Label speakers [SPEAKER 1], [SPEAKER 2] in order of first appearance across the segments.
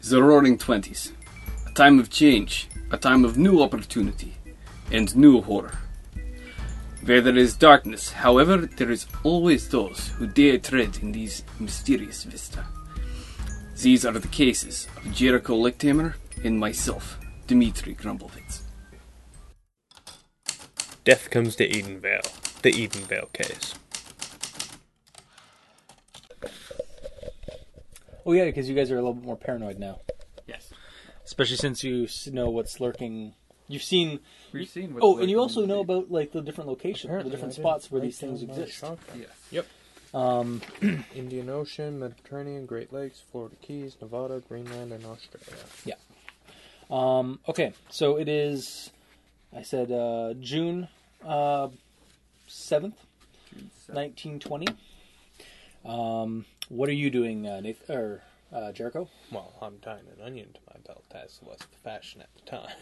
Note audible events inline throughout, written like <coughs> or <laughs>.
[SPEAKER 1] the Roaring Twenties, a time of change, a time of new opportunity, and new horror. Where there is darkness, however, there is always those who dare tread in these mysterious vista. These are the cases of Jericho Lichthammer and myself, Dmitri Grumblevitz.
[SPEAKER 2] Death comes to Eden Vale. The Eden Vale case.
[SPEAKER 3] Oh yeah, because you guys are a little bit more paranoid now,
[SPEAKER 1] Yes.
[SPEAKER 3] especially since you s- know what's lurking. You've seen.
[SPEAKER 4] We've seen. What's
[SPEAKER 3] Oh, and you
[SPEAKER 4] lurking
[SPEAKER 3] also
[SPEAKER 4] in the-
[SPEAKER 3] know about like the different locations, the different spots where these things exist.
[SPEAKER 4] Yes.
[SPEAKER 3] Um,
[SPEAKER 5] Indian Ocean, Mediterranean, Great Lakes, Florida Keys, Nevada, Greenland, and Australia.
[SPEAKER 3] um, okay, so it is. I said uh, June uh, seventh, nineteen twenty. Um, what are you doing, uh, Nath- or uh, Jericho?
[SPEAKER 5] Well, I'm tying an onion to my belt, as was the fashion at the time.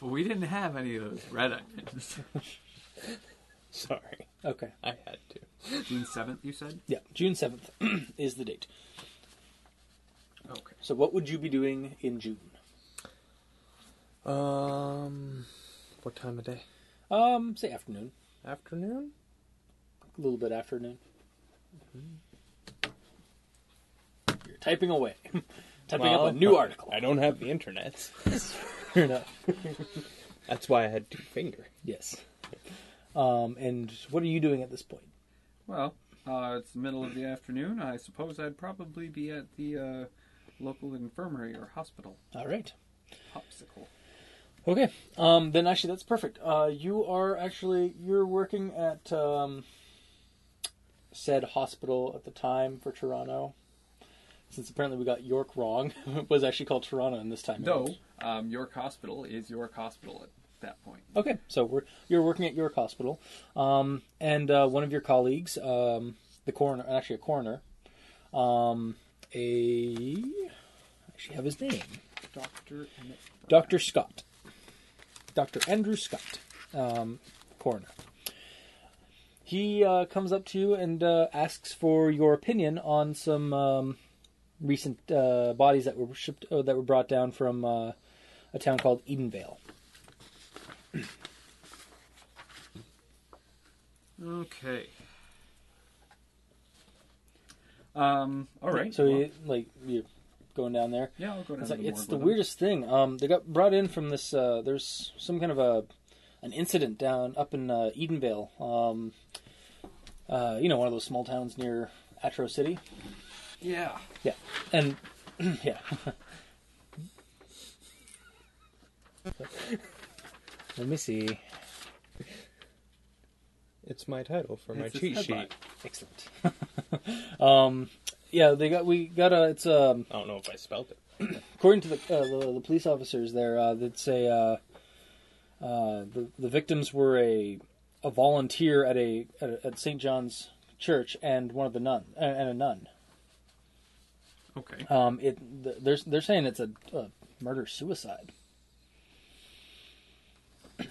[SPEAKER 4] But we didn't have any of those red onions. <laughs>
[SPEAKER 5] Sorry,
[SPEAKER 3] Okay,
[SPEAKER 5] I had to.
[SPEAKER 4] June seventh, you said.
[SPEAKER 3] yeah, June seventh <clears throat> is the date.
[SPEAKER 4] Okay.
[SPEAKER 3] So, what would you be doing in June?
[SPEAKER 5] Um, what time of day?
[SPEAKER 3] Um, say afternoon,
[SPEAKER 5] Afternoon?
[SPEAKER 3] a little bit afternoon. You're typing away, <laughs> typing up a
[SPEAKER 5] <laughs>
[SPEAKER 3] new article.
[SPEAKER 5] I don't have the internet.
[SPEAKER 3] Fair enough.
[SPEAKER 5] That's why I had two finger.
[SPEAKER 3] Yes. Um, and what are you doing at this point?
[SPEAKER 4] Well, uh, it's the middle of the afternoon. I suppose I'd probably be at the uh, local infirmary or hospital.
[SPEAKER 3] All right.
[SPEAKER 4] Popsicle.
[SPEAKER 3] Okay. Um, then actually, that's perfect. Uh, you are actually you're working at um, said hospital at the time for Toronto. Since apparently we got York wrong, <laughs> it was actually called Toronto in this time.
[SPEAKER 4] No, um, York Hospital is York Hospital at that point.
[SPEAKER 3] Okay, so we're, you're working at York Hospital, um, and uh, one of your colleagues, um, the coroner, actually a coroner, um, a I actually have his name,
[SPEAKER 4] Doctor Emmett.
[SPEAKER 3] Doctor Scott, Doctor Andrew Scott, um, coroner. He uh, comes up to you and uh, asks for your opinion on some um, recent uh, bodies that were shipped uh, that were brought down from uh, a town called Edenvale.
[SPEAKER 4] Okay. Um. All right.
[SPEAKER 3] So,
[SPEAKER 4] well,
[SPEAKER 3] you, like, you're going down there.
[SPEAKER 4] yeah, I'll go down
[SPEAKER 3] It's
[SPEAKER 4] to
[SPEAKER 3] like
[SPEAKER 4] the
[SPEAKER 3] it's
[SPEAKER 4] morgue
[SPEAKER 3] the
[SPEAKER 4] with 'em.
[SPEAKER 3] weirdest thing. Um, they got brought in from this. Uh, there's some kind of a an incident down up in uh, Edenvale. Um, uh, you know, one of those small towns near Atro City.
[SPEAKER 4] Yeah.
[SPEAKER 3] Yeah, and <clears throat> yeah. <laughs> Let me see.
[SPEAKER 5] It's my title for my
[SPEAKER 4] It's
[SPEAKER 5] cheat
[SPEAKER 4] his headline.
[SPEAKER 5] sheet.
[SPEAKER 3] Excellent. <laughs> um, yeah, they got we got a. It's um,
[SPEAKER 5] I don't know if I spelled it.
[SPEAKER 3] according to the, uh, the, the police officers there, uh, that say uh, uh, the the victims were a a volunteer at a at, a- at St. John's Church and one of the nun uh, and a nun.
[SPEAKER 4] Okay.
[SPEAKER 3] Um, it th- they're they're saying it's a, a murder suicide. <clears throat>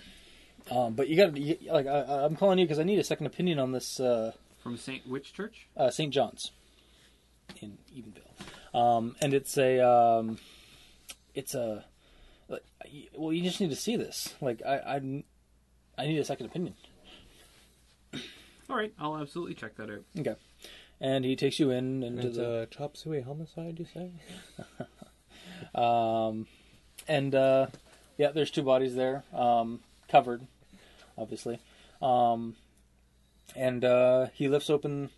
[SPEAKER 3] Um, but you got to like I- I, I'm calling you because I need a second opinion on this uh,
[SPEAKER 4] From Saint which church?
[SPEAKER 3] uh, St. John's in Edenville, um, and it's a um, it's a like, y- well, you just need to see this. Like I I, I need a second opinion.
[SPEAKER 4] All right. I'll absolutely check that out.
[SPEAKER 3] Okay, and he takes you in into
[SPEAKER 5] It's
[SPEAKER 3] the
[SPEAKER 5] a chop suey homicide, you say?
[SPEAKER 3] and uh, yeah, there's two bodies there, um, covered, obviously, um, and uh, he lifts open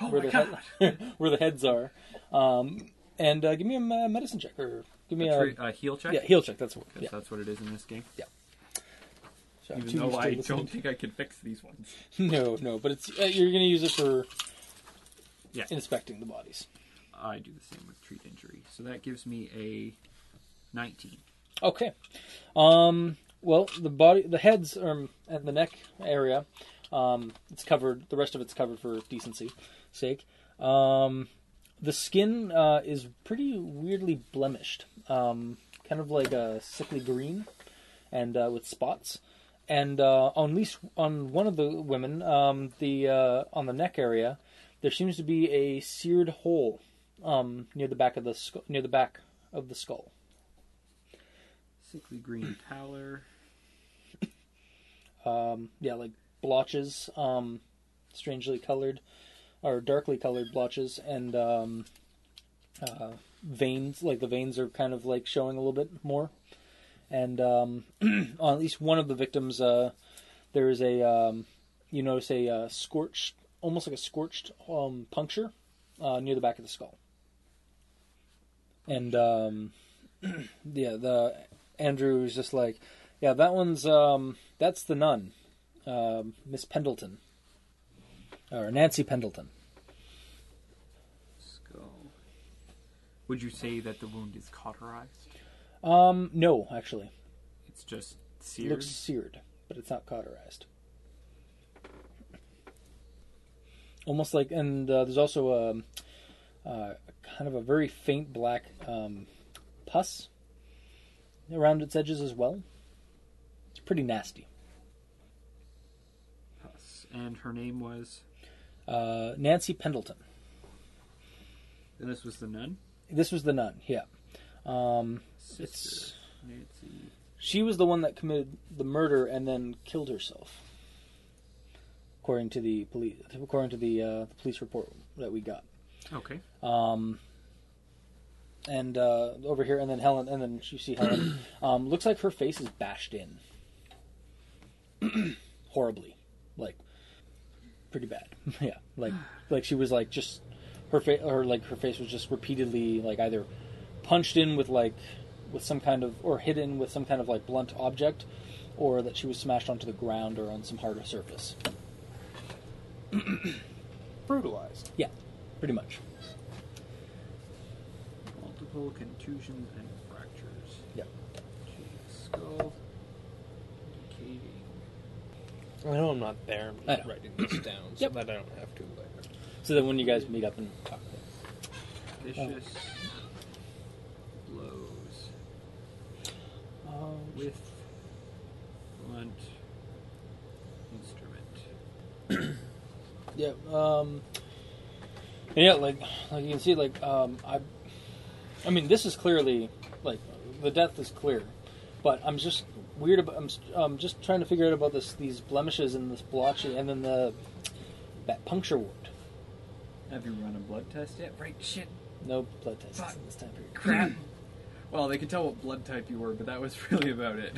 [SPEAKER 4] Oh
[SPEAKER 3] where
[SPEAKER 4] my
[SPEAKER 3] the
[SPEAKER 4] god.
[SPEAKER 3] head, <laughs> where the heads are, um, and uh, give me a uh, medicine check or give me a,
[SPEAKER 4] A tree- a heel check.
[SPEAKER 3] yeah heal check. That's what.
[SPEAKER 4] Because
[SPEAKER 3] Yeah.
[SPEAKER 4] that's what it is in this game.
[SPEAKER 3] So I'm
[SPEAKER 4] Even
[SPEAKER 3] too
[SPEAKER 4] though
[SPEAKER 3] used to
[SPEAKER 4] I
[SPEAKER 3] listening
[SPEAKER 4] don't think I can fix these ones.
[SPEAKER 3] <laughs> No, no, but it's uh, you're going to use it for
[SPEAKER 4] Yeah.
[SPEAKER 3] inspecting the bodies.
[SPEAKER 4] I do the same with treat injury. So that gives me a 19.
[SPEAKER 3] Okay. Um. Well, the body, the heads, um, and the neck area, um, it's covered. The rest of it's covered for decency' sake. Um, the skin uh, is pretty weirdly blemished, um, kind of like a sickly green, and uh, with spots. And uh, on least on one of the women, um, the uh, on the neck area, there seems to be a seared hole um, near the back of the skull, near the back of the skull. <clears throat>
[SPEAKER 4] Sickly green pallor.
[SPEAKER 3] Um, yeah, like blotches, um, strangely colored or darkly colored blotches, and um, uh, veins. Like the veins are kind of like showing a little bit more. And um, <clears throat> on at least one of the victims, uh, there is a um, you notice a uh, scorched, almost like a scorched um, puncture uh, near the back of the skull. And um, <clears throat> yeah, the Andrew is just like, yeah, that one's um, that's the nun, um, Miss Pendleton, or Nancy Pendleton.
[SPEAKER 4] Skull. Would you say that the wound is cauterized?
[SPEAKER 3] Um, no, actually,
[SPEAKER 4] It's just
[SPEAKER 3] it
[SPEAKER 4] seared.
[SPEAKER 3] looks seared, but it's not cauterized. Almost like, and uh, there's also a uh, kind of a very faint black um, pus around its edges as well. It's pretty nasty.
[SPEAKER 4] Pus. And her name was.
[SPEAKER 3] Uh, Nancy Pendleton.
[SPEAKER 4] And this was the nun.
[SPEAKER 3] This was the nun. Yeah. Um,
[SPEAKER 4] Sister
[SPEAKER 3] it's
[SPEAKER 4] Nancy.
[SPEAKER 3] she was the one that committed the murder and then killed herself, according to the police. According to the, uh, the police report that we got.
[SPEAKER 4] Okay.
[SPEAKER 3] Um, and uh, over here, and then Helen, and then you see Helen. um, looks like her face is bashed in <clears throat> horribly, like pretty bad. <laughs> yeah, like like she was like just her face, or like her face was just repeatedly like either punched in with like with some kind of or hit in with some kind of like blunt object, or that she was smashed onto the ground or on some harder surface.
[SPEAKER 5] Brutalized.
[SPEAKER 3] Yeah, pretty much.
[SPEAKER 4] Multiple contusions and fractures.
[SPEAKER 3] Yeah.
[SPEAKER 4] Cheek, skull. Decaying.
[SPEAKER 5] I know I'm not there. I'm
[SPEAKER 3] I
[SPEAKER 5] just
[SPEAKER 3] know.
[SPEAKER 5] writing this down so
[SPEAKER 3] Yep.
[SPEAKER 5] that I don't have to later.
[SPEAKER 3] So then when you guys meet up and talk.
[SPEAKER 4] Vicious.
[SPEAKER 3] Oh.
[SPEAKER 4] Blows. with blunt instrument.
[SPEAKER 3] Yeah. Um, and yeah, like like you can see, like um, I, I mean, this is clearly like the death is clear, but I'm just weird about I'm, s- I'm just trying to figure out about this these blemishes and this blotch and then the that puncture wound.
[SPEAKER 4] Have you run a blood test yet? Right, shit,
[SPEAKER 3] No blood tests
[SPEAKER 4] Fuck.
[SPEAKER 3] in this time period.
[SPEAKER 4] <clears throat> crap. well, they could tell what blood type you were, but that was <laughs> really about it.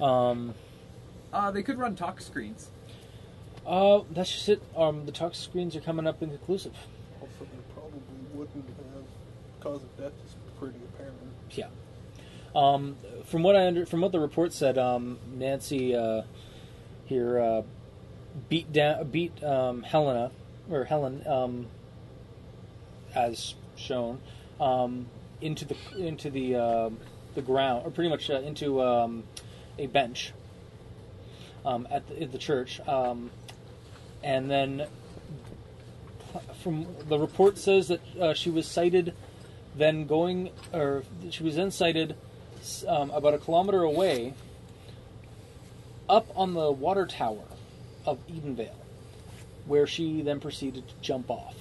[SPEAKER 3] Um,
[SPEAKER 4] Uh, they could run talk screens.
[SPEAKER 3] uh, that's just it. Um, the tox screens are coming up inconclusive.
[SPEAKER 5] Also, they probably wouldn't have. Cause of death is pretty apparent.
[SPEAKER 3] Yeah. Um, from what I under, from what the report said, um, Nancy uh, here uh, beat down beat um, Helena or Helen um, as shown um, into the into the um the ground or pretty much uh, into um, a bench um, at the, at the church, um, and then from the report says that uh, she was cited then going or she was then sighted s- um, about a kilometer away up on the water tower of Edenvale where she then proceeded to jump off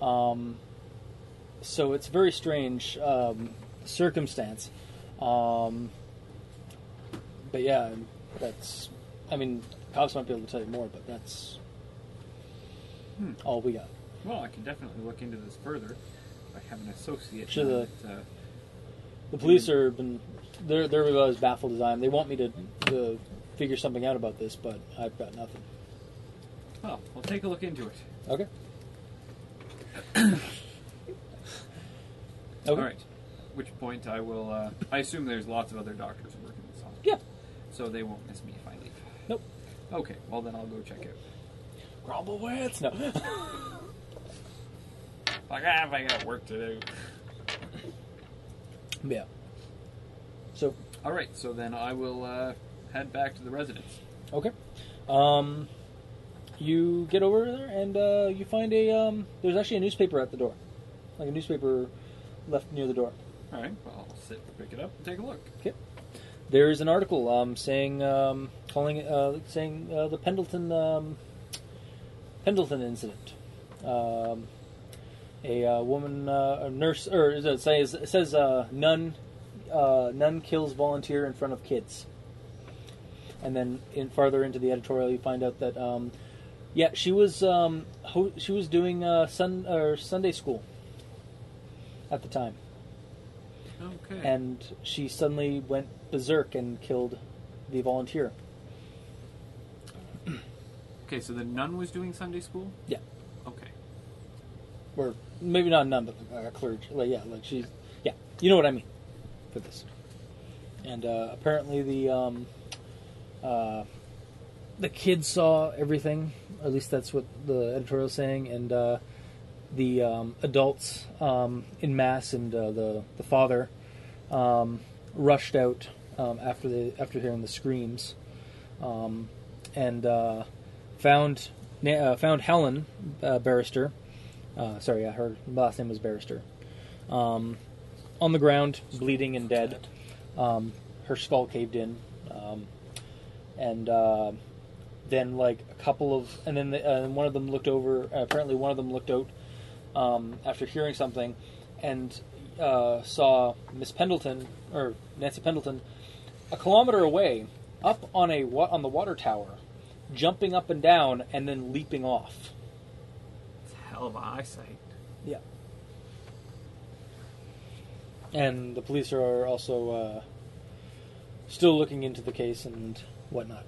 [SPEAKER 3] um, so it's a very strange um, circumstance um, but yeah that's I mean cops might be able to tell you more but that's
[SPEAKER 4] Hmm.
[SPEAKER 3] all we got
[SPEAKER 4] Well, I can definitely look into this further. I have an associate.
[SPEAKER 3] Should
[SPEAKER 4] now
[SPEAKER 3] the-
[SPEAKER 4] that, uh,
[SPEAKER 3] The police are been they're they're about as baffled as I am. They want me to, to figure something out about this, but I've got nothing.
[SPEAKER 4] well, I'll take a look into it.
[SPEAKER 3] <coughs> Okay. okay.
[SPEAKER 4] All right. At Which point I will. Uh, I assume there's lots of other doctors who work in this
[SPEAKER 3] Yeah.
[SPEAKER 4] hospital. So they won't miss me if I leave.
[SPEAKER 3] Nope.
[SPEAKER 4] Okay. Well, then I'll go check out.
[SPEAKER 3] Grumble wits. No. <laughs>
[SPEAKER 4] Like, ah, if I got work to do.
[SPEAKER 3] yeah. So
[SPEAKER 4] All right. So then I will uh, head back to the residence.
[SPEAKER 3] okay. Um, you get over there and uh, you find a um. There's actually a newspaper at the door, like a newspaper left near the door.
[SPEAKER 4] All right. Well, I'll sit, pick it up, and take a look.
[SPEAKER 3] there is an article um, saying um, calling uh, saying uh, the Pendleton um, Pendleton incident um, a uh, woman, uh, a nurse, or is it says it says uh, none, uh, none kills volunteer in front of kids. And then in farther into the editorial, you find out that um, yeah, she was um, ho- she was doing uh, sun or Sunday school at the time,
[SPEAKER 4] Okay.
[SPEAKER 3] and she suddenly went berserk and killed the volunteer.
[SPEAKER 4] okay, so the nun was doing Sunday school?
[SPEAKER 3] Yeah.
[SPEAKER 4] Okay.
[SPEAKER 3] or maybe not none, but uh, clergy. Like yeah, like she's yeah, you know what I mean for this. And uh, apparently the um, uh, the kids saw everything. At least that's what the editorial's saying, and uh, the um, adults um, in mass and uh, the the father um, rushed out um, after the after hearing the screams, um, and uh, found na- uh, found Helen uh, barrister uh, sorry, yeah, her last name was Barrister. Um, on the ground, bleeding and dead. Um, her skull caved in, um, and uh, then like a couple of, and then the, uh, one of them looked over. Uh, apparently, one of them looked out um, after hearing something, and uh, saw Miss Pendleton or Nancy Pendleton a kilometer away, up on a wa- on the water tower, jumping up and down, and then leaping off.
[SPEAKER 4] It's a hell of an eyesight.
[SPEAKER 3] Yeah. And the police are also uh, still looking into the case and whatnot.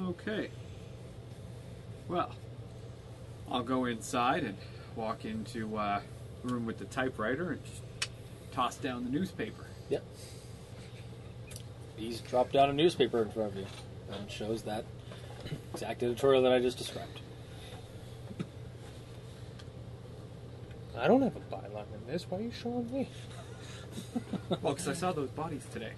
[SPEAKER 4] Okay. Well, I'll go inside and walk into uh, the room with the typewriter and just toss down the newspaper.
[SPEAKER 3] Yep. He's dropped down a newspaper in front of you and shows that exact editorial that I just described.
[SPEAKER 5] I don't have a byline in this. Why are you showing me?
[SPEAKER 4] Well, because I saw those bodies today.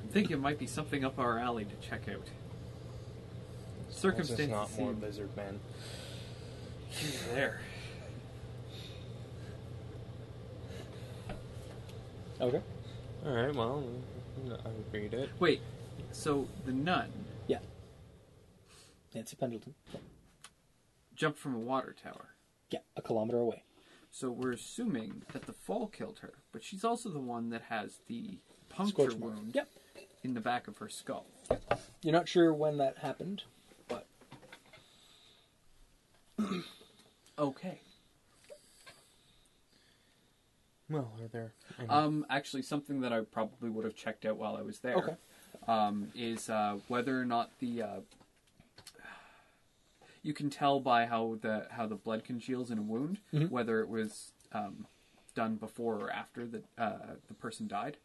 [SPEAKER 4] I'm thinking it might be something up our alley to check out.
[SPEAKER 5] This is
[SPEAKER 4] Circumstances
[SPEAKER 5] not more
[SPEAKER 4] seem
[SPEAKER 5] lizard men.
[SPEAKER 4] here or there.
[SPEAKER 3] Okay.
[SPEAKER 5] All right, well, I read it.
[SPEAKER 4] Wait, so the nun
[SPEAKER 3] Yeah. Nancy Pendleton.
[SPEAKER 4] jumped from a water tower.
[SPEAKER 3] Yeah, a kilometer away.
[SPEAKER 4] So we're assuming that the fall killed her, but she's also the one that has the puncture
[SPEAKER 3] Scorch mark.
[SPEAKER 4] wound
[SPEAKER 3] Yep.
[SPEAKER 4] in the back of her skull.
[SPEAKER 3] You're not sure when that happened, but
[SPEAKER 4] Okay.
[SPEAKER 5] Well, are there? any-
[SPEAKER 4] Um, actually, something that I probably would have checked out while I was there
[SPEAKER 3] Okay.
[SPEAKER 4] um, is uh, whether or not the uh, you can tell by how the how the blood congeals in a wound
[SPEAKER 3] Mm-hmm.
[SPEAKER 4] whether it was um, done before or after the uh, the person died.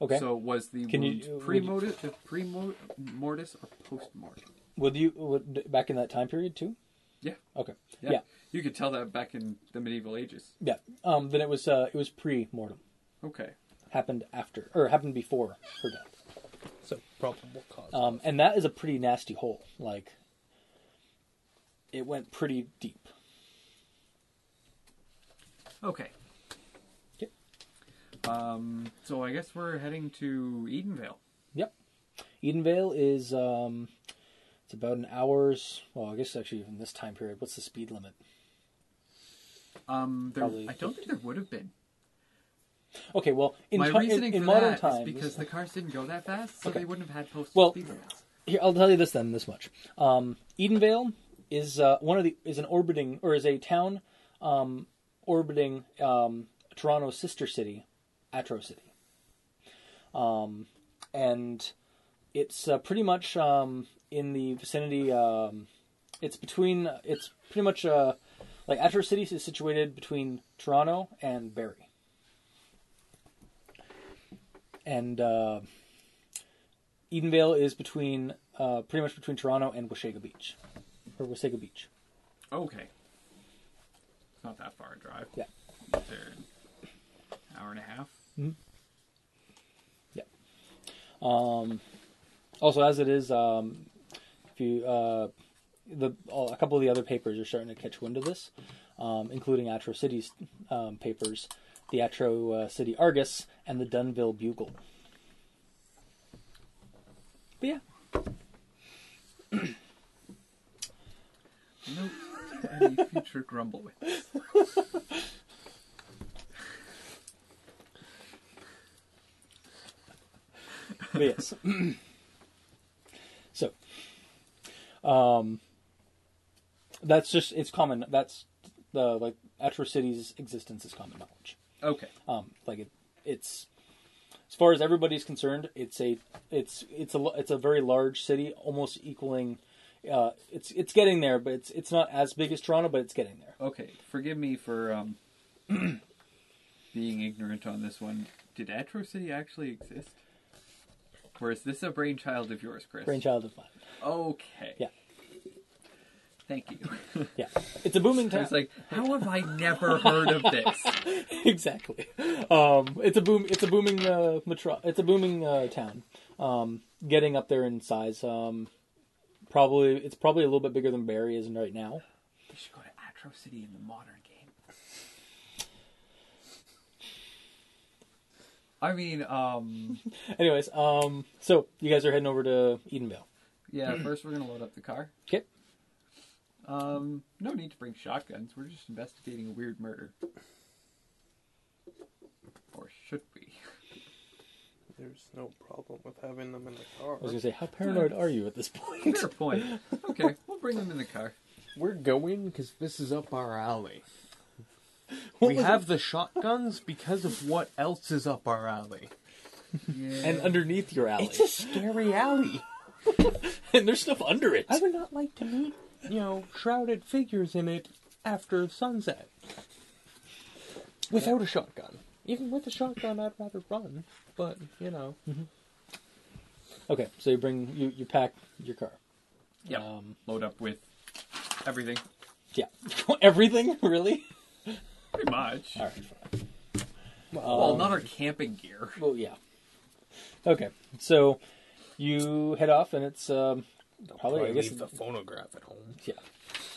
[SPEAKER 3] okay.
[SPEAKER 4] So was the
[SPEAKER 3] Can
[SPEAKER 4] wound
[SPEAKER 3] you-
[SPEAKER 4] pre mortis pre mortis or post mortis?
[SPEAKER 3] would you would, back in that time period too?
[SPEAKER 4] Yeah.
[SPEAKER 3] Okay.
[SPEAKER 4] yeah,
[SPEAKER 3] yeah.
[SPEAKER 4] You could tell that back in the medieval ages.
[SPEAKER 3] Yeah. Um, then it was uh, it was pre mortem.
[SPEAKER 4] Okay.
[SPEAKER 3] Happened after or happened before her death.
[SPEAKER 5] so probable cause.
[SPEAKER 3] Um, and that is a pretty nasty hole. Like it went pretty deep.
[SPEAKER 4] Okay.
[SPEAKER 3] Okay.
[SPEAKER 4] Um, so I guess we're heading to Edenvale.
[SPEAKER 3] Yep. Edenvale is um, it's about an hour's well, I guess actually even this time period, what's the speed limit?
[SPEAKER 4] Um, there,
[SPEAKER 3] Probably
[SPEAKER 4] I don't think there would have been.
[SPEAKER 3] Okay, well in,
[SPEAKER 4] My
[SPEAKER 3] ti- in-
[SPEAKER 4] reasoning
[SPEAKER 3] in
[SPEAKER 4] for
[SPEAKER 3] modern
[SPEAKER 4] that is
[SPEAKER 3] times
[SPEAKER 4] because the cars didn't go that fast, so
[SPEAKER 3] Okay.
[SPEAKER 4] they wouldn't have had posted
[SPEAKER 3] Well-
[SPEAKER 4] speed limits.
[SPEAKER 3] Here, I'll tell you this then. This much. Um, Edenvale is uh, one of the is an orbiting or is a town um, orbiting um, Toronto's sister city, Atro City, um, and it's uh, pretty much um, in the vicinity. Um, it's between. It's pretty much uh, like Atro City is situated between Toronto and Barrie, and. Uh, Edenvale is between uh, pretty much between Toronto and Washaga Beach, or Washaga Beach.
[SPEAKER 4] Okay, it's not that far a drive.
[SPEAKER 3] Yeah.
[SPEAKER 4] Is there an hour and a half.
[SPEAKER 3] Also, as it is, um, if you uh, the all, a couple of the other papers are starting to catch wind of this, um, including Atro City's um, papers, the Atro uh, City Argus, and the Dunville Bugle. But yeah,
[SPEAKER 4] <laughs> note to any future grumble with.
[SPEAKER 3] But yes. <clears throat> so, um, that's just it's common. That's the like Atrocity's existence is common knowledge.
[SPEAKER 4] Okay.
[SPEAKER 3] Um, like it, it's as far as everybody's concerned, it's a it's it's a l- it's a very large city, almost equaling. Uh, it's it's getting there, but it's it's not as big as Toronto, but it's getting there.
[SPEAKER 4] Okay. Forgive me for um, <clears throat> being ignorant on this one. Did Atro City actually exist? Or is this a brainchild of yours, Chris?
[SPEAKER 3] Brainchild of mine.
[SPEAKER 4] Okay.
[SPEAKER 3] Yeah.
[SPEAKER 4] Thank you. <laughs>
[SPEAKER 3] Yeah, it's a booming
[SPEAKER 4] I
[SPEAKER 3] town.
[SPEAKER 4] was like, how have I never heard of
[SPEAKER 3] <laughs>
[SPEAKER 4] this?
[SPEAKER 3] exactly. Um, it's a boom. It's a booming uh, metro. It's a booming uh, town. Um, getting up there in size. Um, probably it's probably a little bit bigger than Barry is right now.
[SPEAKER 4] You should go to Atro City in the modern game. I mean, um,
[SPEAKER 3] Anyways, um, so you guys are heading over to Edenvale. <clears throat>
[SPEAKER 4] yeah, first we're going to load up the car.
[SPEAKER 3] Okay.
[SPEAKER 4] Um, no need to bring shotguns. We're just investigating a weird murder. Or should
[SPEAKER 3] <laughs>
[SPEAKER 4] we?
[SPEAKER 5] There's no problem with having them in the car.
[SPEAKER 3] I was gonna say, how paranoid are you at this point?
[SPEAKER 4] Fair point. Okay, we'll bring them in the car.
[SPEAKER 5] We're going because this is up our <laughs> alley. we
[SPEAKER 3] was
[SPEAKER 5] have the shotguns because of what else is up our <laughs> alley.
[SPEAKER 4] Yeah.
[SPEAKER 3] And underneath your alley,
[SPEAKER 5] scary alley.
[SPEAKER 3] and there's stuff under it.
[SPEAKER 5] I would not like to meet, you know, shrouded figures in it after sunset. Without a shotgun. Even with a shotgun, I'd rather run. But, you know.
[SPEAKER 3] Okay, so you bring you you pack your car.
[SPEAKER 4] yep.
[SPEAKER 3] Um,
[SPEAKER 4] load up with everything.
[SPEAKER 3] yeah, <laughs> everything really.
[SPEAKER 4] Pretty much.
[SPEAKER 3] All right.
[SPEAKER 4] Well, not our camping gear. <laughs>
[SPEAKER 3] Well, yeah. Okay, so you head off, and it's um, probably, I guess
[SPEAKER 5] the phonograph at home.
[SPEAKER 3] yeah.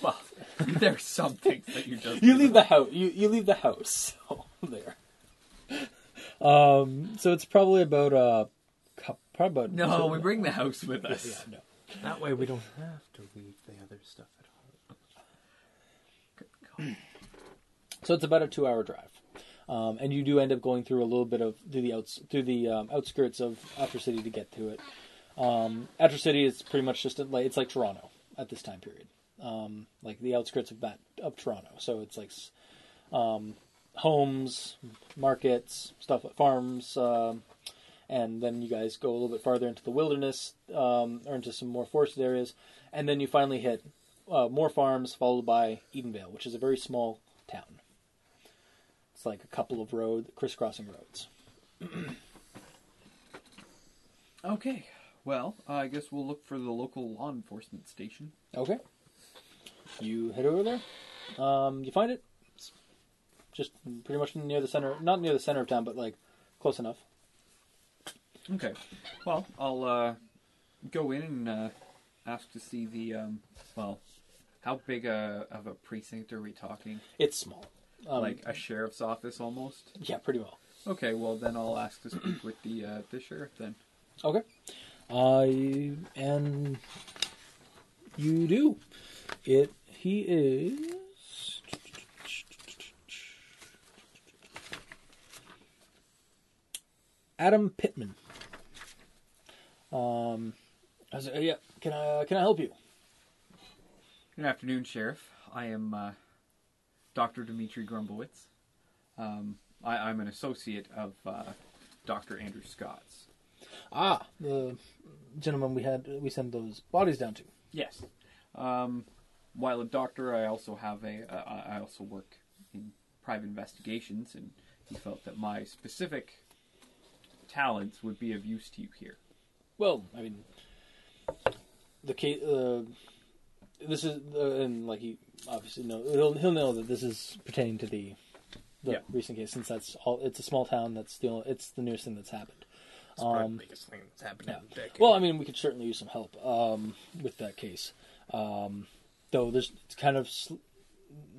[SPEAKER 4] Well, there's some things that you just
[SPEAKER 3] You leave the house. <laughs> You you leave the house <laughs> so, there. Um, so it's probably about uh, cou- probably about
[SPEAKER 4] No, we bring the house
[SPEAKER 5] <laughs>
[SPEAKER 4] with us.
[SPEAKER 3] yeah, no.
[SPEAKER 5] That way we don't have to leave the other stuff at home.
[SPEAKER 3] So it's about a two-hour drive, um, and you do end up going through a little bit of through the outs through the um, outskirts of Outer City to get to it. Um, Outer City is pretty much just like it's like Toronto at this time period, um, like the outskirts of that of Toronto. So it's like s- um, homes, markets, stuff, farms, um, and then you guys go a little bit farther into the wilderness um, or into some more forested areas, and then you finally hit uh, more farms, followed by Edenvale, which is a very small town. It's like a couple of road crisscrossing roads.
[SPEAKER 4] Okay. Well, uh, I guess we'll look for the local law enforcement station.
[SPEAKER 3] Okay. You head over there. Um, you find it. It's just pretty much near the center, not near the center of town, but like close enough.
[SPEAKER 4] Okay. Well, I'll uh, go in and uh, ask to see the. Um, well, how big a, of a precinct are we talking?
[SPEAKER 3] It's small. Um,
[SPEAKER 4] like a sheriff's office almost?
[SPEAKER 3] yeah, pretty well.
[SPEAKER 4] Okay, well, then I'll ask to speak with the, uh, the sheriff then.
[SPEAKER 3] Okay. Uh, you- and you do. It. He is. Adam Pittman. Um, I was, uh, yeah. Can I can I help you?
[SPEAKER 4] Good afternoon, Sheriff. I am uh, Dr. Dimitri Grumbowitz. Um, I, I'm an associate of uh, Dr. Andrew Scott's.
[SPEAKER 3] Ah, the gentleman we had we sent those bodies down to.
[SPEAKER 4] Yes. Um, while a doctor, I also have a. Uh, I- I also work in private investigations, and he felt that my specific talents would be of use to you here.
[SPEAKER 3] Well, I mean, the case. Uh, this is uh, and like he obviously know he'll he'll know that this is pertaining to the the
[SPEAKER 4] Yeah.
[SPEAKER 3] recent case since that's all. It's a small town. That's the only, it's the newest thing that's happened.
[SPEAKER 5] It's probably the biggest thing that's happened
[SPEAKER 3] Yeah.
[SPEAKER 5] in a decade.
[SPEAKER 3] Well, I mean, we could certainly use some help um, with that case. Um, though there's it's kind of sl-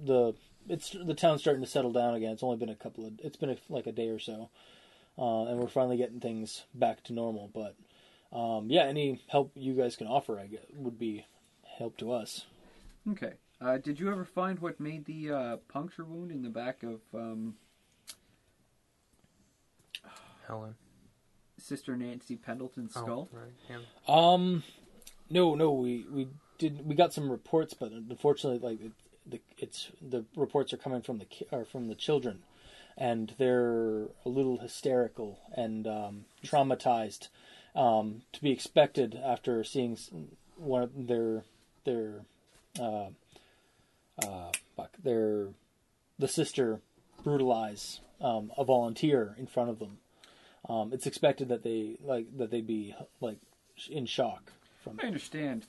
[SPEAKER 3] the it's the town's starting to settle down again. It's only been a couple of it's been a, like a day or so, uh, and we're finally getting things back to normal. But um, yeah, any help you guys can offer, I guess, would be help to us.
[SPEAKER 4] Okay. Uh, did you ever find what made the uh, puncture wound in the back of um,
[SPEAKER 5] Helen.
[SPEAKER 4] Sister Nancy Pendleton's skull?
[SPEAKER 5] Oh, right. Helen.
[SPEAKER 3] Um, no, no, we we did we got some reports, but unfortunately, like it, the it's the reports are coming from the ki- or from the children, and they're a little hysterical and um, traumatized, um, to be expected after seeing s- one of their their uh, uh, fuck, their the sister brutalize um, a volunteer in front of them. Um, it's expected that they like that they be like sh- in shock from
[SPEAKER 4] I understand.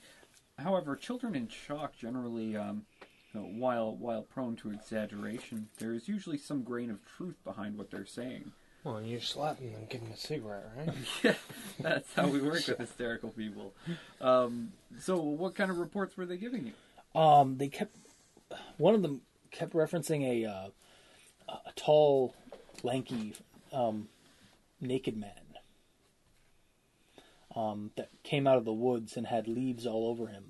[SPEAKER 4] However, children in shock generally, um, you know, while while prone to exaggeration, there is usually some grain of truth behind what they're saying.
[SPEAKER 5] Well, you slapped him and gave him a cigarette, right?
[SPEAKER 4] <laughs> That's how we work with hysterical people. Um, so, what kind of reports were they giving you?
[SPEAKER 3] Um, they kept one of them kept referencing a uh, a tall, lanky, um, naked man um, that came out of the woods and had leaves all over him,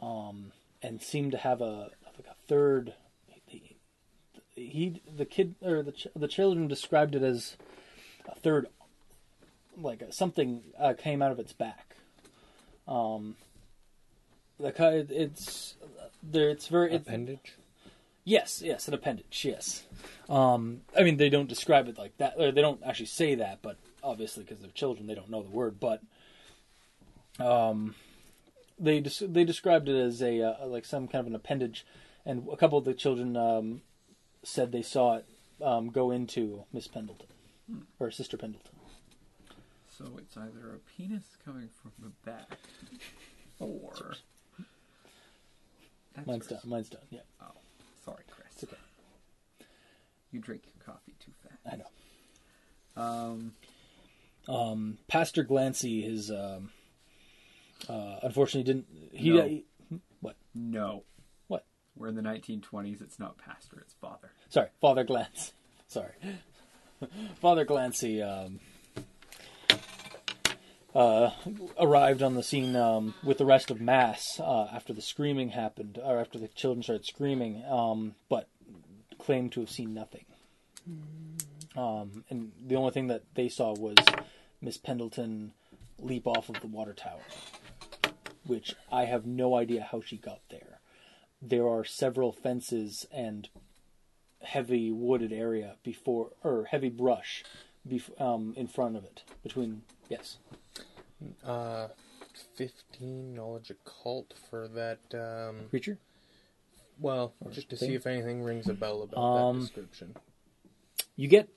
[SPEAKER 3] um, and seemed to have a like a third. He, he the kid or the ch- the children described it as a third, like something uh, came out of its back. Um, Like uh, it's there. It's very it's,
[SPEAKER 5] Appendage.
[SPEAKER 3] Yes, yes, an appendage. Yes. Um, I mean, they don't describe it like that. Or they don't actually say that, but obviously, because they're children, they don't know the word. But um, they des- they described it as a uh, like some kind of an appendage, and a couple of the children um, said they saw it um, go into Miss Pendleton or Sister Pendleton.
[SPEAKER 4] So it's either a penis coming from the back, or that's
[SPEAKER 3] Mine's done.
[SPEAKER 4] yours.
[SPEAKER 3] Mine's done. Yeah,
[SPEAKER 4] Oh, sorry, Chris.
[SPEAKER 3] it's okay.
[SPEAKER 4] You drink your coffee too fast.
[SPEAKER 3] I know.
[SPEAKER 4] Um,
[SPEAKER 3] um, Pastor Glancy is um, uh, unfortunately didn't he, uh,
[SPEAKER 4] No.
[SPEAKER 3] he-
[SPEAKER 4] no.
[SPEAKER 3] What?
[SPEAKER 4] We're in the 1920s. It's not pastor. It's father.
[SPEAKER 3] sorry Father Glancy sorry Father Glancy um, uh, arrived on the scene um, with the rest of mass uh, after the screaming happened or after the children started screaming um, but claimed to have seen nothing um, and the only thing that they saw was Miss Pendleton leap off of the water tower, which I have no idea how she got there. There are several fences and heavy wooded area before, or heavy brush, bef- um, in front of it. Between yes,
[SPEAKER 5] Uh, <laughs> fifteen knowledge occult for that. Um,
[SPEAKER 3] creature.
[SPEAKER 5] well, just to see
[SPEAKER 3] thing?
[SPEAKER 5] if anything rings a bell about
[SPEAKER 3] Um,
[SPEAKER 5] that description.
[SPEAKER 3] You get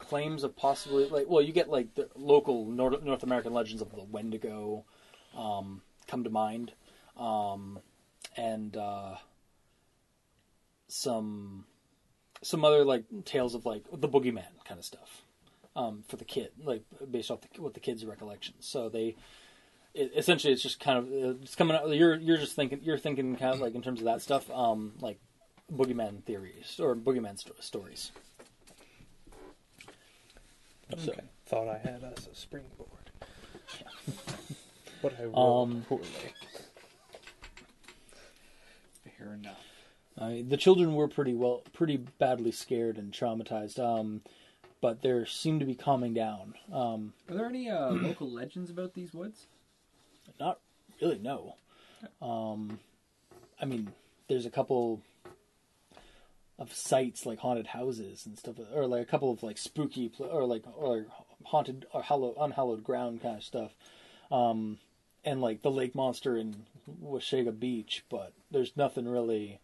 [SPEAKER 3] claims of possibly like well, you get like the local North, North American legends of the Wendigo um, come to mind, um, and uh, some some other like tales of like the boogeyman kind of stuff um, for the kid, like based off the, what the kids' recollections. So they it, essentially it's just kind of uh, it's coming out. You're you're just thinking you're thinking kind of like in terms of that stuff, um, like boogeyman theories or boogeyman sto- stories. So,
[SPEAKER 5] Thought I had us a springboard. but I rolled
[SPEAKER 3] Um,
[SPEAKER 5] poorly.
[SPEAKER 4] Fair enough.
[SPEAKER 3] I mean, the children were pretty well, pretty badly scared and traumatized. Um, but they seem to be calming down. Um,
[SPEAKER 4] Are there any uh, local legends about these woods?
[SPEAKER 3] not really no um i mean there's a couple of sites like haunted houses and stuff or like a couple of like spooky pl- or like or haunted or hollow unhallowed ground kind of stuff um and like the lake monster in washaga beach but there's nothing really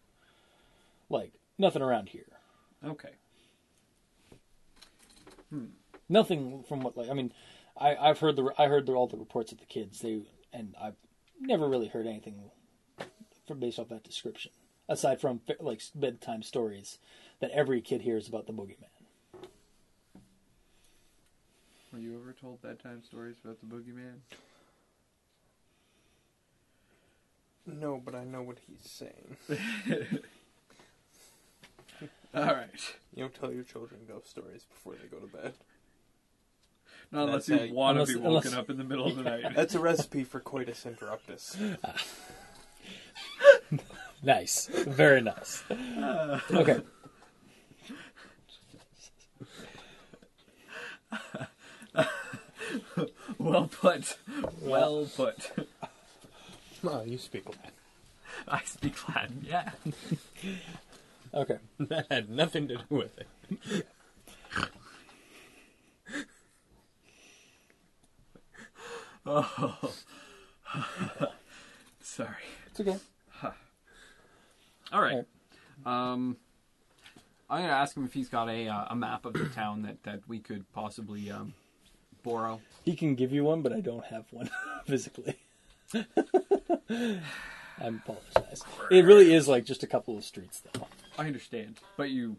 [SPEAKER 3] like nothing around here
[SPEAKER 4] Okay.
[SPEAKER 3] nothing from what like I mean, I I've heard the I heard the, all the reports of the kids they and I've never really heard anything from based off that description aside from like bedtime stories that every kid hears about the boogeyman.
[SPEAKER 4] Were you ever told bedtime stories about the boogeyman?
[SPEAKER 5] No, but I know what he's saying.
[SPEAKER 4] All right.
[SPEAKER 5] You don't tell your children ghost stories before they go to bed.
[SPEAKER 4] Not
[SPEAKER 5] That's
[SPEAKER 4] unless
[SPEAKER 5] how you-
[SPEAKER 4] you want to
[SPEAKER 3] Unless-
[SPEAKER 4] be woken
[SPEAKER 3] unless-
[SPEAKER 4] up in the middle of the night.
[SPEAKER 2] <laughs>
[SPEAKER 5] That's a recipe for coitus interruptus.
[SPEAKER 3] Nice. Very nice. <laughs> Okay.
[SPEAKER 4] Well put. Well put. <laughs>
[SPEAKER 2] Ah,
[SPEAKER 5] Oh, you speak Latin.
[SPEAKER 4] I speak Latin. Yeah.
[SPEAKER 3] Okay.
[SPEAKER 2] That <laughs> had nothing to do with it.
[SPEAKER 4] Sorry.
[SPEAKER 3] It's okay.
[SPEAKER 4] All right. Um, I'm gonna ask him if he's got a uh, a map of the town that that we could possibly um, borrow.
[SPEAKER 3] He can give you one, but I don't have one <laughs> physically. I apologize. It really is like just a couple of streets, though.
[SPEAKER 4] I understand, but you,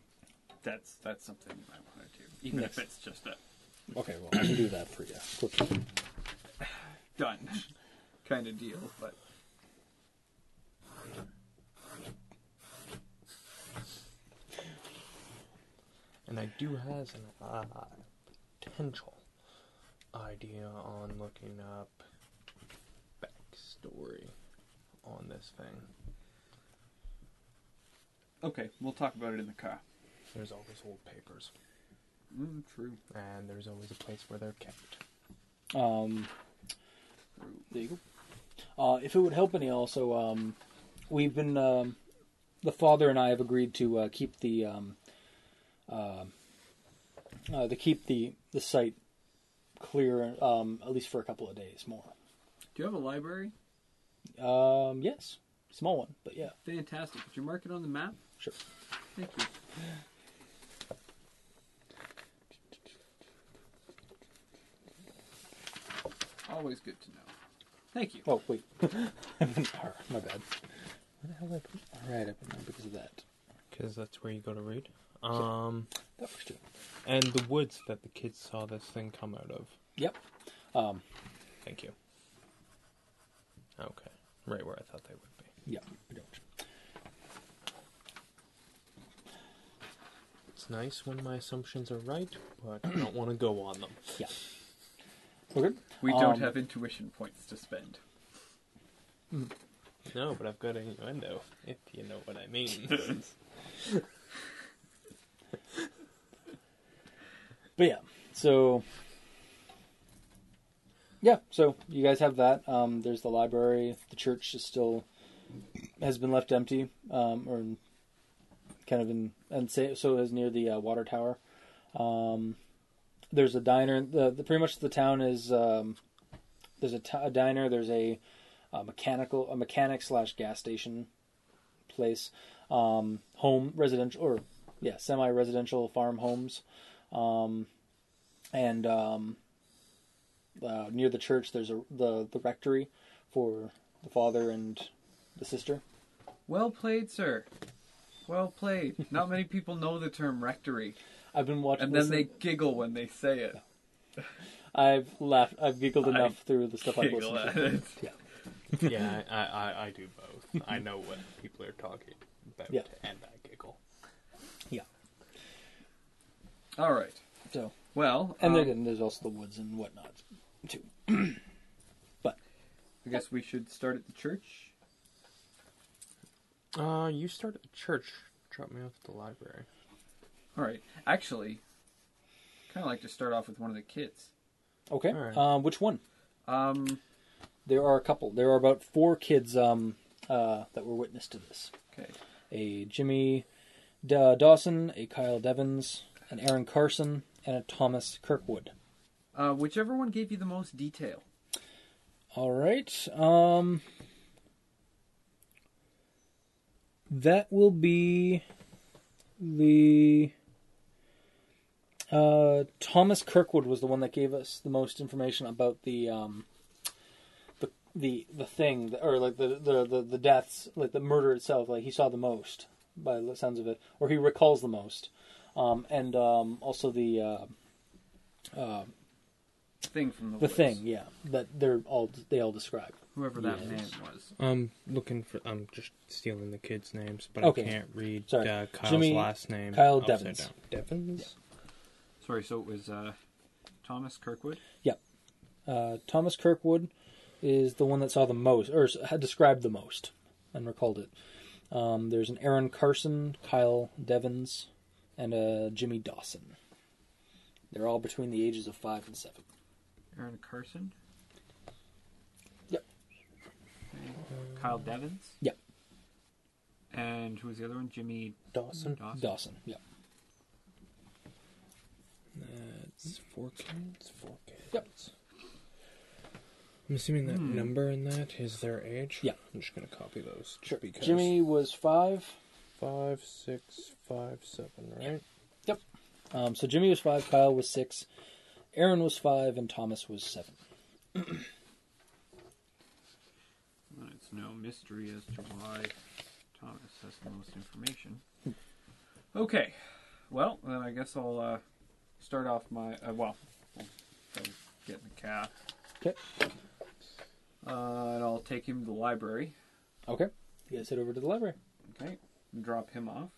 [SPEAKER 4] that's that's something you might want to do, even if
[SPEAKER 3] Yes.
[SPEAKER 4] it's just a
[SPEAKER 3] Okay, well, I can do that for you. Quickly.
[SPEAKER 4] <laughs> done kind of deal. But
[SPEAKER 5] And I do has an uh, potential idea on looking up backstory on this thing.
[SPEAKER 4] okay, we'll talk about it in the car.
[SPEAKER 5] There's always old papers,
[SPEAKER 4] Mm, true.
[SPEAKER 5] and there's always a place where they're kept.
[SPEAKER 3] Um, there you go. Uh, if it would help any, also, um, we've been um, the father and I have agreed to uh, keep the um, uh, uh, to keep the the site clear um, at least for a couple of days more.
[SPEAKER 4] Do you have a library?
[SPEAKER 3] Um, yes, small one, but yeah,
[SPEAKER 4] Fantastic. Could you mark it on the map?
[SPEAKER 3] sure.
[SPEAKER 4] Thank you. Always good to know. Thank you.
[SPEAKER 3] Oh wait, <laughs> Alright, my bad. Where the hell did I put? All right, I put mine because of that.
[SPEAKER 5] Because that's where you go to read. Um,
[SPEAKER 3] That works too.
[SPEAKER 5] and the woods that the kids saw this thing come out of.
[SPEAKER 3] Yep. Um,
[SPEAKER 5] Thank you. Okay, right where I thought they would be.
[SPEAKER 3] yeah, pretty much.
[SPEAKER 5] It's nice when my assumptions are right, but I don't want to go on them.
[SPEAKER 3] Yeah. We're good.
[SPEAKER 4] We don't
[SPEAKER 3] Um,
[SPEAKER 4] have intuition points to spend.
[SPEAKER 5] No, but I've got an innuendo, if you know what I mean.
[SPEAKER 3] <laughs> But yeah, so yeah, so you guys have that. Um, there's the library. The church is still has been left empty, um, or in- kind of in and sa- so is near the uh, water tower. Um, there's a diner. The, the pretty much the town is um, there's a ti- a diner. There's a, uh mechanical a mechanic slash gas station place, um, home residential or yeah semi residential farm homes and um, uh, near the church there's a the, the rectory for the father and the sister
[SPEAKER 4] Well played, sir. Well played. Not many people know the term rectory,
[SPEAKER 3] i've been watching
[SPEAKER 4] and then
[SPEAKER 3] this-
[SPEAKER 4] they giggle when they say it.
[SPEAKER 3] i've laughed i've giggled enough through the stuff i've
[SPEAKER 4] Giggle
[SPEAKER 3] listened
[SPEAKER 4] at
[SPEAKER 3] to
[SPEAKER 4] it.
[SPEAKER 3] yeah
[SPEAKER 2] yeah, I, I, I, I do both. I know what people are talking about,
[SPEAKER 3] Yeah.
[SPEAKER 2] and I giggle.
[SPEAKER 3] yeah
[SPEAKER 4] All right.
[SPEAKER 5] <laughs>
[SPEAKER 3] so
[SPEAKER 4] Well,
[SPEAKER 3] and
[SPEAKER 4] um,
[SPEAKER 3] then there's also the woods and whatnot too but
[SPEAKER 4] I guess we should start at the church.
[SPEAKER 5] Uh, you start at the church. Drop me off at the library.
[SPEAKER 4] All right. Actually, kind of like to start off with one of the kids.
[SPEAKER 3] okay
[SPEAKER 5] All right.
[SPEAKER 3] um, which one
[SPEAKER 4] Um.
[SPEAKER 3] there are a couple there are about four kids um, uh, that were witness to this
[SPEAKER 4] Okay.
[SPEAKER 3] a Jimmy Da Dawson, a Kyle Devins, an Aaron Carson, and a Thomas Kirkwood.
[SPEAKER 4] Uh, whichever one gave you the most detail.
[SPEAKER 3] All right. Um, that will be the uh, Thomas Kirkwood was the one that gave us the most information about the um, the the the thing or like the, the the the deaths, like the murder itself. Like he saw the most by the sounds of it, or he recalls the most, um, and um, also the. Uh,
[SPEAKER 4] Thing from the
[SPEAKER 3] the
[SPEAKER 4] woods.
[SPEAKER 3] thing, yeah, that they're all they all describe.
[SPEAKER 4] Whoever that
[SPEAKER 3] Yes.
[SPEAKER 4] man was.
[SPEAKER 5] I'm looking for. I'm just stealing the kids' names, but
[SPEAKER 3] Okay.
[SPEAKER 5] I can't read
[SPEAKER 3] Sorry.
[SPEAKER 5] uh, Kyle's
[SPEAKER 3] Jimmy-
[SPEAKER 5] last name.
[SPEAKER 3] Kyle
[SPEAKER 5] upside
[SPEAKER 3] Devins.
[SPEAKER 5] down. Devins.
[SPEAKER 4] Sorry. So it was uh, Thomas Kirkwood.
[SPEAKER 3] Yep. Uh, Thomas Kirkwood is the one that saw the most, or s- had described the most, and recalled it. Um, there's an Aaron Carson, Kyle Devins, and a Jimmy Dawson. They're all between the ages of five and seven.
[SPEAKER 4] Aaron Carson.
[SPEAKER 3] Yep.
[SPEAKER 4] Kyle Devins.
[SPEAKER 3] Yep.
[SPEAKER 4] And who was the other one? Jimmy
[SPEAKER 5] Dawson.
[SPEAKER 4] Dawson.
[SPEAKER 3] Dawson. Yep.
[SPEAKER 5] That's four kids. Four kids.
[SPEAKER 3] Yep. Hmm.
[SPEAKER 5] I'm assuming that number in that is their age.
[SPEAKER 3] Yeah.
[SPEAKER 5] I'm just gonna copy those.
[SPEAKER 3] Sure.
[SPEAKER 5] Because
[SPEAKER 3] Jimmy was five.
[SPEAKER 5] Five, six, five, seven. Right.
[SPEAKER 3] Yep. Um, so Jimmy was five, Kyle was six, Aaron was five, and Thomas was seven.
[SPEAKER 4] Well, It's no mystery as to why Thomas has the most information. Okay, well then I guess I'll uh, start off my uh, well, I'll go get the cat.
[SPEAKER 3] Okay.
[SPEAKER 4] Uh, and I'll take him to the library.
[SPEAKER 3] Okay. You guys head over to the library.
[SPEAKER 4] Okay, and drop him off.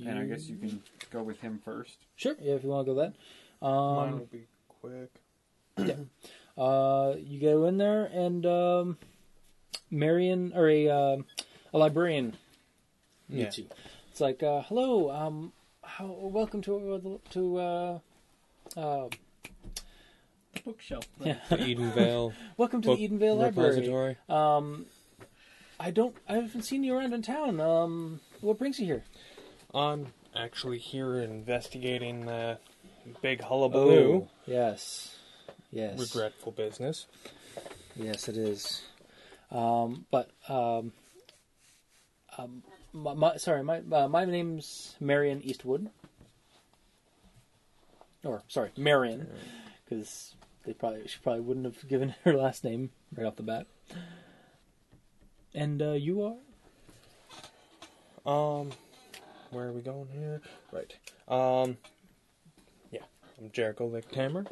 [SPEAKER 4] And I
[SPEAKER 3] You-
[SPEAKER 4] guess you can go with him first.
[SPEAKER 3] Sure. Yeah, if you want to go that.
[SPEAKER 5] Mine
[SPEAKER 3] Um,
[SPEAKER 5] will be quick.
[SPEAKER 3] uh, you go in there, and um, Marion or a um a librarian meets you. It's like, uh, hello, um, how, welcome to uh, to uh, uh,
[SPEAKER 4] Bookshelf.
[SPEAKER 3] yeah, <laughs>
[SPEAKER 5] Edenvale
[SPEAKER 3] welcome to
[SPEAKER 5] Book
[SPEAKER 3] the Edenvale Library.
[SPEAKER 5] Repository.
[SPEAKER 3] Um, I don't. I haven't seen you around in town. Um, what brings you here?
[SPEAKER 5] I'm actually here investigating the big
[SPEAKER 3] Oh.
[SPEAKER 5] hullabaloo.
[SPEAKER 3] yes, yes,
[SPEAKER 5] Regretful business.
[SPEAKER 3] Yes, it is. Um, but um, um, my, my, sorry, my uh, my name's Marion Eastwood. Or sorry, Marion, because they probably she probably wouldn't have given <laughs> her last name right off the bat. And uh, you are
[SPEAKER 5] Um, where are we going here? Right. Um, yeah, I'm Jericho Lick Hammer.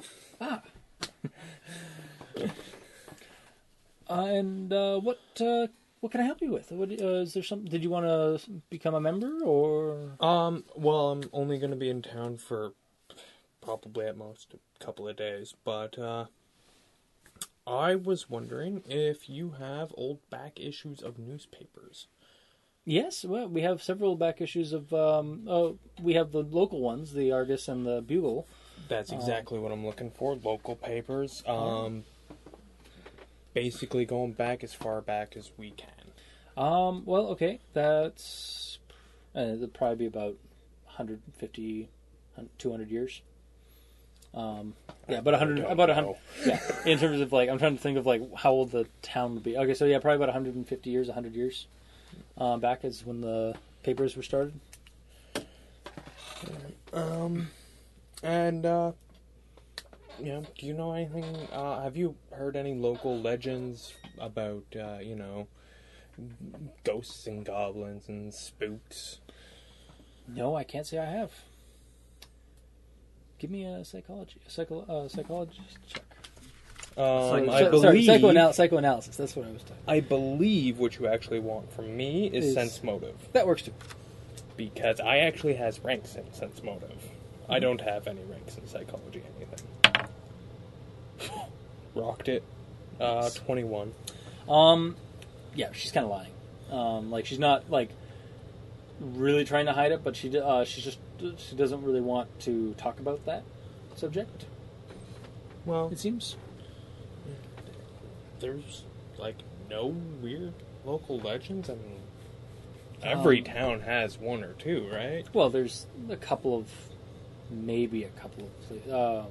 [SPEAKER 3] Uh, and uh, what uh, what can I help you with? What, uh, is there some? Did you want to become a member or?
[SPEAKER 5] Um, well, I'm only going to be in town for probably at most a couple of days, but uh, I was wondering if you have old back issues of newspapers.
[SPEAKER 3] Yes, well, we have several back issues of. Um, oh, we have the local ones, the Argus and the Bugle.
[SPEAKER 5] That's exactly what I'm looking for. Local papers. Um, basically going back as far back as we can.
[SPEAKER 3] Um, well, okay, that's uh, it'd probably be about 150, 200 years. Um, yeah, about 100,
[SPEAKER 5] don't
[SPEAKER 3] about
[SPEAKER 5] know.
[SPEAKER 3] 100. Yeah, in terms of like, I'm trying to think of like how old the town would be. Okay, so yeah, probably about 150 years, 100 years um, back is when the papers were started.
[SPEAKER 5] Um, and uh, yeah, do you know anything? Uh, have you heard any local legends about uh, you know ghosts and goblins and spooks?
[SPEAKER 3] No, I can't say I have. Give me a psychology, psycho, uh, psychology check.
[SPEAKER 5] Um,
[SPEAKER 3] Psych-
[SPEAKER 5] I
[SPEAKER 3] so- sorry,
[SPEAKER 5] believe
[SPEAKER 3] psychoanal- psychoanalysis. That's what I was talking.
[SPEAKER 5] I believe what you actually want from me is,
[SPEAKER 3] Is-
[SPEAKER 5] sense motive
[SPEAKER 3] That works too.
[SPEAKER 5] because I actually has ranks in sense motive. I don't have any ranks in psychology anything. <laughs> Rocked it. Uh, twenty one.
[SPEAKER 3] Um, yeah, she's kind of lying. Um, like she's not like really trying to hide it, but she d- uh, she's just she doesn't really want to talk about that subject.
[SPEAKER 5] Well,
[SPEAKER 3] It seems.
[SPEAKER 5] there's like no weird local legends. I mean, every
[SPEAKER 3] Um,
[SPEAKER 5] town has one or two, right?
[SPEAKER 3] Well, there's a couple of maybe a couple of pla- um,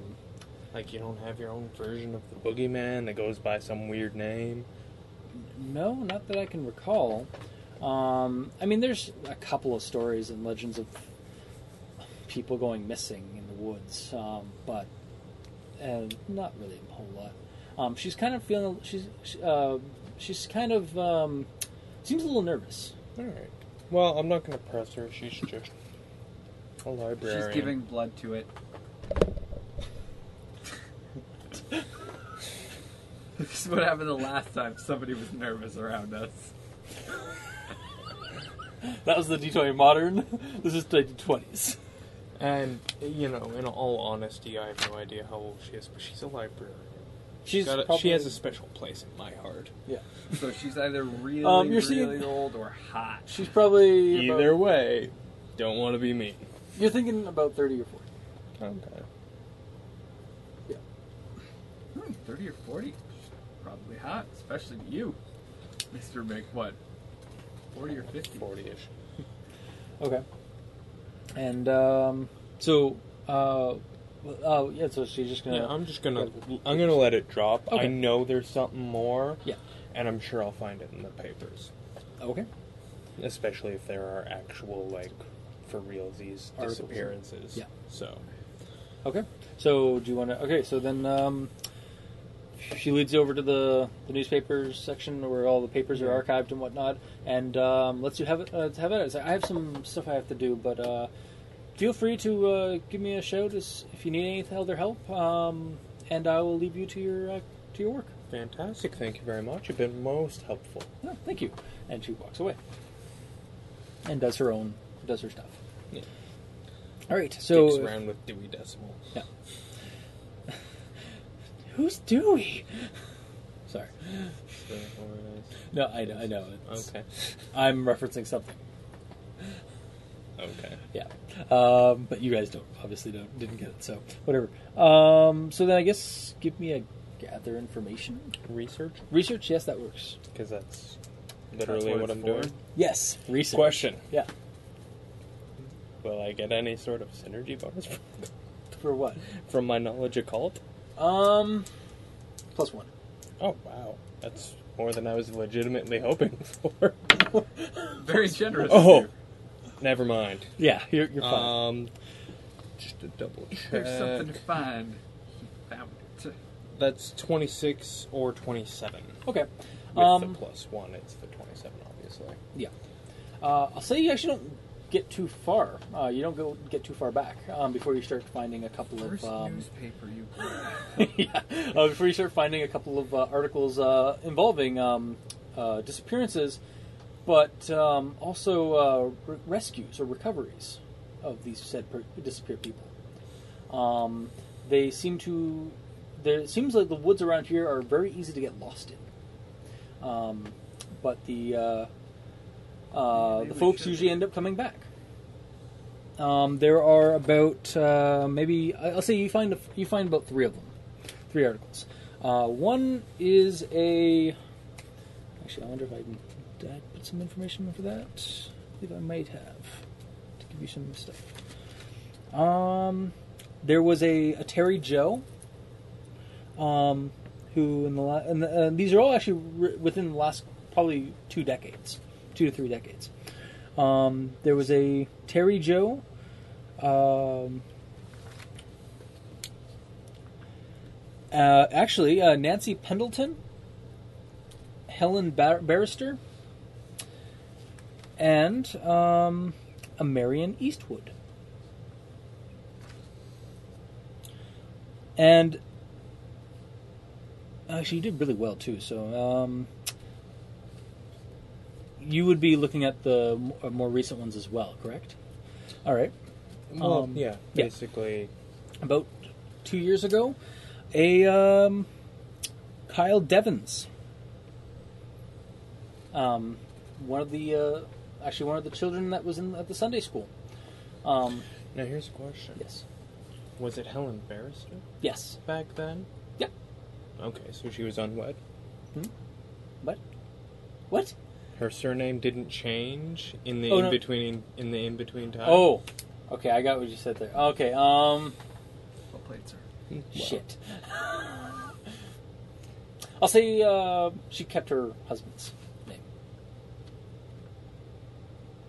[SPEAKER 5] Like you don't have your own version of the boogeyman that goes by some weird name.
[SPEAKER 3] No, not that I can recall. Um, I mean, there's a couple of stories and legends of people going missing in the woods, um, but uh, not really a whole lot. Um, she's kind of feeling she's she- uh, she's kind of um, seems a little nervous.
[SPEAKER 5] All right. Well, I'm not gonna press her. She's just a librarian.
[SPEAKER 4] She's giving blood to it. <laughs> this is what happened the last time somebody was nervous around us.
[SPEAKER 3] That was the D20 modern. <laughs> this is the D20s.
[SPEAKER 5] And you know, in all honesty, I have no idea how old she is, but she's a librarian.
[SPEAKER 3] She's
[SPEAKER 5] Got a-
[SPEAKER 3] probably,
[SPEAKER 5] she has a special place in my heart.
[SPEAKER 4] So she's either really,
[SPEAKER 3] Um, you're
[SPEAKER 4] really
[SPEAKER 3] seeing-
[SPEAKER 4] old or hot.
[SPEAKER 3] she's probably about-
[SPEAKER 5] Either way, don't want to be mean.
[SPEAKER 3] you're thinking about thirty or forty.
[SPEAKER 5] Okay.
[SPEAKER 4] Hmm, Thirty or forty, probably hot, especially to you, Mister Make what? Forty or fifty?
[SPEAKER 5] 40-ish.
[SPEAKER 3] Okay. And um, so, uh, oh yeah, so she's just gonna.
[SPEAKER 5] Yeah, I'm just gonna I'm gonna let it drop. I
[SPEAKER 3] Okay.
[SPEAKER 5] know there's something more.
[SPEAKER 3] Yeah.
[SPEAKER 5] And I'm sure I'll find it in the papers,
[SPEAKER 3] okay.
[SPEAKER 5] especially if there are actual like for realsies
[SPEAKER 3] Articles.
[SPEAKER 5] disappearances.
[SPEAKER 3] Yeah.
[SPEAKER 5] So
[SPEAKER 3] Okay. So do you want to? Okay. So then, um, she leads you over to the the newspapers section where all the papers are archived and whatnot, and um, lets you have it. Uh, have it. It's like, I have some stuff I have to do, but uh, feel free to uh, give me a shout as- if you need any other help, um, and I will leave you to your uh, to your work.
[SPEAKER 5] fantastic! Thank you very much. You've been most helpful.
[SPEAKER 3] No, thank you. And she walks away. And does her own, does her stuff.
[SPEAKER 5] Yeah.
[SPEAKER 3] All right.
[SPEAKER 5] Dicks
[SPEAKER 3] So uh,
[SPEAKER 5] around with Dewey Decimal.
[SPEAKER 3] who's Dewey? <laughs> Sorry.
[SPEAKER 5] So organized.
[SPEAKER 3] No, I know. I know. It's-
[SPEAKER 5] Okay.
[SPEAKER 3] I'm referencing something.
[SPEAKER 5] Okay.
[SPEAKER 3] Yeah. Um, but you guys don't obviously don't didn't get it. So whatever. Um, so then I guess give me a gather information
[SPEAKER 5] Research,
[SPEAKER 3] research. Yes, that works.
[SPEAKER 5] because that's literally
[SPEAKER 4] what
[SPEAKER 5] what,
[SPEAKER 4] it's
[SPEAKER 5] I'm
[SPEAKER 4] for.
[SPEAKER 5] doing.
[SPEAKER 3] Yes, research.
[SPEAKER 5] Question:
[SPEAKER 3] Yeah.
[SPEAKER 5] Will I get any sort of synergy bonus from, <laughs>
[SPEAKER 3] For what?
[SPEAKER 5] from my knowledge of cult?
[SPEAKER 3] Um, plus one.
[SPEAKER 5] Oh wow, that's more than I was legitimately hoping <laughs> for.
[SPEAKER 4] Very generous. of
[SPEAKER 5] Oh,
[SPEAKER 4] you.
[SPEAKER 5] never mind.
[SPEAKER 3] Yeah, you're, you're fine.
[SPEAKER 5] Um, just to double check.
[SPEAKER 4] there's something to
[SPEAKER 5] Uh,
[SPEAKER 4] find. He found it.
[SPEAKER 5] That's twenty six or twenty seven.
[SPEAKER 3] okay.
[SPEAKER 5] With
[SPEAKER 3] Um,
[SPEAKER 5] the plus one, it's the twenty seven, obviously.
[SPEAKER 3] Yeah. Uh, I'll say you actually don't get too far. Uh, you don't go get too far back um, before you start finding a couple of
[SPEAKER 4] First
[SPEAKER 3] um,
[SPEAKER 4] newspaper you.
[SPEAKER 3] yeah, <laughs> uh, before you start finding a couple of uh, articles uh, involving um, uh, disappearances, but um, also uh, re- rescues or recoveries of these said per- disappeared people. Um, they seem to. There it seems like the woods around here are very easy to get lost in. Um, but the uh,
[SPEAKER 4] Yeah,
[SPEAKER 3] uh,
[SPEAKER 4] they
[SPEAKER 3] the
[SPEAKER 4] would
[SPEAKER 3] folks
[SPEAKER 4] sure
[SPEAKER 3] usually
[SPEAKER 4] be.
[SPEAKER 3] end up coming back. Um, there are about uh, maybe I- I'll say you find a, you find about three of them, three articles. Uh, one is a actually I wonder if I can did I put some information in for that. I think I might have to give you some stuff. Um, there was a, a Terry Joe. Um, who in the la- and uh, these are all actually ri within the last probably two decades, two to three decades. Um, there was a Terry Joe. Um, uh, actually, uh, Nancy Pendleton, Helen Bar- Barrister, and um, a Marion Eastwood. And actually, you did really well too. So um, you would be looking at the m- uh, more recent ones as well, correct? All right.
[SPEAKER 5] Well,
[SPEAKER 3] Um,
[SPEAKER 5] yeah,
[SPEAKER 3] yeah.
[SPEAKER 5] basically.
[SPEAKER 3] About two years ago, a um, Kyle Devins, um, one of the uh, actually one of the children that was in at the Sunday school. Um,
[SPEAKER 5] Now here's a question:
[SPEAKER 3] yes,
[SPEAKER 5] Was it Helen Barrister
[SPEAKER 3] yes,
[SPEAKER 5] back then?
[SPEAKER 3] Yeah.
[SPEAKER 5] Okay, so she was unwed.
[SPEAKER 3] what? What?
[SPEAKER 5] Her surname didn't change in the
[SPEAKER 3] Oh,
[SPEAKER 5] in
[SPEAKER 3] no.
[SPEAKER 5] between in the in between time.
[SPEAKER 3] Oh, okay, I got what you said there. Okay, um,
[SPEAKER 4] Well played, sir.
[SPEAKER 5] Hmm, Well,
[SPEAKER 3] Shit. <laughs> I'll say uh, she kept her husband's name.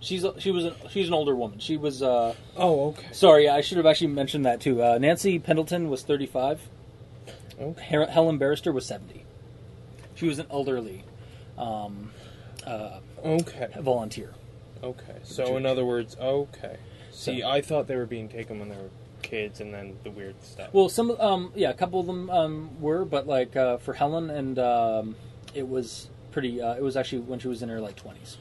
[SPEAKER 3] She's a, she was an, she's an older woman. She was uh,
[SPEAKER 5] Oh, okay.
[SPEAKER 3] sorry. I should have actually mentioned that too. Uh, Nancy Pendleton was thirty five.
[SPEAKER 5] Okay.
[SPEAKER 3] Her- Helen Barrister was seventy. She was an elderly um, uh,
[SPEAKER 5] Okay.
[SPEAKER 3] volunteer.
[SPEAKER 5] Okay. So in other words, okay. See,
[SPEAKER 3] So-
[SPEAKER 5] I thought they were being taken when they were kids, and then the weird stuff.
[SPEAKER 3] Well, some of- um, yeah, a couple of them um, were, but like uh, for Helen and um, it was pretty. Uh, it was actually when she was in her late twenties.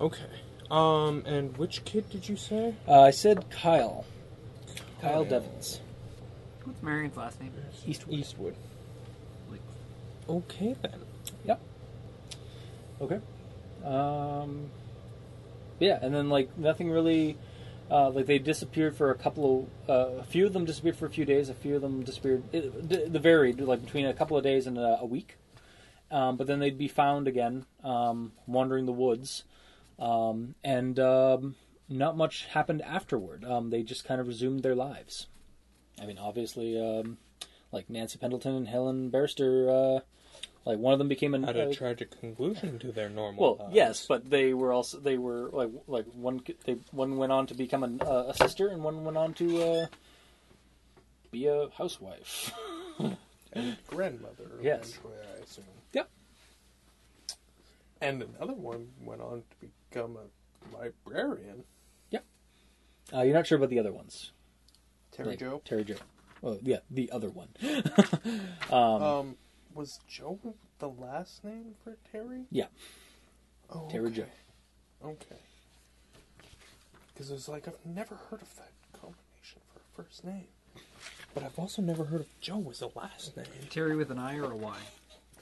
[SPEAKER 5] okay. Um, and which kid did you say?
[SPEAKER 3] Uh, I said Kyle. Kyle
[SPEAKER 5] Kyle.
[SPEAKER 3] Devins.
[SPEAKER 6] What's Marion's last name?
[SPEAKER 3] Eastwood.
[SPEAKER 5] Eastwood. Okay then.
[SPEAKER 3] Okay. Um, yeah, and then like nothing really. Uh, like they disappeared for a couple of, uh, a few of them disappeared for a few days. A few of them disappeared. It, d- they varied like between a couple of days and a, a week. Um, but then they'd be found again, um, wandering the woods, um, and um, not much happened afterward. Um, they just kind of resumed their lives. I mean, obviously, um, like Nancy Pendleton and Helen Barrister, uh, like one of them became an,
[SPEAKER 5] At a
[SPEAKER 3] uh,
[SPEAKER 5] tragic conclusion to their normal.
[SPEAKER 3] well,
[SPEAKER 5] lives.
[SPEAKER 3] yes, but they were also they were like like one c- they one went on to become an, uh, a sister and one went on to uh, be a housewife.
[SPEAKER 5] And grandmother.
[SPEAKER 3] Yes.
[SPEAKER 5] eventually, I assume.
[SPEAKER 3] Yep.
[SPEAKER 5] And another one went on to become a librarian.
[SPEAKER 3] <laughs> Uh, you're not sure about the other ones.
[SPEAKER 5] Terry
[SPEAKER 3] Like,
[SPEAKER 5] Joe.
[SPEAKER 3] Terry Joe. Oh yeah, the other one.
[SPEAKER 5] Um, was Joe the last name for Terry?
[SPEAKER 3] Yeah,
[SPEAKER 5] Oh,
[SPEAKER 3] Terry
[SPEAKER 5] okay.
[SPEAKER 3] Joe.
[SPEAKER 5] Okay. Because it was like, I've never heard of that combination for a first name. But I've also never heard of Joe as a last name.
[SPEAKER 6] Terry with an I or a Y?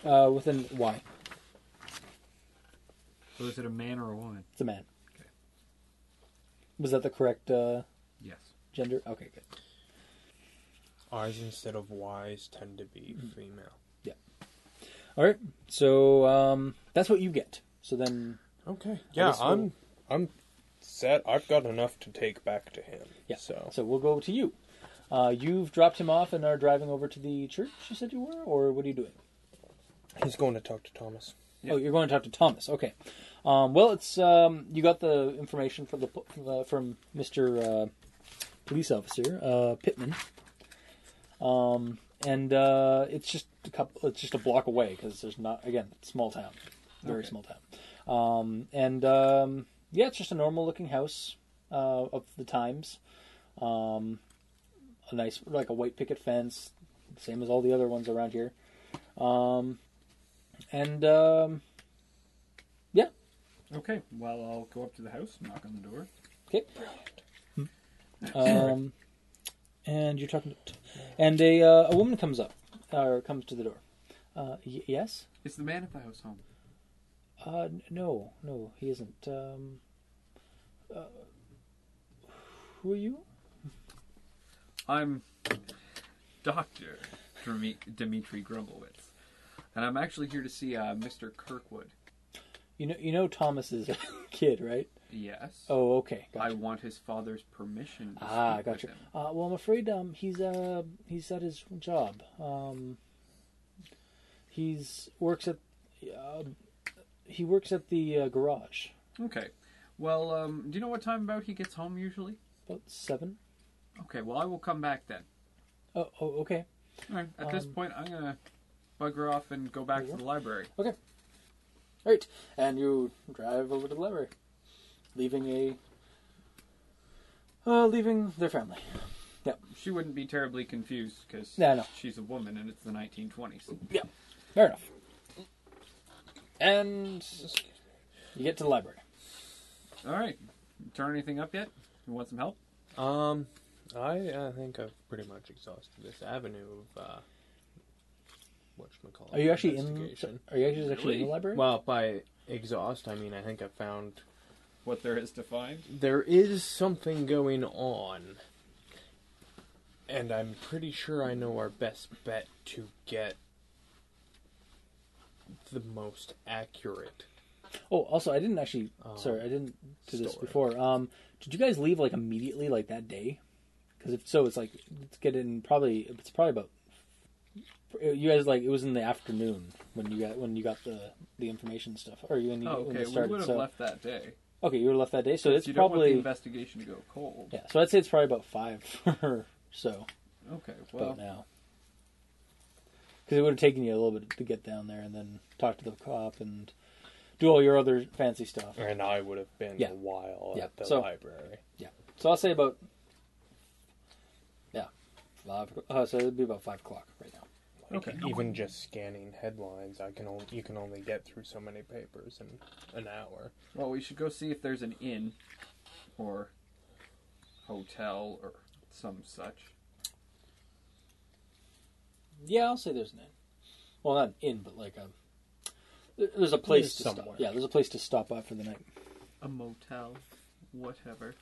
[SPEAKER 3] Uh, with an Y.
[SPEAKER 6] So is it a man or a woman?
[SPEAKER 3] It's a man.
[SPEAKER 6] Okay.
[SPEAKER 3] Was that the correct uh,
[SPEAKER 6] Yes.
[SPEAKER 3] gender? Okay, good.
[SPEAKER 5] R's instead of Y's tend to be female.
[SPEAKER 3] All right. So um, that's what you get. So then,
[SPEAKER 5] Okay.
[SPEAKER 3] Well,
[SPEAKER 5] Yeah,
[SPEAKER 3] this
[SPEAKER 5] I'm I'm set. I've got enough to take back to him.
[SPEAKER 3] yeah.
[SPEAKER 5] So
[SPEAKER 3] so we'll go to you. Uh, you've dropped him off and are driving over to the church. You said you were, or what are you doing?
[SPEAKER 5] he's going to talk to Thomas.
[SPEAKER 3] Oh, you're going to talk to Thomas. Okay. Um, well, it's um, you got the information from the uh, from Mister uh, Police Officer uh, Pittman, um, and uh, it's just a couple. It's just a block away because there's not again small town, very small town, um, and um, yeah, it's just a normal looking house uh, of the times. Um, a nice like a white picket fence, same as all the other ones around here. Um, and um,
[SPEAKER 6] Okay. Well, I'll go up to the house, knock on the door.
[SPEAKER 3] okay. Um, and you're talking, to, and a uh, a woman comes up or comes to the door. Uh, y- yes.
[SPEAKER 4] Is the man at the house home?
[SPEAKER 3] Uh, n- no, no, he isn't. Um, uh, who are you?
[SPEAKER 4] I'm Doctor Dimitri Grumblewitz, and I'm actually here to see uh, Mr. Kirkwood.
[SPEAKER 3] You know, you know Thomas is a <laughs> kid, right?
[SPEAKER 4] Yes.
[SPEAKER 3] Oh, okay.
[SPEAKER 4] I
[SPEAKER 3] Gotcha.
[SPEAKER 4] want his father's permission. To
[SPEAKER 3] ah,
[SPEAKER 4] speak
[SPEAKER 3] gotcha.
[SPEAKER 4] With him.
[SPEAKER 3] Uh, well, I'm afraid um, he's uh, he's at his job. Um, he's works at uh, he works at the uh, garage.
[SPEAKER 4] Okay. Well, um, do you know what time about he gets home usually?
[SPEAKER 3] About seven.
[SPEAKER 4] Okay. Well, I will come back then.
[SPEAKER 3] Oh, oh okay.
[SPEAKER 4] All right. At this
[SPEAKER 3] Um,
[SPEAKER 4] point, I'm gonna bugger off and go back to the library.
[SPEAKER 3] All right, and you drive over to the library, leaving a uh, leaving their family.
[SPEAKER 4] She wouldn't be terribly confused because
[SPEAKER 3] No, no.
[SPEAKER 4] she's a woman and it's the 1920s.
[SPEAKER 3] Fair enough. And you get to the library.
[SPEAKER 4] All right. Turn anything up yet? You want some help?
[SPEAKER 5] Um, I I think I've pretty much exhausted this avenue of uh, what call
[SPEAKER 3] Are you actually in? Are you actually, actually in the
[SPEAKER 4] Really?
[SPEAKER 3] library?
[SPEAKER 5] Well, by exhaust, I mean I think I found
[SPEAKER 4] What there is to find?
[SPEAKER 5] there is something going on, and I'm pretty sure I know our best bet to get the most accurate.
[SPEAKER 3] oh, also, I didn't actually.
[SPEAKER 4] Oh.
[SPEAKER 5] Um,
[SPEAKER 3] sorry, I didn't do this
[SPEAKER 5] story.
[SPEAKER 3] before. Um, did you guys leave like immediately, like that day? Because if so, it's like it's getting probably it's probably about you guys like it was in the afternoon when you got when you got the the information stuff or you when you
[SPEAKER 4] Oh,
[SPEAKER 3] when
[SPEAKER 4] okay.
[SPEAKER 3] it
[SPEAKER 4] We
[SPEAKER 3] started.
[SPEAKER 4] would have
[SPEAKER 3] so
[SPEAKER 4] left that day.
[SPEAKER 3] okay, you would have left that day. So it's
[SPEAKER 4] you don't want the
[SPEAKER 3] probably
[SPEAKER 4] investigation to go cold.
[SPEAKER 3] yeah. So I'd say it's probably about five <laughs> or so
[SPEAKER 4] Okay.
[SPEAKER 3] about
[SPEAKER 4] Well,
[SPEAKER 3] now. Because it would have taken you a little bit to get down there and then talk to the cop and do all your other fancy stuff.
[SPEAKER 5] And I would have been
[SPEAKER 3] Yeah.
[SPEAKER 5] a while
[SPEAKER 3] Yeah,
[SPEAKER 5] at the
[SPEAKER 3] so-
[SPEAKER 5] library.
[SPEAKER 3] So I'll say about yeah, five. Uh, so it'd be about five o'clock right now.
[SPEAKER 4] okay.
[SPEAKER 5] Even just scanning headlines, I can only, you can only get through so many papers in an hour.
[SPEAKER 4] Well, we should go see if there's an inn or hotel or some such.
[SPEAKER 3] Yeah, I'll say there's an end. well, not an inn, but like a. there- There's a place to
[SPEAKER 5] somewhere.
[SPEAKER 3] stop. Yeah, there's a place to stop by for the night.
[SPEAKER 4] a motel, whatever.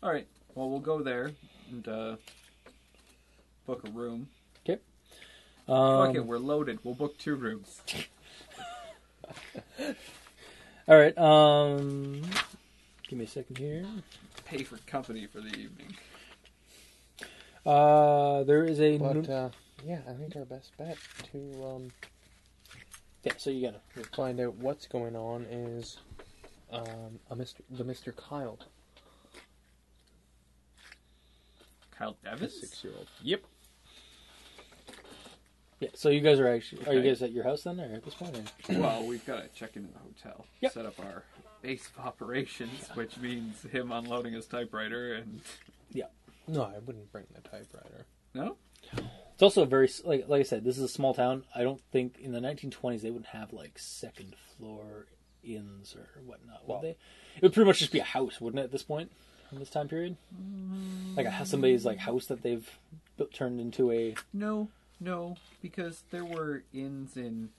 [SPEAKER 4] All right. Well, we'll go there and uh, book a room.
[SPEAKER 3] Um,
[SPEAKER 4] Fuck it, we're loaded. We'll book two rooms.
[SPEAKER 3] All right. Um, give me a second here.
[SPEAKER 4] Pay for company for the evening.
[SPEAKER 3] Uh, there is a.
[SPEAKER 5] But
[SPEAKER 3] nu-
[SPEAKER 5] uh, yeah, I think our best bet to um,
[SPEAKER 3] yeah, so you gotta.
[SPEAKER 5] find out what's going on is um, a Mr. the Mr. Kyle,
[SPEAKER 4] Kyle
[SPEAKER 5] the
[SPEAKER 4] Davis.
[SPEAKER 5] six year old.
[SPEAKER 1] Yep.
[SPEAKER 3] Yeah, so you guys are actually. Are you
[SPEAKER 4] Okay.
[SPEAKER 3] guys at your house then, or at this point? Or?
[SPEAKER 4] well, we've got to check into the hotel,
[SPEAKER 3] Yep.
[SPEAKER 4] set up our base of operations, which means him unloading his typewriter and
[SPEAKER 5] No, I wouldn't bring the typewriter.
[SPEAKER 4] no.
[SPEAKER 3] It's also a very s- like like I said, this is a small town. I don't think in the 1920s they wouldn't have like second floor inns or whatnot, would
[SPEAKER 5] Well-
[SPEAKER 3] they? It would pretty much just be a house, wouldn't it? At this point in this time period, like a, somebody's like house that they've built, turned into a
[SPEAKER 4] No, no, because there were inns in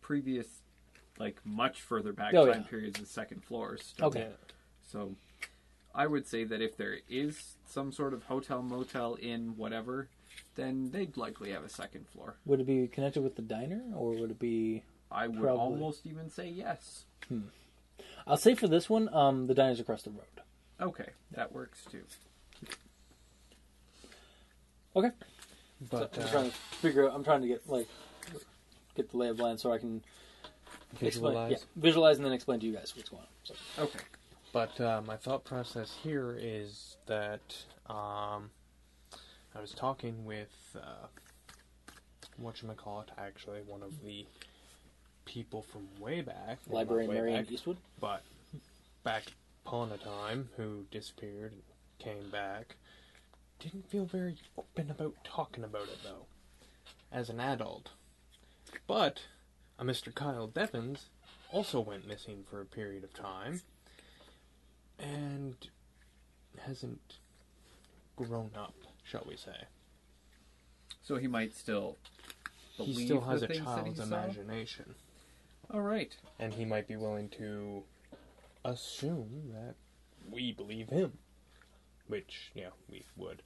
[SPEAKER 4] previous, like much further back
[SPEAKER 3] Oh,
[SPEAKER 4] time
[SPEAKER 3] yeah.
[SPEAKER 4] periods with second floors. still.
[SPEAKER 3] okay.
[SPEAKER 4] So I would say that if there is some sort of hotel, motel, inn, whatever, then they'd likely have a second floor.
[SPEAKER 3] Would it be connected with the diner, or would it be?
[SPEAKER 4] I would
[SPEAKER 3] Probably.
[SPEAKER 4] almost even say yes.
[SPEAKER 3] I'll say for this one, um, the diner's across the road.
[SPEAKER 4] Okay, that works too.
[SPEAKER 3] Okay,
[SPEAKER 5] But
[SPEAKER 3] I'm just
[SPEAKER 5] uh,
[SPEAKER 3] trying to figure. out... I'm trying to get like get the lay of land so I can explain,
[SPEAKER 5] visualize.
[SPEAKER 3] yeah, visualize, and then explain to you guys what's going on. So.
[SPEAKER 4] Okay.
[SPEAKER 5] But uh, my thought process here is that um, I was talking with uh, whatchamacallit, actually, one of the people from way back. well, not
[SPEAKER 3] Library
[SPEAKER 5] way
[SPEAKER 3] Marion
[SPEAKER 5] back,
[SPEAKER 3] Eastwood.
[SPEAKER 5] but back upon a time who disappeared and came back. Didn't feel very open about talking about it though, as an adult. But a Mr. Kyle Devins also went missing for a period of time and hasn't grown up, shall we say.
[SPEAKER 4] So he might still believe
[SPEAKER 5] he still has
[SPEAKER 4] the
[SPEAKER 5] a
[SPEAKER 4] things that he
[SPEAKER 5] child's
[SPEAKER 4] saw?
[SPEAKER 5] imagination.
[SPEAKER 4] All right.
[SPEAKER 5] and he might be willing to assume that we believe him, which yeah we would,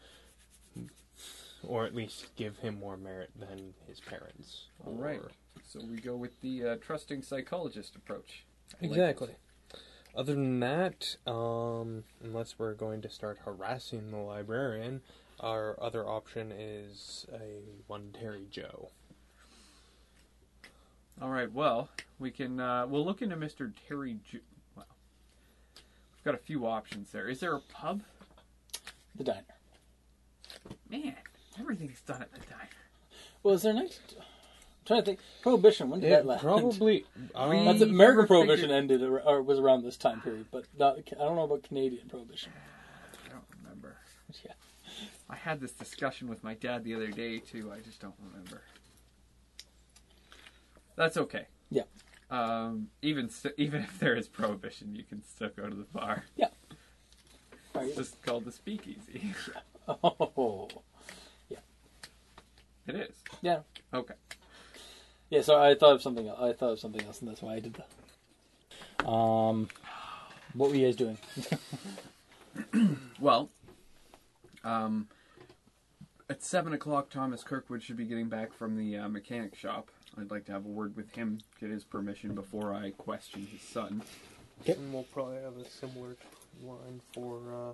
[SPEAKER 5] or at least give him more merit than his parents.
[SPEAKER 4] All right.
[SPEAKER 5] or-
[SPEAKER 4] So we go with the uh, trusting psychologist approach. I like
[SPEAKER 5] Exactly. Other than that, um, unless we're going to start harassing the librarian, our other option is a one Terry Joe.
[SPEAKER 4] it. All right. Well, we can. Uh, we'll look into Mr. Terry. Ju- wow. We've got a few options there. Is there a pub?
[SPEAKER 3] The diner.
[SPEAKER 4] Man, everything's done at the diner.
[SPEAKER 3] Well, is there next? I'm trying to think. Prohibition. When did that last? <laughs>
[SPEAKER 5] probably.
[SPEAKER 4] um,
[SPEAKER 3] That's
[SPEAKER 4] You
[SPEAKER 3] American
[SPEAKER 4] never
[SPEAKER 3] Prohibition
[SPEAKER 4] figured-
[SPEAKER 3] ended or, or was around this time period, but not, I don't know about Canadian Prohibition.
[SPEAKER 4] I don't remember.
[SPEAKER 3] Yeah.
[SPEAKER 4] I had this discussion with my dad the other day too. I just don't remember. That's okay.
[SPEAKER 3] Yeah.
[SPEAKER 4] Um, even st- even if there is prohibition, you can still go to the bar.
[SPEAKER 3] Are you-
[SPEAKER 4] It's just called the speakeasy.
[SPEAKER 3] <laughs> Oh.
[SPEAKER 4] it is.
[SPEAKER 3] Yeah.
[SPEAKER 4] Okay.
[SPEAKER 3] Yeah. So I thought of something. Else. I thought of something else, and that's why I did that. Um, what were you guys doing?
[SPEAKER 4] Well, um, at seven o'clock, Thomas Kirkwood should be getting back from the uh, mechanic shop. I'd like to have a word with him, get his permission before I question his son,
[SPEAKER 5] And we'll probably have a similar line for uh,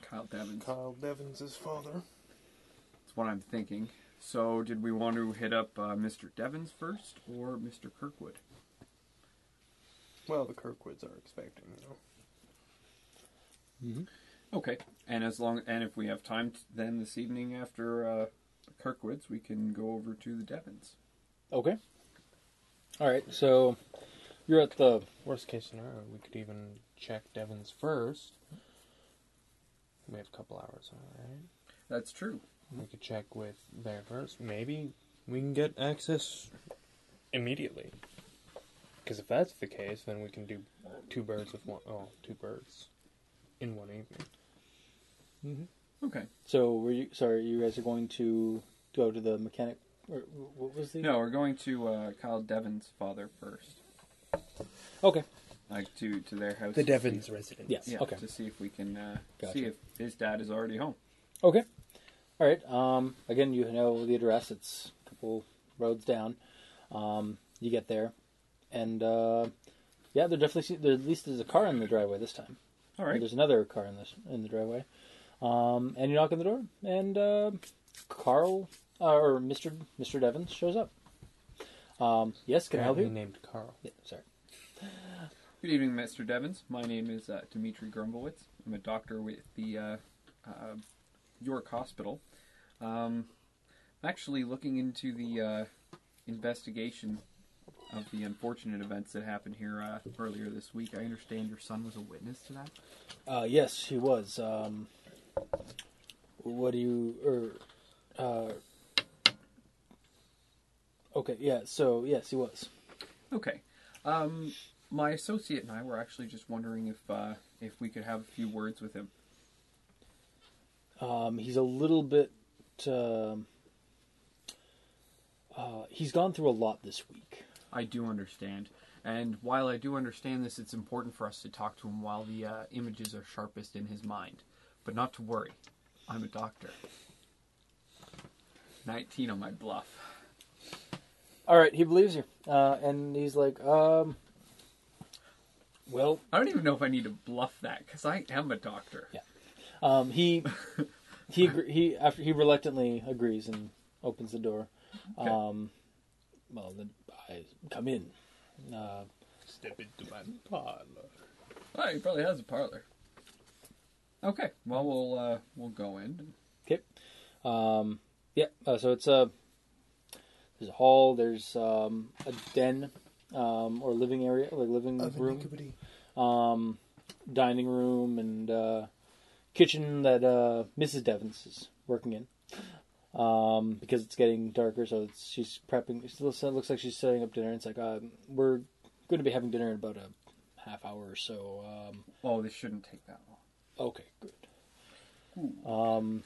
[SPEAKER 4] Kyle Devins.
[SPEAKER 5] Kyle Devins' father.
[SPEAKER 4] That's what I'm thinking. So, did we want to hit up uh, Mr. Devins first or Mr. Kirkwood?
[SPEAKER 5] Well, the Kirkwoods are expecting, you know.
[SPEAKER 4] Mm-hmm. Okay. And as long and if we have time, t- then this evening after uh, the Kirkwoods, we can go over to the Devins.
[SPEAKER 3] Okay. All right. So you're at the
[SPEAKER 5] Worst case scenario, we could even check Devon's first. We have a couple hours, alright?
[SPEAKER 4] That's true.
[SPEAKER 5] We could check with their first. Maybe we can get access immediately. Because if that's the case, then we can do two birds with one. Oh, two birds in one evening.
[SPEAKER 4] Okay. Mm-hmm.
[SPEAKER 3] so were you sorry you guys are going to go to the mechanic Or, wh- what was the?
[SPEAKER 4] No, we're going to uh, Kyle Devon's father first,
[SPEAKER 3] Okay.
[SPEAKER 4] like to to their house.
[SPEAKER 5] The Devon's residence.
[SPEAKER 3] Yes.
[SPEAKER 4] Yeah,
[SPEAKER 3] okay.
[SPEAKER 4] to see if we can uh,
[SPEAKER 3] Gotcha.
[SPEAKER 4] see if his dad is already home.
[SPEAKER 3] Okay. All right. Um, again, you know the address. It's a couple roads down. Um, you get there, and uh, yeah, there definitely se- there at least there's a car in the driveway this time.
[SPEAKER 4] All right.
[SPEAKER 3] There's another car in the in the driveway, um, and you knock on the door, and uh, Carl uh, or Mister Mister Devons shows up. Um, yes, can I help
[SPEAKER 5] Apparently
[SPEAKER 3] you?
[SPEAKER 5] named Carl.
[SPEAKER 3] Yeah, sorry.
[SPEAKER 4] Good evening, Mr. Devons. My name is uh, Dimitri Grumblewitz. I'm a doctor with the uh, uh, York Hospital. Um, I'm actually looking into the uh, investigation of the unfortunate events that happened here uh, earlier this week. I understand your son was a witness to that.
[SPEAKER 3] Uh, yes, he was. Um, what do you or uh, okay? Yeah. So yes, he was.
[SPEAKER 4] Okay. Um, my associate and I were actually just wondering if uh, if we could have a few words with him.
[SPEAKER 3] Um, he's a little bit. Um, uh, he's gone through a lot this week.
[SPEAKER 4] I do understand. And while I do understand this, it's important for us to talk to him while the uh, images are sharpest in his mind. But not to worry, I'm a doctor. 19 on my bluff.
[SPEAKER 3] All right, he believes you, uh, and he's like, um, well,
[SPEAKER 4] I don't even know if I need to bluff that, because I am a doctor.
[SPEAKER 3] Yeah. Um, he he agr- he after he reluctantly agrees and opens the door.
[SPEAKER 4] Okay.
[SPEAKER 3] Um, well, then I come in. Uh,
[SPEAKER 2] Step into my parlor.
[SPEAKER 4] Oh, he probably has a parlor. Okay, well, we'll, uh, we'll go in.
[SPEAKER 3] okay. Um, yeah. Uh, so it's a there's a hall. There's um, a den um, or living area, like
[SPEAKER 5] Oh,
[SPEAKER 3] living room, um, dining room, and uh, kitchen that uh, Mrs. Devens is working in. Um, because it's getting darker, so it's, she's prepping. It looks, it looks like she's setting up dinner. It's like uh, we're going to be having dinner in about a half hour or so. Um,
[SPEAKER 4] Oh, this shouldn't take that long.
[SPEAKER 3] okay, good.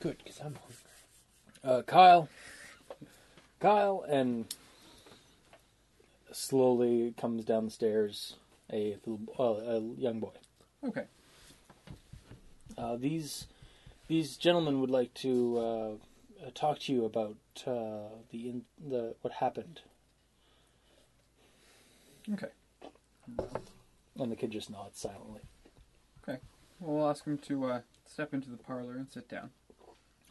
[SPEAKER 5] Good, because I'm hungry.
[SPEAKER 3] Uh, Kyle, Kyle, and slowly comes down the stairs a little, uh, a young boy.
[SPEAKER 4] Okay.
[SPEAKER 3] Uh, these these gentlemen would like to uh, uh, talk to you about uh, the in, the what happened.
[SPEAKER 4] Okay.
[SPEAKER 3] And the kid just nods silently.
[SPEAKER 4] Okay. Well, we'll ask him to uh, step into the parlor and sit down.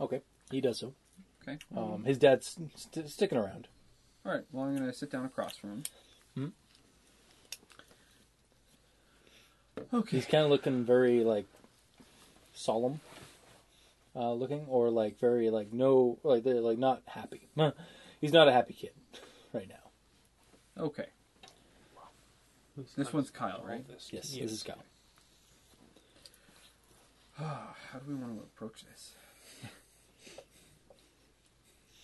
[SPEAKER 3] Okay, he does so.
[SPEAKER 4] Okay.
[SPEAKER 3] Um, his dad's st- sticking <laughs> around.
[SPEAKER 4] All right. Well, I'm going to sit down across from him. Okay.
[SPEAKER 3] He's kind of looking very like solemn uh, looking, or like very like no, like they're like not happy. <laughs> He's not a happy kid <laughs> right now.
[SPEAKER 4] Okay. This one's Kyle, right?
[SPEAKER 3] Yes,
[SPEAKER 5] Yes.
[SPEAKER 3] this is Kyle.
[SPEAKER 4] Ah, How do we want to approach this?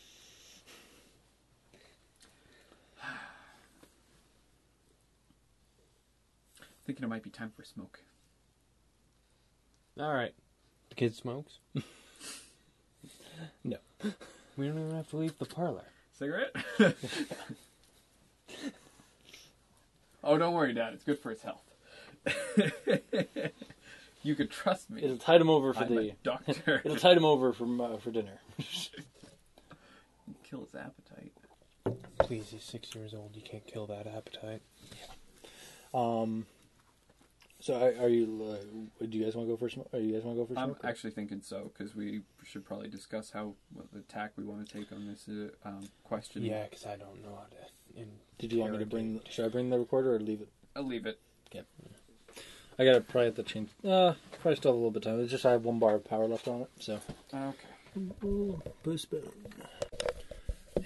[SPEAKER 4] <sighs> Thinking it might be time for a smoke.
[SPEAKER 5] All right. The kid smokes? <laughs>
[SPEAKER 3] No.
[SPEAKER 5] We don't even have to leave the parlor.
[SPEAKER 4] Cigarette? <laughs> oh, don't worry, Dad. It's good for his health. <laughs> you could trust me.
[SPEAKER 3] It'll tide him over for
[SPEAKER 4] I'm
[SPEAKER 3] the.
[SPEAKER 4] a doctor.
[SPEAKER 3] <laughs> It'll tide him over from uh, for dinner.
[SPEAKER 4] <laughs> Kill his appetite.
[SPEAKER 5] Please, he's six years old. You can't kill that appetite.
[SPEAKER 3] Um. So are, are you? Uh, do you guys want to go for a smoke? Are you guys want to go for a
[SPEAKER 4] I'm
[SPEAKER 3] smoke?
[SPEAKER 4] actually thinking so because we should probably discuss how what the tack we want to take on this uh, um, question.
[SPEAKER 5] Yeah, because I don't know how to. In-
[SPEAKER 3] Did you want me to bring? Should I bring the recorder or leave it?
[SPEAKER 4] I'll leave it.
[SPEAKER 3] I gotta probably have to change. Uh, probably still have a little bit of time. It's just I have one bar of power left on it, so.
[SPEAKER 4] Okay.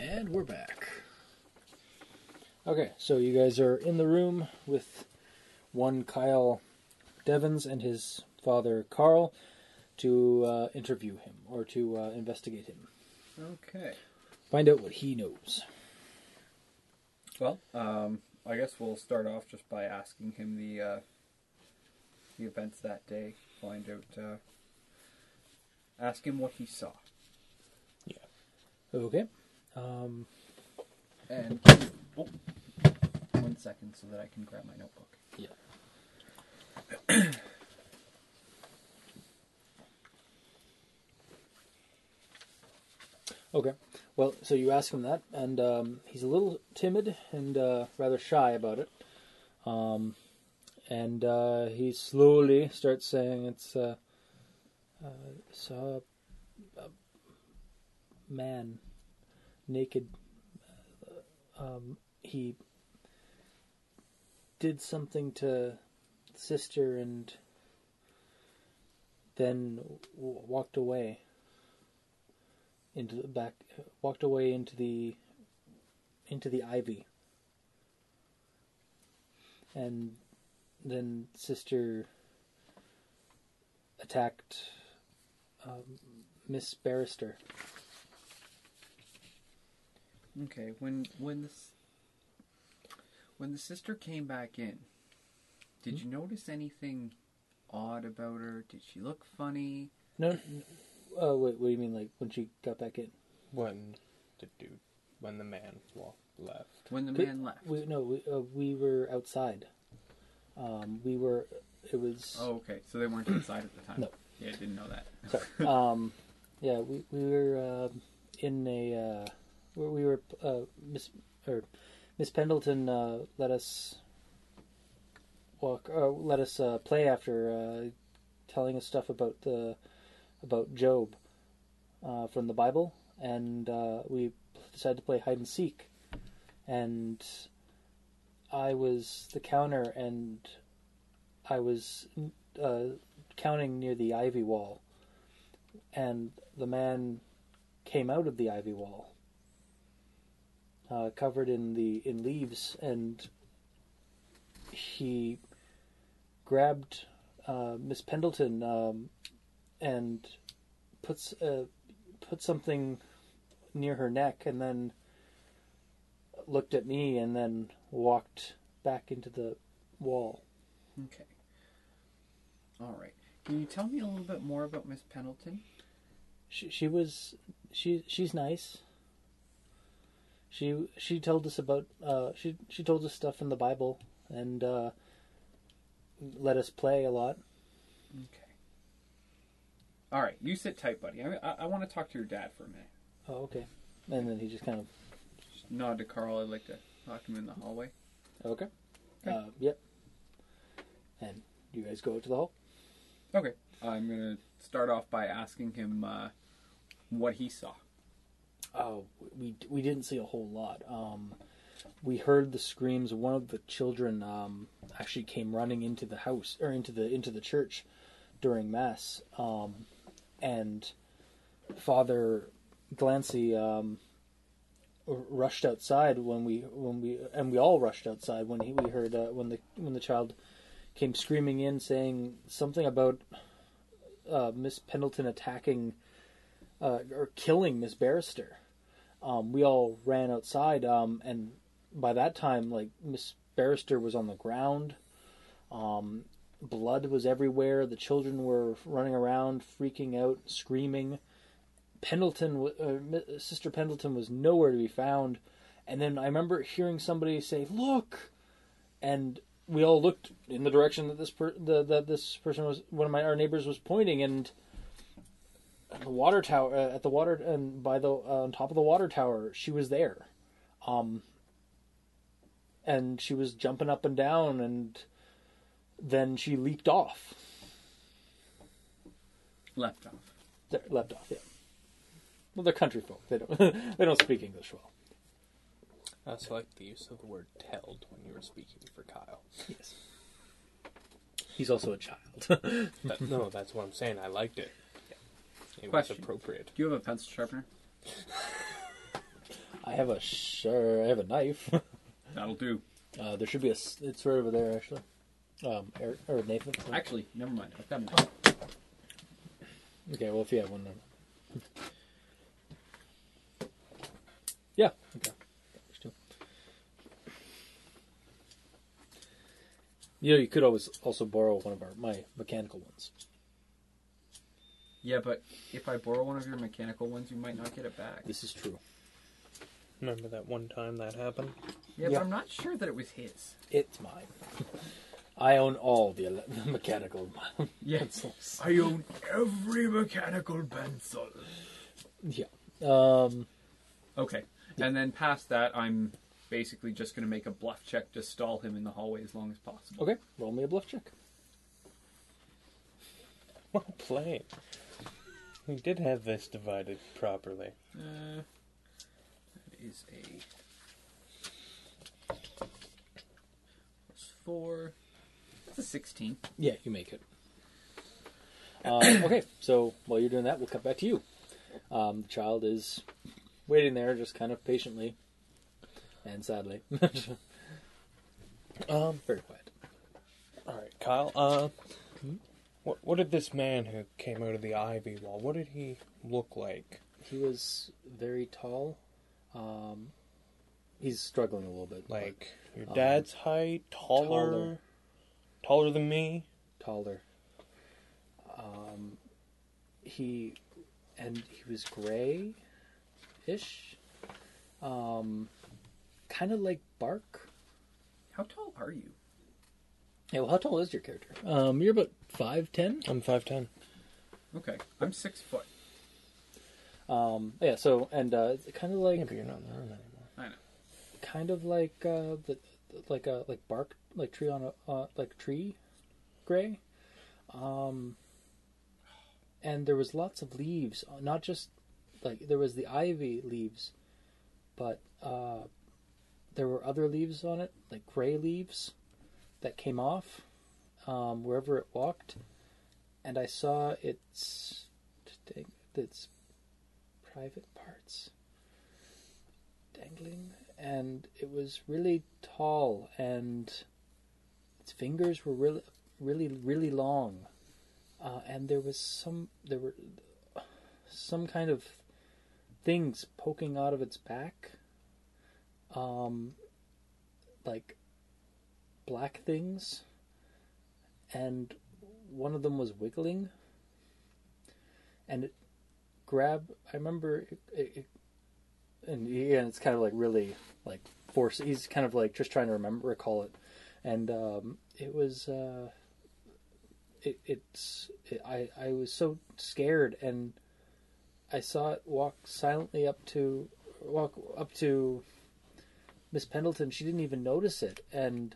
[SPEAKER 3] And we're back. Okay, so you guys are in the room with one Kyle Devons and his father Carl to uh, interview him or to uh, investigate him,
[SPEAKER 4] Okay.
[SPEAKER 3] find out what he knows.
[SPEAKER 4] Well, um, I guess we'll start off just by asking him the uh, the events that day. Find out. Uh, ask him what he saw.
[SPEAKER 3] Okay. Um,
[SPEAKER 4] And oh, one second, so that I can grab my notebook.
[SPEAKER 3] Yeah. okay. Well, so you ask him that, and um, he's a little timid and uh, rather shy about it. Um, and uh, he slowly starts saying, "It's uh, uh, saw a man naked. Um, he did something to sister and then w- walked away into the back walked away into the into the ivy and then sister attacked um, miss barrister
[SPEAKER 4] Okay, when when this when the sister came back in, did you notice anything odd about her? Did she look funny?
[SPEAKER 3] no n- uh, wait what do you mean like when she got back in
[SPEAKER 5] When the dude, when the man walked left.
[SPEAKER 4] When the
[SPEAKER 3] Could-
[SPEAKER 4] man left.
[SPEAKER 3] we no we, uh, we were outside um, we were it was
[SPEAKER 4] Oh, okay. So they weren't inside at the time.
[SPEAKER 3] No.
[SPEAKER 4] Yeah, I didn't know that.
[SPEAKER 3] Sorry. Um, yeah, we, we were um in a uh, where we were uh, Miss or Miss Pendleton uh, let us walk uh, let us uh, play after uh, telling us stuff about the about Job uh, from the Bible, and uh, we decided to play hide and seek, and I was the counter, and I was uh, counting near the ivy wall and the man came out of the ivy wall, uh, covered in the in leaves, and he grabbed uh, Miss Pendleton um, and puts uh, put something near her neck, and then looked at me, and then walked back into the wall.
[SPEAKER 4] Okay. All right. Can you tell me a little bit more about Miss Pendleton?
[SPEAKER 3] she, she was she she's nice. She she told us about uh she she told us stuff in the Bible and uh let us play a lot.
[SPEAKER 4] Okay. All right. You sit tight, buddy. I I, I want to talk to your dad for a minute.
[SPEAKER 3] Oh okay. And then he just kind of
[SPEAKER 4] Just nod to Carl. I'd like to talk to him in the hallway.
[SPEAKER 3] okay. Uh yep. And you guys go out to the hall.
[SPEAKER 4] Okay. I'm gonna start off by asking him uh, what he saw.
[SPEAKER 3] Oh, we we didn't see a whole lot. Um, we heard the screams. One of the children um, actually came running into the house or into the into the church during mass. Um, and Father Glancy um, r- rushed outside when we when we and we all rushed outside when he, we heard uh, when the when the child came screaming in saying something about uh, Miss Pendleton attacking uh, or killing Miss Barrister. Um, we all ran outside, um, and by that time, like Miss Barrister was on the ground. Um, blood was everywhere. The children were running around, freaking out, screaming. Pendleton, wa- uh, Mi- Sister Pendleton, was nowhere to be found. And then I remember hearing somebody say, "Look," and we all looked in the direction that this per- the, that this person was one of my our neighbors was pointing, and the water tower uh, at the water and by the uh, on top of the water tower she was there um and she was jumping up and down and then she leaped off
[SPEAKER 4] Left off.
[SPEAKER 3] There, leapt off yeah well they're country folk they don't <laughs> they don't speak english well
[SPEAKER 5] That's like the use of the word "telled" when you were speaking for Kyle.
[SPEAKER 3] yes he's also a child <laughs>
[SPEAKER 5] That, no, that's what I'm saying. I liked it. It
[SPEAKER 4] Question.
[SPEAKER 5] was appropriate.
[SPEAKER 4] Do you have a pencil sharpener?
[SPEAKER 3] i have a sure i have a knife
[SPEAKER 4] That'll do.
[SPEAKER 3] uh there should be a s- it's right over there actually um Eric, or nathan
[SPEAKER 4] Actually, never mind. I've got mine.
[SPEAKER 3] Okay, well, if you have one, then. <laughs> Yeah. Okay. That works too. You know, you could always also borrow one of our my mechanical ones.
[SPEAKER 4] Yeah, but if I borrow one of your mechanical ones, you might not get it back.
[SPEAKER 3] This is true.
[SPEAKER 5] Remember that one time that happened? <laughs>
[SPEAKER 4] Yeah,
[SPEAKER 3] Yeah.
[SPEAKER 4] but I'm not sure that it was his.
[SPEAKER 3] It's mine. <laughs> I own all the, ele- <laughs> the mechanical pencils.
[SPEAKER 4] I own every mechanical pencil.
[SPEAKER 3] Yeah. Um,
[SPEAKER 4] Okay. And then past that, I'm basically just going to make a bluff check to stall him in the hallway as long as possible.
[SPEAKER 3] okay, roll me a bluff check.
[SPEAKER 5] Well played. We did have this divided properly.
[SPEAKER 4] Uh, that is a plus four. That's a sixteen.
[SPEAKER 3] Yeah, you make it. Um, okay, so while you're doing that, we'll cut back to you. Um, the child is waiting there, just kind of patiently and sadly. <laughs>
[SPEAKER 5] Um,
[SPEAKER 3] Very quiet.
[SPEAKER 5] all right, Kyle. Uh, what what did this man who came out of the ivy wall? What did he look like?
[SPEAKER 3] He was very tall. Um, he's struggling a little bit. but
[SPEAKER 5] Like your
[SPEAKER 3] Um,
[SPEAKER 5] dad's height, taller,
[SPEAKER 3] taller.
[SPEAKER 5] taller, than me.
[SPEAKER 3] taller. Um, he and he was gray ish. Um, kind of like bark.
[SPEAKER 4] How tall are you?
[SPEAKER 3] Yeah, well, how tall is your character? Um, you're about five ten.
[SPEAKER 5] I'm five ten.
[SPEAKER 4] Okay, I'm six foot.
[SPEAKER 3] Um, yeah. So and uh, it's kind of like
[SPEAKER 5] Yeah, but you're not in the room anymore.
[SPEAKER 4] I know.
[SPEAKER 3] kind of like uh, the like a like bark like tree on a uh, like tree gray um and there was lots of leaves not just like there was the ivy leaves but uh there were other leaves on it like gray leaves that came off um wherever it walked and i saw its its private parts dangling, and it was really tall, and its fingers were really, really, really long, uh, and there was some there were some kind of things poking out of its back, um, like black things, and one of them was wiggling, and it grabbed. I remember it, it, it and yeah, and it's kind of like really like force. He's kind of like just trying to remember, recall it, and um, it was uh, it, it's it, I I was so scared, and I saw it walk silently up to walk up to Miss Pendleton. She didn't even notice it, and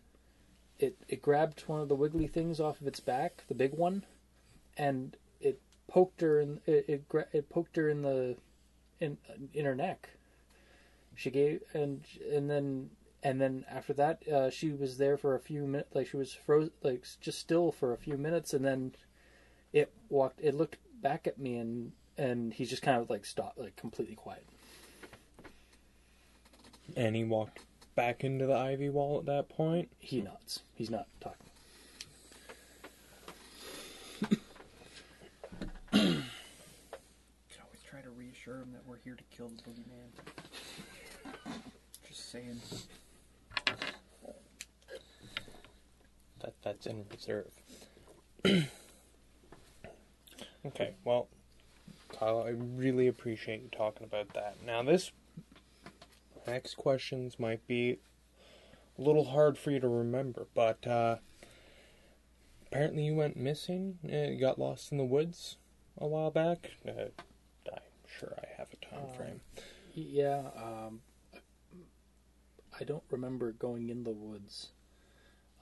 [SPEAKER 3] it it grabbed one of the wiggly things off of its back, the big one, and it poked her in it it, gra- it poked her in the in in her neck she gave and and then and then after that uh, she was there for a few minutes like she was froze like s- just still for a few minutes and then it walked it looked back at me and and he just kind of like stopped like completely quiet
[SPEAKER 5] And he walked back into the ivy wall at that point.
[SPEAKER 3] he nods he's not talking
[SPEAKER 4] Could always try to reassure him that we're here to kill the boogeyman. <laughs> Just saying.
[SPEAKER 5] That that's in reserve. <clears throat> okay, well, Kyle, I really appreciate you talking about that. Now this next questions might be a little hard for you to remember, but uh, apparently you went missing. Uh, you got lost in the woods a while back. Uh, I'm sure I have a time frame.
[SPEAKER 3] yeah um i don't remember going in the woods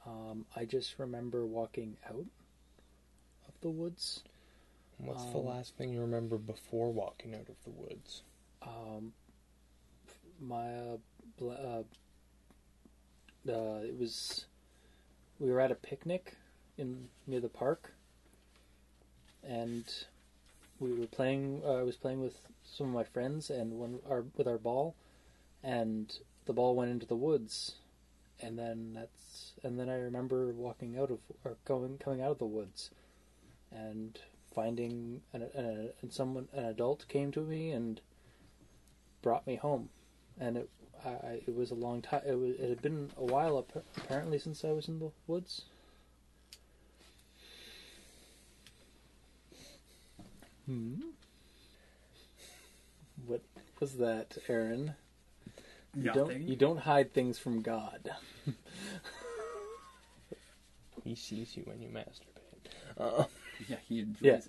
[SPEAKER 3] um i just remember walking out of the woods
[SPEAKER 5] What's the
[SPEAKER 3] um,
[SPEAKER 5] last thing you remember before walking out of the woods?
[SPEAKER 3] um, my uh, bl- uh, uh, it was we were at a picnic in near the park, and we were playing. Uh, I was playing with some of my friends and one our with our ball, and the ball went into the woods, and then that's and then I remember walking out of or going coming out of the woods, and finding an, an, and someone an adult came to me and brought me home, and it I, I it was a long time. It, was, it had been a while ap- apparently since I was in the woods. Hmm. What was that, Aaron? You don't, you don't hide things from God.
[SPEAKER 5] He sees you when you masturbate.
[SPEAKER 4] Yeah, he enjoys
[SPEAKER 3] Yeah.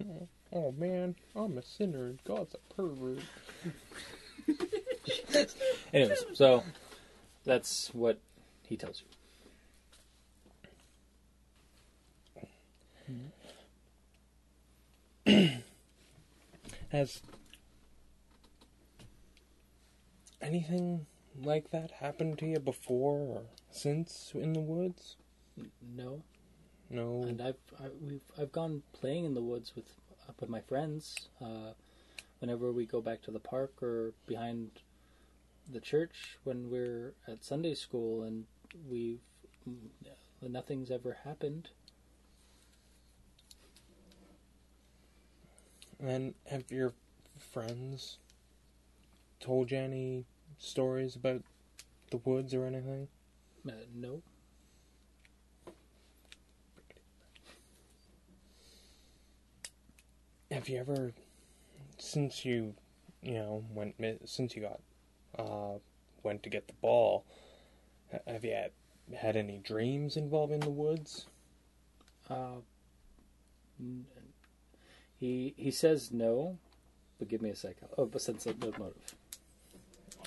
[SPEAKER 4] it.
[SPEAKER 5] Oh man, I'm a sinner and God's a pervert.
[SPEAKER 3] Anyways, so that's what he tells you.
[SPEAKER 5] Has anything like that happened to you before or since in the woods?
[SPEAKER 3] No,
[SPEAKER 5] No.
[SPEAKER 3] and I've I, we've I've gone playing in the woods with with my friends. Uh, whenever we go back to the park or behind the church when we're at Sunday school, and we've mm, nothing's ever happened.
[SPEAKER 5] And have your friends told you any stories about the woods or anything?
[SPEAKER 3] Uh, no,
[SPEAKER 5] Have you ever, since you, you know, went mi- since you got, uh, went to get the ball, ha- have you had, had any dreams involving the woods?
[SPEAKER 3] Uh, n- he he says no, but give me a second. Oh, but sense of the motive.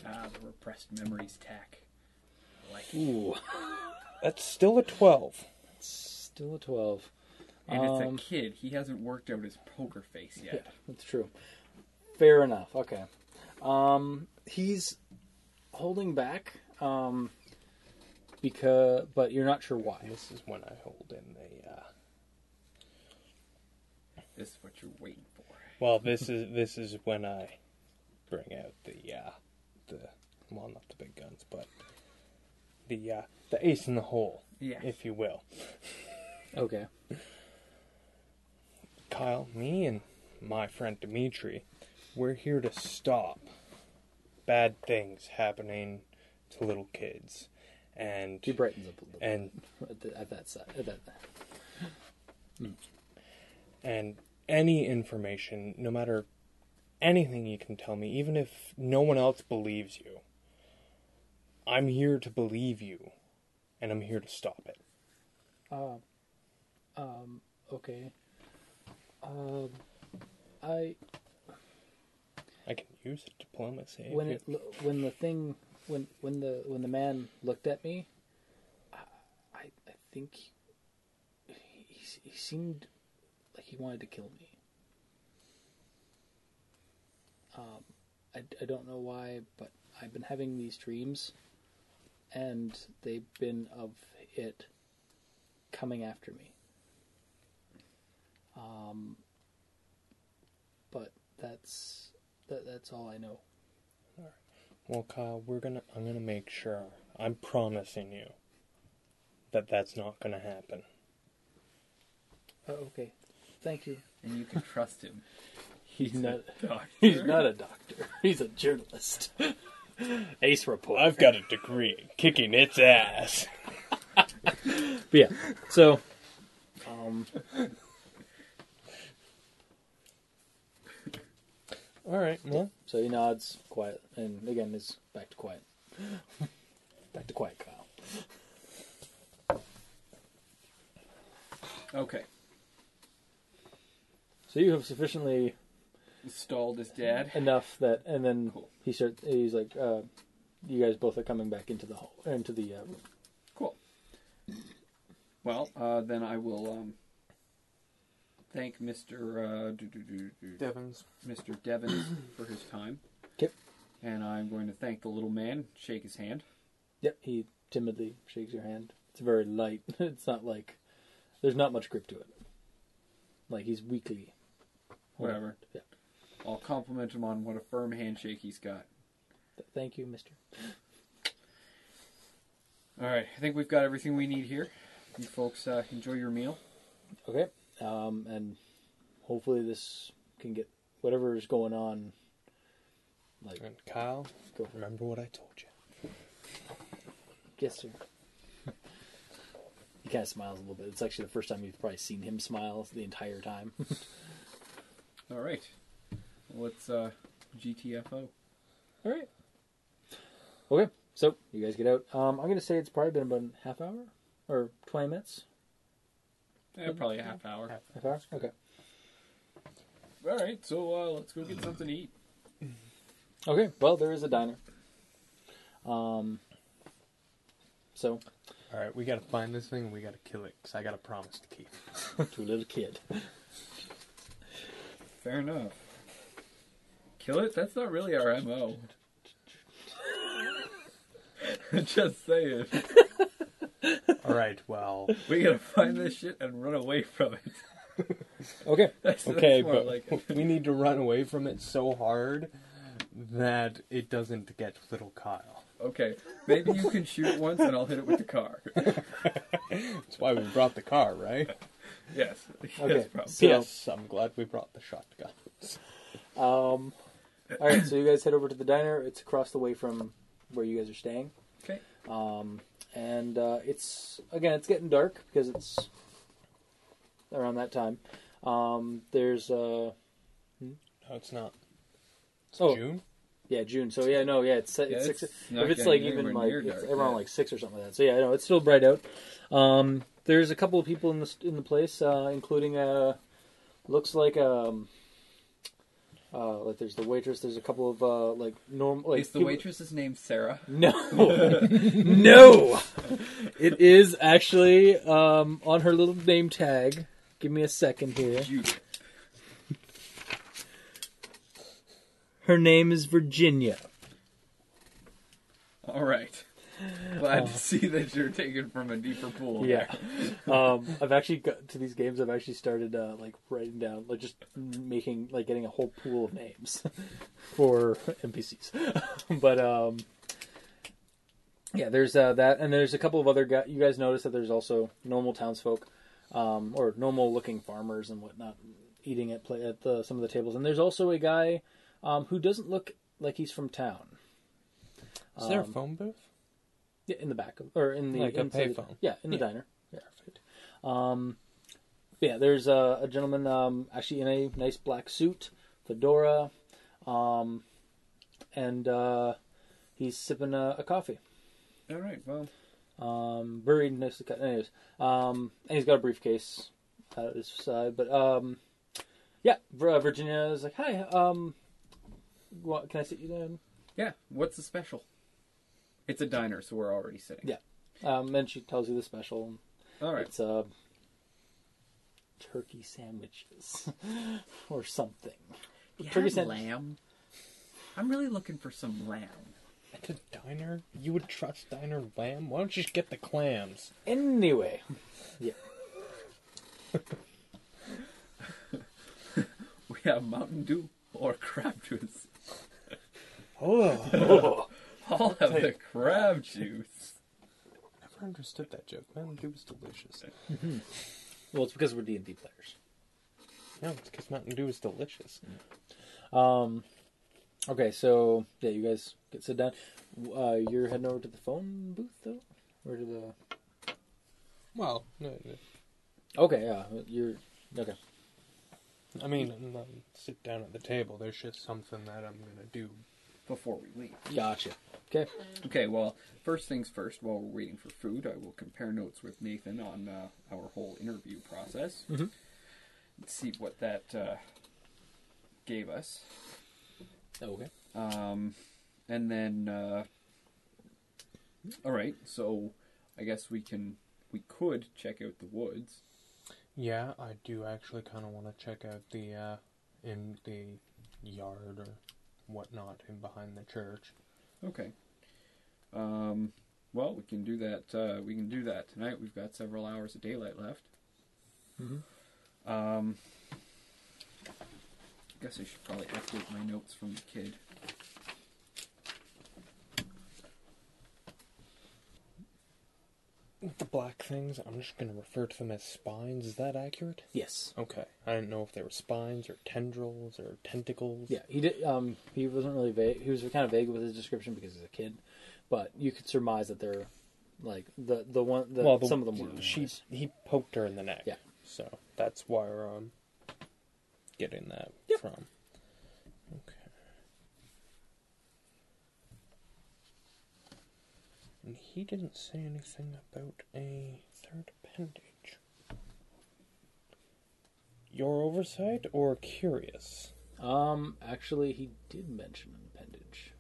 [SPEAKER 4] Ah, the repressed memories tack.
[SPEAKER 3] Ooh,
[SPEAKER 5] That's still a twelve.
[SPEAKER 3] still a twelve.
[SPEAKER 4] And
[SPEAKER 3] Um,
[SPEAKER 4] it's a kid. He hasn't worked out his poker face yet.
[SPEAKER 3] That's true. Fair enough. Okay. Um, he's holding back. Um, because but you're not sure why.
[SPEAKER 5] This is when I hold in the. Uh,
[SPEAKER 4] This is what you're waiting for.
[SPEAKER 5] well, this is this is when I bring out the uh, the well, not the big guns, but the uh, the ace in the hole,
[SPEAKER 4] Yeah.
[SPEAKER 5] if you will.
[SPEAKER 3] Okay.
[SPEAKER 5] Kyle, me and my friend Dimitri, we're here to stop bad things happening to little kids. And
[SPEAKER 3] He brightens up a little bit
[SPEAKER 5] and
[SPEAKER 3] at, the, at that side. At that.
[SPEAKER 5] and any information, no matter anything you can tell me, even if no one else believes you. I'm here to believe you and I'm here to stop it.
[SPEAKER 3] Okay. Um, I.
[SPEAKER 5] I can use diplomacy. if
[SPEAKER 3] when
[SPEAKER 5] you-
[SPEAKER 3] it lo- when the thing when when the when the man looked at me, I I, I think he, he s- he seemed like he wanted to kill me. Um, I I don't know why, but I've been having these dreams, and they've been of it coming after me. Um, but that's that, that's all I know.
[SPEAKER 5] Well, Kyle, we're gonna. I'm gonna make sure. I'm promising you that that's not gonna happen.
[SPEAKER 3] Oh, okay. Thank you.
[SPEAKER 4] And you can trust him.
[SPEAKER 3] <laughs> He's not.
[SPEAKER 4] Doctor.
[SPEAKER 3] <laughs> He's not a doctor. He's a journalist. <laughs> Ace report.
[SPEAKER 5] I've got a degree in kicking its ass.
[SPEAKER 3] yeah. So, um,
[SPEAKER 5] All right. Well,
[SPEAKER 3] so he nods, quiet, and again is back to quiet. <laughs> back to quiet, Kyle.
[SPEAKER 4] <laughs> Okay.
[SPEAKER 3] So you have sufficiently
[SPEAKER 4] Stalled his dad.
[SPEAKER 3] enough that, and then
[SPEAKER 4] Cool.
[SPEAKER 3] he starts. He's like, uh, "You guys both are coming back into the hall, into the uh, room."
[SPEAKER 4] Cool. Well, uh, then I will um, thank Mr. Uh, do, do, do, do,
[SPEAKER 5] Devons.
[SPEAKER 4] Mr. Devins
[SPEAKER 3] <clears throat>
[SPEAKER 4] for his time.
[SPEAKER 3] Yep.
[SPEAKER 4] And I'm going to thank the little man, shake his hand.
[SPEAKER 3] Yep. He timidly shakes your hand. It's very light. <laughs> it's not like there's not much grip to it. Like he's weakly.
[SPEAKER 4] Whatever.
[SPEAKER 3] Yeah.
[SPEAKER 4] I'll compliment him on what a firm handshake he's got.
[SPEAKER 3] Th- Thank you, Mister.
[SPEAKER 4] All right, I think we've got everything we need here. You folks uh, enjoy your meal.
[SPEAKER 3] Okay. Um, and hopefully this can get whatever is going on. Like,
[SPEAKER 5] And Kyle,
[SPEAKER 3] Go for it.
[SPEAKER 5] remember what I told you.
[SPEAKER 3] yes, sir. he kind of smiles a little bit. It's actually the first time you've probably seen him smile the entire time.
[SPEAKER 4] All right, let's uh, GTFO.
[SPEAKER 3] <laughs> All right. Okay, so you guys get out. Um, I'm gonna say it's probably been about a half hour or 20 minutes.
[SPEAKER 4] Yeah, probably a half hour.
[SPEAKER 3] Half hour. Okay.
[SPEAKER 4] All right, so uh, let's go get something to eat.
[SPEAKER 3] Okay. Well, there is a diner. Um. So,
[SPEAKER 5] All right, we gotta find this thing and we gotta kill it because I got a promise to keep.
[SPEAKER 3] to little <laughs> kid.
[SPEAKER 4] Fair enough. Kill it? That's not really our MO. <laughs> Just saying.
[SPEAKER 5] All right, well, <laughs>
[SPEAKER 4] We gotta find this shit and run away from it. <laughs>
[SPEAKER 3] Okay.
[SPEAKER 4] That's, that's
[SPEAKER 5] okay,
[SPEAKER 4] more
[SPEAKER 5] but
[SPEAKER 4] like it.
[SPEAKER 5] we need to run away from it so hard that it doesn't get little Kyle.
[SPEAKER 4] Okay, maybe you can shoot once and I'll hit it with the car. <laughs>
[SPEAKER 5] That's why we brought the car, right?
[SPEAKER 4] Yes. Yes,
[SPEAKER 3] Okay.
[SPEAKER 4] probably.
[SPEAKER 3] So-
[SPEAKER 5] yes, I'm glad we brought the shotgun.
[SPEAKER 3] Um. All right. So you guys head over to the diner. It's across the way from where you guys are staying.
[SPEAKER 4] Okay.
[SPEAKER 3] Um. And uh, it's again, it's getting dark because it's around that time. Um. There's uh.
[SPEAKER 5] No, it's not. It's
[SPEAKER 3] Oh.
[SPEAKER 5] June.
[SPEAKER 3] Yeah, June. So yeah, no, yeah, it's,
[SPEAKER 4] Yeah,
[SPEAKER 3] it's
[SPEAKER 4] it's
[SPEAKER 3] six.
[SPEAKER 4] not
[SPEAKER 3] if it's
[SPEAKER 4] getting
[SPEAKER 3] like even
[SPEAKER 4] anywhere
[SPEAKER 3] like
[SPEAKER 4] near
[SPEAKER 3] it's
[SPEAKER 4] dark,
[SPEAKER 3] around
[SPEAKER 4] yeah.
[SPEAKER 3] like six or something like that. So yeah, I know it's still bright out. Um, there's a couple of people in the in the place, uh, including uh, looks like um, uh, like there's the waitress. There's a couple of uh, like normal like
[SPEAKER 4] Is the
[SPEAKER 3] people-
[SPEAKER 4] waitress's name <laughs> Sarah?
[SPEAKER 3] No, no, it is actually um on her little name tag. Give me a second here.
[SPEAKER 4] Juke.
[SPEAKER 3] Her name is Virginia.
[SPEAKER 4] All right. Glad to see that you're taken from a deeper pool.
[SPEAKER 3] Yeah. <laughs> um, I've actually got to these games. I've actually started uh, like writing down, like just making, like getting a whole pool of names <laughs> for NPCs. <laughs> but um, yeah, there's uh, that, and there's a couple of other guys. You guys notice that there's also normal townsfolk, um, or normal-looking farmers and whatnot, eating at play at the, some of the tables. And there's also a guy um, who doesn't look like he's from town.
[SPEAKER 5] Is there a
[SPEAKER 3] Um,
[SPEAKER 5] phone booth?
[SPEAKER 3] yeah, in the back of, or in the
[SPEAKER 5] Like a
[SPEAKER 3] inside the-
[SPEAKER 5] payphone.
[SPEAKER 3] Yeah, in the diner. Yeah, perfect. Um, yeah, there's a, a gentleman um, actually in a nice black suit, fedora, um, and uh, he's sipping a, a coffee.
[SPEAKER 4] All right. Well,
[SPEAKER 3] Um, buried next to the anyways, um, and he's got a briefcase at his side. But um, yeah, Vir- uh, Virginia is like, "Hi, um, what, can I sit you down?"
[SPEAKER 4] yeah. What's the special? It's a diner, so we're already sitting.
[SPEAKER 3] Yeah. Um, and she tells you the special.
[SPEAKER 4] All right.
[SPEAKER 3] It's uh, turkey sandwiches <laughs> or something.
[SPEAKER 4] You
[SPEAKER 3] turkey
[SPEAKER 4] have
[SPEAKER 3] sandwich.
[SPEAKER 4] lamb. I'm really looking for some lamb.
[SPEAKER 5] At a diner? You would trust diner lamb? Why don't you just get the clams?
[SPEAKER 3] Anyway, yeah,
[SPEAKER 4] We have Mountain Dew or crab juice.
[SPEAKER 5] <laughs> Oh, I
[SPEAKER 4] I'll have the crab juice.
[SPEAKER 5] never understood that joke. Man, it was delicious.
[SPEAKER 3] well, it's because we're D and D players.
[SPEAKER 5] No, it's because Mountain Dew is delicious.
[SPEAKER 3] Um, okay, so yeah, you guys get sit down. Uh, you're heading over to the phone booth though, or to the
[SPEAKER 5] Well, no, no.
[SPEAKER 3] okay, yeah, you're okay.
[SPEAKER 5] I mean, I'm not gonna sit down at the table. There's just something that I'm gonna do.
[SPEAKER 4] Before we leave.
[SPEAKER 3] Gotcha. Okay.
[SPEAKER 4] Okay, well, first things first, while we're waiting for food, I will compare notes with Nathan on uh, our whole interview process.
[SPEAKER 3] Mhm.
[SPEAKER 4] Let's see what that uh, gave us.
[SPEAKER 3] Okay.
[SPEAKER 4] Um, and then, uh, all right, so I guess we can, we could check out the woods.
[SPEAKER 5] Yeah, I do actually kind of want to check out the uh, in the yard or whatnot in behind the church.
[SPEAKER 4] Okay. Um, well, we can do that. Uh, we can do that tonight. We've got several hours of daylight left.
[SPEAKER 3] Mhm.
[SPEAKER 4] Um, I guess I should probably update my notes from the kid.
[SPEAKER 5] The black things. I'm just gonna refer to them as spines. Is that accurate?
[SPEAKER 3] Yes.
[SPEAKER 5] Okay. I didn't know if they were spines or tendrils or tentacles.
[SPEAKER 3] Yeah, he did. Um, he wasn't really vague. He was kind of vague with his description because he's a kid, but you could surmise that they're like the the one. The,
[SPEAKER 5] well, the,
[SPEAKER 3] some of them were.
[SPEAKER 5] She he poked her in the neck.
[SPEAKER 3] Yeah.
[SPEAKER 5] So that's why we're um, getting that
[SPEAKER 3] Yep.
[SPEAKER 5] from. Okay. And he didn't say anything about a third appendage. Your oversight or curious?
[SPEAKER 3] Um, actually, he did mention an appendage.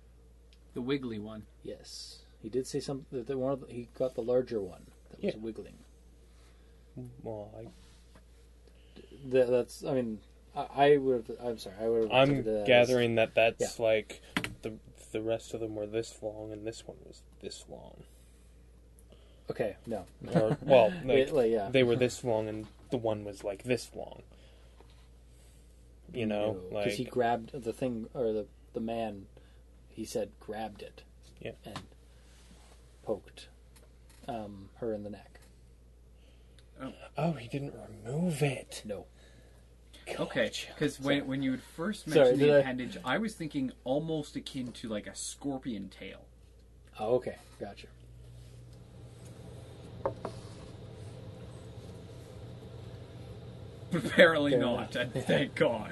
[SPEAKER 4] The wiggly one.
[SPEAKER 3] Yes, he did say something that the one of the, he got the larger one that was
[SPEAKER 5] Yeah.
[SPEAKER 3] wiggling.
[SPEAKER 5] Well, I
[SPEAKER 3] Th that's. I mean, I, I would. have I'm sorry. I would. have
[SPEAKER 5] I'm
[SPEAKER 3] interpreted that as-
[SPEAKER 5] gathering that that's like the the rest of them were this long and this one was this long.
[SPEAKER 3] Okay. No.
[SPEAKER 5] Or well,
[SPEAKER 3] Wait,
[SPEAKER 5] like,
[SPEAKER 3] like, yeah.
[SPEAKER 5] they were this long and the one was like this long. You know,
[SPEAKER 3] No,
[SPEAKER 5] like
[SPEAKER 3] he grabbed the thing or the the man. He said grabbed it.
[SPEAKER 5] Yeah.
[SPEAKER 3] And poked, um, her in the neck.
[SPEAKER 5] oh, he didn't remove it.
[SPEAKER 3] No.
[SPEAKER 4] Okay, because when, when you had first
[SPEAKER 3] Sorry,
[SPEAKER 4] mentioned
[SPEAKER 3] did
[SPEAKER 4] the
[SPEAKER 3] I-
[SPEAKER 4] appendage, I was thinking almost akin to like a scorpion tail. <laughs>
[SPEAKER 3] Oh, okay. Gotcha.
[SPEAKER 4] Apparently
[SPEAKER 3] Fair
[SPEAKER 4] not. Thank God.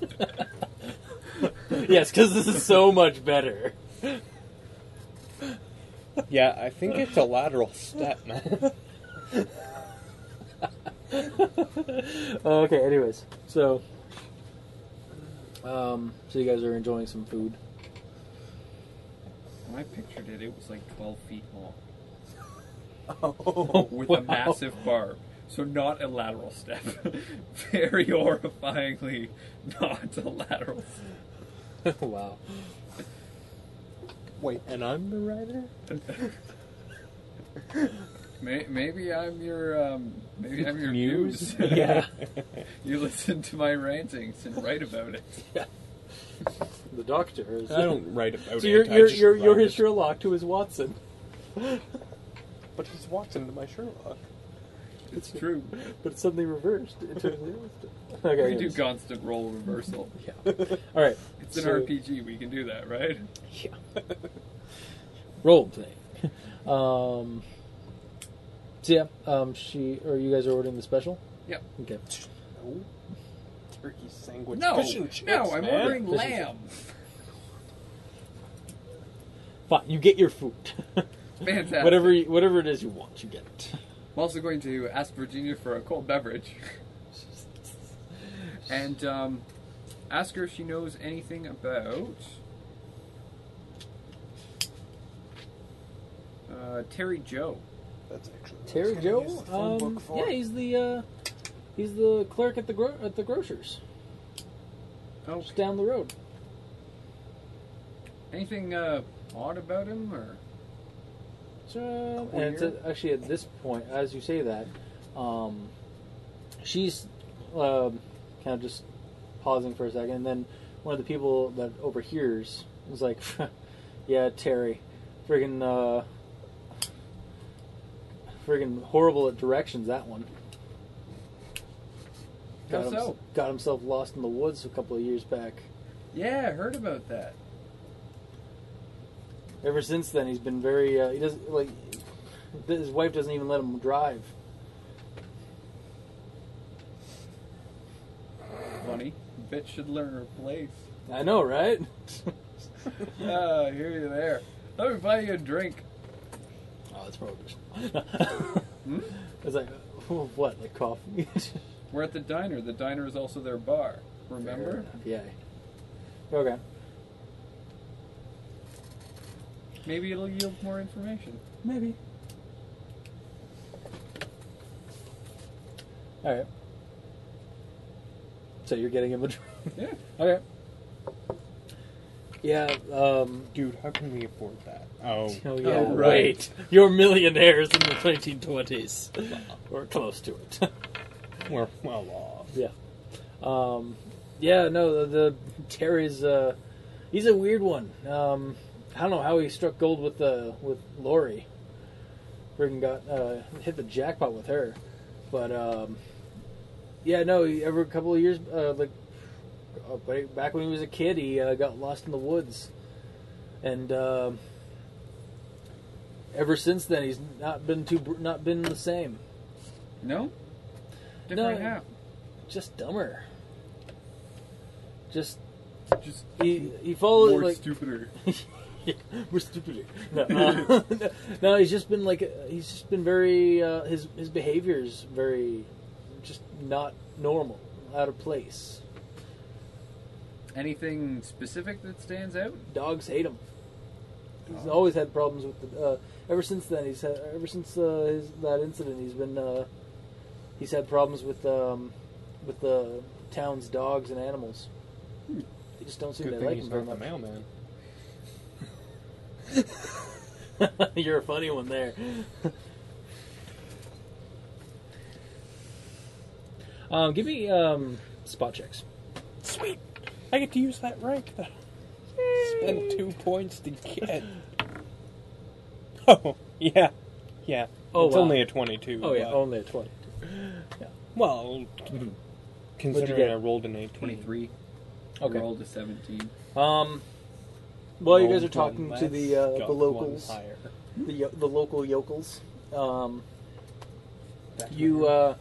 [SPEAKER 3] <laughs> yes, because this is so much better.
[SPEAKER 5] Yeah, I think it's a lateral step, man.
[SPEAKER 3] Uh, <laughs> okay. Anyways, so. Um, so you guys are enjoying some food. <laughs>
[SPEAKER 4] When I pictured it, it was like 12 feet long. With a massive barb. So not a lateral step. <laughs> Very horrifyingly not a lateral step.
[SPEAKER 3] wow.
[SPEAKER 5] Wait, and I'm the writer?
[SPEAKER 4] <laughs> May- Maybe I'm your um, maybe I'm your
[SPEAKER 3] <laughs>
[SPEAKER 4] muse. <laughs>
[SPEAKER 3] Yeah.
[SPEAKER 4] you listen to my rantings and write about it.
[SPEAKER 3] The doctor is.
[SPEAKER 5] I
[SPEAKER 3] <laughs>
[SPEAKER 5] don't write about
[SPEAKER 3] So
[SPEAKER 5] it.
[SPEAKER 3] you're
[SPEAKER 5] I
[SPEAKER 3] you're
[SPEAKER 5] just
[SPEAKER 3] you're,
[SPEAKER 5] write
[SPEAKER 3] you're his
[SPEAKER 5] it.
[SPEAKER 3] Sherlock to his Watson. <laughs>
[SPEAKER 5] But he's Watson to my Sherlock.
[SPEAKER 4] It's true.
[SPEAKER 3] but it's suddenly reversed. It <laughs> totally reversed it. Okay.
[SPEAKER 4] We do
[SPEAKER 3] anyways.
[SPEAKER 4] constant role reversal.
[SPEAKER 3] All right.
[SPEAKER 4] It's an
[SPEAKER 3] So-
[SPEAKER 4] RPG. We can do that, right?
[SPEAKER 3] Yeah. Role play. <laughs> Um. So yeah. Um. She or you guys are ordering the special.
[SPEAKER 4] Yep.
[SPEAKER 3] Okay.
[SPEAKER 5] No. Turkey sandwich.
[SPEAKER 4] No,
[SPEAKER 5] Fish and chips,
[SPEAKER 4] no. I'm
[SPEAKER 5] man.
[SPEAKER 4] ordering
[SPEAKER 3] Fish and
[SPEAKER 4] lamb.
[SPEAKER 3] Fine. You get your food. <laughs>
[SPEAKER 4] Fantastic.
[SPEAKER 3] whatever you, whatever it is you want, you get it.
[SPEAKER 4] I'm also going to ask Virginia for a cold <laughs> beverage. and um, ask her if she knows anything about uh, Terry Joe.
[SPEAKER 5] That's actually what I was
[SPEAKER 3] Terry
[SPEAKER 5] gonna use
[SPEAKER 3] Joe.
[SPEAKER 5] the phone
[SPEAKER 3] Um.
[SPEAKER 5] book for.
[SPEAKER 3] Yeah. He's the. Uh, He's the clerk at the gro- at the grocer's,
[SPEAKER 4] Oh,
[SPEAKER 3] just down the road.
[SPEAKER 4] anything uh, odd about him or?
[SPEAKER 3] So,
[SPEAKER 5] Oh,
[SPEAKER 3] and it's
[SPEAKER 4] Queer.
[SPEAKER 3] at- actually at this point, as you say that, um, she's um, kind of just pausing for a second, and then one of the people that overhears is like, <laughs> "Yeah, Terry, friggin', uh, friggin' horrible at directions. That one." Got,
[SPEAKER 4] How
[SPEAKER 3] hims-
[SPEAKER 4] so?
[SPEAKER 3] got himself lost in the woods a couple of years back.
[SPEAKER 4] Yeah, I heard about that.
[SPEAKER 3] Ever since then, he's been very. Uh, he doesn't like. His wife doesn't even let him drive.
[SPEAKER 4] Funny. Bitch should learn her <laughs> place.
[SPEAKER 3] I know, right?
[SPEAKER 4] Ah, I hear you there. Let me buy you a drink.
[SPEAKER 3] Oh, it's prohibition. <laughs> Hmm? It's like, oh, what, like coffee? <laughs>
[SPEAKER 4] We're at the diner. The diner is also their bar. Remember?
[SPEAKER 3] yeah. Okay.
[SPEAKER 4] Maybe it'll yield more information.
[SPEAKER 3] Maybe. All right. So you're getting him a drink.
[SPEAKER 4] Yeah.
[SPEAKER 3] Okay. Yeah. Um.
[SPEAKER 5] Dude, how can we afford that? Oh. <laughs>
[SPEAKER 3] Oh, yeah.
[SPEAKER 4] Oh,
[SPEAKER 3] right.
[SPEAKER 4] right.
[SPEAKER 3] You're millionaires in the 1920s, or close to <laughs> it.
[SPEAKER 5] We're well off.
[SPEAKER 3] Yeah. Um, yeah, no, the, the Terry's uh, he's a weird one. Um, I don't know how he struck gold with the with Lori. Friggin' got uh, hit the jackpot with her, but um, yeah, no. he- Every couple of years, uh, like uh, ba- back when he was a kid, he uh, got lost in the woods, and um ever since then, he's not been too br- not been the same.
[SPEAKER 4] No?
[SPEAKER 3] No.
[SPEAKER 4] Different half.
[SPEAKER 3] Just dumber. Just
[SPEAKER 4] Just
[SPEAKER 3] he he follows like <laughs>
[SPEAKER 4] stupider.
[SPEAKER 3] We're stupid. No, uh, <laughs> no, he's just been like uh, he's just been very uh, his his behavior's very just not normal, out of place.
[SPEAKER 4] Anything specific that stands out?
[SPEAKER 3] Dogs hate him. He's always had problems with the. Uh, ever since then, he's had, ever since uh, his, that incident, he's been uh, he's had problems with um, with the town's dogs and animals. They just don't seem
[SPEAKER 5] Good
[SPEAKER 3] to
[SPEAKER 5] thing
[SPEAKER 3] like
[SPEAKER 5] he's
[SPEAKER 3] him very
[SPEAKER 5] not the
[SPEAKER 3] much.
[SPEAKER 5] mailman.
[SPEAKER 3] <laughs> You're a funny one there. um, give me um, spot checks.
[SPEAKER 5] Sweet! I get to use that rank. Though. Spend two points to get. Oh, yeah. Yeah.
[SPEAKER 3] Oh,
[SPEAKER 5] it's
[SPEAKER 3] wow.
[SPEAKER 5] only a 22.
[SPEAKER 3] Oh yeah,
[SPEAKER 5] but-
[SPEAKER 3] only a twenty.
[SPEAKER 5] Well,
[SPEAKER 3] get?
[SPEAKER 5] considering I rolled an 18.
[SPEAKER 4] 23.
[SPEAKER 3] Okay.
[SPEAKER 4] Rolled a 17.
[SPEAKER 3] Um, while you guys are
[SPEAKER 5] Rolled
[SPEAKER 3] talking
[SPEAKER 5] one
[SPEAKER 3] to the
[SPEAKER 5] less,
[SPEAKER 3] uh,
[SPEAKER 5] got
[SPEAKER 3] the
[SPEAKER 5] one
[SPEAKER 3] locals,
[SPEAKER 5] higher.
[SPEAKER 3] the yo- the local yokels, um,
[SPEAKER 5] That
[SPEAKER 3] you uh,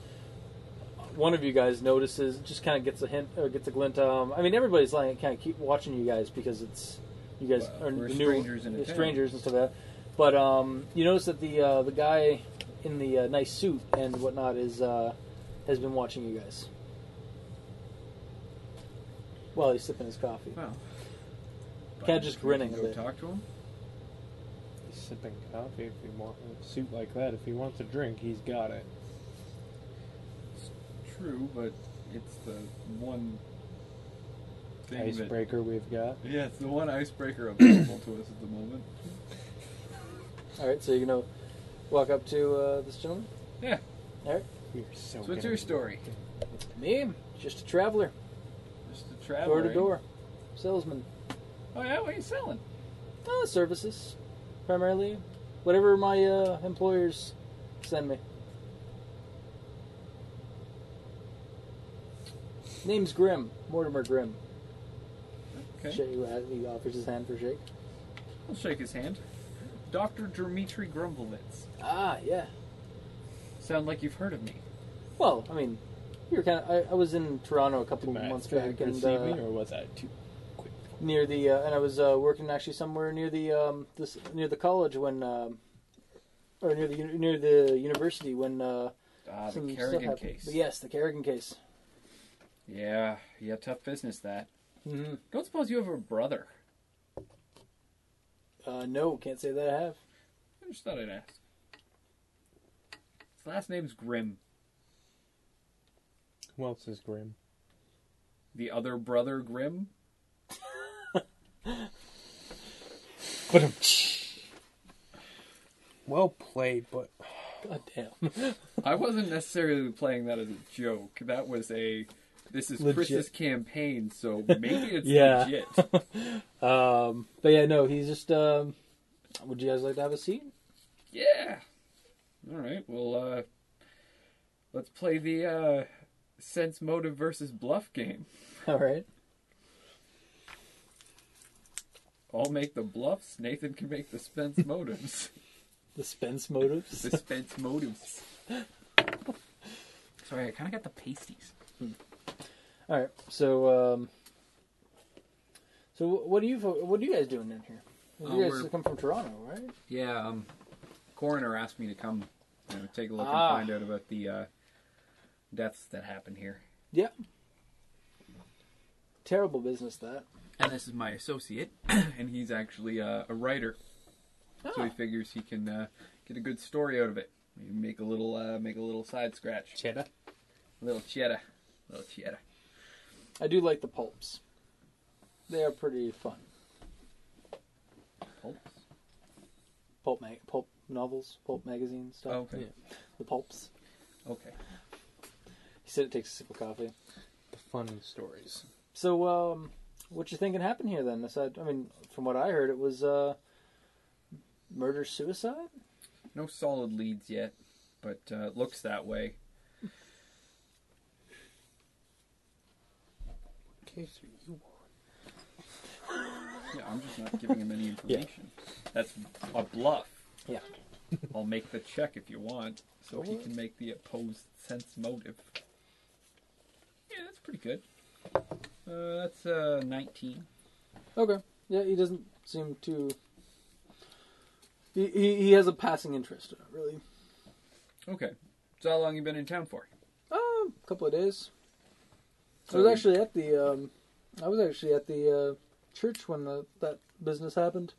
[SPEAKER 3] one of you guys notices just kind of gets a hint or gets a glint. Um, I mean, everybody's like kind of keep watching you guys because it's you guys
[SPEAKER 4] Well,
[SPEAKER 3] are
[SPEAKER 4] we're
[SPEAKER 3] the new
[SPEAKER 4] strangers in a
[SPEAKER 3] yeah,
[SPEAKER 4] town.
[SPEAKER 3] strangers and stuff like that. But um, you notice that the uh, the guy in the uh, nice suit and whatnot is uh, has been watching you guys while he's sipping his coffee.
[SPEAKER 4] Wow.
[SPEAKER 3] Cat just grinning a
[SPEAKER 4] Go
[SPEAKER 3] bit.
[SPEAKER 4] talk to him.
[SPEAKER 5] He's sipping coffee if he wants a suit like that. If he wants a drink, he's got it.
[SPEAKER 4] True, but it's the one thing that-
[SPEAKER 5] Icebreaker we've got.
[SPEAKER 4] Yeah, it's the one <coughs> icebreaker available to us at the moment.
[SPEAKER 3] All right, so you're gonna walk up to uh, this gentleman.
[SPEAKER 4] Yeah.
[SPEAKER 5] We're so
[SPEAKER 4] So what's
[SPEAKER 5] good.
[SPEAKER 4] your story?
[SPEAKER 3] Me, just a traveler,
[SPEAKER 4] Just a travel.
[SPEAKER 3] door to door, salesman.
[SPEAKER 4] Oh yeah, what are you selling?
[SPEAKER 3] Uh, services, primarily. Whatever my uh, employers send me. Name's Grimm, Mortimer Grimm.
[SPEAKER 4] Okay.
[SPEAKER 3] Shake- He offers his hand for a shake.
[SPEAKER 4] I'll shake his hand. Doctor Dmitri Grumbelitz.
[SPEAKER 3] Ah, yeah.
[SPEAKER 4] Sound like you've heard of me.
[SPEAKER 3] Well, I mean, you were kind of. I, I was in Toronto a couple
[SPEAKER 5] Am I
[SPEAKER 3] months
[SPEAKER 5] very
[SPEAKER 3] back, and
[SPEAKER 5] perceiving,
[SPEAKER 3] uh,
[SPEAKER 5] or was I too quick?
[SPEAKER 3] near the uh, and I was uh, working actually somewhere near the um, this near the college when um, or near the uni- near the university when uh,
[SPEAKER 4] Ah,
[SPEAKER 3] some
[SPEAKER 4] the
[SPEAKER 3] stuff
[SPEAKER 4] Kerrigan
[SPEAKER 3] happened.
[SPEAKER 4] case.
[SPEAKER 3] But yes, the Kerrigan case.
[SPEAKER 4] Yeah, yeah, tough business that.
[SPEAKER 3] Mm-hmm.
[SPEAKER 4] Don't suppose you have a brother?
[SPEAKER 3] Uh, no, can't say that I have.
[SPEAKER 4] I just thought I'd ask. His last name's Grimm.
[SPEAKER 5] Who else is grim?
[SPEAKER 4] The other brother Grimm?
[SPEAKER 5] But um, well played, but
[SPEAKER 3] God
[SPEAKER 4] <laughs>
[SPEAKER 3] damn.
[SPEAKER 4] I wasn't necessarily playing that as a joke. That was a this is
[SPEAKER 3] Legit.
[SPEAKER 4] Chris's campaign, <laughs> so maybe it's
[SPEAKER 3] Yeah.
[SPEAKER 4] legit.
[SPEAKER 3] Um, but yeah, no, he's just. Um, would you guys like to have a seat? <laughs>
[SPEAKER 4] Yeah. All right. Well, uh, let's play the uh, sense motive versus bluff game.
[SPEAKER 3] All right.
[SPEAKER 4] I'll make the bluffs. Nathan can make the sense motives.
[SPEAKER 3] The Spence motives.
[SPEAKER 4] <laughs> the sense motives. Sorry, I kind of got the pasties.
[SPEAKER 3] All right. So, um, so wh- what do you fo- what are you guys doing in here? You
[SPEAKER 4] Uh,
[SPEAKER 3] guys
[SPEAKER 4] we're-
[SPEAKER 3] come from Toronto, right?
[SPEAKER 4] Yeah. Um, coroner asked me to come you know, take a look
[SPEAKER 3] Ah.
[SPEAKER 4] and find out about the uh, deaths that happened here.
[SPEAKER 3] Yeah. Terrible business that.
[SPEAKER 4] And this is my associate, <clears throat> and he's actually uh, a writer. So he figures he can uh, get a good story out of it. Maybe Make a little, uh, make a little side scratch,
[SPEAKER 5] cheddar.
[SPEAKER 4] a little cheddar, a little cheddar.
[SPEAKER 3] I do like the pulps. They are pretty fun.
[SPEAKER 4] Pulps?
[SPEAKER 3] Pulp mag- pulp novels, pulp magazine stuff.
[SPEAKER 4] Oh, okay.
[SPEAKER 3] The pulps.
[SPEAKER 4] Okay.
[SPEAKER 3] He said it takes a sip of coffee.
[SPEAKER 5] The fun stories.
[SPEAKER 3] So, um, what you thinking happened here then? Aside, I mean, from what I heard, it was uh, murder suicide.
[SPEAKER 4] No solid leads yet, but uh, it looks that way. Yeah, I'm just not giving him any information. That's a bluff.
[SPEAKER 3] Yeah.
[SPEAKER 4] I'll make the check if you want, so he can make the opposed sense motive. Yeah, that's pretty good. Uh, that's uh, 19.
[SPEAKER 3] Okay. Yeah, he doesn't seem too He, he, he has a passing interest, in it, really.
[SPEAKER 4] Okay. So how long you been in town for?
[SPEAKER 3] Um, a couple of days. I
[SPEAKER 4] So-
[SPEAKER 3] was actually at the um, I was actually at the uh, church when the, that business happened.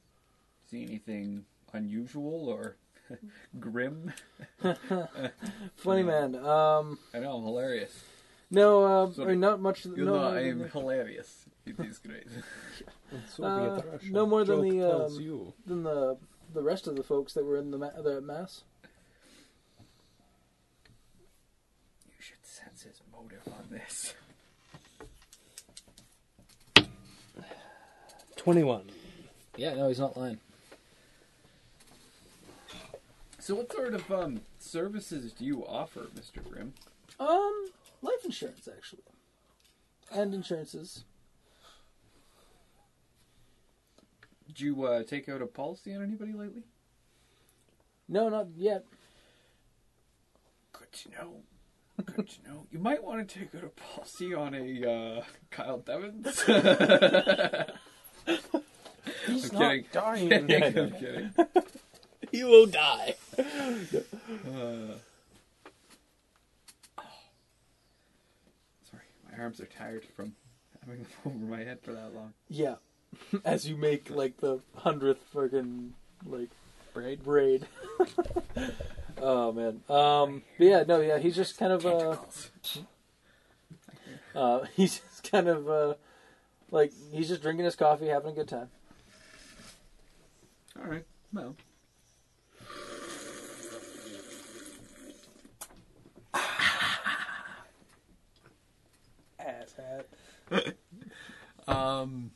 [SPEAKER 4] See anything unusual or <laughs> grim?
[SPEAKER 3] Funny man. Um,
[SPEAKER 4] I know I'm hilarious.
[SPEAKER 3] no, uh, I
[SPEAKER 4] Sorry.
[SPEAKER 3] mean, not much.
[SPEAKER 4] You
[SPEAKER 3] no,
[SPEAKER 4] know
[SPEAKER 3] more
[SPEAKER 4] I
[SPEAKER 3] than
[SPEAKER 4] am
[SPEAKER 3] the-
[SPEAKER 4] hilarious. It is <laughs> great.
[SPEAKER 5] Soviet
[SPEAKER 3] Uh,
[SPEAKER 5] Russia.
[SPEAKER 3] no more than
[SPEAKER 5] Joke
[SPEAKER 3] the,
[SPEAKER 5] tells
[SPEAKER 3] um,
[SPEAKER 5] you.
[SPEAKER 3] than the the rest of the folks that were in the ma- the mass.
[SPEAKER 4] you should sense his motive on this.
[SPEAKER 5] 21.
[SPEAKER 3] Yeah, no, he's not lying.
[SPEAKER 4] So what sort of um, services do you offer, Mr. Grimm?
[SPEAKER 3] Um, life insurance actually, and insurances.
[SPEAKER 4] Did you uh, take out a policy on anybody lately?
[SPEAKER 3] No, not
[SPEAKER 5] <laughs>
[SPEAKER 3] yet.
[SPEAKER 4] Good to <laughs> know. Good to know. You might want to take out a policy on a uh, Kyle <laughs> Devins.
[SPEAKER 5] He's
[SPEAKER 4] I'm kidding. I'm <laughs>
[SPEAKER 5] dying.
[SPEAKER 4] kidding.
[SPEAKER 5] he will die.
[SPEAKER 4] Uh, Sorry, my arms are tired from having them over my head for that long.
[SPEAKER 3] Yeah, <laughs> as you make like the hundredth fucking like
[SPEAKER 4] Braid.
[SPEAKER 3] braid. <laughs> oh man. Um. But yeah. No. Yeah. He's just kind of uh.
[SPEAKER 4] Tentacles.
[SPEAKER 3] uh <laughs> he's just kind of uh. Like he's just drinking his coffee, having a good time.
[SPEAKER 4] All right. Well.
[SPEAKER 3] Ass hat.
[SPEAKER 4] Um.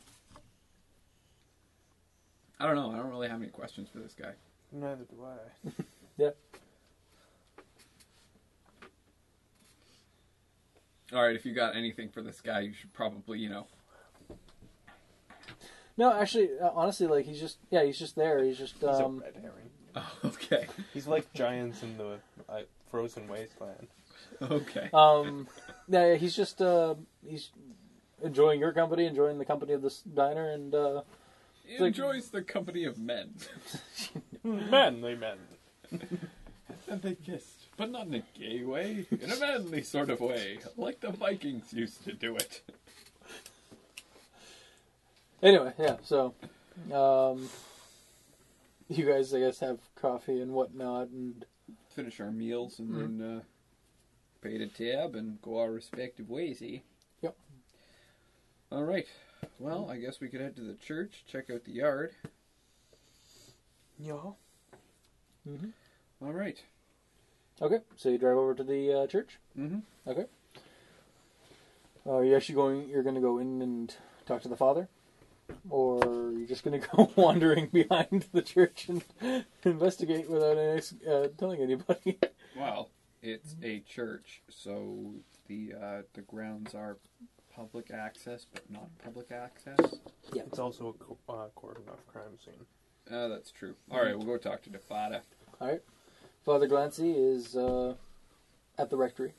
[SPEAKER 4] I don't know. I don't really have any questions for this guy.
[SPEAKER 5] Neither do I.
[SPEAKER 4] All right. If you got anything for this guy, you should probably, you know. <laughs>
[SPEAKER 3] No, actually, uh, honestly, like he's just yeah, he's just there. He's just
[SPEAKER 5] He's
[SPEAKER 3] um.
[SPEAKER 5] a red herring.
[SPEAKER 4] Oh, okay.
[SPEAKER 5] He's like giants in the uh, frozen wasteland.
[SPEAKER 4] Okay.
[SPEAKER 3] um yeah, yeah, he's just uh he's enjoying your company enjoying the company of this diner and uh like-
[SPEAKER 4] Enjoys the company of men. <laughs>
[SPEAKER 5] Manly men.
[SPEAKER 4] And they kissed, but not in a gay way, in a manly sort of way, like the Vikings used to do it.
[SPEAKER 3] anyway yeah so um you guys i guess have coffee and whatnot and
[SPEAKER 4] Finish our meals and then uh, pay the tab and go our respective ways, eh?
[SPEAKER 3] Yep.
[SPEAKER 4] All right. Well, I guess we could head to the church, check out the yard.
[SPEAKER 5] Yeah.
[SPEAKER 4] All right.
[SPEAKER 3] okay so you drive over to the uh, church
[SPEAKER 4] Mm-hmm.
[SPEAKER 3] okay uh, are you actually going you're gonna go in and talk to the father or you're just gonna <laughs> go wandering behind the church and <laughs> investigate without any, uh, telling anybody
[SPEAKER 4] Well, it's a church, so the uh, the grounds are public access, but not public access.
[SPEAKER 5] It's also a co- uh, cordon off crime scene.
[SPEAKER 4] Uh, that's true. All right, we'll go talk to Defada.
[SPEAKER 3] All right. Father Glancy is uh, at the rectory.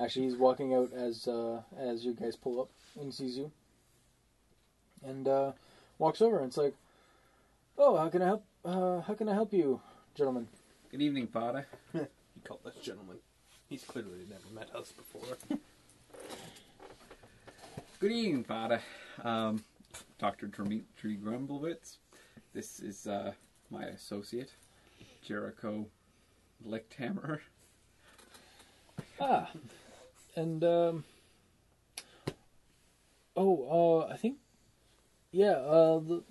[SPEAKER 3] Actually, he's walking out as uh, as you guys pull up and sees you, and uh, walks over and it's like, "Oh, how can I help? Uh, how can I help you, gentlemen?"
[SPEAKER 4] Good evening, Fada.
[SPEAKER 5] You call this gentleman. He's clearly never met us before.
[SPEAKER 4] Good evening, Fada. Um, Dr. Dmitri Grumblewitz. This is uh, my associate, Jericho Lichthammer.
[SPEAKER 3] Ah, and um, oh, uh, I think, yeah, uh, the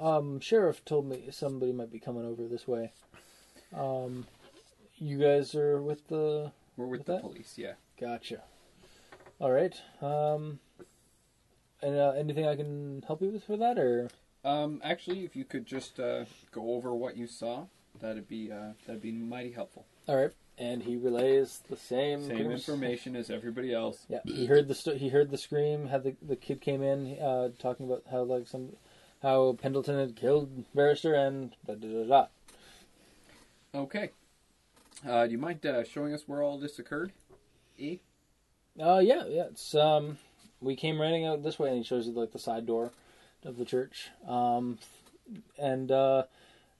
[SPEAKER 3] um, sheriff told me somebody might be coming over this way. Um, you guys are with the
[SPEAKER 4] We're with
[SPEAKER 3] With
[SPEAKER 4] the
[SPEAKER 3] that?
[SPEAKER 4] police, yeah.
[SPEAKER 3] gotcha. All right. Um, and uh, anything I can help you with for that, or
[SPEAKER 4] Um, actually, if you could just uh, go over what you saw, that'd be uh, that'd be mighty helpful.
[SPEAKER 3] all right. And he relays the same
[SPEAKER 4] Same information as everybody else.
[SPEAKER 3] Yeah, he heard the sto- he heard the scream. How the the kid came in uh, talking about how like some how Pendleton had killed Barrister and da da da da.
[SPEAKER 4] Okay. Uh, do you mind uh, showing us where all this occurred? E.
[SPEAKER 3] Oh yeah, yeah. It's um, we came running out this way, and he shows you like the side door of the church. Um, and uh,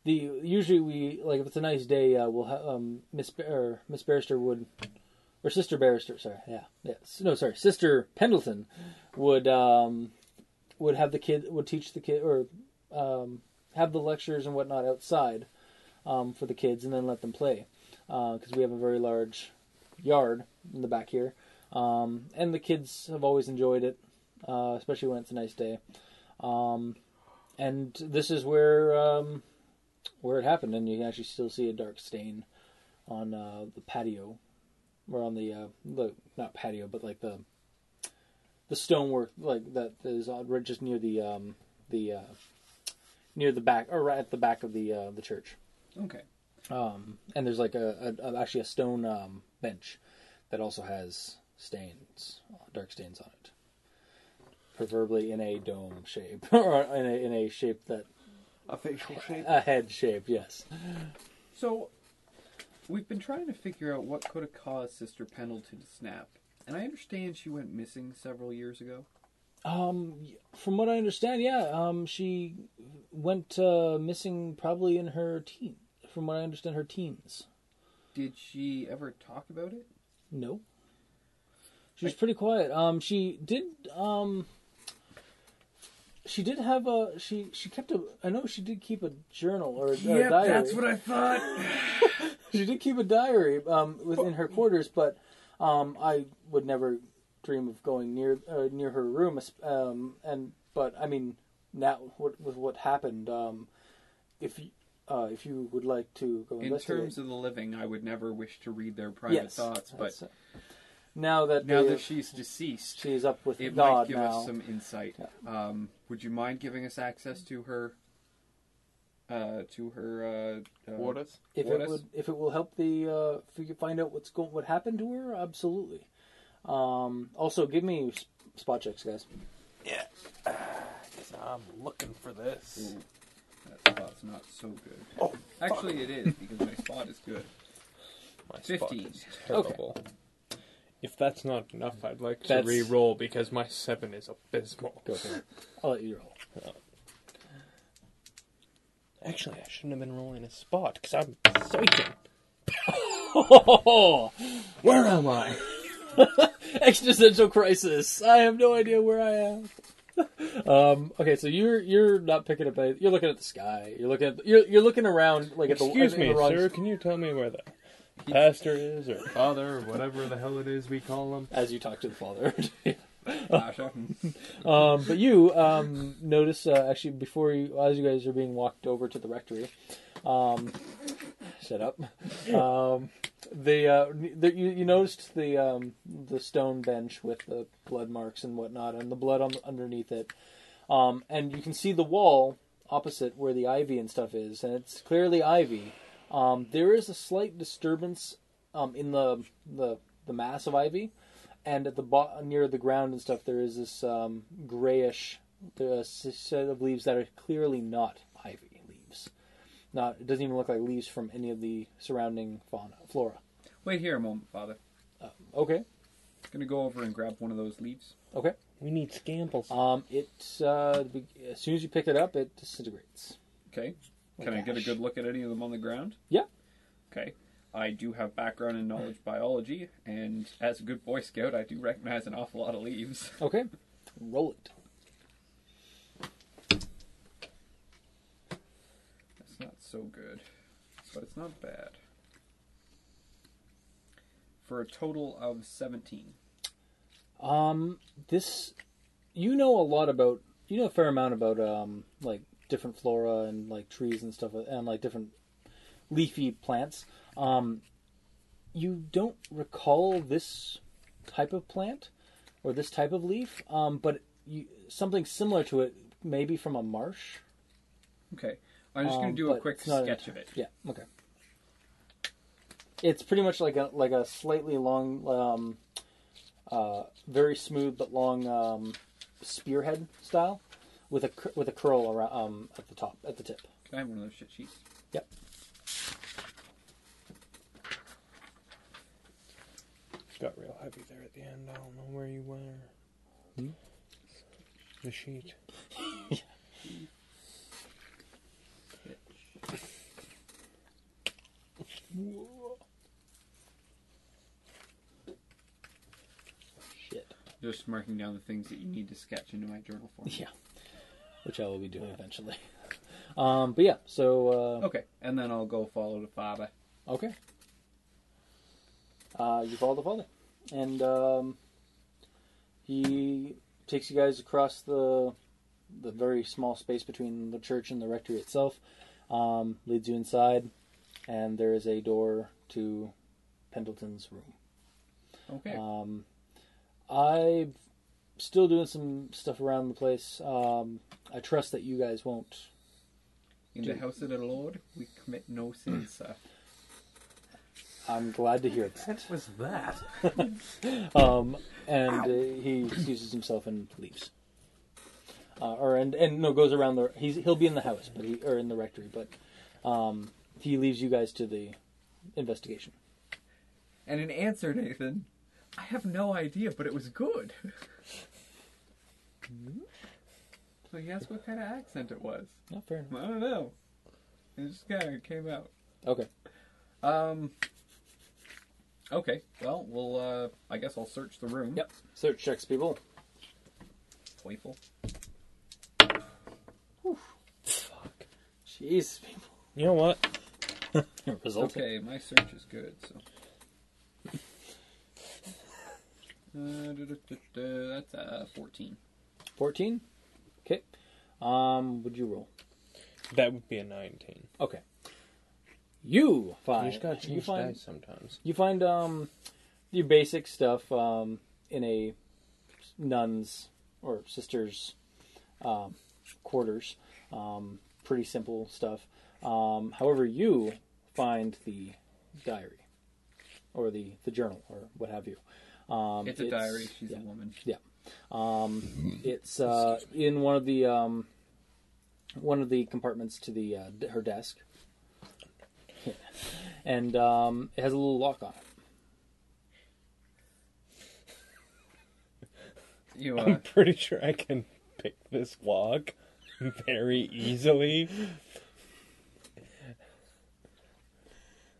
[SPEAKER 3] the usually we like if it's a nice day, uh, we'll have um, Miss Bar- or Miss Barrister would or Sister Barrister, sorry, yeah, yeah, S- no, sorry, Sister Pendleton would um, would have the kid would teach the kid or um, have the lectures and whatnot outside um, for the kids, and then let them play because we have a very large yard in the back here, um, and the kids have always enjoyed it, uh, especially when it's a nice day. Um, and this is where um, where it happened, and you can actually still see a dark stain on uh, the patio, or on the uh, the not patio, but like the the stonework like that is on, right just near the um, the uh, near the back or right at the back of the uh, the church.
[SPEAKER 4] Okay.
[SPEAKER 3] Um, and there's like a, a, a actually a stone um, bench that also has stains, dark stains on it, preferably in a dome shape <laughs> or in a in a shape that
[SPEAKER 7] A facial shape.
[SPEAKER 3] a head shape. Yes.
[SPEAKER 4] So, we've been trying to figure out what could have caused Sister Pendleton to snap, and I understand she went missing several years ago.
[SPEAKER 3] Um, from what I understand, yeah. Um, she went uh, missing probably in her teen. From what I understand, her teens.
[SPEAKER 4] Did she ever talk about it?
[SPEAKER 3] No. She was pretty quiet. Um, she did. Um, she did have a. She she kept a. I know she did keep a journal or, a- or a diary.
[SPEAKER 4] I thought.
[SPEAKER 3] she did keep a diary um, within her quarters, but um, I would never dream of going near uh, near her room. es- Um, and but I mean, now what, with what happened, um, if you, uh, if you would like to go
[SPEAKER 4] In
[SPEAKER 3] investigate,
[SPEAKER 4] terms of the living, I would never wish to read their private
[SPEAKER 3] Yes,
[SPEAKER 4] thoughts, but
[SPEAKER 3] that's- now that
[SPEAKER 4] now
[SPEAKER 3] they-
[SPEAKER 4] that she's deceased,
[SPEAKER 3] she's up with
[SPEAKER 4] it might
[SPEAKER 3] God
[SPEAKER 4] give
[SPEAKER 3] now,
[SPEAKER 4] us some insight. Um, would you mind giving us access to her? Uh, to her uh, uh,
[SPEAKER 7] Waters.
[SPEAKER 3] if
[SPEAKER 4] What
[SPEAKER 3] it
[SPEAKER 4] is-
[SPEAKER 3] would if it will help the uh figure, find out what's going what happened to her absolutely um also give me s- spot checks guys
[SPEAKER 7] Yeah. Guess I'm looking for this.
[SPEAKER 4] Ooh, that spot's not so good.
[SPEAKER 7] Oh,
[SPEAKER 4] Actually, it is because my spot is good.
[SPEAKER 7] My spot
[SPEAKER 4] Fifteen.
[SPEAKER 7] is terrible.
[SPEAKER 5] If that's not enough, I'd like to
[SPEAKER 3] That's-
[SPEAKER 5] re-roll because my seven is abysmal.
[SPEAKER 3] go ahead i'll let you roll
[SPEAKER 5] Actually, I shouldn't have been rolling a spot because I'm psyching.
[SPEAKER 3] <laughs> Oh,
[SPEAKER 5] Where am I?
[SPEAKER 3] existential crisis. I have no idea where I am. <laughs> um, okay, so you're you're not picking up. Anything. You're looking at the sky. You're looking at the, you're you're looking around like
[SPEAKER 5] Excuse
[SPEAKER 3] at the,
[SPEAKER 5] me,
[SPEAKER 3] at the wrong-
[SPEAKER 5] sir. Can you tell me where the pastor is or
[SPEAKER 2] Father, or whatever the hell it is we call
[SPEAKER 3] <laughs>
[SPEAKER 2] him.
[SPEAKER 3] as you talk to the father. <laughs>
[SPEAKER 4] Gosh, I'm-
[SPEAKER 3] um, but you um, notice uh, actually before you as you guys are being walked over to the rectory, um, set up. Um, the, uh, the you, you noticed the um, the stone bench with the blood marks and whatnot, and the blood on underneath it, um, and you can see the wall opposite where the ivy and stuff is, and it's clearly ivy. Um, there is a slight disturbance um, in the, the the mass of ivy, and at the bo- near the ground and stuff, there is this um, grayish uh, s- set of leaves that are clearly not ivy leaves. Not it doesn't even look like leaves from any of the surrounding fauna flora.
[SPEAKER 4] <laughs> Wait here a moment, Father.
[SPEAKER 3] Okay,
[SPEAKER 4] Gonna go over and grab one of those leaves.
[SPEAKER 3] okay.
[SPEAKER 5] we need scambles?
[SPEAKER 3] Um, it uh, be- as soon as you pick it up, it disintegrates.
[SPEAKER 4] Okay.
[SPEAKER 3] Oh,
[SPEAKER 4] Can I get a
[SPEAKER 3] gosh.
[SPEAKER 4] good look at any of them on the ground?
[SPEAKER 3] Yeah.
[SPEAKER 4] Okay. I do have background in knowledge biology, and as a good Boy Scout, I do recognize an awful lot of leaves. <laughs>
[SPEAKER 3] Okay, roll it.
[SPEAKER 4] That's not so good, but it's not bad. For a total of 17.
[SPEAKER 3] Um, this, you know a lot about, you know a fair amount about, um, like different flora and like trees and stuff, and like different leafy plants. Um, you don't recall this type of plant or this type of leaf, um, but you, something similar to it, maybe from a marsh.
[SPEAKER 4] Okay. I'm just going
[SPEAKER 3] Um,
[SPEAKER 4] to do a
[SPEAKER 3] but
[SPEAKER 4] quick
[SPEAKER 3] it's not
[SPEAKER 4] sketch of it.
[SPEAKER 3] Yeah. Okay. It's pretty much like a like a slightly long, um, uh, very smooth but long um, spearhead style, with a cur- with a curl around um, at the top at the tip.
[SPEAKER 4] Can I have one of those shit sheets?
[SPEAKER 3] Yep.
[SPEAKER 5] It got real heavy there at the end. I don't know where you were. The sheet.
[SPEAKER 3] Shit.
[SPEAKER 4] Just marking down the things that you need to sketch into my journal for me.
[SPEAKER 3] Yeah. Which I will be doing eventually. <laughs> Um, but yeah, so
[SPEAKER 4] Okay, and then I'll go follow the father.
[SPEAKER 3] uh, okay. Uh, you follow the father, and um, he takes you guys across the the very small space between the church and the rectory itself. Um, leads you inside, and there is a door to Pendleton's room.
[SPEAKER 4] Okay.
[SPEAKER 7] Uh,
[SPEAKER 3] Um, I'm still doing some stuff around the place. Um, I trust that you guys won't.
[SPEAKER 4] In the house of the Lord, we commit no sin, sir.
[SPEAKER 3] I'm glad to hear that.
[SPEAKER 7] <clears throat> What was that?
[SPEAKER 3] Um, and uh, he excuses himself and leaves. Uh, or and and no goes around the he's he'll be in the house but he or in the rectory but um, he leaves you guys to the investigation.
[SPEAKER 4] And in answer, Nathan, I have no idea, but it was good. <laughs>
[SPEAKER 7] Hmm?
[SPEAKER 4] so he asked what kind of accent it was.
[SPEAKER 3] Yeah, fair enough.
[SPEAKER 4] I don't know. It just kind of came out.
[SPEAKER 3] Okay.
[SPEAKER 4] Um. Okay. Well, we'll. Uh, I guess I'll search the room.
[SPEAKER 3] Yep. Search checks people.
[SPEAKER 4] Playful.
[SPEAKER 3] Fuck. Jeez, people.
[SPEAKER 5] You know what?
[SPEAKER 3] <laughs> Result.
[SPEAKER 4] Okay, my search is good. So. Uh, duh, duh, duh, duh, that's uh, 14.
[SPEAKER 3] Fourteen. Okay. Um, would you roll?
[SPEAKER 5] That would be a 19.
[SPEAKER 3] Okay. You
[SPEAKER 5] You
[SPEAKER 3] find
[SPEAKER 5] just gotta
[SPEAKER 3] you
[SPEAKER 5] change
[SPEAKER 3] find
[SPEAKER 5] dice sometimes.
[SPEAKER 3] you find um your basic stuff um in a nun's or sister's um, quarters. Um, pretty simple stuff. Um, however, you find the diary or the the journal or what have you. Um,
[SPEAKER 4] It's a diary. She's
[SPEAKER 3] yeah.
[SPEAKER 4] a woman.
[SPEAKER 3] Um, it's uh, in one of the um, one of the compartments to the uh, d- her desk, <laughs> and um, it has a little lock on it.
[SPEAKER 4] You
[SPEAKER 5] I'm
[SPEAKER 4] uh,
[SPEAKER 5] pretty sure I can pick this log <laughs> very easily.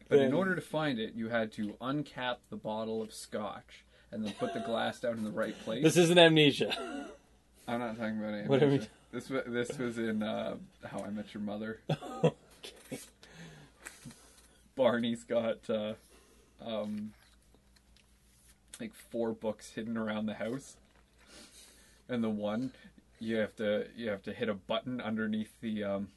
[SPEAKER 4] But in
[SPEAKER 5] Then-
[SPEAKER 4] order to find it, you had to uncap the bottle of scotch and then put the glass down in the right place.
[SPEAKER 3] This isn't amnesia.
[SPEAKER 4] I'm not talking about it.
[SPEAKER 3] What are we-
[SPEAKER 4] This was this was in uh, How I Met
[SPEAKER 3] <laughs>
[SPEAKER 4] Your Mother. Barney's got uh, um, like four books hidden around the house, and the one you have to you have to hit a button underneath the um,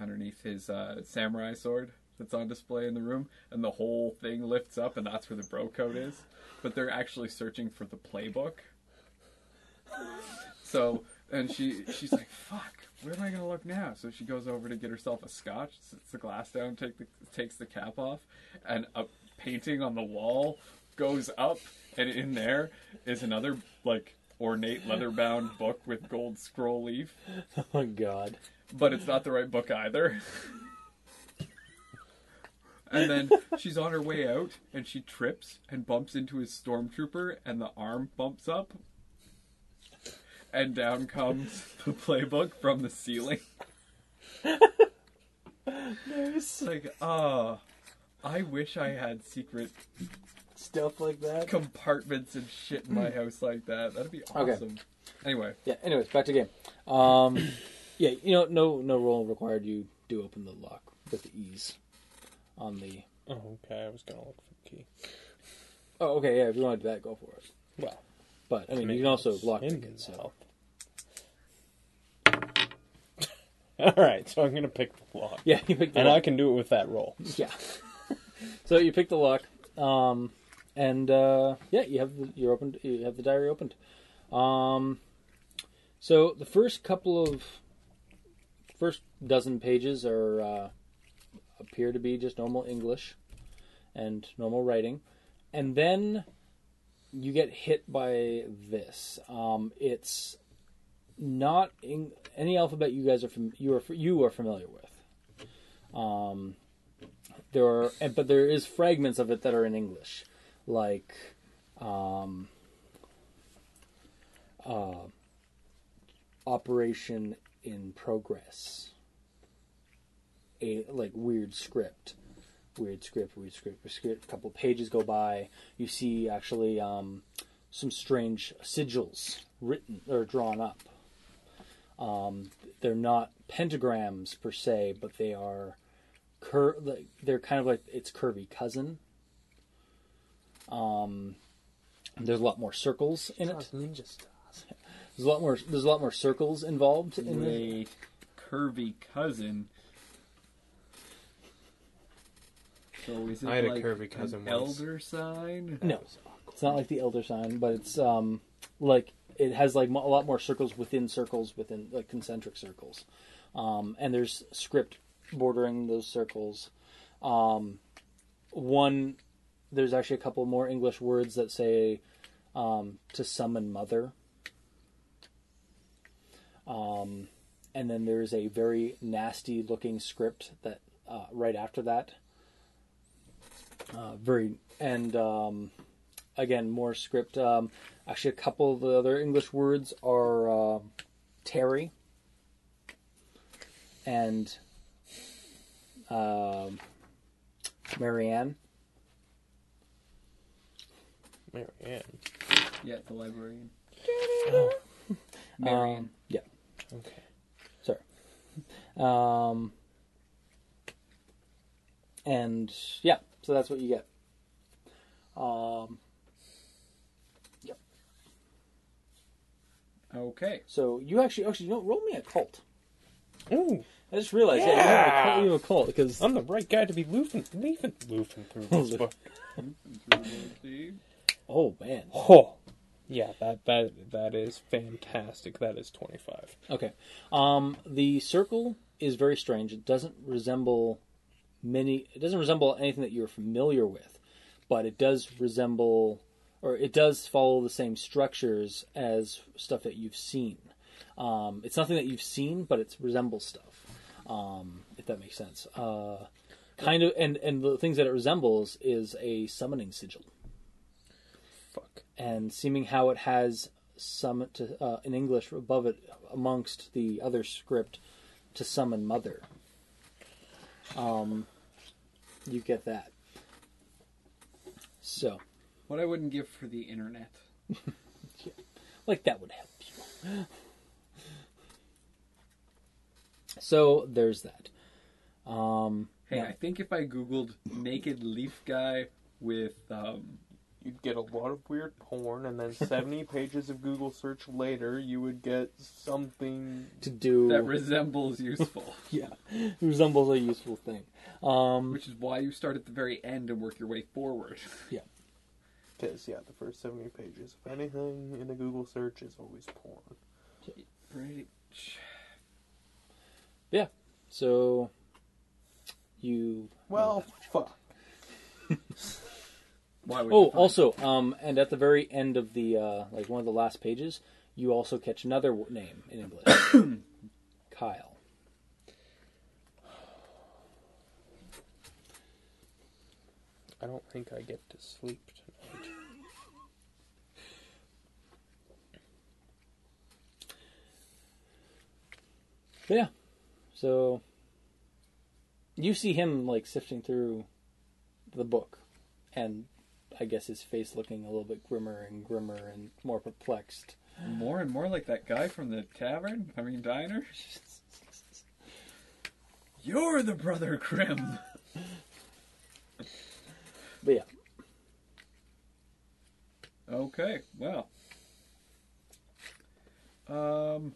[SPEAKER 4] underneath his uh, samurai sword that's on display in the room, and the whole thing lifts up, and that's where the bro code is. But they're actually searching for the playbook. So and she she's like, "Fuck, where am I gonna look now?" So she goes over to get herself a scotch, sits the glass down, take the, takes the cap off, and a painting on the wall goes up, and in there is another like ornate leather bound book with gold scroll leaf,
[SPEAKER 3] oh my god.
[SPEAKER 4] but it's not the right book either. And then she's on her way out, and she trips and bumps into his stormtrooper, and the arm bumps up, and down comes the playbook from the ceiling. nice. Like, ah, I wish I had secret
[SPEAKER 3] Stuff like that.
[SPEAKER 4] compartments and shit in my house like that. That'd be
[SPEAKER 3] Okay.
[SPEAKER 4] awesome. Anyway,
[SPEAKER 3] Yeah. Anyways, back to game. Um, <coughs> yeah, you know, no no roll required. You do open the lock with ease. On the
[SPEAKER 5] Oh, okay, I was gonna look for the key.
[SPEAKER 3] oh okay yeah if you want to do that go for it.
[SPEAKER 5] Well,
[SPEAKER 3] But I mean you can also block
[SPEAKER 5] in
[SPEAKER 3] ticket so.
[SPEAKER 5] <laughs> All right, so I'm gonna pick the log,
[SPEAKER 3] Yeah, <laughs> you pick the
[SPEAKER 5] and I
[SPEAKER 3] lock.
[SPEAKER 5] can do it with that roll.
[SPEAKER 3] <laughs> Yeah. so you pick the lock, um, and uh, yeah, you have the, you're opened. You have the diary opened. Um, so the first couple of first dozen pages are uh, appear to be just normal English and normal writing, and then you get hit by this. Um, it's not in any alphabet you guys are fam- you are you are familiar with. Um, there are and- but there is fragments of it that are in english like um uh operation in progress a like weird script weird script, weird script, weird script. A couple pages go by. You see actually um, some strange sigils written or drawn up. Um, they're not pentagrams per se, but they are cur- like, they're kind of like its curvy cousin. Um, there's a lot more circles in it.
[SPEAKER 7] ninja stars.
[SPEAKER 3] There's a lot more. There's a lot more circles involved in the
[SPEAKER 4] Wait, curvy cousin. So is it
[SPEAKER 5] I had a
[SPEAKER 4] like
[SPEAKER 5] curvy cousin
[SPEAKER 4] an
[SPEAKER 5] once.
[SPEAKER 4] elder sign?
[SPEAKER 3] No, it's not like the elder sign, but it's um like it has like mo- a lot more circles within circles within like concentric circles, um, and there's script bordering those circles. Um, one there's actually a couple more English words that say um, to summon mother. Um, and then there is a very nasty looking script that uh, right after that. Uh, very and um, again more script. Um, actually, a couple of the other English words are uh, Terry and um Marianne.
[SPEAKER 5] Marianne.
[SPEAKER 4] Yeah, the librarian.
[SPEAKER 5] Oh.
[SPEAKER 3] Um, yeah. Okay. Sorry. Um, and yeah, so that's what you get. Um,
[SPEAKER 5] Um,
[SPEAKER 4] Okay.
[SPEAKER 3] so you actually, actually, you know, roll me a cult.
[SPEAKER 5] Ooh,
[SPEAKER 3] I just realized, yeah,
[SPEAKER 5] Yeah.
[SPEAKER 3] you have a cult because
[SPEAKER 5] I'm the right guy to be loofing, leafing, loofing through this book.
[SPEAKER 3] oh man,
[SPEAKER 5] Oh, yeah, that that that is fantastic. That is 25.
[SPEAKER 3] Okay. Um, the circle is very strange. It doesn't resemble many. It doesn't resemble anything that you're familiar with, but it does resemble, or it does follow the same structures as stuff that you've seen. Um, it's nothing that you've seen, but it resembles stuff. Um, if that makes sense. Uh, kind of, and and the things that it resembles is a summoning sigil
[SPEAKER 5] Fuck.
[SPEAKER 3] and seeming how it has some to, uh, in English above it amongst the other script to summon mother. Um, you get that. So,
[SPEAKER 4] What I wouldn't give for the internet.
[SPEAKER 3] like that would help you. <laughs> So there's that. Um,
[SPEAKER 4] Hey, I think if I googled naked leaf guy with um
[SPEAKER 2] You'd get a lot of weird porn, and
[SPEAKER 5] <laughs>
[SPEAKER 2] then 70 pages of Google search later, you would get something.
[SPEAKER 3] To do <laughs>
[SPEAKER 4] that resembles useful, <laughs>
[SPEAKER 3] yeah, resembles a useful thing. Um,
[SPEAKER 4] which is why you start at the very end and work your way forward.
[SPEAKER 2] Because, yeah, the first 70 pages of anything in a Google search is always porn.
[SPEAKER 4] Right.
[SPEAKER 3] so you
[SPEAKER 2] Well, Hmm. fuck.
[SPEAKER 4] Why would
[SPEAKER 3] Oh,
[SPEAKER 4] you find-
[SPEAKER 3] also, um, and at the very end of the uh, like one of the last pages, you also catch another w- name in English, <coughs> Kyle.
[SPEAKER 5] I don't think I get to sleep tonight.
[SPEAKER 3] But yeah, so you see him like sifting through the book, and I guess his face looking a little bit grimmer and grimmer and more perplexed.
[SPEAKER 4] more and more like that guy from the tavern. I mean diner. You're the brother Grimm.
[SPEAKER 3] But yeah,
[SPEAKER 4] Okay, well. Um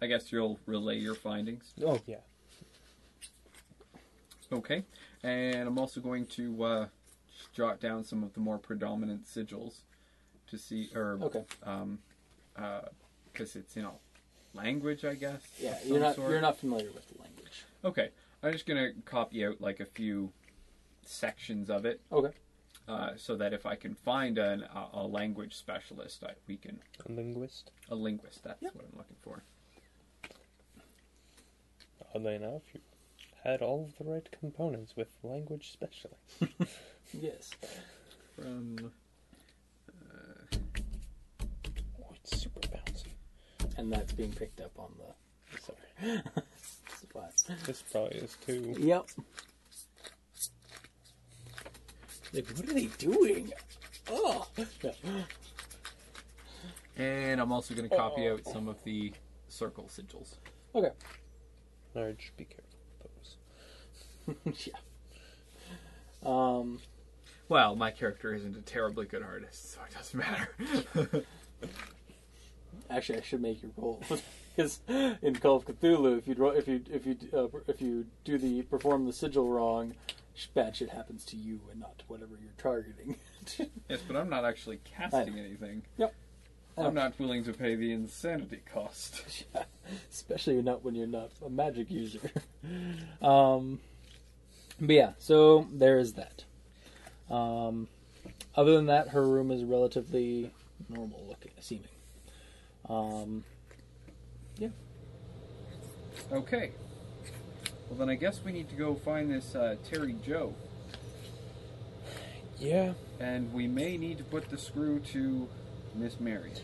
[SPEAKER 4] I guess you'll relay your findings.
[SPEAKER 5] Oh yeah.
[SPEAKER 4] Okay. And I'm also going to uh, jot down some of the more predominant sigils to see or
[SPEAKER 3] okay,
[SPEAKER 4] um uh cuz it's you know language I guess. of
[SPEAKER 3] yeah,
[SPEAKER 4] some
[SPEAKER 3] you're not
[SPEAKER 4] sort.
[SPEAKER 3] you're not familiar with the language.
[SPEAKER 4] Okay. I'm just going to copy out like a few sections of it
[SPEAKER 3] Okay,
[SPEAKER 4] uh, so that if I can find an, a, a language specialist I, we can
[SPEAKER 5] A linguist.
[SPEAKER 4] a linguist that's what I'm looking for.
[SPEAKER 5] Oddly enough, you had all of the right components with language specialist.
[SPEAKER 3] yes,
[SPEAKER 4] From
[SPEAKER 5] Oh, it's super bouncy.
[SPEAKER 3] and that's being picked up on the
[SPEAKER 5] Sorry.
[SPEAKER 3] <laughs> supplies.
[SPEAKER 5] This probably is too.
[SPEAKER 3] Yep. Like, what are they doing? Oh, No.
[SPEAKER 4] And I'm also going to copy out some of the circle sigils.
[SPEAKER 3] okay.
[SPEAKER 5] Large, be careful with those.
[SPEAKER 3] yeah. Um,
[SPEAKER 4] Well, my character isn't a terribly good artist, so it doesn't matter. <laughs>
[SPEAKER 3] actually, I should make you roll <laughs> because in Call of Cthulhu, if you roll, if you if you uh, if you do the perform the sigil wrong, sh- bad shit happens to you and not to whatever you're targeting.
[SPEAKER 4] yes, but I'm not actually casting anything.
[SPEAKER 3] Yep.
[SPEAKER 4] I'm not willing to pay the insanity cost.
[SPEAKER 3] especially not when you're not a magic user. <laughs> um, but yeah, so there is that. Um, other than that, her room is relatively normal looking, seeming. Um,
[SPEAKER 4] Okay. Well, then I guess we need to go find this uh, Terry Joe,
[SPEAKER 5] Yeah.
[SPEAKER 4] and we may need to put the screw to Miss Marion.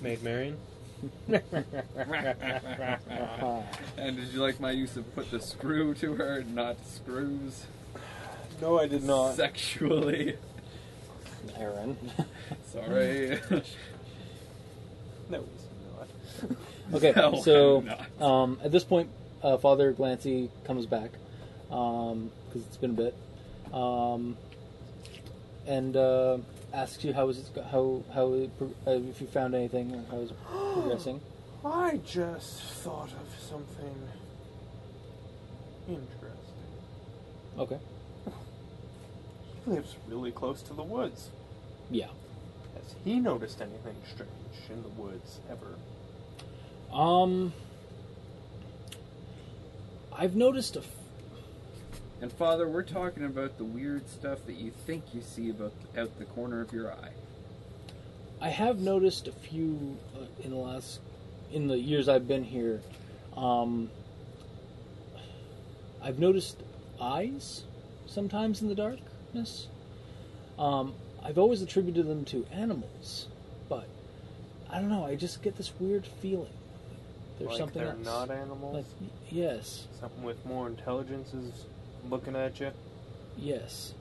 [SPEAKER 5] Maid Marian?
[SPEAKER 4] And did you like my use of put the screw to her, not screws?
[SPEAKER 2] No, I did not.
[SPEAKER 4] Sexually. <laughs>
[SPEAKER 3] Aaron. <laughs>
[SPEAKER 4] <laughs> Sorry.
[SPEAKER 2] No, it's not.
[SPEAKER 3] okay,
[SPEAKER 4] No,
[SPEAKER 3] so
[SPEAKER 4] I'm not.
[SPEAKER 3] um, at this point, uh, Father Glancy comes back because it's been a bit, um, and uh, asks you how is it, how how it, pro- uh, if you found anything or how is it progressing.
[SPEAKER 2] I just thought of something interesting.
[SPEAKER 3] Okay.
[SPEAKER 2] He lives really close to the woods.
[SPEAKER 3] Yeah.
[SPEAKER 2] Has he noticed anything strange in the woods ever?
[SPEAKER 3] Um, I've noticed a. F-
[SPEAKER 4] and Father, we're talking about the weird stuff that you think you see about out the corner of your eye.
[SPEAKER 3] I have noticed a few uh, in the last, in the years I've been here. Um, I've noticed eyes sometimes in the darkness. Um, I've always attributed them to animals, but I don't know. I just get this weird feeling. There's
[SPEAKER 2] like
[SPEAKER 3] something
[SPEAKER 2] they're
[SPEAKER 3] else.
[SPEAKER 2] not animals.
[SPEAKER 3] like, y- yes.
[SPEAKER 2] Something with more intelligence is looking at
[SPEAKER 5] <laughs>
[SPEAKER 2] you.
[SPEAKER 3] Yes,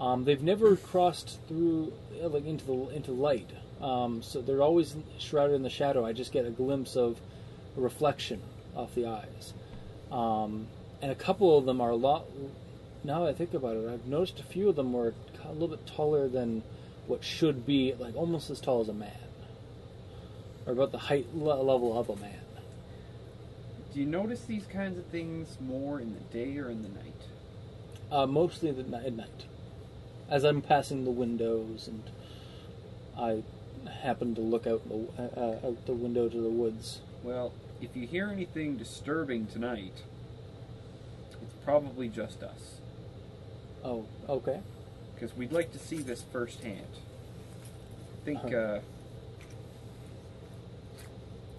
[SPEAKER 3] um, they've never crossed through uh, like into the into light. Um, so they're always shrouded in the shadow. I just get a glimpse of a reflection off the eyes, um, and a couple of them are a lot. Now that I think about it, I've noticed a few of them were a little bit taller than what should be, like almost as tall as a man, or about the height le- level of a man.
[SPEAKER 4] Do you notice these kinds of things more in the day or in the night?
[SPEAKER 3] Uh, mostly at, ni- at night. As I'm passing the windows, and I happen to look out the uh, uh, out the window to the woods.
[SPEAKER 4] Well, if you hear anything disturbing tonight, it's probably just us.
[SPEAKER 3] Oh, okay.
[SPEAKER 4] Because we'd like to see this firsthand. I think,
[SPEAKER 3] Uh-huh.
[SPEAKER 4] uh,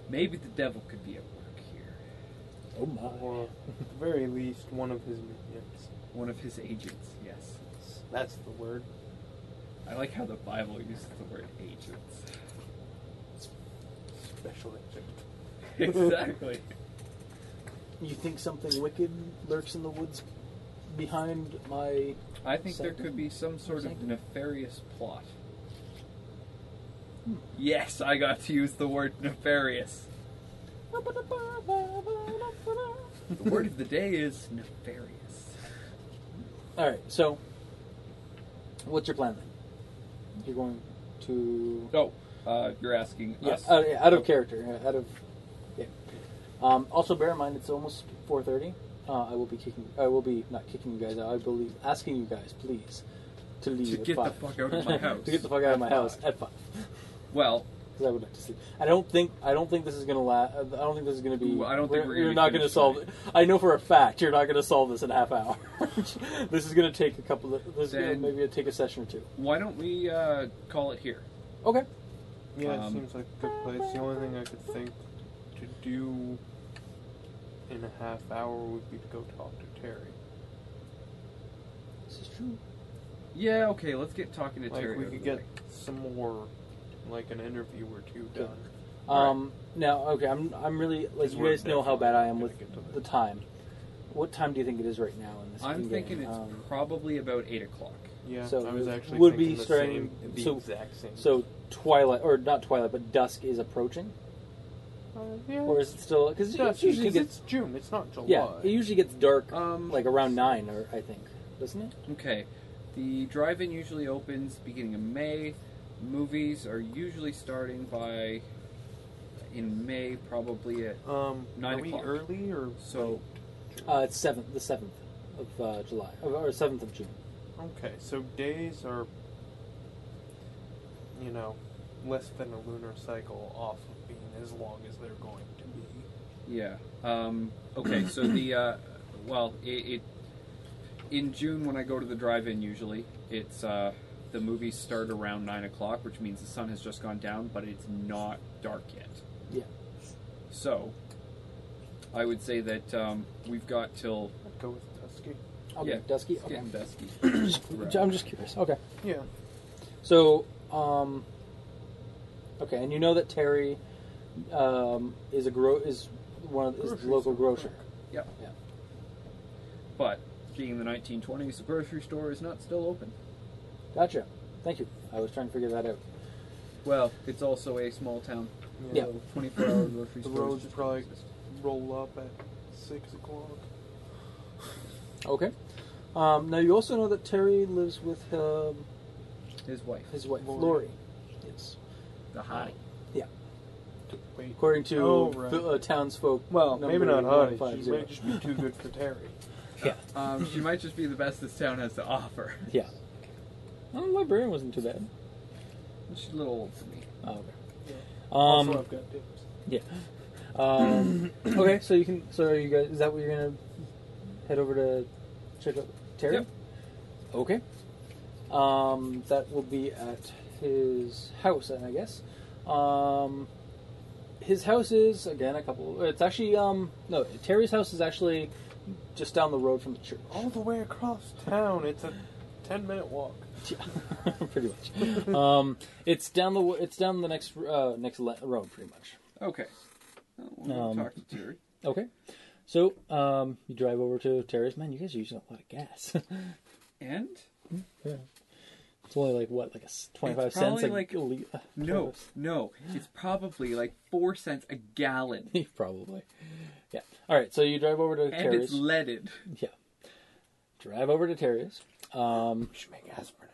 [SPEAKER 4] maybe the devil could be at work here.
[SPEAKER 3] Oh my.
[SPEAKER 2] Or, at the very least, one of his minions.
[SPEAKER 4] One of his agents, yes.
[SPEAKER 2] That's the word.
[SPEAKER 4] I like how the Bible uses the word agents. <laughs>
[SPEAKER 2] Special agent.
[SPEAKER 4] exactly.
[SPEAKER 3] You think something wicked lurks in the woods behind my?
[SPEAKER 4] I think there
[SPEAKER 3] Second.
[SPEAKER 4] could be some sort of
[SPEAKER 3] Second.
[SPEAKER 4] nefarious plot. Yes, I got to use the word nefarious. The word of the day is nefarious.
[SPEAKER 3] All right. So, what's your plan then? You're going to
[SPEAKER 4] Oh, uh, you're asking
[SPEAKER 3] yeah,
[SPEAKER 4] us.
[SPEAKER 3] out, yeah, out of character, yeah, out of. Yeah. Um, also, bear in mind it's almost four thirty. Uh, I will be kicking. I will be not kicking you guys out. I believe asking you guys, please, to leave
[SPEAKER 4] To
[SPEAKER 3] at
[SPEAKER 4] get the
[SPEAKER 3] five.
[SPEAKER 4] fuck out of my house.
[SPEAKER 3] <laughs> to get the fuck out of my house at five.
[SPEAKER 4] well,
[SPEAKER 3] Because I would like to sleep. I don't think. I don't think this is gonna last. I don't think this is gonna be.
[SPEAKER 4] Ooh, I don't think we're gonna
[SPEAKER 3] you're
[SPEAKER 4] be
[SPEAKER 3] not gonna
[SPEAKER 4] finished
[SPEAKER 3] solve
[SPEAKER 4] tonight.
[SPEAKER 3] it. I know for a fact you're not gonna solve this in a half hour. <laughs> this is gonna take a couple. Of, this is gonna
[SPEAKER 4] Then-
[SPEAKER 3] maybe it'll take a session or two.
[SPEAKER 4] why don't we uh, call it here?
[SPEAKER 3] Okay.
[SPEAKER 2] Yeah,
[SPEAKER 4] Um,
[SPEAKER 2] it seems like a good place. The only thing I could think to do in a half hour would be to go talk to Terry.
[SPEAKER 3] This is true.
[SPEAKER 4] Yeah, okay, let's get talking to
[SPEAKER 2] Like
[SPEAKER 4] Terry.
[SPEAKER 2] we
[SPEAKER 4] over
[SPEAKER 2] could
[SPEAKER 4] the
[SPEAKER 2] get some more, like an interview or two
[SPEAKER 3] Yeah.
[SPEAKER 2] done.
[SPEAKER 3] Um, Now, okay, I'm I'm really like
[SPEAKER 2] Because
[SPEAKER 3] you
[SPEAKER 2] we're
[SPEAKER 3] guys know how bad I am with
[SPEAKER 2] definitely gonna get to
[SPEAKER 3] the
[SPEAKER 2] this.
[SPEAKER 3] time. What time do you think it is right now in this?
[SPEAKER 4] I'm
[SPEAKER 3] game?
[SPEAKER 4] thinking it's
[SPEAKER 3] Um,
[SPEAKER 4] probably about eight o'clock.
[SPEAKER 2] Yeah,
[SPEAKER 3] So
[SPEAKER 2] I was
[SPEAKER 3] it
[SPEAKER 2] actually
[SPEAKER 3] would
[SPEAKER 2] thinking
[SPEAKER 3] be
[SPEAKER 2] the
[SPEAKER 3] starting-
[SPEAKER 2] same, the
[SPEAKER 3] so-
[SPEAKER 2] exact same.
[SPEAKER 3] so twilight, or not twilight, but dusk is approaching,
[SPEAKER 2] Uh, yeah,
[SPEAKER 3] or is it still? Because
[SPEAKER 2] it's,
[SPEAKER 3] it
[SPEAKER 2] dusk,
[SPEAKER 3] usually
[SPEAKER 2] 'cause
[SPEAKER 3] gets
[SPEAKER 2] it's June. It's not July.
[SPEAKER 3] yeah, it usually gets dark
[SPEAKER 4] Um,
[SPEAKER 3] like around nine, or I think, doesn't it?
[SPEAKER 4] Okay. The drive-in usually opens beginning of May. Movies are usually starting by in May, probably at
[SPEAKER 2] um,
[SPEAKER 4] Nine
[SPEAKER 2] are we
[SPEAKER 4] o'clock.
[SPEAKER 2] early or
[SPEAKER 4] so.
[SPEAKER 3] Uh, it's seventh, the seventh of uh, July, or seventh of June.
[SPEAKER 2] Okay, so days are, you know, less than a lunar cycle off of being as long as they're going to be.
[SPEAKER 4] Yeah. Um, okay. So the uh, well, it, it in June when I go to the drive-in usually it's uh, the movies start around nine o'clock, which means the sun has just gone down, but it's not dark yet.
[SPEAKER 3] Yeah.
[SPEAKER 4] So I would say that um, we've got till
[SPEAKER 2] I'd go with Dusky.
[SPEAKER 3] Okay,
[SPEAKER 4] Yeah.
[SPEAKER 3] dusky.
[SPEAKER 4] it's
[SPEAKER 3] Okay, <clears throat>
[SPEAKER 4] getting
[SPEAKER 3] <coughs>
[SPEAKER 4] dusky.
[SPEAKER 3] I'm just curious. Okay.
[SPEAKER 2] Yeah.
[SPEAKER 3] So, um, okay, and you know that Terry um, is a gro- is one of, is the
[SPEAKER 2] Grocery
[SPEAKER 3] local
[SPEAKER 2] store
[SPEAKER 3] grocer.
[SPEAKER 4] Yep.
[SPEAKER 3] Yeah.
[SPEAKER 4] But being the 1920s, the grocery store is not still open.
[SPEAKER 3] Gotcha. Thank you. I was trying to figure that out.
[SPEAKER 4] Well, it's also a small town.
[SPEAKER 3] Yeah.
[SPEAKER 4] So 24 hour grocery
[SPEAKER 2] The
[SPEAKER 4] store.
[SPEAKER 2] roads probably roll up at six o'clock.
[SPEAKER 3] Okay. Um, now you also know that Terry lives with um,
[SPEAKER 4] His wife.
[SPEAKER 3] his wife Lori.
[SPEAKER 2] Lori.
[SPEAKER 3] Yes.
[SPEAKER 4] The hottie.
[SPEAKER 2] Wait.
[SPEAKER 3] According to
[SPEAKER 2] Oh, right.
[SPEAKER 3] the, uh, townsfolk.
[SPEAKER 2] Well,
[SPEAKER 3] number
[SPEAKER 2] maybe not honey. She
[SPEAKER 3] 150.
[SPEAKER 2] may just be too good for Terry. <laughs>
[SPEAKER 4] Um, she might just be the best this town has to offer. <laughs>
[SPEAKER 3] Yeah. Oh, librarian wasn't too bad.
[SPEAKER 4] She's a little old for me.
[SPEAKER 3] Oh, okay.
[SPEAKER 2] Yeah.
[SPEAKER 3] Um,
[SPEAKER 2] also, I've got dips.
[SPEAKER 3] Um, okay, so you can. So are you guys? Is that what you're gonna head over to check out Terry?
[SPEAKER 4] Yep.
[SPEAKER 3] Okay. Um, that will be at his house, then I guess. Um, his house is again a couple. It's actually um no Terry's house is actually just down the road from the church. <laughs>
[SPEAKER 2] All the way across town. It's a ten-minute walk.
[SPEAKER 3] pretty much. um, it's down the it's down the next uh, next le- road, pretty much.
[SPEAKER 4] Okay. Well, we'll
[SPEAKER 3] Um,
[SPEAKER 4] talk to Terry.
[SPEAKER 3] Okay. So, um, you drive over to Terry's. Man, you guys are using a lot of gas. <laughs>
[SPEAKER 4] And?
[SPEAKER 3] it's only like, what, like a s- 25
[SPEAKER 4] It's
[SPEAKER 3] cents?
[SPEAKER 4] probably
[SPEAKER 3] a
[SPEAKER 4] like-
[SPEAKER 3] a <laughs> li- uh,
[SPEAKER 4] No, no. It's probably like four cents a gallon.
[SPEAKER 3] probably. Yeah. All right. So you drive over to
[SPEAKER 4] And it's
[SPEAKER 3] Terry's.
[SPEAKER 4] leaded.
[SPEAKER 3] yeah. Drive over to Terry's. Um,
[SPEAKER 2] We should make aspirin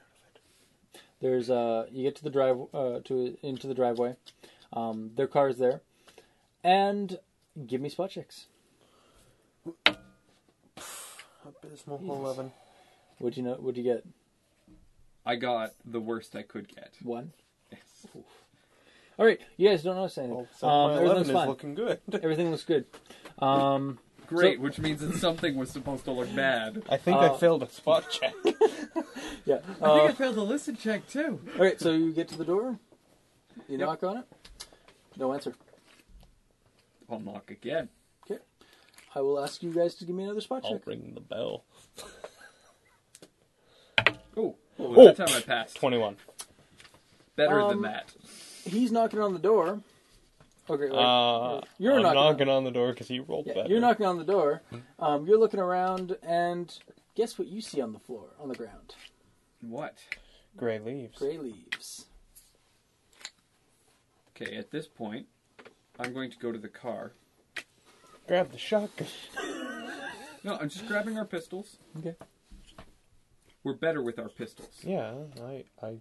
[SPEAKER 3] there's uh, you get to the drive uh, to into the driveway. Um, their car's there, and give me spot checks.
[SPEAKER 2] out of it. Abysmal eleven.
[SPEAKER 3] Would you know? Would you get
[SPEAKER 4] I got the worst I could get.
[SPEAKER 3] one?
[SPEAKER 4] Yes.
[SPEAKER 3] All right. You guys don't notice anything.
[SPEAKER 2] Well, so
[SPEAKER 3] um,
[SPEAKER 2] my
[SPEAKER 3] everything
[SPEAKER 2] eleven
[SPEAKER 3] looks
[SPEAKER 2] is
[SPEAKER 3] fine.
[SPEAKER 2] looking good.
[SPEAKER 3] Everything looks good. Um,
[SPEAKER 4] Great, which means that something was supposed to look bad.
[SPEAKER 5] <laughs> I think
[SPEAKER 3] Uh,
[SPEAKER 5] I failed a spot
[SPEAKER 3] <laughs>
[SPEAKER 5] check.
[SPEAKER 3] yeah.
[SPEAKER 4] I
[SPEAKER 3] Uh,
[SPEAKER 4] think I failed a listen check too.
[SPEAKER 3] All right, so you get to the door, you knock on it, no answer.
[SPEAKER 4] I'll knock again.
[SPEAKER 3] I will ask you guys to give me another spot
[SPEAKER 5] I'll
[SPEAKER 3] check.
[SPEAKER 5] ring the bell.
[SPEAKER 4] Oh,
[SPEAKER 5] Oh.
[SPEAKER 4] that time I passed.
[SPEAKER 5] Twenty-one.
[SPEAKER 4] Better
[SPEAKER 3] Um,
[SPEAKER 4] than that.
[SPEAKER 3] He's knocking on the door. Okay, wait.
[SPEAKER 5] Uh,
[SPEAKER 3] You're
[SPEAKER 5] I'm
[SPEAKER 3] knocking on-
[SPEAKER 5] knocking on the door because you rolled
[SPEAKER 3] Yeah,
[SPEAKER 5] better.
[SPEAKER 3] you're knocking on the door. Um, you're looking around, and guess what you see on the floor, on the ground?
[SPEAKER 4] What?
[SPEAKER 5] Gray leaves.
[SPEAKER 3] Gray leaves.
[SPEAKER 4] Okay, at this point, I'm going to go to the car.
[SPEAKER 5] Grab the shotgun.
[SPEAKER 4] No, I'm just grabbing our pistols.
[SPEAKER 3] Okay.
[SPEAKER 4] We're better with our pistols.
[SPEAKER 5] Yeah, I, I,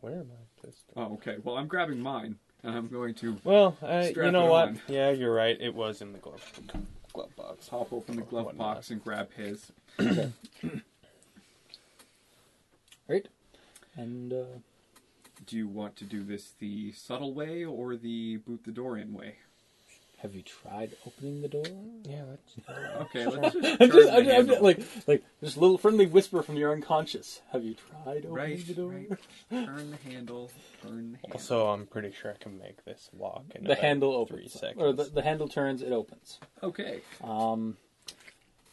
[SPEAKER 5] where am I? Pissed?
[SPEAKER 4] Oh, okay. Well, I'm grabbing mine, and I'm going to
[SPEAKER 5] Well, uh,
[SPEAKER 4] Strap
[SPEAKER 5] you know
[SPEAKER 4] it
[SPEAKER 5] what?
[SPEAKER 4] on.
[SPEAKER 5] Yeah, you're right. It was in the glove glove box.
[SPEAKER 4] pop open the glove
[SPEAKER 5] Why not?
[SPEAKER 4] box and grab his.
[SPEAKER 3] All right, and uh,
[SPEAKER 4] Do you want to do this the subtle way or the boot the door in way?
[SPEAKER 3] have you tried opening the door?
[SPEAKER 5] Yeah, that's
[SPEAKER 4] Okay, let's just,
[SPEAKER 3] <laughs> I'm
[SPEAKER 4] turn
[SPEAKER 3] just,
[SPEAKER 4] the
[SPEAKER 3] I'm, I'm
[SPEAKER 4] handle.
[SPEAKER 3] just like, like just a little friendly whisper from your unconscious. Have you tried opening
[SPEAKER 4] right,
[SPEAKER 3] the door?
[SPEAKER 4] right. Turn the handle. Turn the handle.
[SPEAKER 5] <laughs> also. I'm pretty sure I can make this lock in
[SPEAKER 3] The
[SPEAKER 5] about
[SPEAKER 3] handle
[SPEAKER 5] three
[SPEAKER 3] opens,
[SPEAKER 5] seconds.
[SPEAKER 3] or the, the handle turns. It opens.
[SPEAKER 4] okay.
[SPEAKER 3] Um,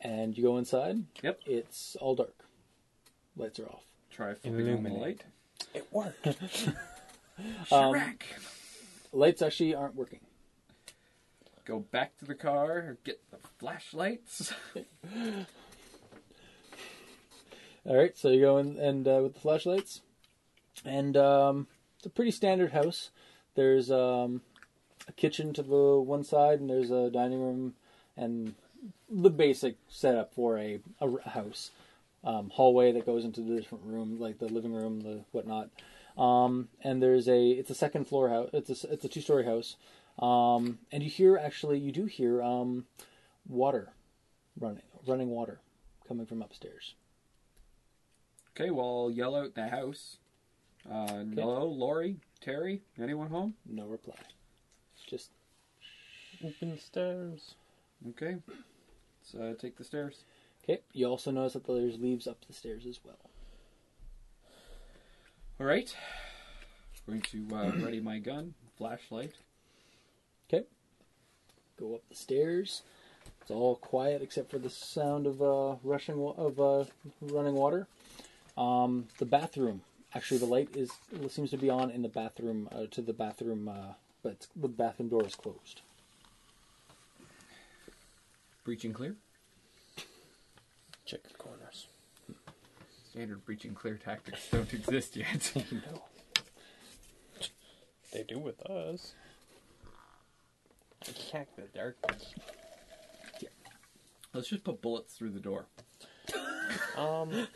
[SPEAKER 3] and you go inside.
[SPEAKER 4] Yep.
[SPEAKER 3] It's all dark. Lights are off.
[SPEAKER 4] Try flipping on the
[SPEAKER 5] Illuminate.
[SPEAKER 4] light.
[SPEAKER 5] It worked. <laughs> Um,
[SPEAKER 3] Um,
[SPEAKER 4] <laughs> Shrek.
[SPEAKER 3] Lights actually aren't working.
[SPEAKER 4] go back to the car, get the flashlights.
[SPEAKER 3] All right, so you go in and uh, with the flashlights, and um, it's a pretty standard house. There's um, a kitchen to the one side, and there's a dining room, and the basic setup for a, a r- house. Um, hallway that goes into the different room, like the living room, the whatnot. Um, and there's a it's a second floor house. It's a s- it's a two story house. Um, and you hear actually you do hear um, water running running water coming from upstairs.
[SPEAKER 4] okay, well, I'll yell out the house. Uh, Hello, Lori, Terry, anyone home?
[SPEAKER 3] No reply. Just
[SPEAKER 5] Open stairs.
[SPEAKER 4] Okay, let's uh, take the stairs.
[SPEAKER 3] okay. You also notice that there's leaves up the stairs as well.
[SPEAKER 4] All right, going to <clears throat> uh, ready my gun, flashlight.
[SPEAKER 3] Go up the stairs. It's all quiet except for the sound of uh, rushing wa- of uh, running water. Um, the bathroom. Actually, the light is seems to be on in the bathroom uh, to the bathroom, uh, but it's- the bathroom door is closed.
[SPEAKER 4] Breaching clear.
[SPEAKER 5] Check the corners.
[SPEAKER 4] Standard breaching clear tactics don't <laughs> exist yet.
[SPEAKER 3] No.
[SPEAKER 5] They do with us. Attack the darkness.
[SPEAKER 4] Let's just put bullets through the door.
[SPEAKER 5] Um,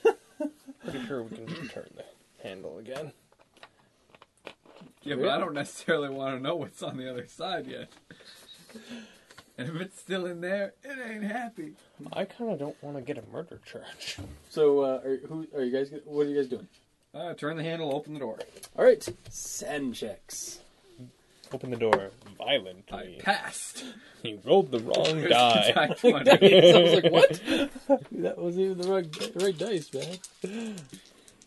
[SPEAKER 5] pretty sure
[SPEAKER 3] <laughs>
[SPEAKER 5] we can just turn the handle again.
[SPEAKER 4] Yeah, but I don't necessarily want to know what's on the other side <laughs> yet. And if it's still in there, it ain't happy.
[SPEAKER 5] I kind of don't want to get a murder charge.
[SPEAKER 3] So, uh, are, who are you guys? What are you guys doing?
[SPEAKER 4] Uh, turn the handle, open the door.
[SPEAKER 3] All right, sand checks. <laughs>
[SPEAKER 5] Open the door
[SPEAKER 4] I
[SPEAKER 5] violently.
[SPEAKER 4] <laughs> passed.
[SPEAKER 5] You rolled the wrong
[SPEAKER 4] <laughs>
[SPEAKER 5] die.
[SPEAKER 4] Die 20.
[SPEAKER 3] I was like, <laughs> what? that was even the right, right dice, man.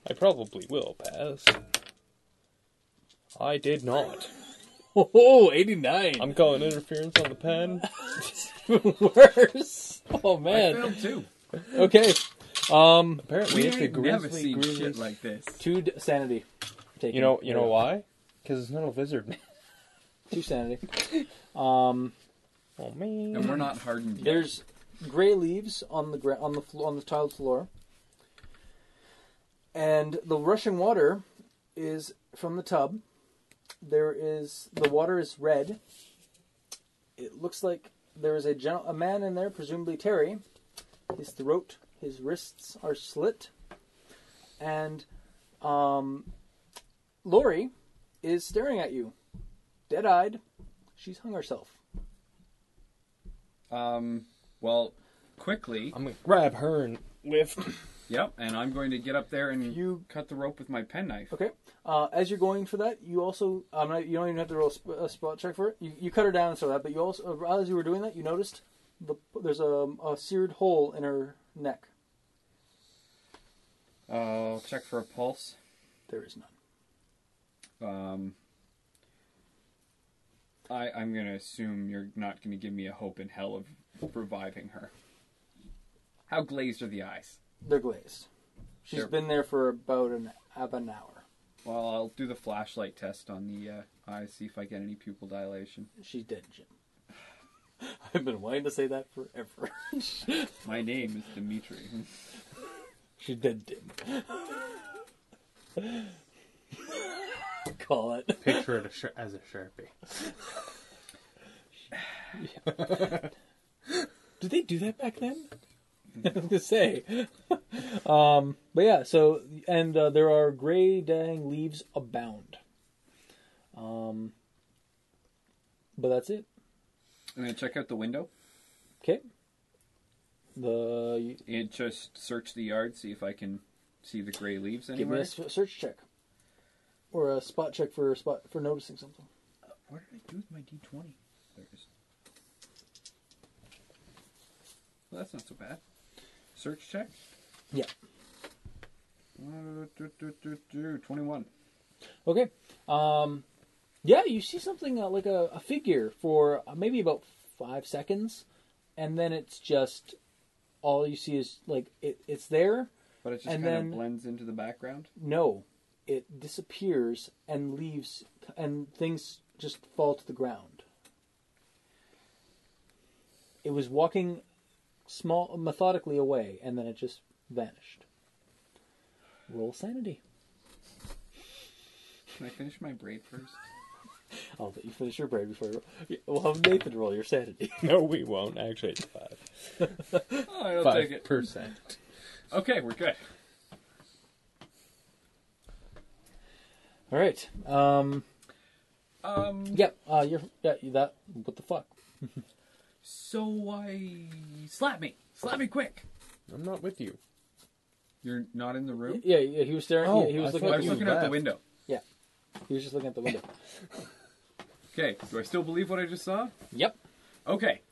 [SPEAKER 5] I probably will pass. I did not.
[SPEAKER 3] Oh, 89.
[SPEAKER 5] I'm calling interference on the pen.
[SPEAKER 3] <laughs> worse. Oh
[SPEAKER 4] I <laughs>
[SPEAKER 3] man.
[SPEAKER 4] failed too.
[SPEAKER 3] Okay. Um,
[SPEAKER 5] Apparently,
[SPEAKER 4] We
[SPEAKER 5] it's a
[SPEAKER 4] ain't never
[SPEAKER 5] grizzly,
[SPEAKER 4] seen
[SPEAKER 5] grizzly.
[SPEAKER 4] shit like this.
[SPEAKER 3] two d- sanity. Taken.
[SPEAKER 5] You know, you know why? Because it's not a
[SPEAKER 4] <laughs>
[SPEAKER 5] lizard.
[SPEAKER 3] Two sanity. Um,
[SPEAKER 5] Oh man.
[SPEAKER 4] And we're not hardened yet.
[SPEAKER 3] there's gray leaves on the gra- on the floor on the tiled floor, and the rushing water is from the tub. There is the water is red. It looks like there is a gen- a man in there, presumably Terry. His throat, his wrists are slit, and um, Lori is staring at you, dead-eyed. She's hung herself.
[SPEAKER 4] Um, well, quickly.
[SPEAKER 5] I'm gonna grab her and lift.
[SPEAKER 4] Yep, and I'm going to get up there and
[SPEAKER 3] You-
[SPEAKER 4] cut the rope with my penknife.
[SPEAKER 3] Okay. Uh, as you're going for that, you also um, you don't even have to roll a, sp- a spot check for it. You, you cut her down and so that, but you also uh, as you were doing that, you noticed the, there's a, um, a seared hole in her neck.
[SPEAKER 4] Uh, I'll check for a pulse.
[SPEAKER 3] There is none.
[SPEAKER 4] Um, I, I'm going to assume you're not going to give me a hope in hell of reviving her. How glazed are the eyes?
[SPEAKER 3] They're glazed. She's
[SPEAKER 4] Sure.
[SPEAKER 3] been there for about an about an hour.
[SPEAKER 4] Well, I'll do the flashlight test on the uh, eyes, see if I get any pupil dilation.
[SPEAKER 3] She's dead, Jim. <laughs> I've been wanting to say that <laughs> forever.
[SPEAKER 4] My name is Dimitri. <laughs>
[SPEAKER 3] She's dead, Jim. <laughs> Call it.
[SPEAKER 5] Picture it as a sharpie.
[SPEAKER 3] Did they do that back then? <laughs> I was gonna say. <laughs> um, but yeah, so and uh, there are gray dang leaves abound. Um, but that's it.
[SPEAKER 4] I'm going to check out the window
[SPEAKER 3] Okay. The
[SPEAKER 4] and just search the yard, see if I can see the gray leaves
[SPEAKER 3] give me
[SPEAKER 4] anywhere.
[SPEAKER 3] a s- search check or a spot check for spot for noticing something.
[SPEAKER 4] What did I do with my D20? There it is. Well, that's not so bad. Search check?
[SPEAKER 3] Yeah.
[SPEAKER 4] Uh, do, do, do, do, 21.
[SPEAKER 3] Okay. Um, yeah, you see something uh, like a, a figure for uh, maybe about five seconds, and then it's just all you see is like it, it's there,
[SPEAKER 4] But it just
[SPEAKER 3] And
[SPEAKER 4] kind
[SPEAKER 3] then-
[SPEAKER 4] of blends into the background.
[SPEAKER 3] No, it disappears and leaves, and things just fall to the ground. It was walking small methodically away, and then it just vanished. Roll sanity.
[SPEAKER 4] Can I finish my braid first?
[SPEAKER 3] I'll let you finish your braid before. You... We'll have Nathan roll your sanity.
[SPEAKER 5] <laughs> No, we won't. Actually, it's five.
[SPEAKER 4] <laughs> Oh, I'll take
[SPEAKER 5] Five
[SPEAKER 4] it.
[SPEAKER 5] percent.
[SPEAKER 4] Okay, we're good.
[SPEAKER 3] All right. Um.
[SPEAKER 4] Um,
[SPEAKER 3] Yep. Uh. You're. Yeah. you- That. What the fuck?
[SPEAKER 4] so I slap me, slap me quick.
[SPEAKER 5] I'm not with you.
[SPEAKER 4] You're not in the room.
[SPEAKER 3] Yeah. yeah he was staring.
[SPEAKER 5] Oh,
[SPEAKER 3] he, he was
[SPEAKER 5] I
[SPEAKER 3] looking.
[SPEAKER 5] thought
[SPEAKER 4] I
[SPEAKER 3] At
[SPEAKER 4] was
[SPEAKER 5] you-
[SPEAKER 3] you.
[SPEAKER 4] looking out the
[SPEAKER 5] left.
[SPEAKER 4] window.
[SPEAKER 3] Yeah. He was just looking at the window.
[SPEAKER 4] Okay, do I still believe what I just saw?
[SPEAKER 3] yep.
[SPEAKER 4] Okay,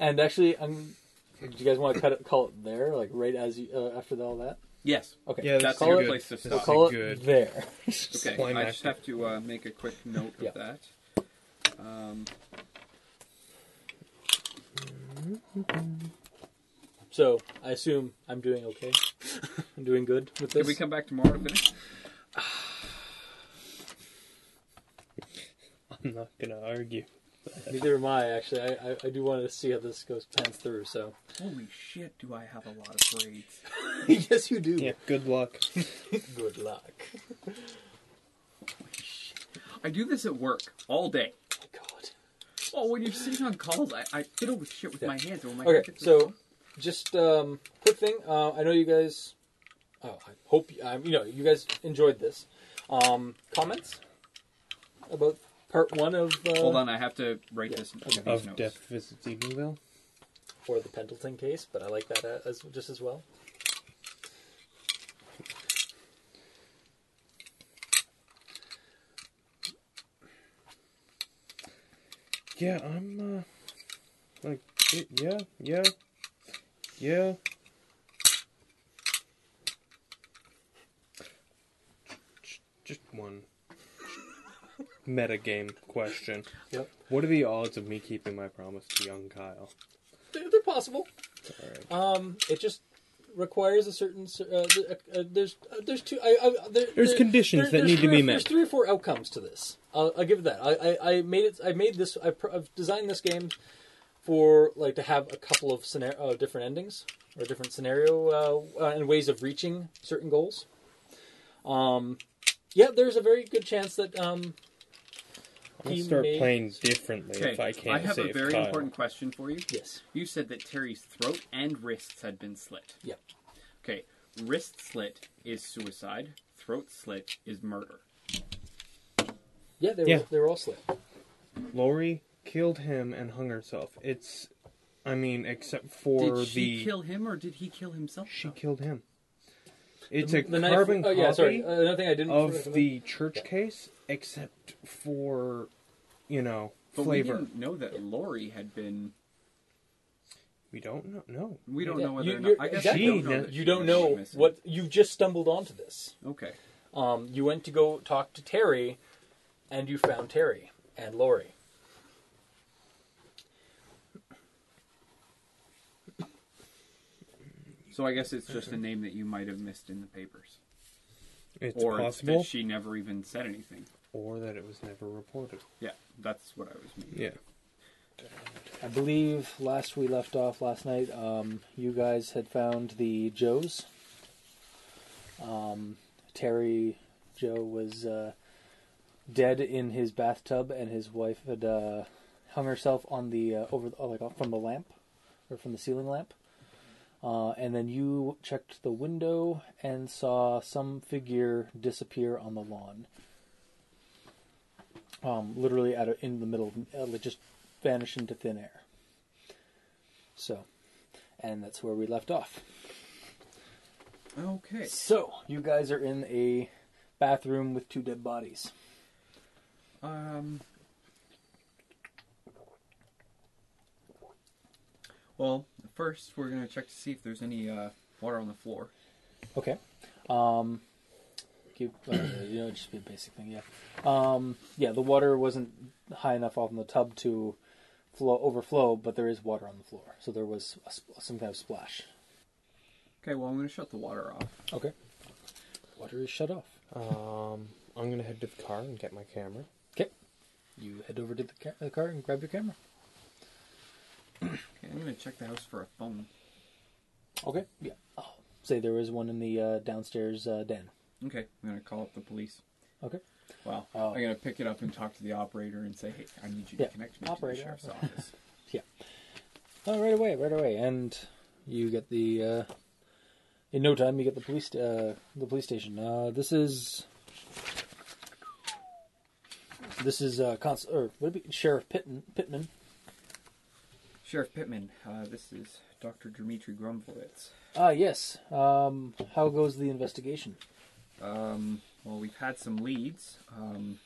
[SPEAKER 3] And actually, I'm. Do you guys want to cut it, call it there? Like right as you uh, after all that.
[SPEAKER 4] yes.
[SPEAKER 3] Okay.
[SPEAKER 5] Yeah,
[SPEAKER 4] That's a
[SPEAKER 3] call
[SPEAKER 4] good
[SPEAKER 3] it.
[SPEAKER 4] place to
[SPEAKER 5] That's
[SPEAKER 3] We'll
[SPEAKER 4] stop.
[SPEAKER 3] call it
[SPEAKER 5] good.
[SPEAKER 3] there.
[SPEAKER 4] Okay, I just
[SPEAKER 5] Climactic.
[SPEAKER 4] have to uh, make a quick note of
[SPEAKER 3] Yeah.
[SPEAKER 4] that. Um,
[SPEAKER 3] So I assume I'm doing okay. I'm doing good with this.
[SPEAKER 4] can we come back tomorrow to finish?
[SPEAKER 5] I'm not gonna argue.
[SPEAKER 3] Neither am I. Actually, I, I, I do want to see how this goes pans through. So
[SPEAKER 4] Holy shit! Do I have a lot of braids?
[SPEAKER 3] yes, you do.
[SPEAKER 5] Yeah. Good luck.
[SPEAKER 3] Good luck. Oh
[SPEAKER 4] I do this at work all day.
[SPEAKER 3] Oh, God.
[SPEAKER 4] Oh, when you're sitting on calls, I, I fiddle with shit with
[SPEAKER 3] Yeah.
[SPEAKER 4] my hands. Or my
[SPEAKER 3] Okay, so just um, quick thing. Uh, I know you guys. Oh, I hope you, um, you know you guys enjoyed this. Um, comments about part one of uh,
[SPEAKER 4] hold on, I have to write this. in these
[SPEAKER 5] Of
[SPEAKER 4] notes.
[SPEAKER 5] death visits Edenville.
[SPEAKER 3] or the Pendleton case, but I like that a- as just as well.
[SPEAKER 5] Yeah, I'm. Uh, like, it, yeah, yeah, yeah. J- Just one metagame question.
[SPEAKER 3] Yep.
[SPEAKER 5] What are the odds of me keeping my promise to young Kyle?
[SPEAKER 3] They're, they're possible.
[SPEAKER 5] Alright.
[SPEAKER 3] Um, it just requires a certain. cer- Uh, th- uh, uh, there's uh, there's two. I, I, there,
[SPEAKER 5] There's
[SPEAKER 3] there-
[SPEAKER 5] conditions that
[SPEAKER 3] there's
[SPEAKER 5] need to
[SPEAKER 3] three
[SPEAKER 5] be
[SPEAKER 3] or- There's
[SPEAKER 5] met.
[SPEAKER 3] three or four outcomes to this. I'll, I'll give it that. I, I, I made it. I made this. I pr- I've designed this game for like to have a couple of scenario, uh, different endings or different scenario uh, uh, and ways of reaching certain goals. Um, yeah, there's a very good chance that um,
[SPEAKER 5] I'm
[SPEAKER 3] He
[SPEAKER 5] gonna start
[SPEAKER 3] may-
[SPEAKER 5] playing differently
[SPEAKER 4] Okay,
[SPEAKER 5] if I can't
[SPEAKER 4] have
[SPEAKER 5] save
[SPEAKER 4] a very
[SPEAKER 5] Kyle.
[SPEAKER 4] important question for you.
[SPEAKER 3] yes,
[SPEAKER 4] You said that Terry's throat and wrists had been slit.
[SPEAKER 3] yeah,
[SPEAKER 4] Okay, wrist slit is suicide. Throat slit is murder.
[SPEAKER 3] yeah, they were
[SPEAKER 5] Yeah.
[SPEAKER 3] they were all slit.
[SPEAKER 5] Lori killed him and hung herself. It's, I mean, except for
[SPEAKER 4] did she
[SPEAKER 5] the
[SPEAKER 4] kill him or did he kill himself?
[SPEAKER 5] she
[SPEAKER 4] though?
[SPEAKER 5] killed him. It's a
[SPEAKER 3] The knife-
[SPEAKER 5] carbon
[SPEAKER 3] oh,
[SPEAKER 5] copy
[SPEAKER 3] yeah, sorry. Uh, another thing I didn't
[SPEAKER 5] of the church case, except for, you know,
[SPEAKER 4] But
[SPEAKER 5] flavor.
[SPEAKER 4] we didn't know that Lori had been.
[SPEAKER 5] We don't know. No,
[SPEAKER 4] We don't
[SPEAKER 3] Yeah,
[SPEAKER 4] know whether
[SPEAKER 3] you-
[SPEAKER 4] or
[SPEAKER 3] you're-
[SPEAKER 4] not. I guess
[SPEAKER 5] exactly.
[SPEAKER 4] I don't know
[SPEAKER 5] Gene,
[SPEAKER 4] that
[SPEAKER 3] you
[SPEAKER 4] she
[SPEAKER 3] don't
[SPEAKER 4] was
[SPEAKER 3] know
[SPEAKER 4] missing.
[SPEAKER 3] what you just stumbled onto this.
[SPEAKER 4] Okay.
[SPEAKER 3] Um, you went to go talk to Terry, and you found Terry and Lori.
[SPEAKER 4] So I guess it's just a name that you might have missed in the papers,
[SPEAKER 5] it's
[SPEAKER 4] or it's
[SPEAKER 5] possible,
[SPEAKER 4] that she never even said anything.
[SPEAKER 5] or that it was never reported.
[SPEAKER 4] Yeah, that's what I was. Meaning.
[SPEAKER 5] Yeah,
[SPEAKER 3] I believe last we left off last night, um, you guys had found the Joes. Um, Terry Joe was uh, dead in his bathtub, and his wife had uh, hung herself on the uh, over oh, like off from the lamp or from the ceiling lamp. Uh, and then you checked the window and saw some figure disappear on the lawn. Um, literally out of, in the middle, of, uh, like just vanish into thin air. So, and that's where we left off.
[SPEAKER 4] Okay.
[SPEAKER 3] So, you guys are in a bathroom with two dead bodies.
[SPEAKER 4] Um. Well, first we're gonna check to see if there's any uh, water on the floor.
[SPEAKER 3] Okay. Um, keep, uh, you know, just be a basic thing, yeah. Um, yeah, the water wasn't high enough off in the tub to flow overflow, but there is water on the floor. So there was a, sp- some kind of splash.
[SPEAKER 4] Okay. Well, I'm gonna shut the water off.
[SPEAKER 3] Okay. Water is shut off.
[SPEAKER 5] um, I'm gonna head to the car and get my camera.
[SPEAKER 3] Okay. You head over to the, ca- the car and grab your camera.
[SPEAKER 4] Okay, I'm gonna check the house for a phone.
[SPEAKER 3] Okay. Yeah. Oh, say there is one in the uh, downstairs uh, den.
[SPEAKER 4] Okay, I'm gonna call up the police.
[SPEAKER 3] Okay.
[SPEAKER 4] Well,
[SPEAKER 3] Oh.
[SPEAKER 4] I'm gonna pick it up and talk to the operator and say, "Hey, I need you
[SPEAKER 3] Yeah,
[SPEAKER 4] to connect me
[SPEAKER 3] operator.
[SPEAKER 4] to the sheriff's
[SPEAKER 3] <laughs>
[SPEAKER 4] office."
[SPEAKER 3] Oh, right away, right away, and you get the. Uh, in no time, you get the police. Uh, the police station. Uh, this is. This is uh, Const- or would it be Sheriff Pittman? Pittman.
[SPEAKER 4] Sheriff Pittman, uh, this is Dr. Dmitri Grumblitz.
[SPEAKER 3] Ah, yes. Um, how goes the investigation?
[SPEAKER 4] Um, well, we've had some leads. Um,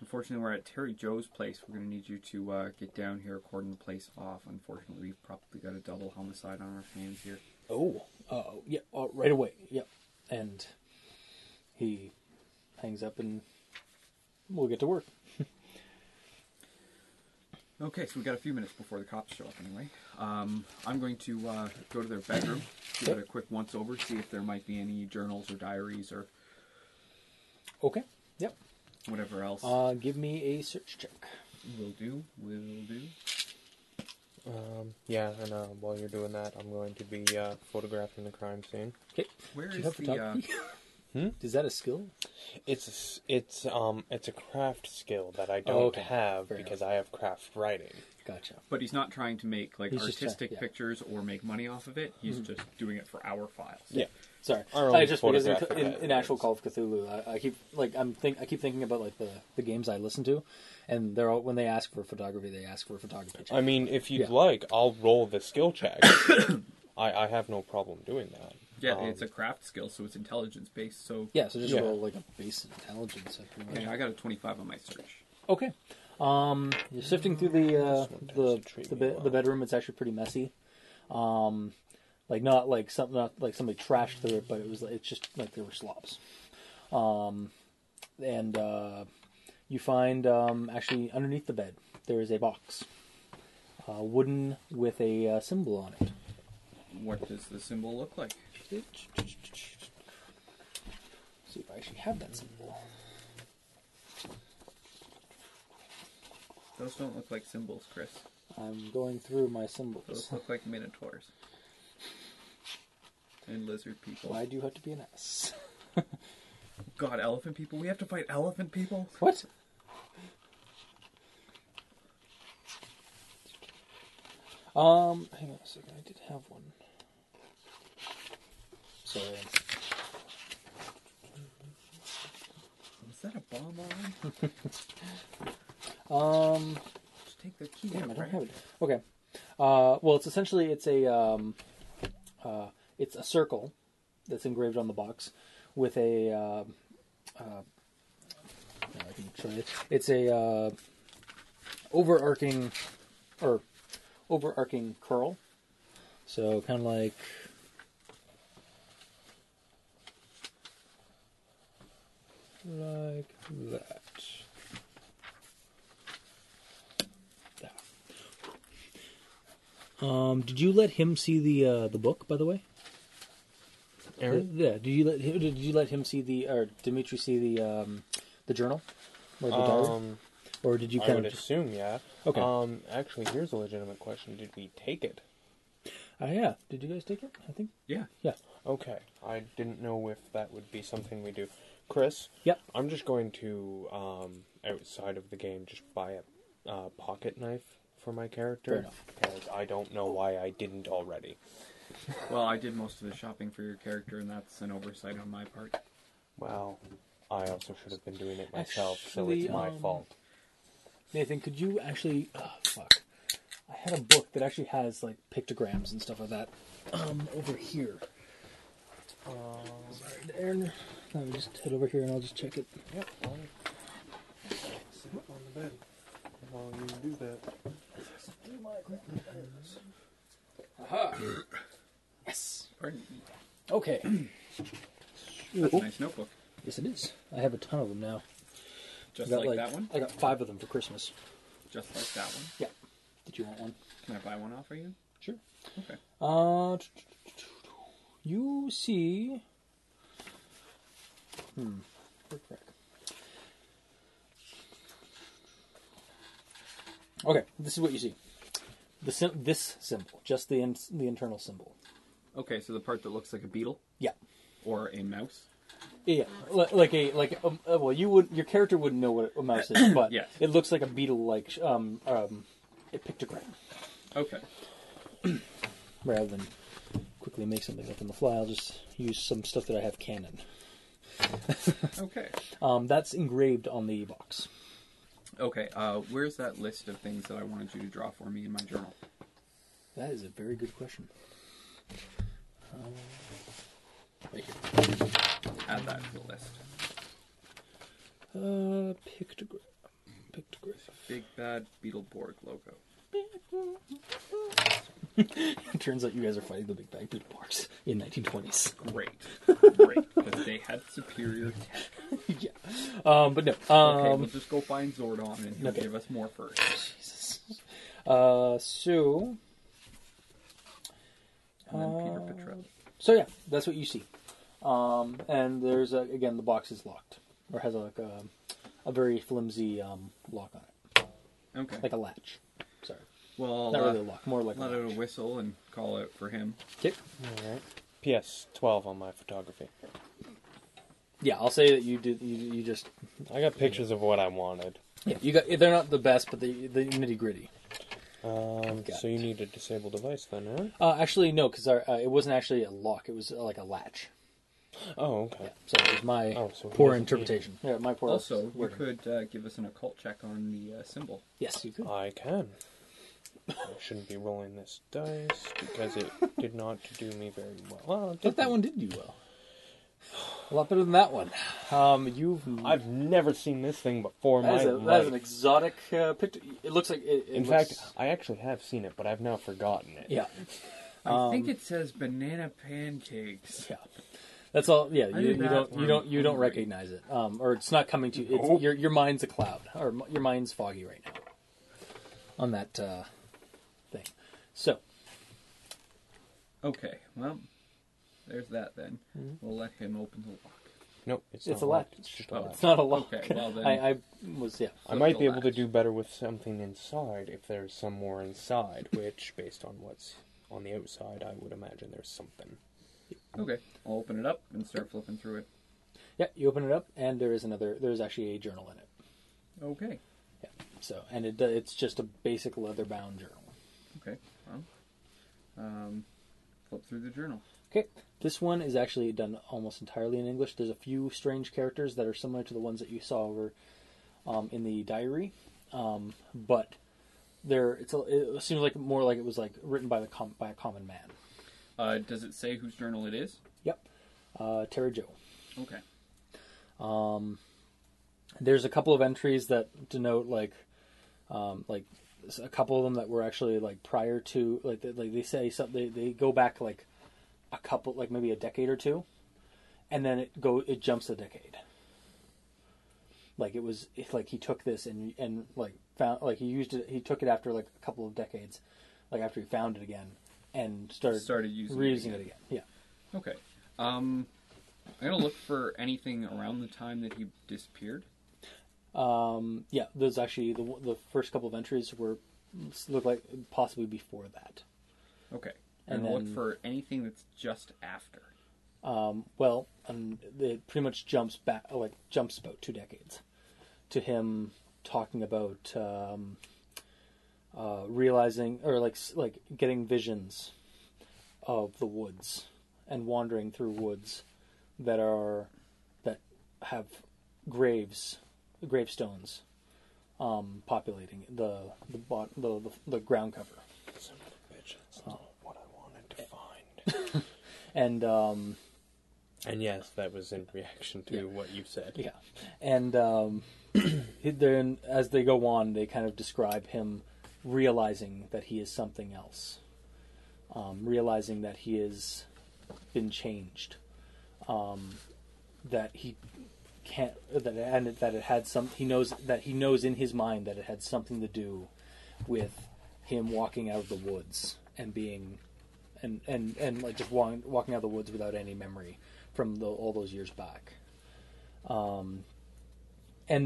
[SPEAKER 4] unfortunately, we're at Terry Joe's place. We're going to need you to uh, get down here, cordon the place off. Unfortunately, we've probably got a double homicide on our hands here.
[SPEAKER 3] Oh, uh, yeah, uh, right away. Yep. And he hangs up, and we'll get to work.
[SPEAKER 4] Okay, so we got a few minutes before the cops show up. Anyway, um, I'm going to uh, go to their bedroom, give it a quick once over, see if there might be any journals or diaries or
[SPEAKER 3] Okay. Yep.
[SPEAKER 4] whatever else.
[SPEAKER 3] Uh, give me a search check.
[SPEAKER 4] will do. Will do.
[SPEAKER 5] Um, yeah, and uh, while you're doing that, I'm going to be uh, photographing the crime scene.
[SPEAKER 3] Okay.
[SPEAKER 4] Where
[SPEAKER 3] Do you
[SPEAKER 4] is
[SPEAKER 3] have Hmm?
[SPEAKER 4] the? Uh,
[SPEAKER 3] photography? <laughs> Is that a skill?
[SPEAKER 5] It's a s- it's um it's a craft skill that I don't
[SPEAKER 3] okay.
[SPEAKER 5] have
[SPEAKER 3] Fair
[SPEAKER 5] because I have craft writing.
[SPEAKER 3] Gotcha.
[SPEAKER 4] but he's not trying to make like
[SPEAKER 3] He's just trying-
[SPEAKER 4] artistic
[SPEAKER 3] yeah. Mm-hmm.
[SPEAKER 4] pictures or make money off of it. He's just doing it for our files.
[SPEAKER 5] Yeah.
[SPEAKER 3] Sorry,
[SPEAKER 5] Our
[SPEAKER 3] I
[SPEAKER 5] own
[SPEAKER 3] just because in,
[SPEAKER 5] photographic
[SPEAKER 3] in, in actual
[SPEAKER 5] evidence.
[SPEAKER 3] Call of Cthulhu, I, I keep like I'm think I keep thinking about like the, the games I listen to, and they're all when they ask for photography, they ask for photography.
[SPEAKER 5] I mean, if you'd
[SPEAKER 3] Yeah.
[SPEAKER 5] like, I'll roll the skill
[SPEAKER 4] <coughs>
[SPEAKER 5] check. I I have no problem doing that.
[SPEAKER 4] Yeah,
[SPEAKER 5] Um,
[SPEAKER 4] it's a craft skill, so it's intelligence based. So
[SPEAKER 3] yeah, so just
[SPEAKER 5] yeah.
[SPEAKER 3] roll like a base intelligence. I pretty much.
[SPEAKER 4] Okay, I got a 25 on my search.
[SPEAKER 3] Okay. Um, you're sifting through the uh,
[SPEAKER 5] one tends
[SPEAKER 3] the
[SPEAKER 5] to treat
[SPEAKER 3] the,
[SPEAKER 5] me
[SPEAKER 3] be-
[SPEAKER 5] well.
[SPEAKER 3] the bedroom. It's actually pretty messy. Um, like not like something not like somebody trashed through it, but it was it's just like there were slops. Um, and uh, you find um, actually underneath the bed there is a box, uh, wooden with a uh, symbol on it.
[SPEAKER 4] What does the symbol look like?
[SPEAKER 3] see if I actually have that symbol.
[SPEAKER 4] Those don't look like symbols, Chris.
[SPEAKER 3] I'm going through my
[SPEAKER 4] Those
[SPEAKER 3] symbols.
[SPEAKER 4] look like minotaurs and lizard people.
[SPEAKER 3] Why do you have to be an ass?
[SPEAKER 4] God, elephant people. We have to fight elephant people.
[SPEAKER 3] What? Um, hang on a second. I did have one. Sorry.
[SPEAKER 4] Is that a bomb on?
[SPEAKER 3] Um,
[SPEAKER 4] Just take the key
[SPEAKER 3] damn, I
[SPEAKER 4] out,
[SPEAKER 3] don't
[SPEAKER 4] right?
[SPEAKER 3] have it. Okay. Uh, well, it's essentially it's a um, uh, it's a circle that's engraved on the box with a. Uh, uh, now I can show you. It's a uh, overarching or overarching curl. So kind of like like that. Um, did you let him see the uh, the book, by the way?
[SPEAKER 5] Aaron?
[SPEAKER 3] Yeah. Did you let him, did you let him see the or Dimitri see the um, the journal or the diary,
[SPEAKER 5] Um,
[SPEAKER 3] or did you
[SPEAKER 5] I
[SPEAKER 3] kind
[SPEAKER 5] would
[SPEAKER 3] of just?
[SPEAKER 5] assume, yeah.
[SPEAKER 3] Okay.
[SPEAKER 5] Um, actually, here's a legitimate question: Did we take it?
[SPEAKER 3] Oh yeah. Did you guys take it? I think.
[SPEAKER 4] Yeah.
[SPEAKER 3] Yeah.
[SPEAKER 5] Okay, I didn't know if that would be something we do. Chris,
[SPEAKER 3] Yep.
[SPEAKER 5] I'm just going to um, outside of the game just buy a uh, pocket knife for my
[SPEAKER 3] Fair
[SPEAKER 5] character
[SPEAKER 3] enough.
[SPEAKER 5] because I don't know why I didn't already.
[SPEAKER 4] Well, I did most of the shopping for your character, and that's an oversight on my part.
[SPEAKER 5] Well, I also should have been doing it myself, so
[SPEAKER 3] Actually,
[SPEAKER 5] it's my
[SPEAKER 3] um,
[SPEAKER 5] fault.
[SPEAKER 3] Nathan, could you actually? Oh, fuck. I had a book that actually has like pictograms and stuff like that. Um, over here.
[SPEAKER 2] uh,
[SPEAKER 3] Sorry, Aaron. Let me just head over here and I'll just check it.
[SPEAKER 5] Yep. I'll sit on the bed while you do that.
[SPEAKER 3] Yes.
[SPEAKER 4] Pardon?
[SPEAKER 3] Okay. <clears throat>
[SPEAKER 4] That's a
[SPEAKER 3] Oh,
[SPEAKER 4] nice notebook.
[SPEAKER 3] Yes, it is. I have a ton of them now.
[SPEAKER 4] Just
[SPEAKER 3] I
[SPEAKER 4] like, that one.
[SPEAKER 3] I got five of them for Christmas.
[SPEAKER 4] Just like that one.
[SPEAKER 3] Yeah. Did you want one?
[SPEAKER 4] Can I buy one off of you?
[SPEAKER 3] Sure.
[SPEAKER 4] Okay.
[SPEAKER 3] Uh, you see. Hmm. Brick, brick. Okay, this is what you see. The sim- this symbol, just the in- the internal symbol.
[SPEAKER 4] Okay, so the part that looks like a beetle
[SPEAKER 3] Yeah.
[SPEAKER 4] or a mouse.
[SPEAKER 3] Yeah, li- like a like um, uh, well, you would your character wouldn't know what a mouse is, but
[SPEAKER 4] Yes.
[SPEAKER 3] it looks like a beetle-like um, um, a pictogram
[SPEAKER 4] Okay.
[SPEAKER 3] rather than quickly make something up on the fly. I'll just use some stuff that I have canon.
[SPEAKER 4] Okay.
[SPEAKER 3] Um, that's engraved on the box.
[SPEAKER 4] Okay. Uh, where's that list of things that I wanted you to draw for me in my journal?
[SPEAKER 3] That is a very good question. Um, right here.
[SPEAKER 4] Add that to the list.
[SPEAKER 3] Uh, pictogram. Pictogram.
[SPEAKER 4] Big bad Beetleborg logo.
[SPEAKER 3] <laughs> It turns out you guys are fighting the Big Bang Big Wars in 1920s. <laughs>
[SPEAKER 4] Great. Great. Because they had superior tech.
[SPEAKER 3] yeah. Um, but no.
[SPEAKER 4] Okay,
[SPEAKER 3] Um,
[SPEAKER 4] we'll just go find Zordon and he'll
[SPEAKER 3] okay.
[SPEAKER 4] give us more first.
[SPEAKER 3] Jesus. Uh, so,
[SPEAKER 4] And then Peter
[SPEAKER 3] Uh,
[SPEAKER 4] Petrelli.
[SPEAKER 3] so yeah, that's what you see. Um, and there's a, again the box is locked or has like a, a very flimsy um, lock on it,
[SPEAKER 4] Okay.
[SPEAKER 3] like a latch. Sorry,
[SPEAKER 4] well,
[SPEAKER 3] not
[SPEAKER 4] uh,
[SPEAKER 3] really a lock, more like a
[SPEAKER 4] let out a
[SPEAKER 3] latch.
[SPEAKER 4] whistle and call out for him.
[SPEAKER 3] Okay.
[SPEAKER 5] PS twelve on my photography.
[SPEAKER 3] Yeah, I'll say that you did. You, you just
[SPEAKER 5] I got pictures of what I wanted.
[SPEAKER 3] yeah, you got. They're not the best, but the the nitty gritty.
[SPEAKER 5] Um,
[SPEAKER 3] Got
[SPEAKER 5] so
[SPEAKER 3] it.
[SPEAKER 5] you need a disabled device then, right?
[SPEAKER 3] Uh, actually, no, because uh, it wasn't actually a lock. It was uh, like a latch.
[SPEAKER 5] Oh, okay.
[SPEAKER 3] Yeah, so it was my
[SPEAKER 5] Oh, so he doesn't
[SPEAKER 3] poor
[SPEAKER 5] need-
[SPEAKER 3] interpretation. Yeah, my poor.
[SPEAKER 4] Also, you
[SPEAKER 3] wording.
[SPEAKER 4] could uh, give us an occult check on the uh, symbol.
[SPEAKER 3] Yes, you could.
[SPEAKER 5] I can. I shouldn't be rolling this dice because it did not do me very well. well it
[SPEAKER 3] But
[SPEAKER 5] did
[SPEAKER 3] that one did do well. <sighs> A lot better than that one. Um, you've
[SPEAKER 5] I've never seen this thing before. in
[SPEAKER 3] that is,
[SPEAKER 5] my
[SPEAKER 3] a, that is
[SPEAKER 5] life.
[SPEAKER 3] an exotic uh, picture. It looks like it. it
[SPEAKER 5] In
[SPEAKER 3] looks-
[SPEAKER 5] fact, I actually have seen it, but I've now forgotten it.
[SPEAKER 3] yeah,
[SPEAKER 4] I think it says banana pancakes.
[SPEAKER 3] yeah. That's all. Yeah, you, you
[SPEAKER 4] did that
[SPEAKER 3] don't you
[SPEAKER 4] one.
[SPEAKER 3] don't you don't
[SPEAKER 4] Hungry.
[SPEAKER 3] recognize it, um, or it's not coming to you. It's,
[SPEAKER 5] Nope.
[SPEAKER 3] your your mind's a cloud, or m- your mind's foggy right now on that uh, thing. So
[SPEAKER 4] Okay, well, there's that then. We'll let him open the lock.
[SPEAKER 5] Nope, it's,
[SPEAKER 3] It's
[SPEAKER 5] not
[SPEAKER 3] a lot.
[SPEAKER 5] locked, It's just a
[SPEAKER 4] Oh,
[SPEAKER 5] lot.
[SPEAKER 3] it's not a lock. <laughs>
[SPEAKER 4] Okay, well then.
[SPEAKER 3] I, I was yeah.
[SPEAKER 5] I might
[SPEAKER 4] a
[SPEAKER 5] be able to
[SPEAKER 4] latch.
[SPEAKER 5] do better with something inside if there's some more inside, which, based on what's on the outside, I would imagine there's something.
[SPEAKER 4] Okay, I'll open it up and start flipping through it.
[SPEAKER 3] Yeah, you open it up, and there is another. There is actually a journal in it.
[SPEAKER 4] Okay,
[SPEAKER 3] So, and it it's just a basic leather bound journal.
[SPEAKER 4] okay, well, um, flip through the journal.
[SPEAKER 3] Okay, this one is actually done almost entirely in English. There's a few strange characters that are similar to the ones that you saw over um, in the diary, um, but there it's a, it seems like more like it was like written by the com- by a common man.
[SPEAKER 4] Uh, does it say whose journal it is?
[SPEAKER 3] Yep, uh, Terry Joe.
[SPEAKER 4] Okay,
[SPEAKER 3] there's a couple of entries that denote like um, like s- a couple of them that were actually like prior to like they, like they say something they, they go back like a couple like maybe a decade or two and then it go it jumps a decade like it was it's like he took this and and like found like he used it he took it after like a couple of decades like after he found it again and started
[SPEAKER 4] Started using it
[SPEAKER 3] reusing
[SPEAKER 4] again.
[SPEAKER 3] it again yeah
[SPEAKER 4] okay. Um, I'm gonna look for anything around the time that he disappeared.
[SPEAKER 3] Um, yeah, there's actually the the first couple of entries were look like possibly before that.
[SPEAKER 4] Okay,
[SPEAKER 3] And
[SPEAKER 4] and, look
[SPEAKER 3] then-
[SPEAKER 4] for anything that's just after.
[SPEAKER 3] Um, well, um, it pretty much jumps back like jumps about two decades to him talking about um, uh, realizing or like s- like getting visions of the woods and wandering through woods that are that have graves gravestones um, populating the the, bot, the the the ground cover Oh.
[SPEAKER 5] Son of a bitch, that's not what I wanted to find.
[SPEAKER 3] <laughs> and um,
[SPEAKER 5] and yes, that was in reaction to what you said.
[SPEAKER 3] <laughs> Yeah, and um, <clears throat> he- then as they go on, they kind of describe him realizing that he is something else, um, realizing that he has been changed, um, that he can't that it, and that it had some. He knows that he knows in his mind that it had something to do with him walking out of the woods and being. And, and, and like just walking, walking out of the woods without any memory from the, all those years back and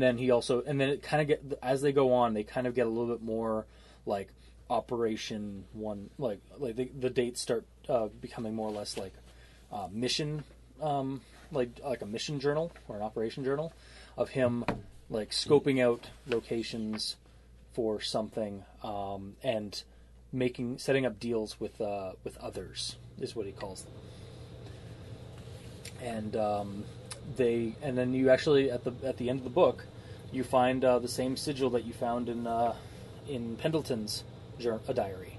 [SPEAKER 3] then he also and then it kind of get as they go on they kind of get a little bit more like operation one like like the, the dates start uh, becoming more or less like uh, mission um, like like a mission journal or an operation journal of him like scoping out locations for something um, and making setting up deals with uh, with others is what he calls them and um, they and then you actually at the at the end of the book you find uh, the same sigil that you found in uh, in Pendleton's jour- a diary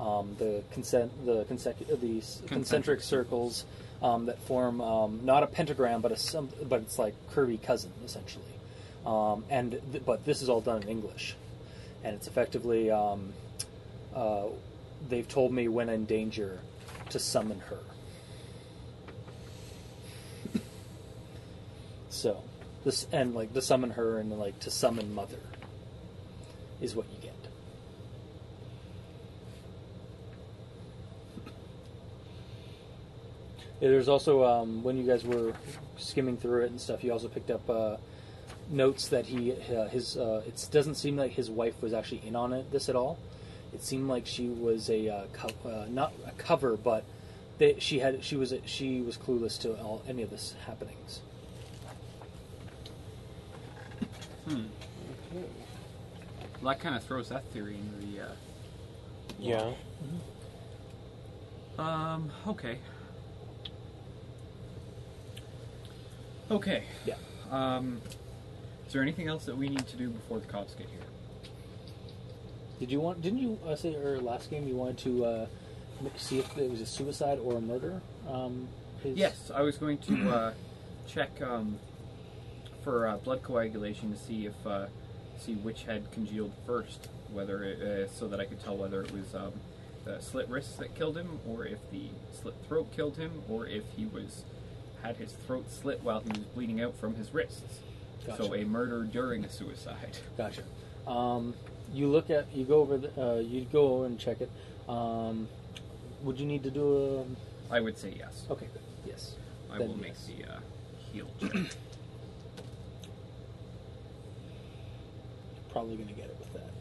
[SPEAKER 3] um, the consent the consecu- uh, the s- concentric circles um, that form um, not a pentagram but a some, but it's like curvy cousin essentially um, and th- but this is all done in English and it's effectively um, uh, they've told me when in danger to summon her So, this and like to summon her and like to summon mother is what you get. Yeah, there's also um, when you guys were skimming through it and stuff, you also picked up uh, notes that he uh, his uh, it doesn't seem like his wife was actually in on it this at all. It seemed like she was a uh, co- uh, not a cover, but they, she had she was she was clueless to all, any of this happenings.
[SPEAKER 4] Well, that kind of throws that theory into the. Uh,
[SPEAKER 5] Yeah.
[SPEAKER 4] um. Okay. Okay.
[SPEAKER 3] Yeah.
[SPEAKER 4] Um. Is there anything else that we need to do before the cops get here?
[SPEAKER 3] Did you want? Didn't you uh, say or last game you wanted to uh, m- see if it was a suicide or a murder? Um, his,
[SPEAKER 4] Yes, I was going to uh, check um, for uh, blood coagulation to see if uh, see which had congealed first, whether it, uh, so that I could tell whether it was um, the slit wrists that killed him, or if the slit throat killed him, or if he was had his throat slit while he was bleeding out from his wrists. So
[SPEAKER 3] Gotcha.
[SPEAKER 4] a murder during a suicide. <laughs>
[SPEAKER 3] Gotcha. Um, you look at you go over the, uh, you go over and check it. Um, would you need to do
[SPEAKER 4] I would say yes.
[SPEAKER 3] a? Okay, good. Yes.
[SPEAKER 4] I
[SPEAKER 3] Oh, then
[SPEAKER 4] will make
[SPEAKER 3] yes.
[SPEAKER 4] the uh, heel check. <clears throat>
[SPEAKER 3] Probably gonna get it with that.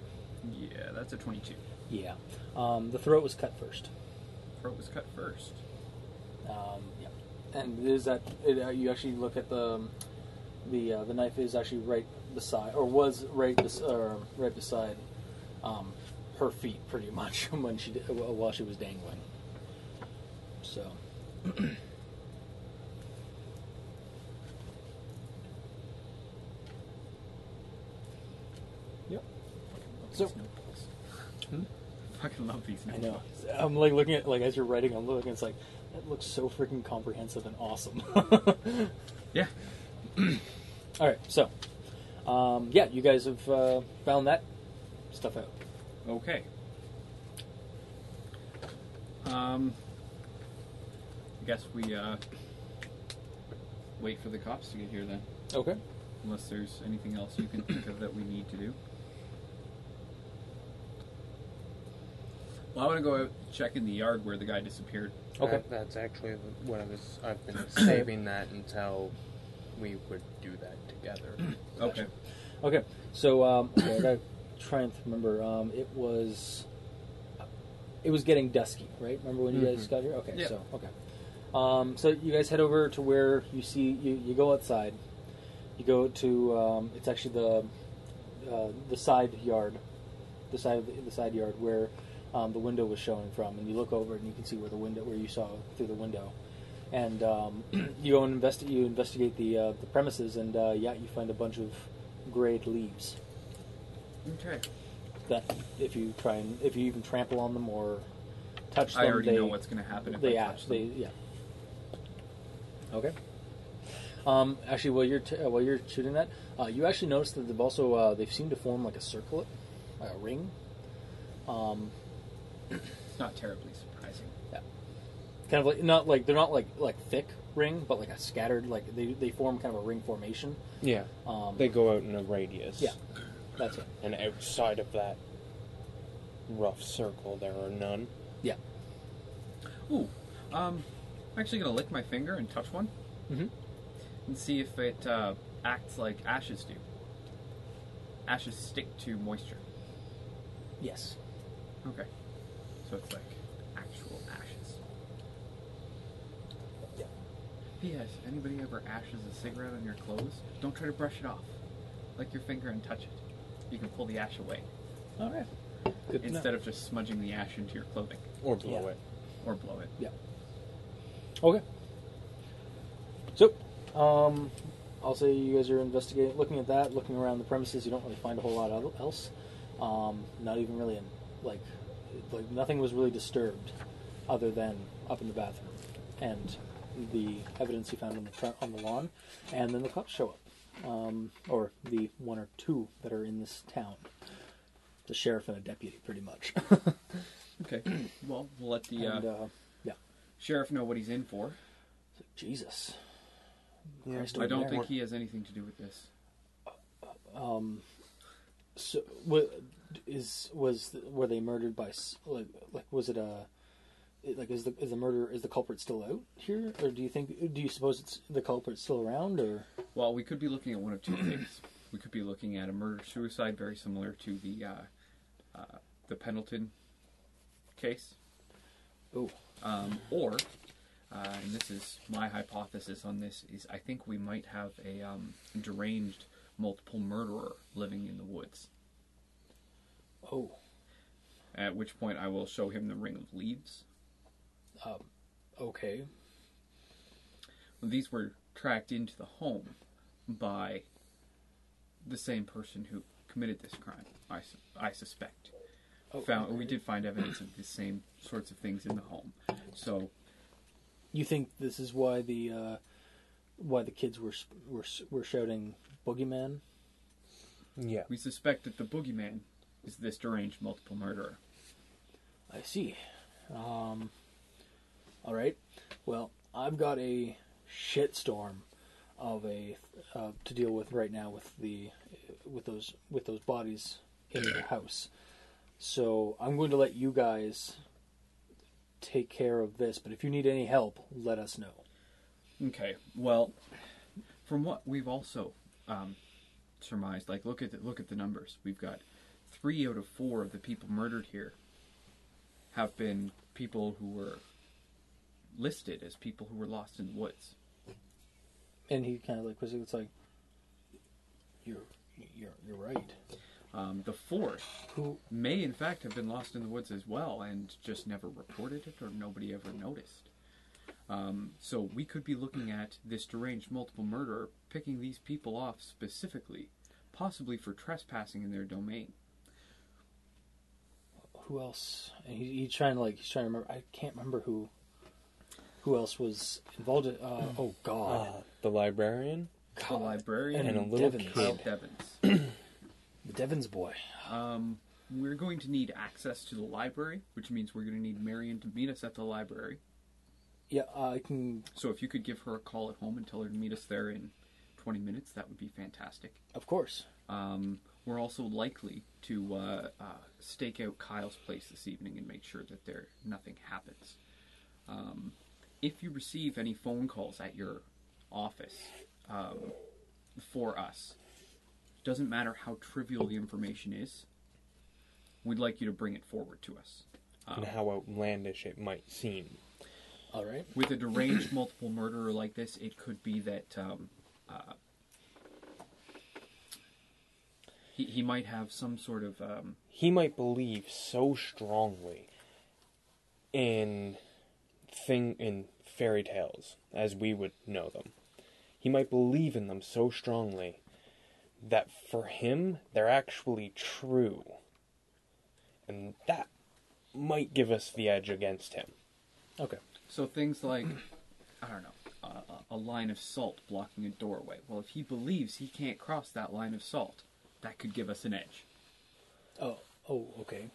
[SPEAKER 4] yeah, that's a twenty-two.
[SPEAKER 3] Yeah. Um, the throat was cut first.
[SPEAKER 4] Throat was cut first.
[SPEAKER 3] Um, yeah. And is that it, uh, you actually look at the um, the uh, the knife is actually right beside or was right bes- or right beside um, her feet pretty <laughs> much when she did, while she was dangling. So So-
[SPEAKER 4] Fucking love these notebooks. Fucking Hmm? love these
[SPEAKER 3] I
[SPEAKER 4] notebooks.
[SPEAKER 3] know I'm like looking at like as you're writing, I'm looking. It's like that looks so freaking comprehensive and awesome. <laughs>
[SPEAKER 4] Yeah.
[SPEAKER 3] All right, so um, yeah, you guys have uh, found that stuff out.
[SPEAKER 4] Okay. Um. I guess we uh. Wait for the cops to get here then,
[SPEAKER 3] Okay.
[SPEAKER 4] unless there's anything else you can think of that we need to do. Well, I want to go out check in the yard where the guy disappeared.
[SPEAKER 3] Okay.
[SPEAKER 5] That- that's actually what I was. I've been <coughs> saving that until we would do that <coughs> together.
[SPEAKER 4] Okay.
[SPEAKER 3] Okay, so um, <coughs> okay, I gotta try and remember. Um, it was it was getting dusky, right? Remember when you guys got here? Okay,
[SPEAKER 4] Yeah.
[SPEAKER 3] so okay, um, so you guys head over to where you see you, you go outside. You go to um, it's actually the uh, the side yard, the side of the, the side yard where um, the window was showing from, and you look over and you can see where the window where you saw through the window. And um, <clears throat> you go and investi- you investigate the uh, the premises, and uh, yeah, you find a bunch of grayed leaves
[SPEAKER 4] Okay.
[SPEAKER 3] that if you try and if you even trample on them or touch them,
[SPEAKER 4] I already
[SPEAKER 3] they,
[SPEAKER 4] know what's going to happen if
[SPEAKER 3] they
[SPEAKER 4] I
[SPEAKER 3] act.
[SPEAKER 4] touch
[SPEAKER 3] They
[SPEAKER 4] them.
[SPEAKER 3] yeah. Okay. Um, actually, while you're t- uh, while you're shooting that, uh, you actually notice that they've also uh, they've seemed to form like a circlet, like a ring. Um,
[SPEAKER 4] It's not terribly surprising.
[SPEAKER 3] kind of like not like they're not like like thick ring, but like a scattered like they, they form kind of a ring formation.
[SPEAKER 5] Yeah.
[SPEAKER 3] Um,
[SPEAKER 5] They go out in a radius.
[SPEAKER 3] Yeah. that's it.
[SPEAKER 5] And outside of that rough circle, there are none.
[SPEAKER 3] Yeah.
[SPEAKER 4] Ooh, um, I'm actually gonna lick my finger and touch one,
[SPEAKER 3] Mhm.
[SPEAKER 4] and see if it uh, acts like ashes do. Ashes stick to moisture.
[SPEAKER 3] Yes.
[SPEAKER 4] Okay. So it's like actual ashes.
[SPEAKER 5] Yeah.
[SPEAKER 4] P.S. Anybody ever ashes a cigarette on your clothes? Don't try to brush it off. Lick your finger and touch it. You can pull the ash away
[SPEAKER 3] All right. Good to know.
[SPEAKER 4] instead of just smudging the ash into your clothing
[SPEAKER 5] Or blow
[SPEAKER 3] Yeah.
[SPEAKER 5] it.
[SPEAKER 4] or blow it.
[SPEAKER 3] Okay. So, um, I'll say you guys are investigating, looking at that, looking around the premises. You don't really find a whole lot el- else. Um, not even really in like, like nothing was really disturbed, other than up in the bathroom and the evidence you found on the front, on the lawn, and then the cops show up, um, or the one or two that are in this town. The sheriff and a deputy, pretty much.
[SPEAKER 4] Okay. <clears throat> well, we'll let the uh,
[SPEAKER 3] And, uh,
[SPEAKER 4] sheriff know what he's in for.
[SPEAKER 3] Jesus.
[SPEAKER 2] Yeah,
[SPEAKER 3] Christ
[SPEAKER 4] I don't
[SPEAKER 3] almighty.
[SPEAKER 4] think he has anything to do with this.
[SPEAKER 3] So, wa- is was were they murdered by s- like like was it a like is the is the murder is the culprit still out here or do you think do you suppose it's the culprit's still around or
[SPEAKER 4] Well, we could be looking at one of two things. We could be looking at a murder-suicide very similar to the uh, uh, the Pendleton case.
[SPEAKER 3] oh
[SPEAKER 4] Um, or, uh, and this is my hypothesis on this, is I think we might have a um, deranged multiple murderer living in the woods.
[SPEAKER 3] oh
[SPEAKER 4] At which point I will show him the ring of leaves.
[SPEAKER 3] okay
[SPEAKER 4] These were tracked into the home by the same person who committed this crime, I, su- I suspect. Found, We did find evidence of the same sorts of things in the home. So
[SPEAKER 3] you think this is why the uh, why the kids were s- were s- were shouting boogeyman
[SPEAKER 5] Yeah.
[SPEAKER 4] we suspect that the boogeyman is this deranged multiple murderer.
[SPEAKER 3] I see. Um, all right. Well, I've got a shitstorm of a uh, to deal with right now with the with those with those bodies in the house. So I'm going to let you guys take care of this. But if you need any help, let us know.
[SPEAKER 4] Okay. Well, from what we've also um, surmised, like look at the, look at the numbers. We've got three out of four of the people murdered here have been people who were listed as people who were lost in the woods.
[SPEAKER 3] And he kind of like quizzes. It's like you're you're you're right.
[SPEAKER 4] Um, the fourth
[SPEAKER 3] Who
[SPEAKER 4] may, in fact, have been lost in the woods as well and just never reported it or nobody ever noticed. Um, so we could be looking at this deranged multiple murderer picking these people off specifically, possibly for trespassing in their domain.
[SPEAKER 3] who else? And he, he's trying to like he's trying to remember. I can't remember who who else was involved. In, uh, oh God,
[SPEAKER 5] Uh, the librarian
[SPEAKER 4] The librarian
[SPEAKER 5] Oh, and a
[SPEAKER 3] And
[SPEAKER 5] little
[SPEAKER 3] Devon's.
[SPEAKER 4] Kyle
[SPEAKER 5] kid.
[SPEAKER 4] Devins.
[SPEAKER 3] the Devon's boy.
[SPEAKER 4] Um, we're going to need access to the library, which means we're going to need Marion to meet us at the library.
[SPEAKER 3] Yeah, I can.
[SPEAKER 4] So if you could give her a call at home and tell her to meet us there in 20 minutes, that would be fantastic.
[SPEAKER 3] Of course.
[SPEAKER 4] Um, we're also likely to uh, uh, stake out Kyle's place this evening and make sure that there nothing happens. Um, if you receive any phone calls at your office um, for us, doesn't matter how trivial the information is, we'd like you to bring it forward to us.
[SPEAKER 5] and how outlandish it might seem.
[SPEAKER 3] All right.
[SPEAKER 4] with a deranged multiple murderer like this, it could be that um, uh, he he might have some sort of um,
[SPEAKER 5] He might believe so strongly in thing in fairy tales as we would know them. He might believe in them so strongly that for him they're actually true. And that might give us the edge against him.
[SPEAKER 3] Okay.
[SPEAKER 4] so things like <clears throat> I don't know a, a- a line of salt blocking a doorway. Well, if he believes he can't cross that line of salt, that could give us an edge.
[SPEAKER 3] Oh. Oh. Okay.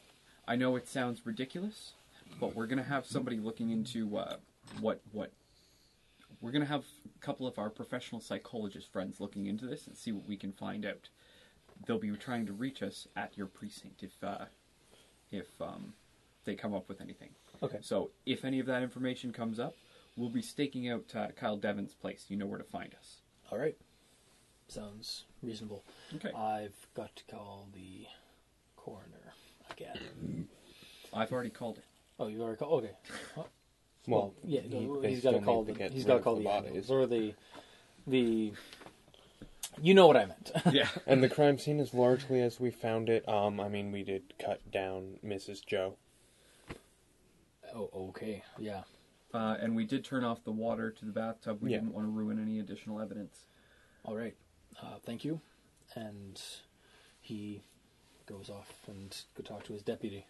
[SPEAKER 4] I know it sounds ridiculous, but we're gonna have somebody looking into uh, what what. We're gonna have a couple of our professional psychologist friends looking into this and see what we can find out. They'll be trying to reach us at your precinct if uh, if um, they come up with anything.
[SPEAKER 3] Okay.
[SPEAKER 4] So if any of that information comes up, we'll be staking out uh, Kyle Devon's place. You know where to find us.
[SPEAKER 3] All right. Sounds reasonable.
[SPEAKER 4] Okay.
[SPEAKER 3] I've got to call the coroner again.
[SPEAKER 4] I've already called it.
[SPEAKER 3] Oh, you already called. Okay.
[SPEAKER 5] Well,
[SPEAKER 3] Yeah,
[SPEAKER 5] he-
[SPEAKER 3] no,
[SPEAKER 5] they
[SPEAKER 3] he's got to
[SPEAKER 5] still
[SPEAKER 3] call
[SPEAKER 5] need
[SPEAKER 3] the
[SPEAKER 5] get
[SPEAKER 3] he's
[SPEAKER 5] rid
[SPEAKER 3] got to
[SPEAKER 5] of
[SPEAKER 3] call the,
[SPEAKER 5] the
[SPEAKER 3] ambulance or the the. You know what I meant. <laughs>
[SPEAKER 4] Yeah.
[SPEAKER 5] And the crime scene is largely as we found it. Um, I mean, we did cut down Mrs. Joe.
[SPEAKER 3] oh, okay. Yeah.
[SPEAKER 4] Uh, and we did turn off the water to the bathtub. We
[SPEAKER 5] Yeah.
[SPEAKER 4] didn't want to ruin any additional evidence.
[SPEAKER 3] All right. Uh, thank you. And he goes off and go talk to his deputy.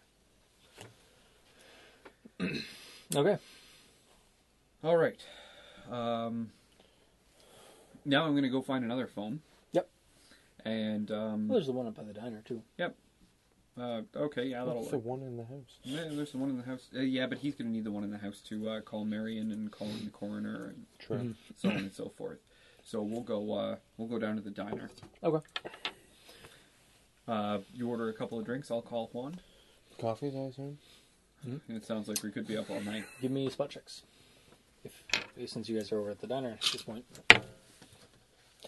[SPEAKER 3] <clears throat> okay.
[SPEAKER 4] All right. Um, now I'm going to go find another phone.
[SPEAKER 3] Yep.
[SPEAKER 4] And
[SPEAKER 3] Well,
[SPEAKER 4] um,
[SPEAKER 3] there's the one up by the diner too.
[SPEAKER 4] uh, okay, yeah, that'll
[SPEAKER 5] That's the
[SPEAKER 4] work.
[SPEAKER 5] one in the house.
[SPEAKER 4] Yeah, there's the one in the house. Uh, yeah, but he's going to need the one in the house to uh, call Marion and call in the coroner and
[SPEAKER 5] True.
[SPEAKER 4] so on and so forth. So we'll go. Uh, we'll go down to the diner.
[SPEAKER 3] Okay.
[SPEAKER 4] Uh, you order a couple of drinks. I'll call Juan.
[SPEAKER 5] Coffees, I <laughs> assume.
[SPEAKER 3] Mm-hmm.
[SPEAKER 4] It sounds like we could be up all night.
[SPEAKER 3] Give me spot checks. If since you guys are over at the diner at this point.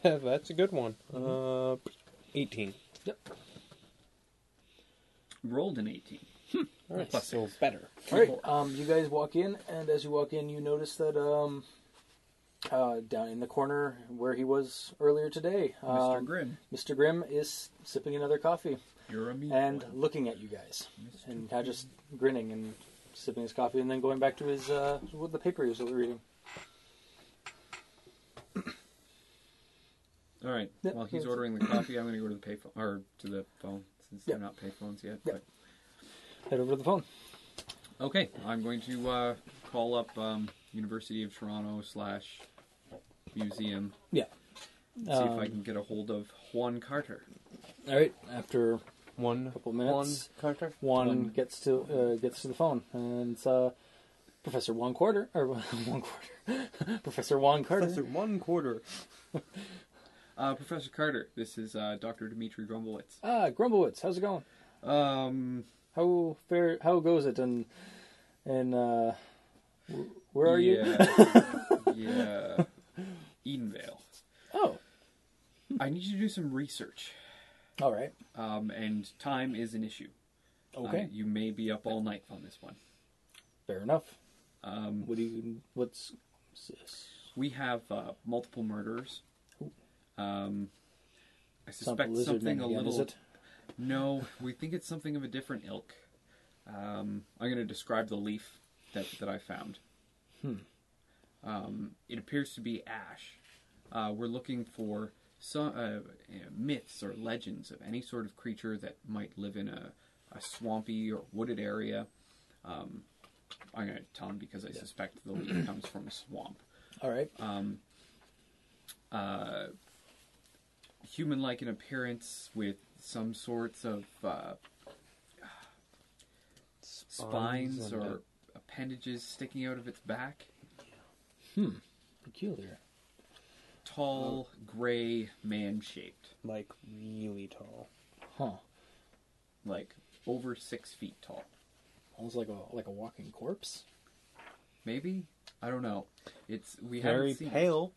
[SPEAKER 5] That's a good one.
[SPEAKER 4] Mm-hmm.
[SPEAKER 5] Uh, eighteen.
[SPEAKER 3] Yep.
[SPEAKER 4] Rolled an 18.
[SPEAKER 3] Hmm.
[SPEAKER 5] All right,
[SPEAKER 4] Plus
[SPEAKER 5] so better.
[SPEAKER 3] All right. Um, you guys walk in, and as you walk in, you notice that um, uh, down in the corner where he was earlier today,
[SPEAKER 4] Mr.
[SPEAKER 3] um,
[SPEAKER 4] Grimm,
[SPEAKER 3] Mr. Grimm is sipping another coffee
[SPEAKER 4] you're a meat
[SPEAKER 3] and
[SPEAKER 4] one.
[SPEAKER 3] looking at you guys,
[SPEAKER 4] Mr.
[SPEAKER 3] and kind of just grinning and sipping his coffee, and then going back to his uh, what the paper he was reading.
[SPEAKER 4] All right.
[SPEAKER 3] Yeah,
[SPEAKER 4] While he's
[SPEAKER 3] yes.
[SPEAKER 4] ordering the coffee, I'm going to go to the payphone or to the phone since
[SPEAKER 3] Yeah.
[SPEAKER 4] they're not payphones yet.
[SPEAKER 3] Yeah. Head over to the phone.
[SPEAKER 4] But okay, I'm going to uh, call up um, University of Toronto slash museum.
[SPEAKER 3] Yeah.
[SPEAKER 4] and See if I
[SPEAKER 3] Um,
[SPEAKER 4] can get a hold of Juan Carter.
[SPEAKER 3] All right. After
[SPEAKER 5] One
[SPEAKER 3] Couple
[SPEAKER 5] One
[SPEAKER 3] minutes.
[SPEAKER 5] Carter.
[SPEAKER 3] Juan
[SPEAKER 4] One.
[SPEAKER 3] gets to uh, gets to the phone, and it's uh, Professor Juan Quarter or <laughs> Juan Quarter, <laughs> Professor Juan Carter.
[SPEAKER 5] Professor, one quarter.
[SPEAKER 4] <laughs> Uh, Professor Carter, this is uh, Dr. Dimitri Grumblewitz.
[SPEAKER 3] Ah, Grumblewoods, how's it going?
[SPEAKER 4] Um,
[SPEAKER 3] How fair? How goes it? And and uh, wh- where are you? <laughs>
[SPEAKER 4] you? yeah. Edenvale.
[SPEAKER 3] Oh,
[SPEAKER 4] I need you to do some research,
[SPEAKER 3] all right,
[SPEAKER 4] um, and time is an issue. Uh,
[SPEAKER 3] okay,
[SPEAKER 4] you may be up all night on this one.
[SPEAKER 3] fair enough.
[SPEAKER 4] Um,
[SPEAKER 3] What do you? What's what's this?
[SPEAKER 4] We have uh, multiple murders. Um, I
[SPEAKER 3] It's not
[SPEAKER 4] suspect
[SPEAKER 3] the lizard
[SPEAKER 4] something
[SPEAKER 3] man
[SPEAKER 4] a
[SPEAKER 3] again,
[SPEAKER 4] little.
[SPEAKER 3] Is it?
[SPEAKER 4] No, we think it's something of a different ilk. Um, I'm going to describe the leaf that that I found. Um, it appears to be ash. Uh, we're looking for some uh, myths or legends of any sort of creature that might live in a, a swampy or wooded area. Um, I'm going to tell him because I suspect the leaf comes from a swamp.
[SPEAKER 3] All right.
[SPEAKER 4] human like in appearance with some sorts of uh, spines
[SPEAKER 5] and
[SPEAKER 4] or appendages sticking out of its back.
[SPEAKER 3] Peculiar.
[SPEAKER 4] Tall, gray, man shaped,
[SPEAKER 5] Like really tall.
[SPEAKER 3] Huh?
[SPEAKER 4] like over six feet tall.
[SPEAKER 3] Almost like a like a walking corpse.
[SPEAKER 4] Maybe? I don't know. It's we
[SPEAKER 5] Very
[SPEAKER 4] haven't seen it.
[SPEAKER 5] pale.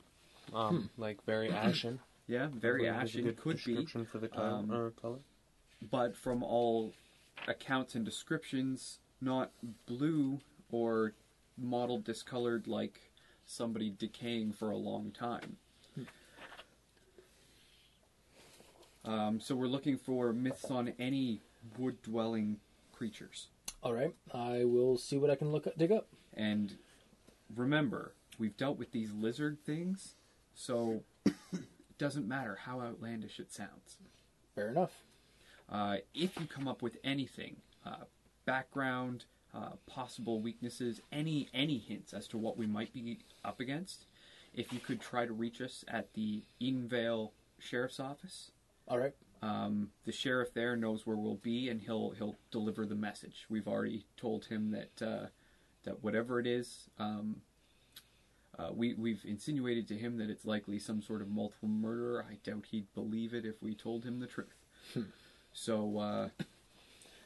[SPEAKER 5] Um, like
[SPEAKER 4] <clears throat>
[SPEAKER 5] very ashen.
[SPEAKER 4] Yeah, very ashen.
[SPEAKER 5] Good
[SPEAKER 4] Could be.
[SPEAKER 5] description for the time
[SPEAKER 4] Um,
[SPEAKER 5] or color.
[SPEAKER 4] but from all accounts and descriptions, not blue or mottled discolored like somebody decaying for a long time. Um, so we're looking for myths on any wood dwelling creatures.
[SPEAKER 3] All right. I will see what I can look up, dig up.
[SPEAKER 4] And remember, we've dealt with these lizard things, so <coughs> it doesn't matter how outlandish it sounds.
[SPEAKER 3] Fair enough.
[SPEAKER 4] Uh, if you come up with anything, uh, background, uh, possible weaknesses, any any hints as to what we might be up against, if you could try to reach us at the Edenvale Sheriff's Office,
[SPEAKER 3] All right.
[SPEAKER 4] um, the sheriff there knows where we'll be, and he'll he'll deliver the message. We've already told him that uh, that whatever it is, um, uh, we we've insinuated to him that it's likely some sort of multiple murder. I doubt he'd believe it if we told him the truth. so uh,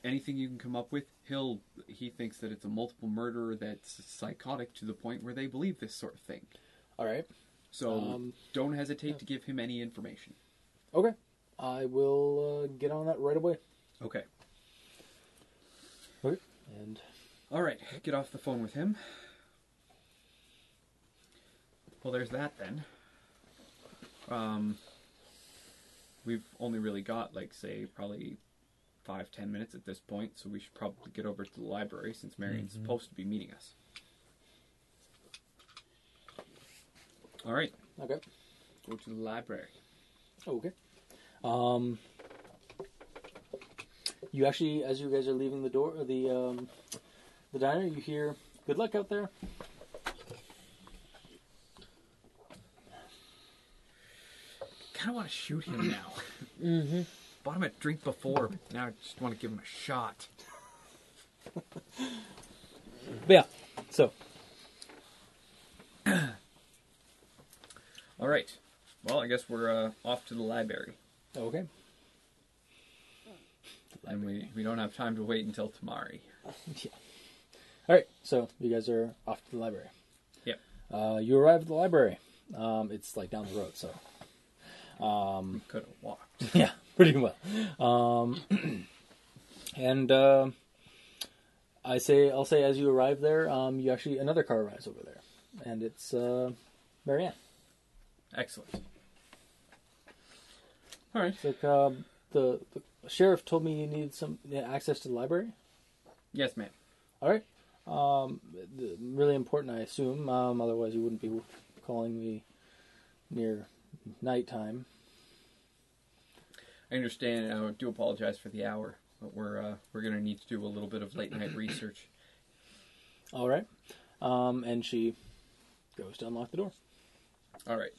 [SPEAKER 4] anything you can come up with, he'll he thinks that it's a multiple murderer that's psychotic to the point where they believe this sort of thing.
[SPEAKER 3] All right.
[SPEAKER 4] So
[SPEAKER 3] Um,
[SPEAKER 4] don't hesitate to give him any information.
[SPEAKER 3] Okay. I will uh, get on that right away.
[SPEAKER 4] Okay.
[SPEAKER 3] Okay. And
[SPEAKER 4] All right, get off the phone with him. Well, there's that then. Um, we've only really got like say probably five ten minutes at this point, so we should probably get over to the library since Marion's supposed to be meeting us. All right,
[SPEAKER 3] okay,
[SPEAKER 4] go to the library.
[SPEAKER 3] okay. Um, you actually, as you guys are leaving the door, the um, the diner, you hear "Good luck out there."
[SPEAKER 4] Kind of want to shoot him now. mm-hmm. Bought him a drink before, but now I just want to give him a shot.
[SPEAKER 3] But yeah, so
[SPEAKER 4] All right. Well, I guess we're uh, off to the library.
[SPEAKER 3] okay,
[SPEAKER 4] And we, we don't have time to wait until tomorrow.
[SPEAKER 3] yeah. All right, so you guys are off to the library.
[SPEAKER 4] Yep.
[SPEAKER 3] Uh, you arrive at the library. Um, it's like down the road, so
[SPEAKER 4] We could have walked.
[SPEAKER 3] yeah, <laughs> pretty well. Um, <clears throat> and uh, I say, I'll say, as you arrive there, um, you actually another car arrives over there, and it's uh, Marianne.
[SPEAKER 4] Excellent. All right.
[SPEAKER 3] It's like um, the, the sheriff told me you needed some yeah, access to the library.
[SPEAKER 4] Yes, ma'am.
[SPEAKER 3] All right, um, the, really important, I assume. Um, otherwise, you wouldn't be calling me near nighttime.
[SPEAKER 4] I understand. and I do apologize for the hour, but we're uh, we're gonna need to do a little bit of late night research.
[SPEAKER 3] All right, um, and she goes to unlock the door.
[SPEAKER 4] All right.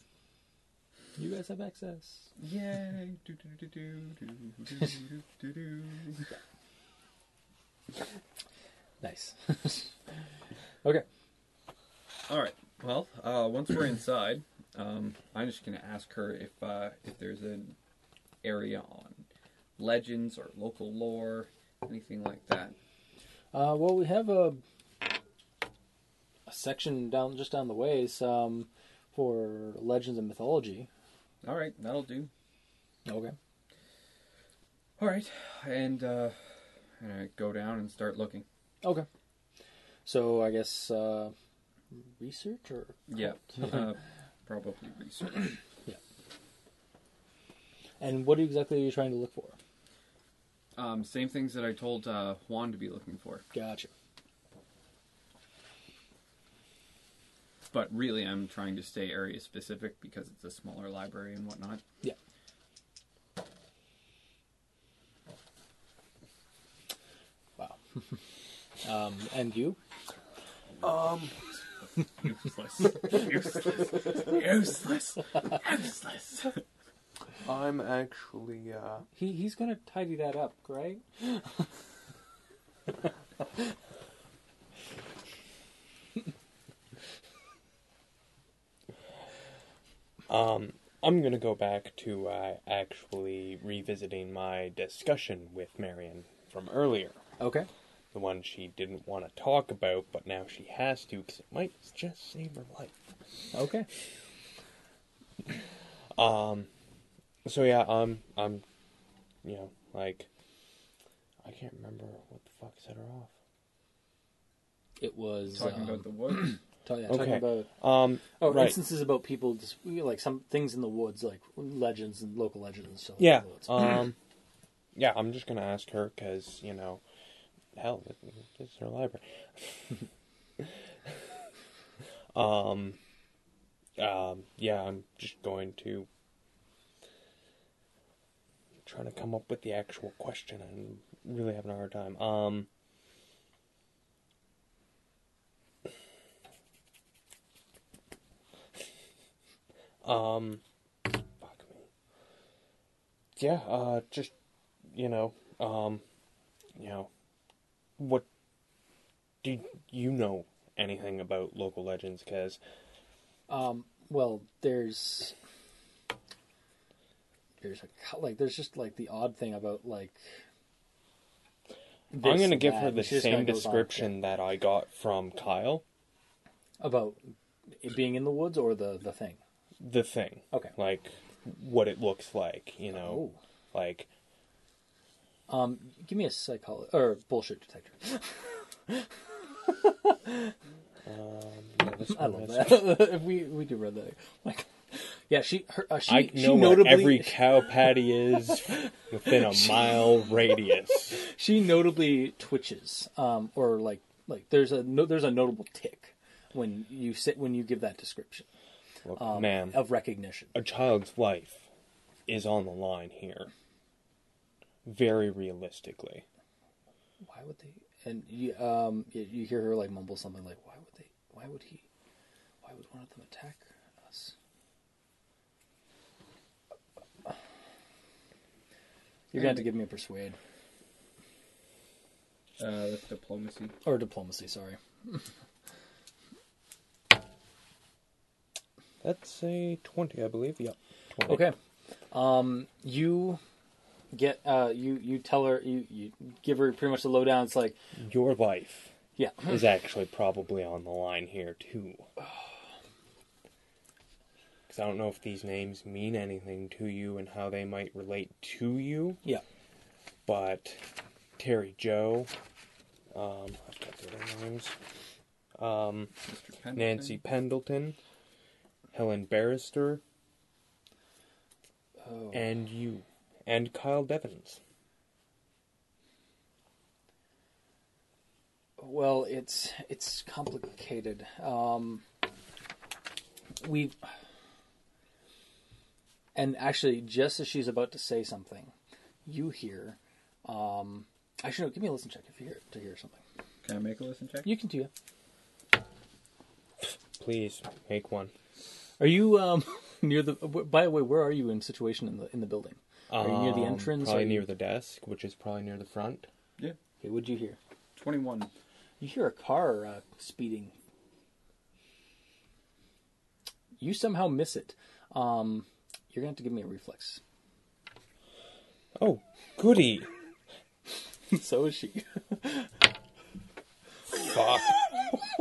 [SPEAKER 3] You guys have access.
[SPEAKER 4] Yay! Do, do, do, do, do, do, do, do, do.
[SPEAKER 3] Nice. <laughs> okay.
[SPEAKER 4] All right. Well, uh, once we're inside, um, I'm just gonna ask her if uh, if there's an area on legends or local lore, anything like that.
[SPEAKER 3] Uh, well, we have a, a section down just down the ways um, for legends and mythology.
[SPEAKER 4] All right, that'll do.
[SPEAKER 3] Okay.
[SPEAKER 4] All right, and uh, and I go down and start looking.
[SPEAKER 3] Okay. So I guess uh, research or
[SPEAKER 4] Yeah, <laughs> uh, probably research.
[SPEAKER 3] and what exactly are you trying to look for?
[SPEAKER 4] Um, same things that I told uh, Juan to be looking for,
[SPEAKER 3] Gotcha.
[SPEAKER 4] but really I'm trying to stay area specific because it's a smaller library and whatnot.
[SPEAKER 3] Yeah. Wow. um, and you?
[SPEAKER 4] Useless, useless, useless, useless.
[SPEAKER 2] I'm actually, uh,
[SPEAKER 3] He he's gonna tidy that up, right?
[SPEAKER 5] Um, I'm gonna go back to uh, actually revisiting my discussion with Marion from earlier.
[SPEAKER 3] Okay.
[SPEAKER 5] The one she didn't want to talk about, but now she has to because it might just save her life.
[SPEAKER 3] Okay.
[SPEAKER 5] Um, so yeah, um, I'm, you know, like, I can't remember what the fuck set her off.
[SPEAKER 3] It was
[SPEAKER 4] <laughs> Talking
[SPEAKER 3] um,
[SPEAKER 4] about the woods.
[SPEAKER 3] ta- yeah,
[SPEAKER 5] Okay.
[SPEAKER 3] talking about
[SPEAKER 5] Um,
[SPEAKER 3] Oh,
[SPEAKER 5] right.
[SPEAKER 3] instances about people, dis- like some things in the woods, like legends and local legends and stuff.
[SPEAKER 5] Yeah.
[SPEAKER 3] In the woods.
[SPEAKER 5] Um. <clears throat> yeah, I'm just gonna ask her because you know, hell, it- it's her library. <laughs> um. Um. Yeah, I'm just going to trying to come up with the actual question. I'm really having a hard time. Um. <laughs> Um, fuck me yeah, uh, just you know, um, you know, what do you know anything about local legends? Because
[SPEAKER 3] Um, well, there's there's a cou- like there's just like the odd thing about like.
[SPEAKER 5] I'm
[SPEAKER 3] this
[SPEAKER 5] gonna
[SPEAKER 3] and
[SPEAKER 5] give
[SPEAKER 3] that,
[SPEAKER 5] her
[SPEAKER 3] and
[SPEAKER 5] the
[SPEAKER 3] she just kinda
[SPEAKER 5] same
[SPEAKER 3] goes on.
[SPEAKER 5] description that I got from Kyle.
[SPEAKER 3] Yeah. about it being in the woods or the the thing.
[SPEAKER 5] The thing,
[SPEAKER 3] Okay. Oh,
[SPEAKER 5] like what it looks like, you know, like
[SPEAKER 3] Um, give me a psychology or bullshit detector.
[SPEAKER 5] Yeah, this
[SPEAKER 3] I
[SPEAKER 5] one has-
[SPEAKER 3] love that. <laughs> if we we do read that, like, yeah, she her, uh, she
[SPEAKER 5] I
[SPEAKER 3] she
[SPEAKER 5] know where
[SPEAKER 3] notably
[SPEAKER 5] every cow patty is within a mile radius.
[SPEAKER 3] <laughs> she notably twitches, um, or like like there's a no, there's a notable tick when you sit when you give that description
[SPEAKER 5] Look,
[SPEAKER 3] um,
[SPEAKER 5] ma'am,
[SPEAKER 3] of recognition.
[SPEAKER 5] a child's life is on the line here. Very realistically.
[SPEAKER 3] Why would they? And you um you, you hear her like mumble something like why would they? Why would he? Why would one of them attack us? You're gonna have to give me a persuade
[SPEAKER 4] Uh, that's diplomacy.
[SPEAKER 3] or diplomacy. Sorry.
[SPEAKER 5] That's a 20, I believe. Yep. 20.
[SPEAKER 3] Okay. Um, you get uh, you you tell her you, you give her pretty much the lowdown. It's like
[SPEAKER 5] Your life
[SPEAKER 3] yeah, hmm,
[SPEAKER 5] is actually probably on the line here, too. Because I don't know if these names mean anything to you and how they might relate to you.
[SPEAKER 3] yeah.
[SPEAKER 5] but Terry Joe, um, I've got their names, um,
[SPEAKER 4] Mr. Pendleton.
[SPEAKER 5] Nancy Pendleton, Helen Barrister,
[SPEAKER 3] Oh.
[SPEAKER 5] and you, and Kyle Devins.
[SPEAKER 3] Well, it's it's complicated. Um, we've and actually, just as she's about to say something, you hear. Um, actually, no, give me a listen check if you hear to hear something.
[SPEAKER 4] Can I make a listen check?
[SPEAKER 3] You can do that.
[SPEAKER 5] Please make one.
[SPEAKER 3] Are you um, <laughs> near the? By the way, where are you in situation in the in the building? Are you near the
[SPEAKER 5] Um,
[SPEAKER 3] entrance?
[SPEAKER 5] Probably
[SPEAKER 3] Are you-
[SPEAKER 5] near the desk, which is probably near the front.
[SPEAKER 4] Yeah.
[SPEAKER 3] Okay, what'd you hear?
[SPEAKER 4] Twenty-one.
[SPEAKER 3] You hear a car uh, speeding. You somehow miss it. Um, you're gonna have to give me a reflex. <laughs>
[SPEAKER 5] Oh, goody!
[SPEAKER 3] so is she.
[SPEAKER 5] Fuck.
[SPEAKER 3] <laughs>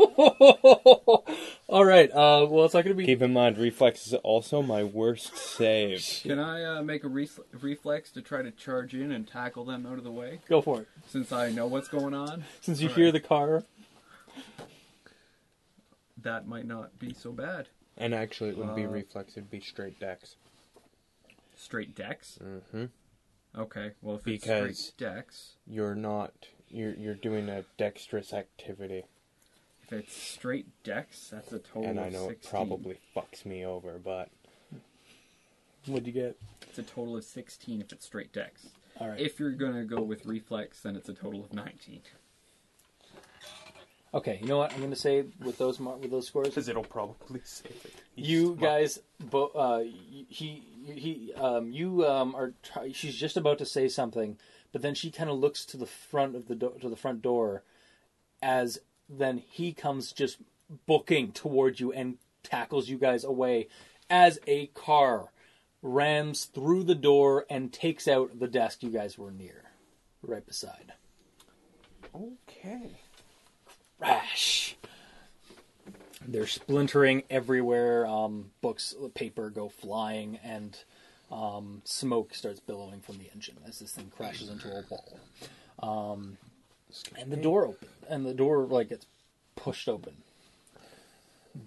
[SPEAKER 3] All right. Uh, well, it's not gonna be.
[SPEAKER 5] Keep in mind, reflex is also my worst save.
[SPEAKER 4] Can I uh, make a re- reflex to try to charge in and tackle them out of the way?
[SPEAKER 3] Go for it.
[SPEAKER 4] Since I know what's going on,
[SPEAKER 3] Since you
[SPEAKER 4] All
[SPEAKER 3] hear
[SPEAKER 4] right.
[SPEAKER 3] the car,
[SPEAKER 4] that might not be so bad.
[SPEAKER 5] And actually, it wouldn't be
[SPEAKER 4] Uh,
[SPEAKER 5] reflex; it'd be straight dex.
[SPEAKER 4] Straight dex.
[SPEAKER 5] Mm-hmm.
[SPEAKER 4] Okay. Well, if it's
[SPEAKER 5] Because-
[SPEAKER 4] straight dex,
[SPEAKER 5] You're not. You're you're doing a dexterous activity.
[SPEAKER 4] if it's straight dex, that's a total.
[SPEAKER 5] and I
[SPEAKER 4] of
[SPEAKER 5] know it
[SPEAKER 4] 16.
[SPEAKER 5] probably fucks me over, but
[SPEAKER 3] what'd you get?
[SPEAKER 4] It's a total of sixteen if it's straight dex.
[SPEAKER 3] All right.
[SPEAKER 4] If you're gonna go with reflex, then it's a total of nineteen.
[SPEAKER 3] okay. You know what? I'm gonna say with those mar- with those scores,
[SPEAKER 5] it'll
[SPEAKER 2] <laughs>
[SPEAKER 5] probably save it.
[SPEAKER 3] you guys bo- uh y- he he um you um are try- she's just about to say something but then she kind of looks to the front of the do- to the front door as then he comes just booking towards you and tackles you guys away as a car rams through the door and takes out the desk you guys were near right beside
[SPEAKER 5] Okay.
[SPEAKER 3] crash. They're splintering everywhere. Um, books, paper go flying, and um, smoke starts billowing from the engine as this thing crashes into a wall. Um, and the door open, and the door like gets pushed open.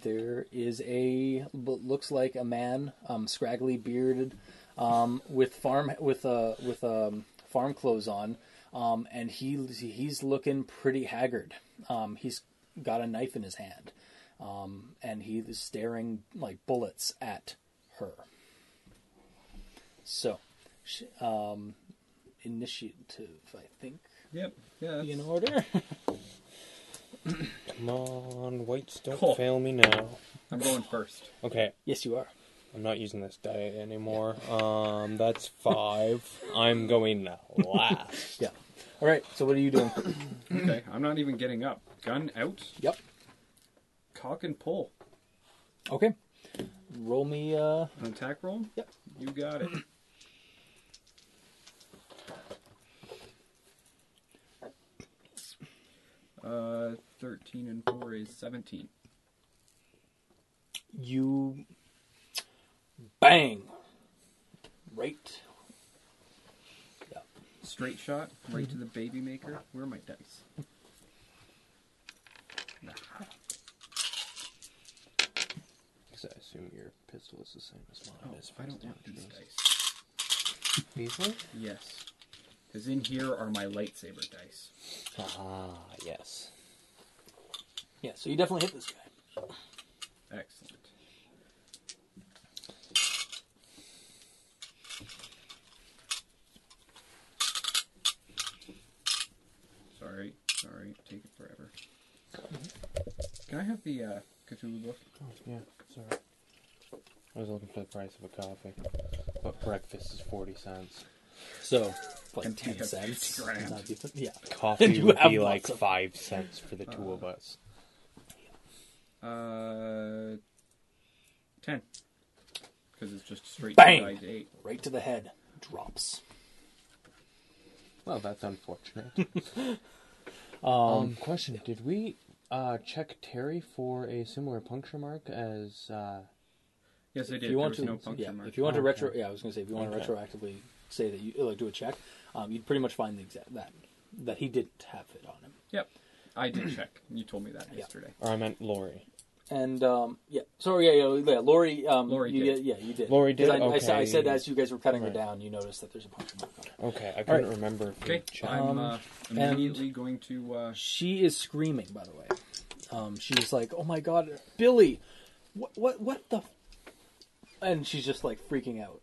[SPEAKER 3] There is a what looks like a man, um, scraggly bearded, um, with farm with uh, with um, farm clothes on, um, and he he's looking pretty haggard. Um, he's got a knife in his hand, um, and he is staring like bullets at her. So, sh- um, initiative, I think,
[SPEAKER 4] Yep. Yeah.
[SPEAKER 3] in
[SPEAKER 4] that's-
[SPEAKER 3] order.
[SPEAKER 5] Come on, whites, don't
[SPEAKER 4] Cool.
[SPEAKER 5] fail me now.
[SPEAKER 4] I'm going
[SPEAKER 3] <clears throat>
[SPEAKER 4] first.
[SPEAKER 5] Okay,
[SPEAKER 3] yes, you are.
[SPEAKER 5] I'm not using this die anymore. Um, that's five. I'm going <laughs> last.
[SPEAKER 3] Yeah. All right. So, what are you doing? <coughs>
[SPEAKER 4] okay. I'm not even getting up. Gun out.
[SPEAKER 3] yep.
[SPEAKER 4] Cock and pull.
[SPEAKER 3] Okay. Roll me. Uh,
[SPEAKER 4] An attack roll?
[SPEAKER 3] Yep.
[SPEAKER 4] You got it. Uh, 13 and 4 is 17.
[SPEAKER 3] you bang right
[SPEAKER 4] Straight shot, right to the baby maker. Where are my dice?
[SPEAKER 5] Because I assume your pistol is the same as mine.
[SPEAKER 4] Oh,
[SPEAKER 5] as
[SPEAKER 4] I
[SPEAKER 5] far as
[SPEAKER 4] don't want these
[SPEAKER 5] damage goes.
[SPEAKER 4] dice.
[SPEAKER 5] These ones?
[SPEAKER 4] Yes. Because in here are my lightsaber dice.
[SPEAKER 5] Ah, yes.
[SPEAKER 3] Yeah, so you definitely hit this guy.
[SPEAKER 4] Excellent. Sorry, sorry, take it forever. Can I have the uh, Cthulhu book?
[SPEAKER 5] Oh, yeah, sorry. I was looking for the price of a coffee, but breakfast is 40 cents.
[SPEAKER 3] So, plus
[SPEAKER 4] And you
[SPEAKER 3] 10
[SPEAKER 4] have
[SPEAKER 3] cents.
[SPEAKER 4] 50 grand.
[SPEAKER 3] Not even- Yeah.
[SPEAKER 4] <laughs>
[SPEAKER 5] Coffee
[SPEAKER 3] You
[SPEAKER 5] would
[SPEAKER 3] have
[SPEAKER 5] be
[SPEAKER 3] lots
[SPEAKER 5] like
[SPEAKER 3] of-
[SPEAKER 5] 5 cents for the two of us.
[SPEAKER 4] Uh, ten. Because it's just straight
[SPEAKER 3] Bang!
[SPEAKER 4] dice eight.
[SPEAKER 3] Right to the head. Drops.
[SPEAKER 5] Well, that's
[SPEAKER 4] <laughs>
[SPEAKER 5] unfortunate. um, question Did we uh, check Terry for a similar puncture mark as. Uh,
[SPEAKER 4] Yes, I did.
[SPEAKER 3] If you want to,
[SPEAKER 4] there was no puncture
[SPEAKER 3] yeah,
[SPEAKER 4] mark.
[SPEAKER 3] if you want to
[SPEAKER 5] Okay.
[SPEAKER 3] retro, yeah, I was going to say if you want
[SPEAKER 5] Okay.
[SPEAKER 3] to retroactively say that you like do a check, um, you'd pretty much find the exact that that he didn't have it on him.
[SPEAKER 4] Yep, I did check. You told me that
[SPEAKER 3] Yeah.
[SPEAKER 4] yesterday.
[SPEAKER 5] or I meant Lori.
[SPEAKER 3] And um, yeah, sorry, yeah, yeah, yeah Lori, um,
[SPEAKER 4] Lori
[SPEAKER 3] you,
[SPEAKER 4] did.
[SPEAKER 3] yeah, you did.
[SPEAKER 5] Lori did,
[SPEAKER 3] 'Cause I, I, sa- I
[SPEAKER 5] okay.
[SPEAKER 3] said as you guys were cutting
[SPEAKER 5] Right.
[SPEAKER 3] her down, you noticed that there's a puncture mark on her.
[SPEAKER 5] Okay, I couldn't remember if we
[SPEAKER 4] Okay,
[SPEAKER 5] checked.
[SPEAKER 4] I'm
[SPEAKER 3] Um,
[SPEAKER 4] uh, immediately going to. Uh,
[SPEAKER 3] She is screaming, by the way. Um, she's like, "Oh my god, Billy, what, what, what the?" f-" And she's just like freaking out.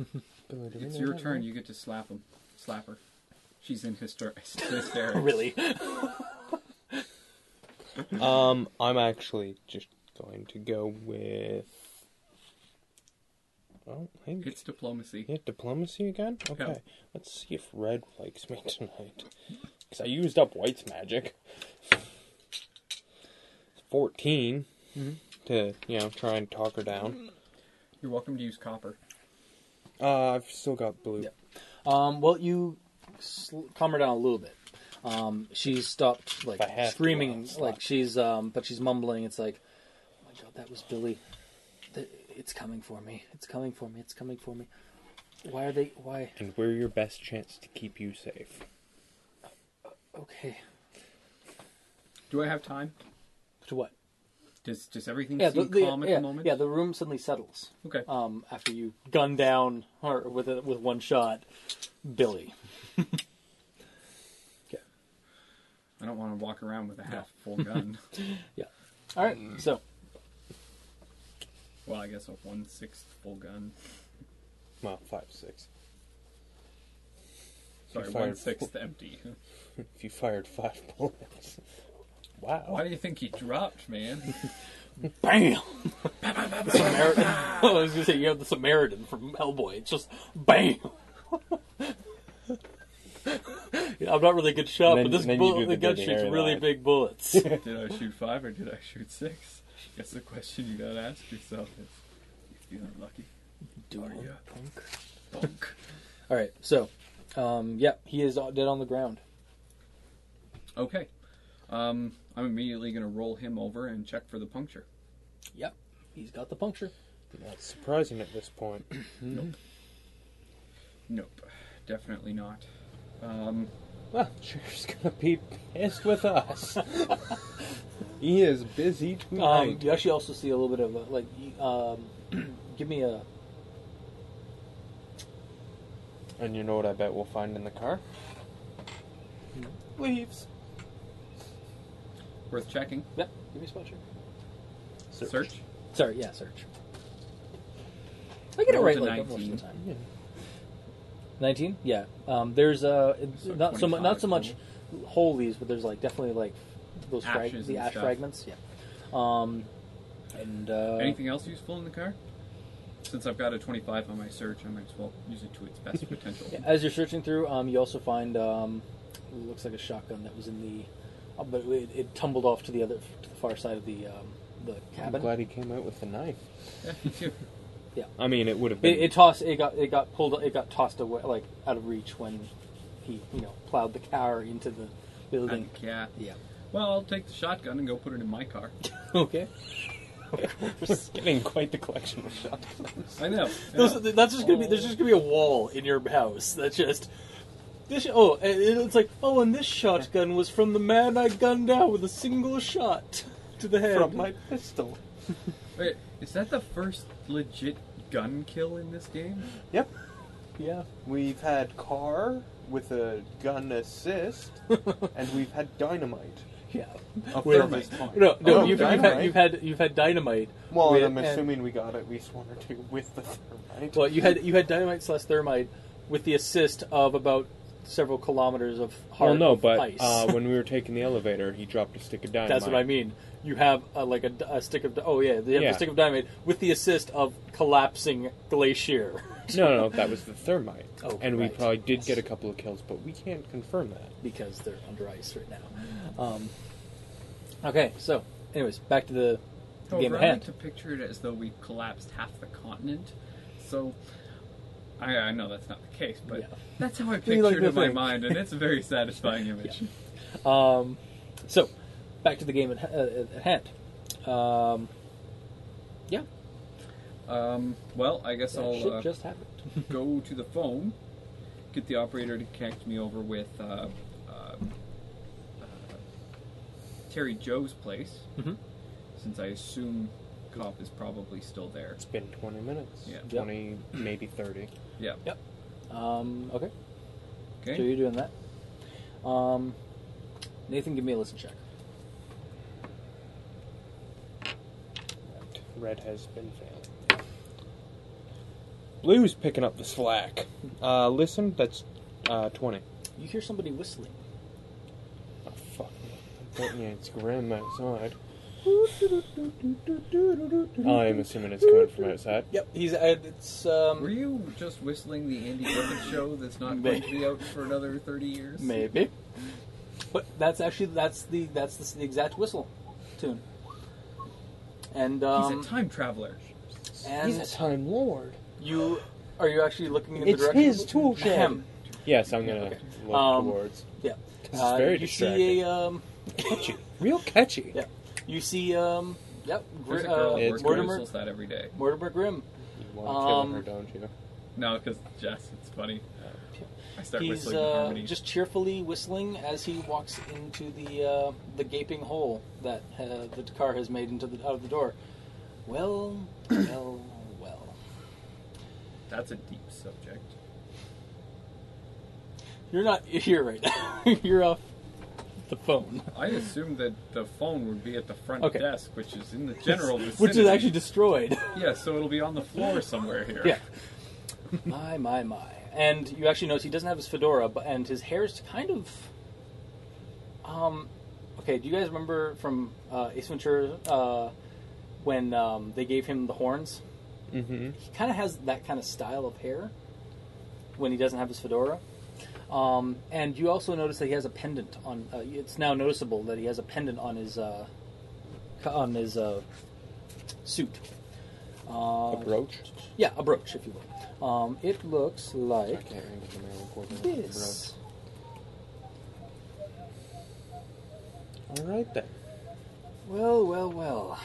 [SPEAKER 3] <laughs>
[SPEAKER 5] Billy, do we
[SPEAKER 4] It's
[SPEAKER 5] know
[SPEAKER 4] your
[SPEAKER 5] that
[SPEAKER 4] turn.
[SPEAKER 5] one?
[SPEAKER 4] You get to slap him. Slap her. She's in hyster- <laughs> hysterics.
[SPEAKER 3] Oh, Really?
[SPEAKER 5] Um, I'm actually just going to go with. oh, Well, hey,
[SPEAKER 4] It's diplomacy.
[SPEAKER 5] yeah, diplomacy again. Okay,
[SPEAKER 4] Yeah.
[SPEAKER 5] let's see if red likes me <laughs> tonight. Because I used up white's magic. Fourteen to you know try and talk her down.
[SPEAKER 4] You're welcome to use copper.
[SPEAKER 5] Uh, I've still got blue.
[SPEAKER 3] Yeah. Um, well, you sl- calm her down a little bit. Um, she's stopped like
[SPEAKER 5] If I have to,
[SPEAKER 3] screaming,
[SPEAKER 5] I'll slap
[SPEAKER 3] like she's um, but she's mumbling. It's like, oh my god, that was Billy. Th- It's coming for me. It's coming for me. It's coming for me. Why are they? Why?
[SPEAKER 5] And we're your best chance to keep you safe.
[SPEAKER 3] Okay.
[SPEAKER 4] Do I have time?
[SPEAKER 3] To what?
[SPEAKER 4] Does Does everything
[SPEAKER 3] Yeah, the,
[SPEAKER 4] seem
[SPEAKER 3] the,
[SPEAKER 4] calm at
[SPEAKER 3] yeah,
[SPEAKER 4] the moment?
[SPEAKER 3] yeah. The room suddenly settles
[SPEAKER 4] Okay.
[SPEAKER 3] um, after you gun down her with a, with one shot, Billy.
[SPEAKER 4] I don't want to walk around with a half full
[SPEAKER 3] <laughs>
[SPEAKER 4] gun.
[SPEAKER 3] All right. So
[SPEAKER 4] well, I guess a one sixth full gun.
[SPEAKER 5] Well, five six.
[SPEAKER 4] Sorry,
[SPEAKER 5] fired
[SPEAKER 4] one sixth empty.
[SPEAKER 5] If you fired five <laughs> bullets. Wow.
[SPEAKER 4] Why do you think he
[SPEAKER 3] <laughs>
[SPEAKER 4] dropped, man?
[SPEAKER 3] Bam! the Samaritan. <laughs> I was gonna say you have the Samaritan from Hellboy. It's just bam. <laughs> Yeah, I'm not really a good
[SPEAKER 5] And
[SPEAKER 3] shot,
[SPEAKER 5] then-
[SPEAKER 3] but this
[SPEAKER 5] and then you
[SPEAKER 3] bullet,
[SPEAKER 5] do
[SPEAKER 3] the
[SPEAKER 5] the
[SPEAKER 3] gun
[SPEAKER 5] dirty
[SPEAKER 3] shoots
[SPEAKER 5] Harry
[SPEAKER 3] really
[SPEAKER 5] line. <laughs>
[SPEAKER 3] big bullets.
[SPEAKER 4] did I shoot five or did I shoot six? That's the question you gotta ask yourself. Is if you're unlucky,
[SPEAKER 3] Do it,
[SPEAKER 4] ya?
[SPEAKER 3] punk.
[SPEAKER 4] bonk.
[SPEAKER 3] All right, so, um, yeah, he is dead on the ground.
[SPEAKER 4] Okay. Um, I'm immediately gonna roll him over and check for the puncture.
[SPEAKER 3] Yep, he's got the puncture.
[SPEAKER 5] That's surprising at this point.
[SPEAKER 4] Nope, definitely not. Um,
[SPEAKER 5] <laughs> Well, Sheriff's gonna be pissed with us. <laughs> he is busy tonight.
[SPEAKER 3] Um, you actually also see a little bit of a, like, you- um, <clears throat> give me a
[SPEAKER 5] and you know what I bet we'll find in the car? Leaves.
[SPEAKER 4] worth checking.
[SPEAKER 3] yep, give me a spot check.
[SPEAKER 4] Search.
[SPEAKER 3] Sorry, yeah, search. I get it
[SPEAKER 4] Roll
[SPEAKER 3] right
[SPEAKER 4] to
[SPEAKER 3] like most of the
[SPEAKER 4] 19.
[SPEAKER 3] time.
[SPEAKER 5] Yeah.
[SPEAKER 3] Nineteen? Yeah. Um, there's uh, it's
[SPEAKER 4] So
[SPEAKER 3] not so much not so
[SPEAKER 4] 25
[SPEAKER 3] much whole leaves, but there's like definitely like those frag-
[SPEAKER 4] Ashes
[SPEAKER 3] the
[SPEAKER 4] and
[SPEAKER 3] ash
[SPEAKER 4] stuff.
[SPEAKER 3] fragments. Yeah. Um, and uh,
[SPEAKER 4] Anything else useful in the car? Since I've got a 25 on my search, I might as well use it to its best potential.
[SPEAKER 3] yeah, as you're searching through, um, you also find um, it looks like a shotgun that was in the, uh, but it, it tumbled off to the other to the far side of the um, the
[SPEAKER 5] I'm
[SPEAKER 3] cabin.
[SPEAKER 5] glad he came out with the knife.
[SPEAKER 4] <laughs> Yeah.
[SPEAKER 5] I mean, it would have
[SPEAKER 3] It,
[SPEAKER 5] been.
[SPEAKER 3] it tossed. It got. It got pulled. It got tossed away, like out of reach when he, you know, plowed the car into the building.
[SPEAKER 4] yeah.
[SPEAKER 3] Yeah.
[SPEAKER 4] Well, I'll take the shotgun and go put it in my <laughs> car.
[SPEAKER 3] <laughs> Okay.
[SPEAKER 5] was <laughs> getting quite the collection of shotguns.
[SPEAKER 4] I know. I know.
[SPEAKER 3] Those, that's just gonna be. There's just gonna be a wall in your house that's just This oh, and it's like oh, and this shotgun was from the man I gunned down with a single shot to the head.
[SPEAKER 2] From my pistol.
[SPEAKER 4] Wait, is that the first legit gun kill in this game?
[SPEAKER 3] yeah,
[SPEAKER 2] We've had car with a
[SPEAKER 5] <laughs>
[SPEAKER 2] gun assist, and we've had dynamite.
[SPEAKER 3] yeah.
[SPEAKER 2] A
[SPEAKER 3] Wait,
[SPEAKER 2] thermos-
[SPEAKER 3] No, no,
[SPEAKER 2] Oh,
[SPEAKER 3] you've, you've, had,
[SPEAKER 2] dynamite.
[SPEAKER 3] you've had you've had dynamite.
[SPEAKER 2] Well,
[SPEAKER 3] with-
[SPEAKER 2] I'm
[SPEAKER 3] and-
[SPEAKER 2] assuming we got at least one or two with the thermite.
[SPEAKER 3] Well, you had you had dynamite slash thermite with the assist of about several kilometers of hard
[SPEAKER 5] Well, no, but
[SPEAKER 3] ice. <laughs>
[SPEAKER 5] uh, when we were taking the elevator, he dropped a stick of dynamite.
[SPEAKER 3] That's what I mean. You have uh, like a, d- a stick of d- oh yeah, you have
[SPEAKER 5] Yeah.
[SPEAKER 3] a stick of dynamite with the assist of collapsing glacier. <laughs>
[SPEAKER 5] No, no, that was the thermite.
[SPEAKER 3] Oh,
[SPEAKER 5] and we
[SPEAKER 3] right.
[SPEAKER 5] probably did
[SPEAKER 3] Yes.
[SPEAKER 5] get a couple of kills, but we can't confirm that.
[SPEAKER 3] because they're under ice right now. Um, okay, so anyways, back to the the game at
[SPEAKER 4] However, I
[SPEAKER 3] hand.
[SPEAKER 4] like Oh, to picture it as though we've collapsed half the continent. So, I, I know that's not the case, but
[SPEAKER 3] Yeah.
[SPEAKER 4] that's how I
[SPEAKER 3] you <laughs>
[SPEAKER 4] picture
[SPEAKER 3] like
[SPEAKER 4] it
[SPEAKER 3] to
[SPEAKER 4] in my
[SPEAKER 3] think.
[SPEAKER 4] mind, and it's a very
[SPEAKER 3] <laughs>
[SPEAKER 4] satisfying image.
[SPEAKER 3] Um, so back to the game at, ha- uh, at hand. Um, yeah,
[SPEAKER 4] Um, well, I guess
[SPEAKER 3] that
[SPEAKER 4] I'll
[SPEAKER 3] shit
[SPEAKER 4] uh,
[SPEAKER 3] just happened.
[SPEAKER 4] <laughs> go to the phone, get the operator to connect me over with uh, uh, uh, Terry Joe's place,
[SPEAKER 3] Mhm.
[SPEAKER 5] Mm-hmm.
[SPEAKER 4] since I assume Cop is probably still there.
[SPEAKER 5] It's been 20 minutes.
[SPEAKER 4] Yeah. Yep.
[SPEAKER 5] 20, maybe 30.
[SPEAKER 4] Yeah.
[SPEAKER 3] Um, okay, so
[SPEAKER 4] Okay.
[SPEAKER 3] you're doing that. Um, Nathan, give me a listen check.
[SPEAKER 5] Red has been failing. Blue's picking up the slack. Uh, listen, that's uh, 20.
[SPEAKER 3] You hear somebody whistling.
[SPEAKER 5] Oh, fuck me. Unfortunately, it's grim outside. I am assuming it's coming from outside.
[SPEAKER 3] Yep, he's uh, it's um,
[SPEAKER 4] Were you just whistling the
[SPEAKER 3] <coughs>
[SPEAKER 4] Andy Griffith show that's not going to be out for another 30 years?
[SPEAKER 3] Maybe. But that's actually that's the that's the, the exact whistle tune. And um,
[SPEAKER 4] He's a time traveler.
[SPEAKER 3] and
[SPEAKER 5] Time Lord.
[SPEAKER 3] you are you actually looking in
[SPEAKER 5] It's
[SPEAKER 3] the direction?
[SPEAKER 5] his tool shed.
[SPEAKER 3] Ahem.
[SPEAKER 5] Yes, I'm gonna look
[SPEAKER 3] Um,
[SPEAKER 5] towards.
[SPEAKER 3] Yeah.
[SPEAKER 5] This is
[SPEAKER 3] Uh,
[SPEAKER 5] very
[SPEAKER 3] you see
[SPEAKER 5] distracting.
[SPEAKER 3] a um,
[SPEAKER 5] Catchy. Real catchy.
[SPEAKER 3] Yeah. you see um, yep, Gr-
[SPEAKER 4] There's a girl
[SPEAKER 3] uh,
[SPEAKER 4] at
[SPEAKER 5] It's
[SPEAKER 4] work who
[SPEAKER 3] Mortimer
[SPEAKER 4] whistles that every day.
[SPEAKER 3] Mortimer Grimm.
[SPEAKER 5] You want
[SPEAKER 3] Um,
[SPEAKER 5] to kill her, don't you?
[SPEAKER 4] No, because Jess, it's funny. I start
[SPEAKER 3] He's
[SPEAKER 4] whistling in
[SPEAKER 3] uh,
[SPEAKER 4] harmony.
[SPEAKER 3] just cheerfully whistling as he walks into the uh, the gaping hole that uh, the car has made into the out of the door. Well, well, well.
[SPEAKER 4] That's a deep subject.
[SPEAKER 3] You're not <laughs> here right now. <laughs> You're off the phone,
[SPEAKER 4] I assumed that the phone would be at the front
[SPEAKER 3] Okay.
[SPEAKER 4] desk, which is
[SPEAKER 3] <laughs>
[SPEAKER 4] in the general vicinity.
[SPEAKER 3] which is actually destroyed. <laughs>
[SPEAKER 4] Yeah, so it'll be on the floor somewhere here.
[SPEAKER 3] yeah. <laughs> my, my, my. And you actually notice he doesn't have his fedora, but and his hair is kind of. Um, okay. Do you guys remember from uh, Ace Ventura uh, when um, they gave him the horns?
[SPEAKER 5] Mm-hmm.
[SPEAKER 3] He kind of has that kind of style of hair when he doesn't have his fedora. Um, and you also notice that he has a pendant on. Uh, it's now noticeable that he has a pendant on his uh, co- on his uh, suit. Uh,
[SPEAKER 5] A brooch.
[SPEAKER 3] Yeah, a brooch, if you will. Um, it looks
[SPEAKER 5] I
[SPEAKER 3] like
[SPEAKER 5] can't remember the name of the
[SPEAKER 3] this.
[SPEAKER 5] brooch. All right then.
[SPEAKER 3] Well, well, well.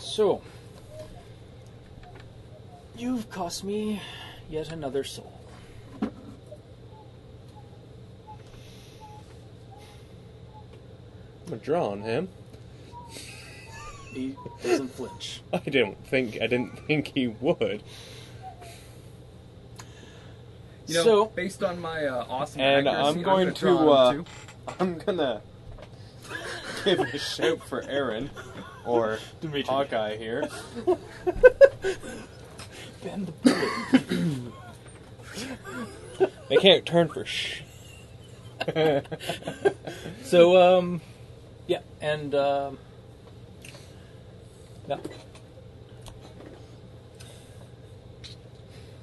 [SPEAKER 3] So, you've cost me yet another soul.
[SPEAKER 5] I'm gonna draw on him. <laughs>
[SPEAKER 3] He doesn't flinch.
[SPEAKER 5] I didn't think. I didn't <laughs> think he would.
[SPEAKER 4] <laughs> You know, <laughs>
[SPEAKER 3] so,
[SPEAKER 4] based on my uh, awesome
[SPEAKER 2] And
[SPEAKER 4] accuracy,
[SPEAKER 2] I'm going
[SPEAKER 4] gonna
[SPEAKER 2] to,
[SPEAKER 4] draw
[SPEAKER 2] uh,
[SPEAKER 4] him, too.
[SPEAKER 2] I'm gonna give a shout for Aaron, or
[SPEAKER 3] Dimitri.
[SPEAKER 2] Hawkeye here.
[SPEAKER 3] Bend the bullet.
[SPEAKER 5] They can't turn for sh.
[SPEAKER 3] So, um, yeah, and, um, yeah.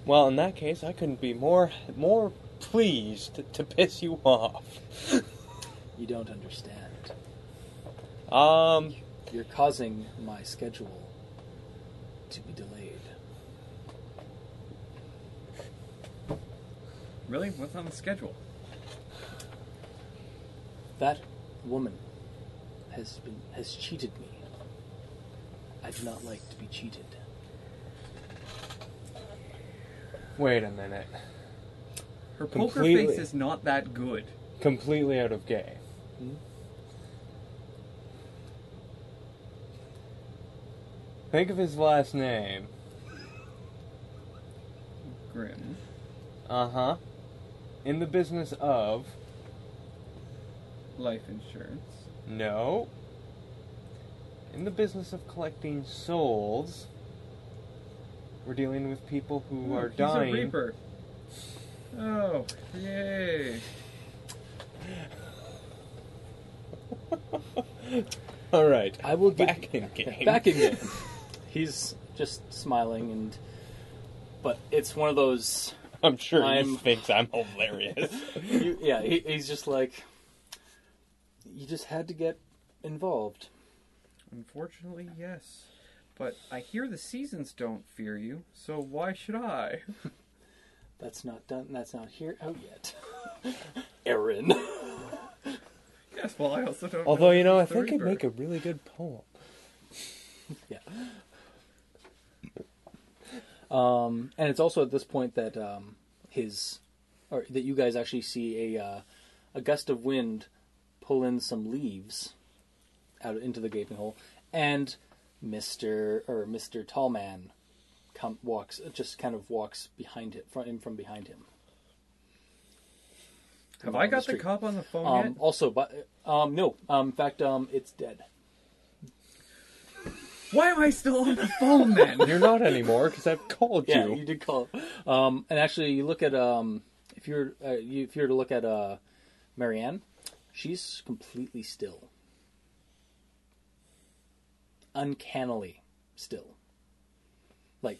[SPEAKER 5] Well, in that case, I couldn't be more more pleased to, to piss you off.
[SPEAKER 3] you don't understand.
[SPEAKER 5] Um,
[SPEAKER 3] You're causing my schedule to be delayed.
[SPEAKER 4] Really? What's on the schedule?
[SPEAKER 3] That woman has been has cheated me. I do not like to be cheated.
[SPEAKER 5] wait a minute.
[SPEAKER 4] Her poker
[SPEAKER 5] Completely.
[SPEAKER 4] face is not that good.
[SPEAKER 5] completely out of gay. Think of his last name.
[SPEAKER 4] Grim.
[SPEAKER 5] Uh huh. In the business of.
[SPEAKER 4] Life insurance.
[SPEAKER 5] No. In the business of collecting souls, we're dealing with people who
[SPEAKER 4] Ooh,
[SPEAKER 5] are
[SPEAKER 4] he's
[SPEAKER 5] dying.
[SPEAKER 4] A reaper. Oh, yay.
[SPEAKER 5] All right.
[SPEAKER 3] I will get <laughs>
[SPEAKER 5] Back in game.
[SPEAKER 3] back in game. <laughs> He's just smiling and, but it's one of those.
[SPEAKER 5] I'm sure
[SPEAKER 3] I'm-
[SPEAKER 5] he thinks I'm hilarious.
[SPEAKER 3] You, yeah, he, he's just like. You just had to get involved.
[SPEAKER 4] Unfortunately, yes. But I hear the seasons don't fear you, so why should I? <laughs>
[SPEAKER 3] That's not done. That's not here out yet. <laughs> Aaron.
[SPEAKER 4] Yes, well, I also
[SPEAKER 5] <laughs>
[SPEAKER 4] don't.
[SPEAKER 5] Although you know, I
[SPEAKER 4] if he's
[SPEAKER 5] think
[SPEAKER 4] the
[SPEAKER 5] it'd
[SPEAKER 4] reaper.
[SPEAKER 5] make a really good poem.
[SPEAKER 3] Um, and it's also at this point that um, his, or that you guys actually see a uh, a gust of wind pull in some leaves out into the gaping hole, and Mister or Mister Tallman come walks just kind of walks behind him from in from behind him.
[SPEAKER 4] Have
[SPEAKER 3] on
[SPEAKER 4] I
[SPEAKER 3] the
[SPEAKER 4] got the,
[SPEAKER 3] street.
[SPEAKER 4] cop on the phone
[SPEAKER 3] Um,
[SPEAKER 4] yet?
[SPEAKER 3] also, but um, no, um, in fact, um, it's dead.
[SPEAKER 4] Why am I still on the
[SPEAKER 3] <laughs>
[SPEAKER 4] phone then?
[SPEAKER 5] You're not anymore because I've called
[SPEAKER 3] Yeah,
[SPEAKER 5] you.
[SPEAKER 3] you did call. Um, and actually, you look at um, if you're uh, you, if you were to look at uh, Marianne, she's completely still, uncannily still. Like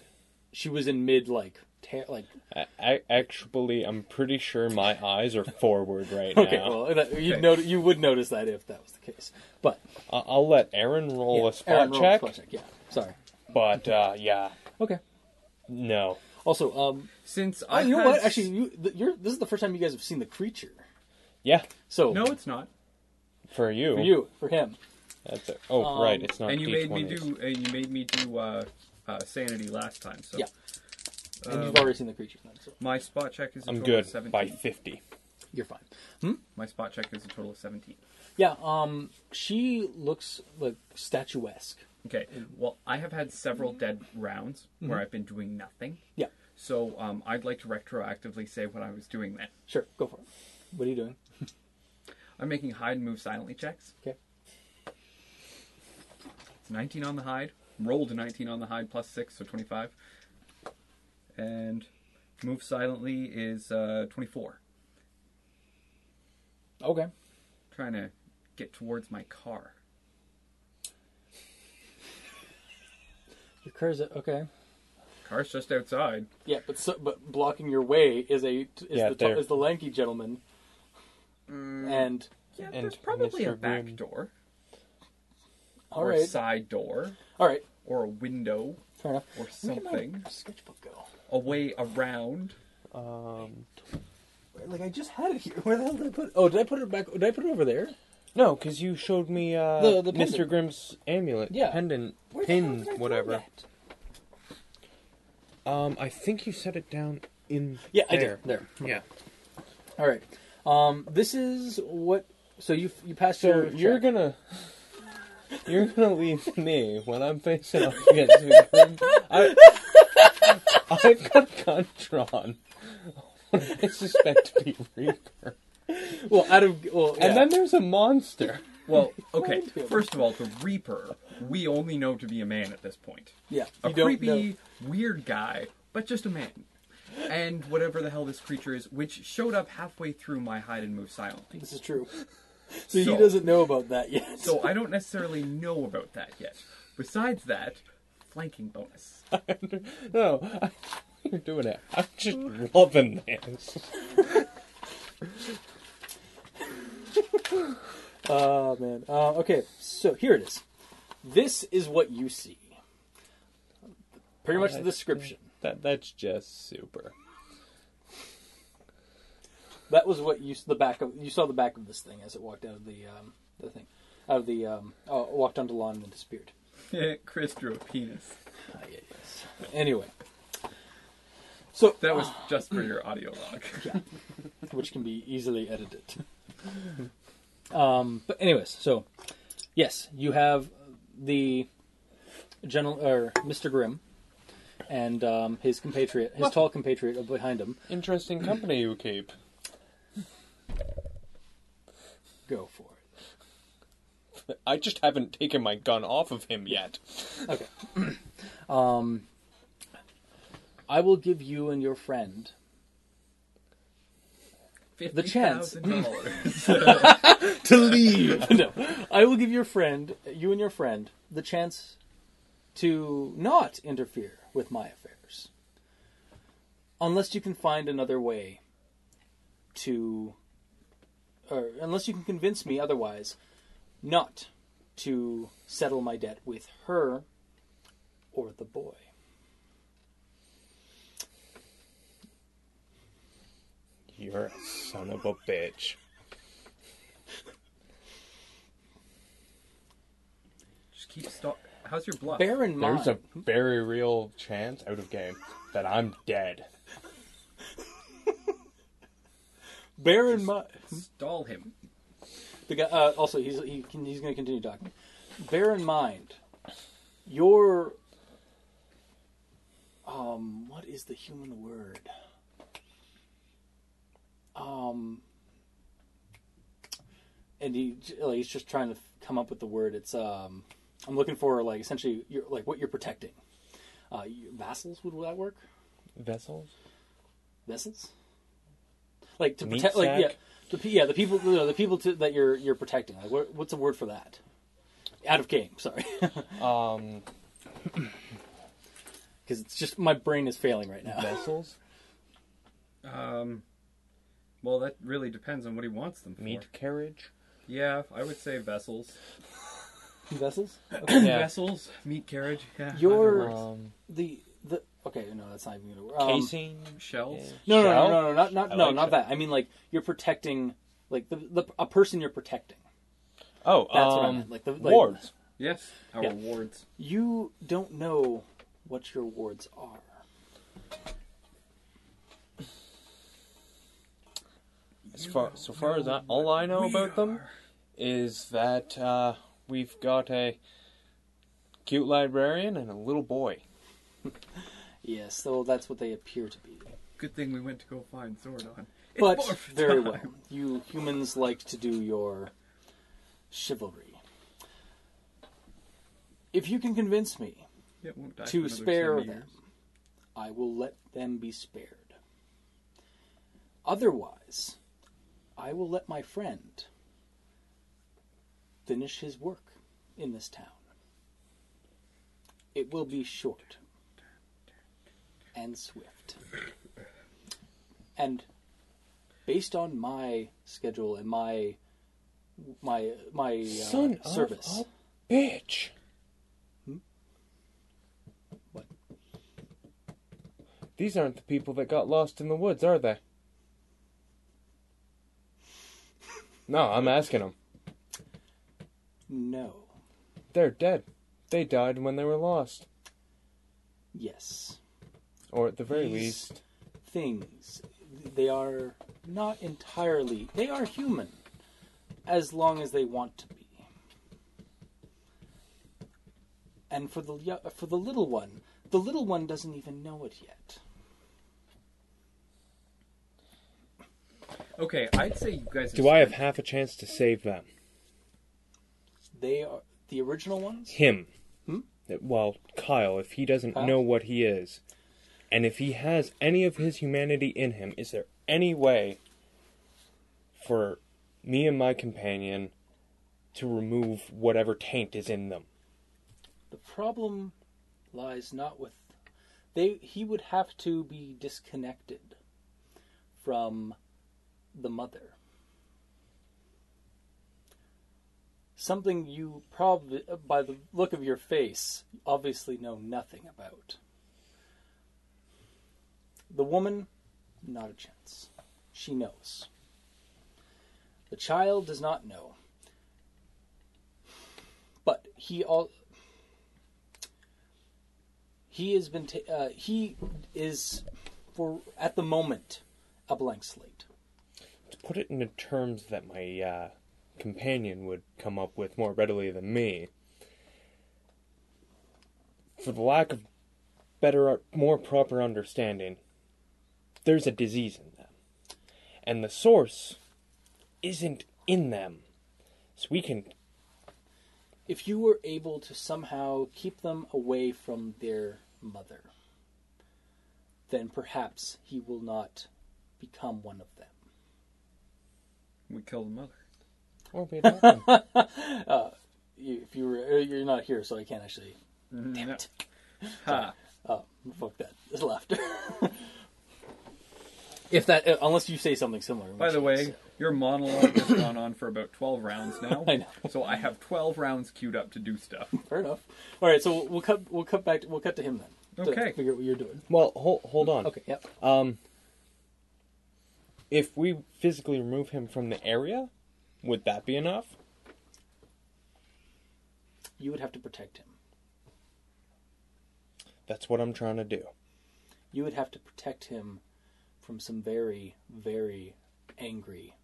[SPEAKER 3] she was in mid like ter- like
[SPEAKER 5] I, I actually, I'm pretty sure my eyes are forward <laughs> right
[SPEAKER 3] okay
[SPEAKER 5] now.
[SPEAKER 3] well that, you'd noti- you would notice that if that was the case but
[SPEAKER 5] I- I'll let Aaron roll
[SPEAKER 3] yeah,
[SPEAKER 5] a spot
[SPEAKER 3] Aaron, roll a
[SPEAKER 5] check,
[SPEAKER 3] spot check yeah sorry
[SPEAKER 5] but uh, yeah,
[SPEAKER 3] okay
[SPEAKER 5] no.
[SPEAKER 3] also um
[SPEAKER 4] Since
[SPEAKER 3] oh,
[SPEAKER 4] I
[SPEAKER 3] you know
[SPEAKER 4] had
[SPEAKER 3] what
[SPEAKER 4] s-
[SPEAKER 3] actually you th- you're this is the first time you guys have seen the creature
[SPEAKER 5] Yeah,
[SPEAKER 3] so
[SPEAKER 4] no, it's not.
[SPEAKER 5] for you.
[SPEAKER 3] for you for him
[SPEAKER 5] That's it. Oh, right, it's not
[SPEAKER 4] And you made me
[SPEAKER 5] D20s.
[SPEAKER 4] do. And you made me do uh, uh, sanity last time. So
[SPEAKER 3] Yeah. and
[SPEAKER 4] um,
[SPEAKER 3] you've already seen the creature then so
[SPEAKER 4] my spot check is. A
[SPEAKER 5] I'm
[SPEAKER 4] total
[SPEAKER 5] good
[SPEAKER 4] Of 17.
[SPEAKER 5] by 50.
[SPEAKER 3] you're fine
[SPEAKER 4] My spot check is a total of seventeen.
[SPEAKER 3] Yeah, um, she looks like statuesque.
[SPEAKER 4] Okay. Well, I have had several dead rounds
[SPEAKER 3] Mm-hmm.
[SPEAKER 4] where I've been doing nothing.
[SPEAKER 3] Yeah,
[SPEAKER 4] So um, I'd like to retroactively say what I was doing then.
[SPEAKER 3] sure, go for it. What are you doing?
[SPEAKER 4] I'm making hide and move silently checks.
[SPEAKER 3] Okay.
[SPEAKER 4] It's 19 on the hide. Rolled a 19 on the hide plus 6, so 25. And move silently is uh, 24.
[SPEAKER 3] Okay.
[SPEAKER 4] trying to get towards my car.
[SPEAKER 3] Your curse. Okay.
[SPEAKER 4] Car's just outside.
[SPEAKER 3] Yeah, but so, but blocking your way is a is
[SPEAKER 5] Yeah,
[SPEAKER 3] the
[SPEAKER 5] there.
[SPEAKER 3] is the lanky gentleman. And
[SPEAKER 4] Yeah,
[SPEAKER 5] And
[SPEAKER 4] there's probably a
[SPEAKER 5] Mr.
[SPEAKER 4] back
[SPEAKER 5] Grimm.
[SPEAKER 4] door
[SPEAKER 3] all
[SPEAKER 4] or a
[SPEAKER 3] right,
[SPEAKER 4] side door
[SPEAKER 3] all right,
[SPEAKER 4] or a window
[SPEAKER 3] fair enough.
[SPEAKER 4] or
[SPEAKER 3] Where did my
[SPEAKER 4] something.
[SPEAKER 3] sketchbook go?
[SPEAKER 4] A way around.
[SPEAKER 5] Um,
[SPEAKER 3] Like I just had it here. Where the hell did I put? it? Oh, did I put it back? Did I put it over there?
[SPEAKER 5] no, because you showed me uh,
[SPEAKER 3] The- the
[SPEAKER 5] Mr.
[SPEAKER 3] pendant.
[SPEAKER 5] Grimm's amulet,
[SPEAKER 3] Yeah.
[SPEAKER 5] pendant,
[SPEAKER 3] Where the hell
[SPEAKER 5] pin,
[SPEAKER 3] did I throw
[SPEAKER 5] whatever.
[SPEAKER 3] that?
[SPEAKER 5] Um, I think you set it down in
[SPEAKER 3] Yeah, I
[SPEAKER 5] there.
[SPEAKER 3] did. There.
[SPEAKER 5] Yeah.
[SPEAKER 3] All right. Um, this is what. So you you passed
[SPEAKER 5] So
[SPEAKER 3] your.
[SPEAKER 5] you're
[SPEAKER 3] check.
[SPEAKER 5] gonna you're gonna leave me when I'm facing off against you. I, I've got gun drawn. I suspect to be Reaper.
[SPEAKER 3] well out of well yeah.
[SPEAKER 5] And then there's a monster.
[SPEAKER 3] <laughs>
[SPEAKER 4] Well, okay.
[SPEAKER 3] Mind him.
[SPEAKER 4] First of all, the Reaper, we only know to be a man at this point.
[SPEAKER 3] yeah
[SPEAKER 4] A
[SPEAKER 3] you don't
[SPEAKER 4] creepy,
[SPEAKER 3] know.
[SPEAKER 4] weird guy, but just a man. And whatever the hell this creature is, which showed up halfway through my hide and move silently.
[SPEAKER 3] This is true. So, he
[SPEAKER 4] So-
[SPEAKER 3] doesn't know about that yet.
[SPEAKER 4] So I don't necessarily know about that yet. Besides that,
[SPEAKER 3] <laughs>
[SPEAKER 4] flanking bonus.
[SPEAKER 5] No, I, you're doing it. I'm just loving this.
[SPEAKER 3] <laughs> Oh man. Uh, okay, so here it is. This is what you see. Pretty much the description.
[SPEAKER 5] That that's just
[SPEAKER 4] <laughs>
[SPEAKER 5] super.
[SPEAKER 3] That was what you s- the back of you saw the back of this thing as it walked out of the um, the thing, out of the um, uh, walked onto the lawn and then disappeared.
[SPEAKER 4] Chris drew a penis.
[SPEAKER 3] Yes. Anyway,
[SPEAKER 5] So
[SPEAKER 4] That was just for your audio log.
[SPEAKER 3] which can be easily edited. <laughs> um, but anyways, so yes, you have the general or Mr. Grimm and um, his compatriot, his tall compatriot behind him.
[SPEAKER 5] interesting company you keep.
[SPEAKER 3] Go for it.
[SPEAKER 5] I just haven't taken my gun off of him yet.
[SPEAKER 3] I will give you and your friend <laughs>
[SPEAKER 4] <laughs>
[SPEAKER 3] the chance.
[SPEAKER 5] to leave.
[SPEAKER 3] no, I will give your friend, you and your friend, the chance to not interfere with my affairs. Unless you can find another way to. Or unless you can convince me otherwise not to settle my debt with her or the boy.
[SPEAKER 5] You're a son of a bitch.
[SPEAKER 4] Just keep stop. How's your bluff?
[SPEAKER 3] Bear in mind.
[SPEAKER 5] There's a very real chance out of game that I'm dead.
[SPEAKER 3] bear in mind.
[SPEAKER 4] Stall him.
[SPEAKER 3] The guy, uh, also, he's he can, he's going to continue talking. Bear in mind, your um, what is the human word? Um, and he like, he's just trying to come up with the word. It's um, I'm looking for like essentially you're, like what you're protecting. Uh, you- vassals would that work?
[SPEAKER 5] Vessels?
[SPEAKER 3] vessels? Like to
[SPEAKER 5] Meat
[SPEAKER 3] protect, like yeah,
[SPEAKER 5] sack?
[SPEAKER 3] the pe- yeah the people you know, the people to, that you're you're protecting. Like what, what's the word for that? Out of game, sorry, <laughs>
[SPEAKER 5] Um,
[SPEAKER 3] because it's just my brain is failing right
[SPEAKER 5] <laughs>
[SPEAKER 3] now.
[SPEAKER 5] vessels?
[SPEAKER 4] Um, well, that really depends on what he wants them for.
[SPEAKER 5] Meat carriage?
[SPEAKER 4] Yeah, I would say vessels.
[SPEAKER 3] Vessels.
[SPEAKER 5] Yeah.
[SPEAKER 4] Vessels, meat carriage. Yeah.
[SPEAKER 3] Your
[SPEAKER 5] Um,
[SPEAKER 3] <coughs> the the okay no that's not even gonna work. Um,
[SPEAKER 5] casing?
[SPEAKER 4] shells.
[SPEAKER 3] no, no, no
[SPEAKER 5] Shell?
[SPEAKER 3] no no not not
[SPEAKER 5] I
[SPEAKER 3] no
[SPEAKER 5] like
[SPEAKER 3] not
[SPEAKER 5] shell.
[SPEAKER 3] that. I mean like you're protecting like the, the a person you're protecting.
[SPEAKER 5] Oh,
[SPEAKER 3] That's what I
[SPEAKER 5] um,
[SPEAKER 3] meant, like the- like-
[SPEAKER 5] wards.
[SPEAKER 4] Yes, our
[SPEAKER 3] Yeah.
[SPEAKER 4] wards.
[SPEAKER 3] You don't know what your wards are.
[SPEAKER 5] As far, so far as I, all I know about them is that uh, we've got a cute librarian and a little boy.
[SPEAKER 3] Yes, so that's what they appear to be.
[SPEAKER 4] Good thing we went to go find Zordon. <laughs> It's
[SPEAKER 3] but
[SPEAKER 4] morph
[SPEAKER 3] very
[SPEAKER 4] time.
[SPEAKER 3] well. You humans like to do your chivalry. If you can convince me
[SPEAKER 4] <laughs> It won't die for
[SPEAKER 3] to
[SPEAKER 4] another
[SPEAKER 3] spare
[SPEAKER 4] 70
[SPEAKER 3] them,
[SPEAKER 4] years.
[SPEAKER 3] I will let them be spared. Otherwise, I will let my friend finish his work in this town. It will be short and swift. And based on my schedule and my my my uh,
[SPEAKER 5] Son of
[SPEAKER 3] service,
[SPEAKER 5] a bitch.
[SPEAKER 3] What?
[SPEAKER 5] These aren't the people that got lost in the woods, are they? No, I'm asking them.
[SPEAKER 3] no,
[SPEAKER 5] They're dead. They died when they were lost,
[SPEAKER 3] yes.
[SPEAKER 5] or at the very
[SPEAKER 3] These-
[SPEAKER 5] least,
[SPEAKER 3] things. They are not entirely. They are human, as long as they want to be. And for the yo- for the little one, the little one doesn't even know it yet.
[SPEAKER 4] Okay, I'd say you guys.
[SPEAKER 5] do I have half a chance to save them?
[SPEAKER 3] They are the original ones.
[SPEAKER 5] him. Well, Kyle, if he doesn't
[SPEAKER 3] Kyle?
[SPEAKER 5] know what he is, and if he has any of his humanity in him, is there any way for me and my companion to remove whatever taint is in them?
[SPEAKER 3] The problem lies not with they. He would have to be disconnected from the mother. Something you probably, by the look of your face, obviously know nothing about. The woman, not a chance. She knows. The child does not know. But he all he has been ta- uh, he is for at the moment a blank slate.
[SPEAKER 5] To put it into terms that my uh, companion would come up with more readily than me, for the lack of better, more proper understanding, there's a disease in them. And the source isn't in them. So we can.
[SPEAKER 3] If you were able to somehow keep them away from their mother, then perhaps he will not become one of them.
[SPEAKER 4] We kill the mother.
[SPEAKER 5] Or be adopted.
[SPEAKER 3] You, if you were, uh, you're not here, so I can't actually. Damn
[SPEAKER 4] No.
[SPEAKER 3] it!
[SPEAKER 4] Ha.
[SPEAKER 3] Oh, fuck that. <laughs> It's laughter. if that, uh, unless you say something similar. in
[SPEAKER 4] By
[SPEAKER 3] which
[SPEAKER 4] the
[SPEAKER 3] case-
[SPEAKER 4] way, your monologue has gone on for about 12
[SPEAKER 3] <laughs>
[SPEAKER 4] rounds now.
[SPEAKER 3] I know.
[SPEAKER 4] So I have 12 rounds queued up to do stuff.
[SPEAKER 3] fair enough. All right, so we'll cut. We'll cut back. To, we'll cut to him then. to
[SPEAKER 4] Okay.
[SPEAKER 3] figure out what you're doing.
[SPEAKER 5] well, hold, hold on.
[SPEAKER 3] Okay. Yep.
[SPEAKER 5] Um, if we physically remove him from the area, would that be enough?
[SPEAKER 3] You would have to protect him.
[SPEAKER 5] That's what I'm trying to do.
[SPEAKER 3] You would have to protect him from some very, very angry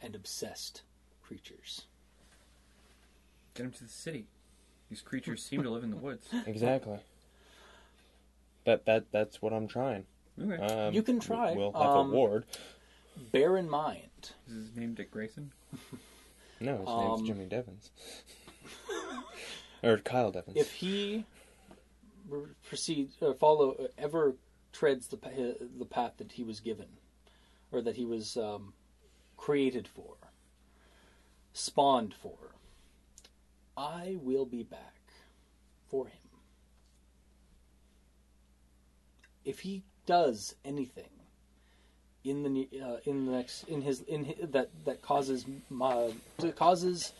[SPEAKER 3] and obsessed creatures.
[SPEAKER 4] Get him to the city. These creatures seem to live in the woods.
[SPEAKER 5] Exactly. That that that's what I'm trying.
[SPEAKER 4] Okay.
[SPEAKER 5] Um,
[SPEAKER 3] You can try.
[SPEAKER 5] We'll have
[SPEAKER 3] Um,
[SPEAKER 5] a ward.
[SPEAKER 3] Bear in mind
[SPEAKER 4] Is his name Dick Grayson?
[SPEAKER 5] No, his
[SPEAKER 3] um,
[SPEAKER 5] name's Jimmy Devins. or Kyle Devins.
[SPEAKER 3] if he r- proceeds or follow uh, ever treads the pa- uh, the path that he was given or that he was um, created for spawned for i will be back for him if he does anything in the ne- uh, in the next in his in hi that that causes my, that causes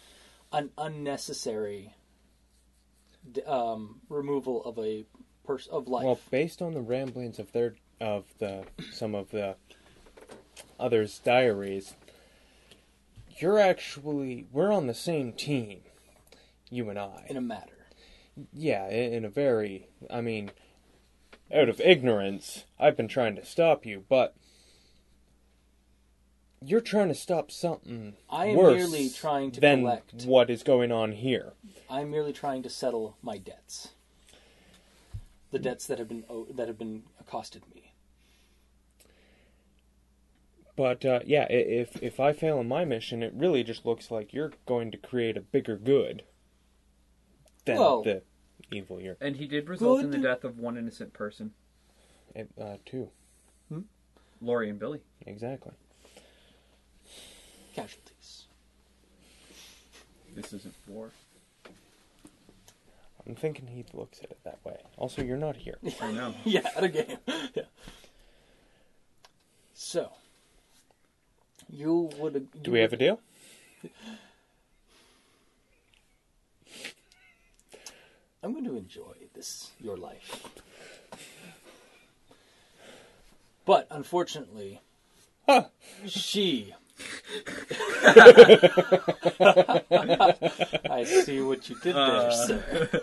[SPEAKER 3] an unnecessary d- um, removal of a person of life.
[SPEAKER 5] Well, based on the ramblings of their of the some of the others' diaries, you're actually we're on the same team, you and I.
[SPEAKER 3] in a matter.
[SPEAKER 5] Yeah, i- in a very, I mean, out of ignorance, I've been trying to stop you, but you're trying to stop something
[SPEAKER 3] I am
[SPEAKER 5] worse
[SPEAKER 3] merely trying to
[SPEAKER 5] than
[SPEAKER 3] collect.
[SPEAKER 5] what is going on here.
[SPEAKER 3] I'm merely trying to settle my debts, the debts that have been o- that have been accosted me.
[SPEAKER 5] But uh, yeah, i- if if I fail in my mission, it really just looks like you're going to create a bigger good than
[SPEAKER 3] Well-
[SPEAKER 5] the evil you're
[SPEAKER 4] And he did result in the
[SPEAKER 3] Good.
[SPEAKER 4] death of one innocent person,
[SPEAKER 5] uh, too.
[SPEAKER 4] Lori and Billy.
[SPEAKER 5] Exactly.
[SPEAKER 3] Casualties.
[SPEAKER 4] This isn't war.
[SPEAKER 5] I'm thinking he looks at it that way. Also, you're not here.
[SPEAKER 4] I know.
[SPEAKER 3] <laughs> yeah, at a game. yeah. So you would. ag-
[SPEAKER 5] Do
[SPEAKER 3] you
[SPEAKER 5] we have a
[SPEAKER 3] would-
[SPEAKER 5] deal?
[SPEAKER 3] I'm going to enjoy this your life. But unfortunately,
[SPEAKER 5] <laughs>
[SPEAKER 3] she. <laughs> I see what you did there, sir.
[SPEAKER 5] Uh.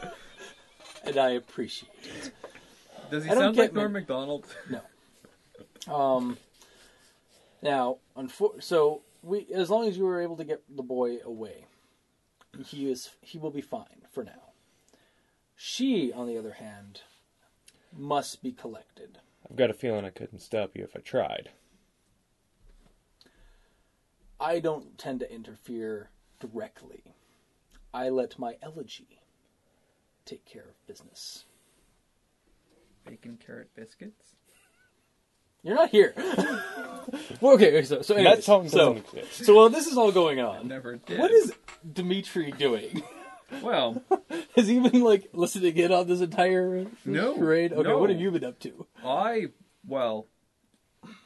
[SPEAKER 3] And I appreciate it.
[SPEAKER 4] Does he
[SPEAKER 3] I don't
[SPEAKER 4] sound
[SPEAKER 3] get
[SPEAKER 4] like Norm
[SPEAKER 3] me.
[SPEAKER 4] MacDonald? <laughs>
[SPEAKER 3] Um, now, unfor- so we, as long as you were able to get the boy away, he is he will be fine for now. She, on the other hand, must be collected.
[SPEAKER 5] I've got a feeling I couldn't stop you if I tried.
[SPEAKER 3] I don't tend to interfere directly. I let my elegy take care of business.
[SPEAKER 4] Bacon carrot biscuits?
[SPEAKER 3] You're not here. <laughs> well, okay, so, so anyways,
[SPEAKER 5] that song doesn't
[SPEAKER 3] so,
[SPEAKER 5] exist.
[SPEAKER 3] so while this is all going on,
[SPEAKER 4] Never did.
[SPEAKER 3] what is Dimitri doing?
[SPEAKER 4] Well,
[SPEAKER 3] Has he been like listening in on this entire
[SPEAKER 4] No,
[SPEAKER 3] charade? Okay,
[SPEAKER 4] no.
[SPEAKER 3] what have you been up to?
[SPEAKER 4] I well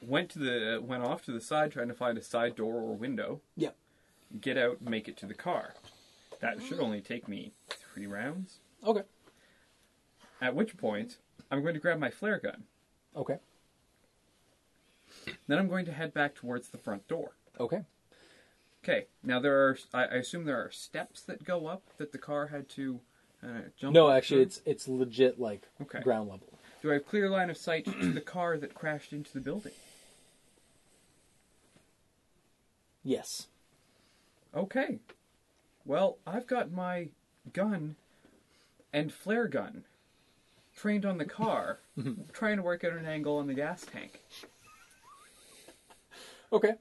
[SPEAKER 4] went to the went off to the side trying to find a side door or window.
[SPEAKER 3] Yeah.
[SPEAKER 4] Get out, and make it to the car. That should only take me three rounds.
[SPEAKER 3] Okay.
[SPEAKER 4] At which point, I'm going to grab my flare gun.
[SPEAKER 3] Okay.
[SPEAKER 4] Then I'm going to head back towards the front door.
[SPEAKER 3] Okay.
[SPEAKER 4] Okay. Now there are I, I assume there are steps that go up that the car had to uh, jump.
[SPEAKER 3] No,
[SPEAKER 4] up
[SPEAKER 3] actually,
[SPEAKER 4] through?
[SPEAKER 3] it's it's legit like
[SPEAKER 4] Okay.
[SPEAKER 3] ground level.
[SPEAKER 4] Do I have clear line of sight to the car that crashed into the building?
[SPEAKER 3] Yes.
[SPEAKER 4] Okay. Well, I've got my gun and flare gun trained on the car, trying to work out an angle on the gas tank.
[SPEAKER 3] Okay.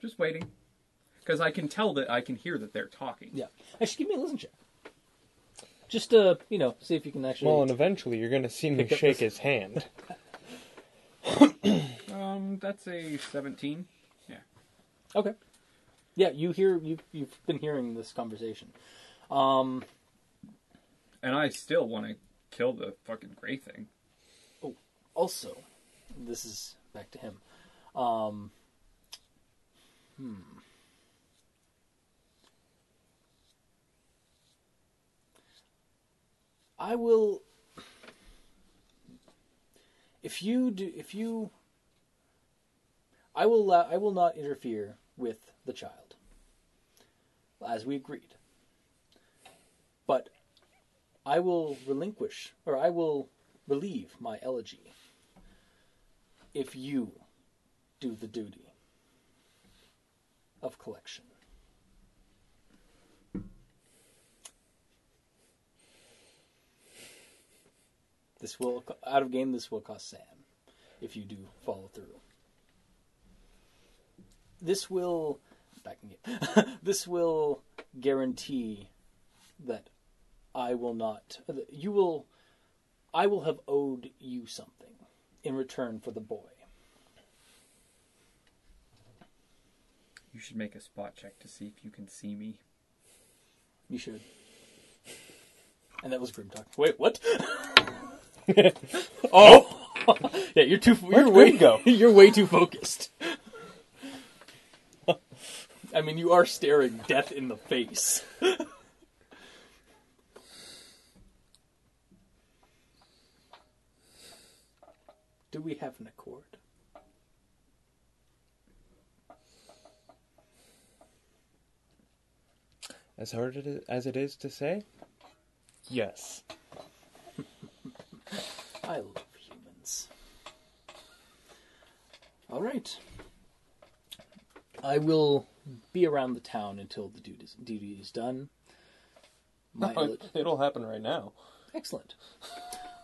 [SPEAKER 4] Just waiting. Because I can tell that I can hear that they're talking.
[SPEAKER 3] Yeah. Actually, give me a listen check. Just to you know, see if you can actually.
[SPEAKER 5] Well, and eventually you're gonna see me
[SPEAKER 3] Pick up
[SPEAKER 5] shake his
[SPEAKER 3] this-
[SPEAKER 5] hand.
[SPEAKER 4] Um, that's a 17.
[SPEAKER 3] Okay. Yeah, you hear you you've been hearing this conversation. Um,
[SPEAKER 4] And I still want to kill the fucking gray thing.
[SPEAKER 3] also, this is back to him. Um, hmm. I will. If you do, if you, I will. allow- I will not interfere with the child, as we agreed. But I will relinquish, or I will relieve my elegy if you do the duty of collection. This will out of game. This will cost Sam if you do follow through. This will backing it. <laughs> this will guarantee that I will not. that You will. I will have owed you something in return for the boy.
[SPEAKER 4] You should make a spot check to see if you can see me.
[SPEAKER 3] You should. And that was grim talk.
[SPEAKER 5] <laughs>
[SPEAKER 3] Wait, what? oh, <laughs> yeah. You're too. You're
[SPEAKER 5] Where'd
[SPEAKER 3] way
[SPEAKER 5] Grim go?
[SPEAKER 3] <laughs> You're way too focused. <laughs> I mean, you are staring death in the face. <laughs> Do we have an accord?
[SPEAKER 5] As hard it is, as it is to say, yes.
[SPEAKER 3] I love humans. All right. I will be around the town until the duty is, duty is done. <laughs> My ele-
[SPEAKER 5] It'll happen right now.
[SPEAKER 3] Excellent.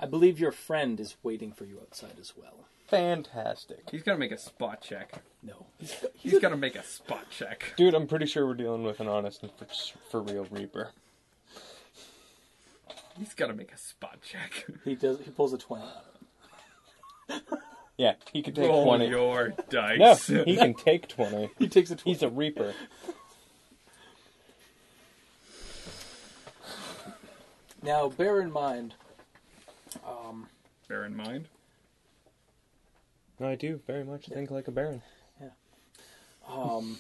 [SPEAKER 3] I believe your friend is waiting for you outside as well.
[SPEAKER 5] Fantastic,
[SPEAKER 4] He's got to make a spot check.
[SPEAKER 3] No, he's go- he's
[SPEAKER 4] He's got to make a spot check.
[SPEAKER 5] dude. I'm pretty sure we're dealing with an honest and for, for real Reaper.
[SPEAKER 4] He's got to make a spot check.
[SPEAKER 3] he does. He pulls a twenty. out of it.
[SPEAKER 5] Yeah, he can take
[SPEAKER 4] Roll
[SPEAKER 5] twenty.
[SPEAKER 4] your
[SPEAKER 5] No,
[SPEAKER 4] dice.
[SPEAKER 5] he can take twenty.
[SPEAKER 3] He takes a
[SPEAKER 5] He's
[SPEAKER 3] twenty.
[SPEAKER 5] a Reaper.
[SPEAKER 3] now, bear in mind,
[SPEAKER 4] Bear in mind.
[SPEAKER 5] No, I do very much think like a Baron.
[SPEAKER 3] um,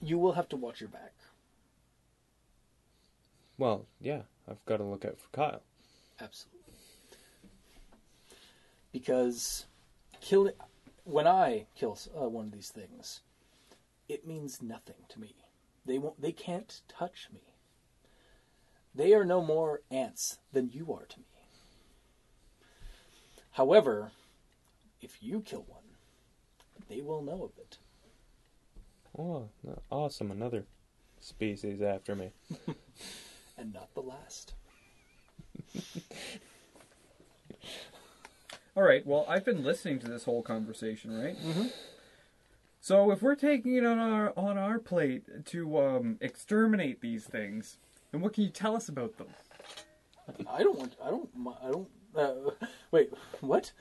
[SPEAKER 3] you will have to watch your back.
[SPEAKER 5] Well, yeah, I've got to look out for Kyle.
[SPEAKER 3] Absolutely. Because kill when I kill s- uh, one of these things, it means nothing to me. They won't. They can't touch me. They are no more ants than you are to me. However, if you kill one, they will know of it.
[SPEAKER 5] Oh, awesome! Another species after me.
[SPEAKER 3] and not the last.
[SPEAKER 4] All right. Well, I've been listening to this whole conversation, right? Mm-hmm. So if we're taking it on our on our plate to um, exterminate these things, then what can you tell us about them?
[SPEAKER 3] I don't want. I don't. mi- I don't. Uh, <laughs> wait, what?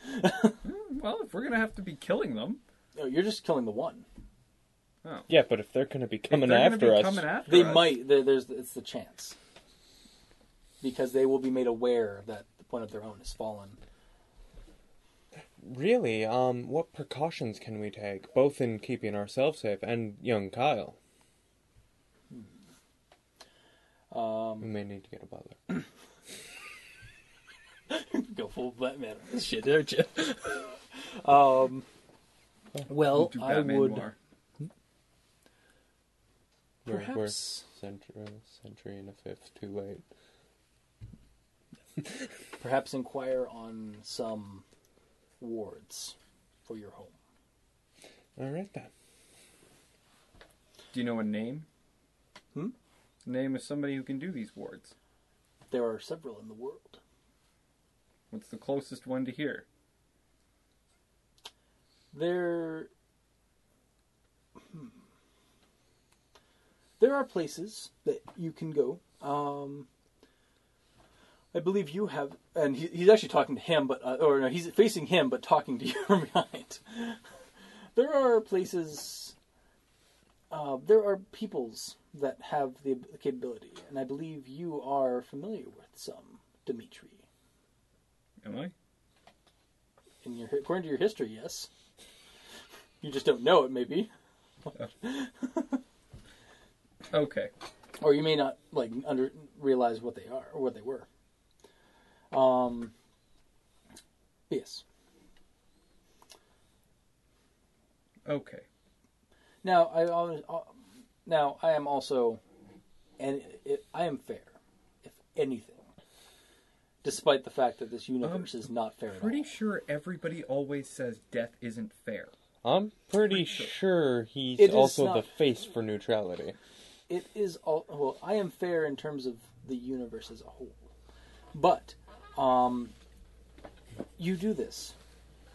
[SPEAKER 4] Well, if we're gonna have to be killing them,
[SPEAKER 3] No, you're just killing the one.
[SPEAKER 5] Yeah, but if they're going to be coming
[SPEAKER 4] they're
[SPEAKER 5] after
[SPEAKER 4] gonna be
[SPEAKER 5] us,
[SPEAKER 4] coming after
[SPEAKER 3] They
[SPEAKER 4] us.
[SPEAKER 3] might. There, there's. It's the chance because they will be made aware that one of their own has fallen.
[SPEAKER 5] really, um, what precautions can we take, both in keeping ourselves safe and young Kyle?
[SPEAKER 3] Hmm. Um,
[SPEAKER 5] We may need to get a butler.
[SPEAKER 3] go full Batman on this shit, aren't you? <laughs> um, well,
[SPEAKER 4] Do
[SPEAKER 3] I
[SPEAKER 4] Batman
[SPEAKER 3] would
[SPEAKER 4] noir.
[SPEAKER 5] We're,
[SPEAKER 3] perhaps.
[SPEAKER 5] we're century, century and a fifth too late.
[SPEAKER 3] Perhaps inquire on some wards for your home.
[SPEAKER 5] All right then.
[SPEAKER 4] Do you know a name?
[SPEAKER 3] Hmm?
[SPEAKER 4] Name of somebody who can do these wards.
[SPEAKER 3] There are several in the world.
[SPEAKER 4] What's the closest one to here?
[SPEAKER 3] There. Hmm. There are places that you can go. Um, I believe you have, and he, he's actually talking to him, but uh, or no, he's facing him, but talking to <laughs> you from behind. There are places. Uh, there are peoples that have the ab- capability, and I believe you are familiar with some, Dimitri.
[SPEAKER 4] Am I?
[SPEAKER 3] In your according to your history, yes. You just don't know it, maybe,
[SPEAKER 4] Okay.
[SPEAKER 3] or you may not like under realize what they are or what they were. Um. Yes.
[SPEAKER 4] Okay.
[SPEAKER 3] Now I always, al- now I am also, and it, I am fair, if anything, despite the fact that this universe is not fair at all.
[SPEAKER 4] Pretty sure everybody always says death isn't fair.
[SPEAKER 5] I'm pretty sure he's
[SPEAKER 3] It is
[SPEAKER 5] also
[SPEAKER 3] not-
[SPEAKER 5] the face for neutrality.
[SPEAKER 3] it is all well i am fair in terms of the universe as a whole but um you do this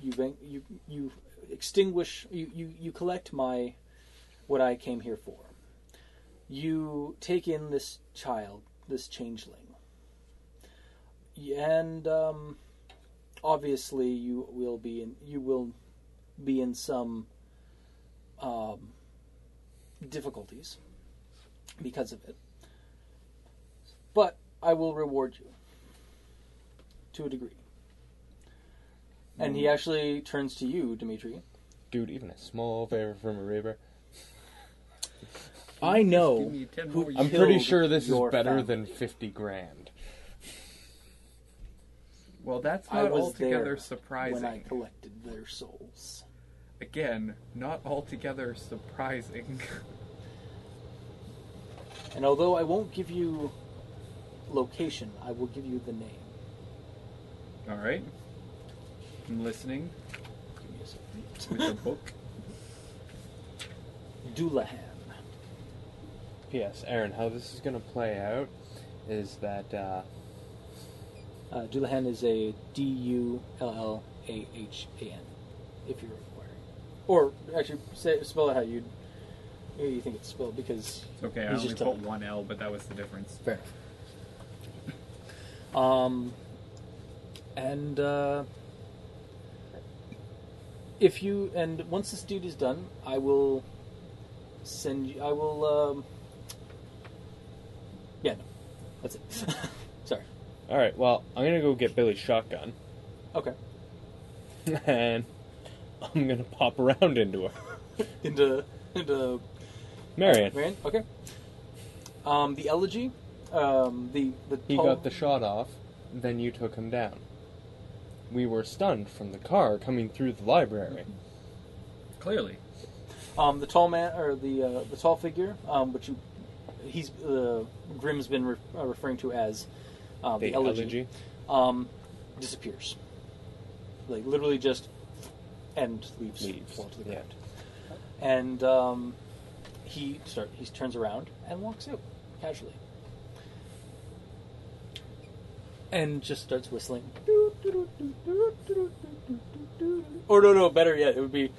[SPEAKER 3] you ban- you you extinguish you, you you collect my what i came here for you take in this child this changeling and um obviously you will be in you will be in some um difficulties because of it. But I will reward you to a degree. And
[SPEAKER 4] Hmm.
[SPEAKER 3] he actually turns to you, Dimitri.
[SPEAKER 5] Dude, even a small favor from a reaper.
[SPEAKER 3] I
[SPEAKER 4] Give
[SPEAKER 3] know.
[SPEAKER 4] me ten
[SPEAKER 3] Who-
[SPEAKER 4] more
[SPEAKER 5] Oh, I'm
[SPEAKER 4] years.
[SPEAKER 5] pretty
[SPEAKER 3] Killed
[SPEAKER 5] sure this is
[SPEAKER 3] your
[SPEAKER 5] better
[SPEAKER 3] family.
[SPEAKER 5] than 50 grand.
[SPEAKER 4] Well, that's
[SPEAKER 3] I
[SPEAKER 4] not
[SPEAKER 3] was
[SPEAKER 4] altogether
[SPEAKER 3] there
[SPEAKER 4] surprising.
[SPEAKER 3] when I collected their souls.
[SPEAKER 4] Again, not altogether surprising. <laughs>
[SPEAKER 3] And although I won't give you location, I will give you the name.
[SPEAKER 4] All right. I'm listening
[SPEAKER 3] Give me a second.
[SPEAKER 4] with
[SPEAKER 3] <laughs>
[SPEAKER 4] <laughs> the book.
[SPEAKER 3] Doulahan.
[SPEAKER 5] P.S. Aaron, how this is gonna play out is that uh,
[SPEAKER 3] Uh, Doulahan is a D U L L A H A N, if you're inquiring. Or actually, say, spell it how you you think it's spelled because
[SPEAKER 4] It's okay. I
[SPEAKER 3] He's
[SPEAKER 4] only
[SPEAKER 3] just
[SPEAKER 4] put
[SPEAKER 3] a-
[SPEAKER 4] one L, but that was the difference.
[SPEAKER 3] Fair. Um, and uh, if you and once this deed is done, I will send you. I will. Um, yeah, no, that's it. <laughs> Sorry.
[SPEAKER 5] all right. Well, I'm gonna go get Billy's shotgun
[SPEAKER 3] Okay.
[SPEAKER 5] and I'm gonna pop around into her.
[SPEAKER 3] Into into
[SPEAKER 5] Marion,
[SPEAKER 3] Marion. Okay. Um, the elegy. Um, the the
[SPEAKER 5] he
[SPEAKER 3] poem-
[SPEAKER 5] got the shot off. Then you took him down. We were stunned from the car coming through the library.
[SPEAKER 4] Clearly.
[SPEAKER 3] Um, the tall man or the uh, the tall figure, um, which you, he's uh, Grimm's been re- uh, referring to as uh, the, elegy, um, disappears. Like literally just and leaves,
[SPEAKER 5] leaves.
[SPEAKER 3] fall to the
[SPEAKER 5] Yeah.
[SPEAKER 3] ground. And um, he start he turns around and walks out casually, and just starts whistling. Or no, no, better yet, it would be.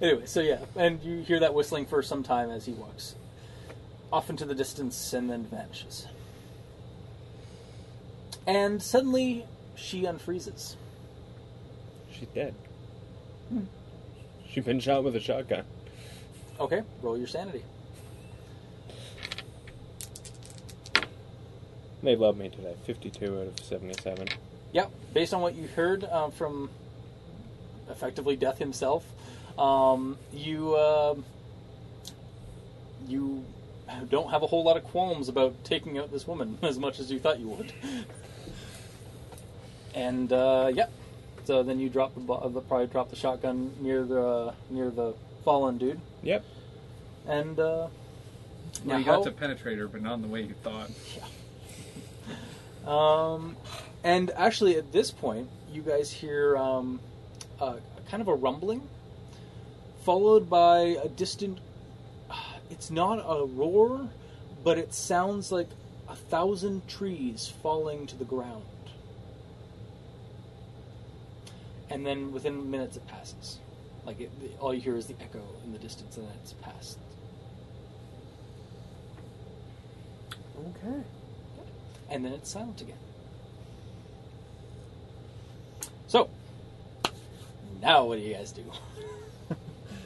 [SPEAKER 3] Anyway, so yeah, and you hear that whistling for some time as he walks off into the distance and then vanishes. And suddenly she unfreezes.
[SPEAKER 5] She's dead. She's been shot with a shotgun.
[SPEAKER 3] Okay, roll your sanity.
[SPEAKER 5] They love me today. 52 out of 77.
[SPEAKER 3] Yep, based on what you heard uh, from effectively Death himself, um, you um you don't have a whole lot of qualms about taking out this woman <laughs> as much as you thought you would. and uh, yep, so then you drop the, bo- the probably drop the shotgun near the near the fallen dude,
[SPEAKER 5] Yep.
[SPEAKER 3] and uh, Now
[SPEAKER 8] Well, you got
[SPEAKER 3] how-
[SPEAKER 8] to penetrator, but not in the way you thought.
[SPEAKER 3] Um, and actually, at this point, you guys hear um, a, kind of a rumbling, followed by a distant. <sighs> It's not a roar, but it sounds like a thousand trees falling to the ground. And then within minutes, it passes. Like it, all you hear is the echo in the distance, and then it's passed.
[SPEAKER 2] Okay.
[SPEAKER 3] and then it's silent again. So, now what do you guys do? <laughs>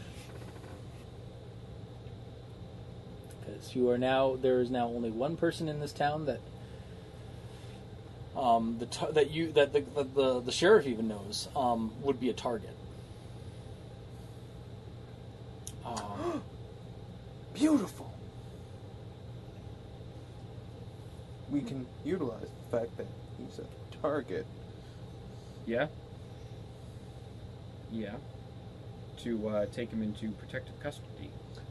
[SPEAKER 3] Because you are now there is now only one person in this town that um, the tar- that you that the, the the the sheriff even knows um, would be a target. Um,
[SPEAKER 2] Beautiful. We can utilize the fact that he's a target.
[SPEAKER 4] Yeah. Yeah. To uh, take him into protective custody.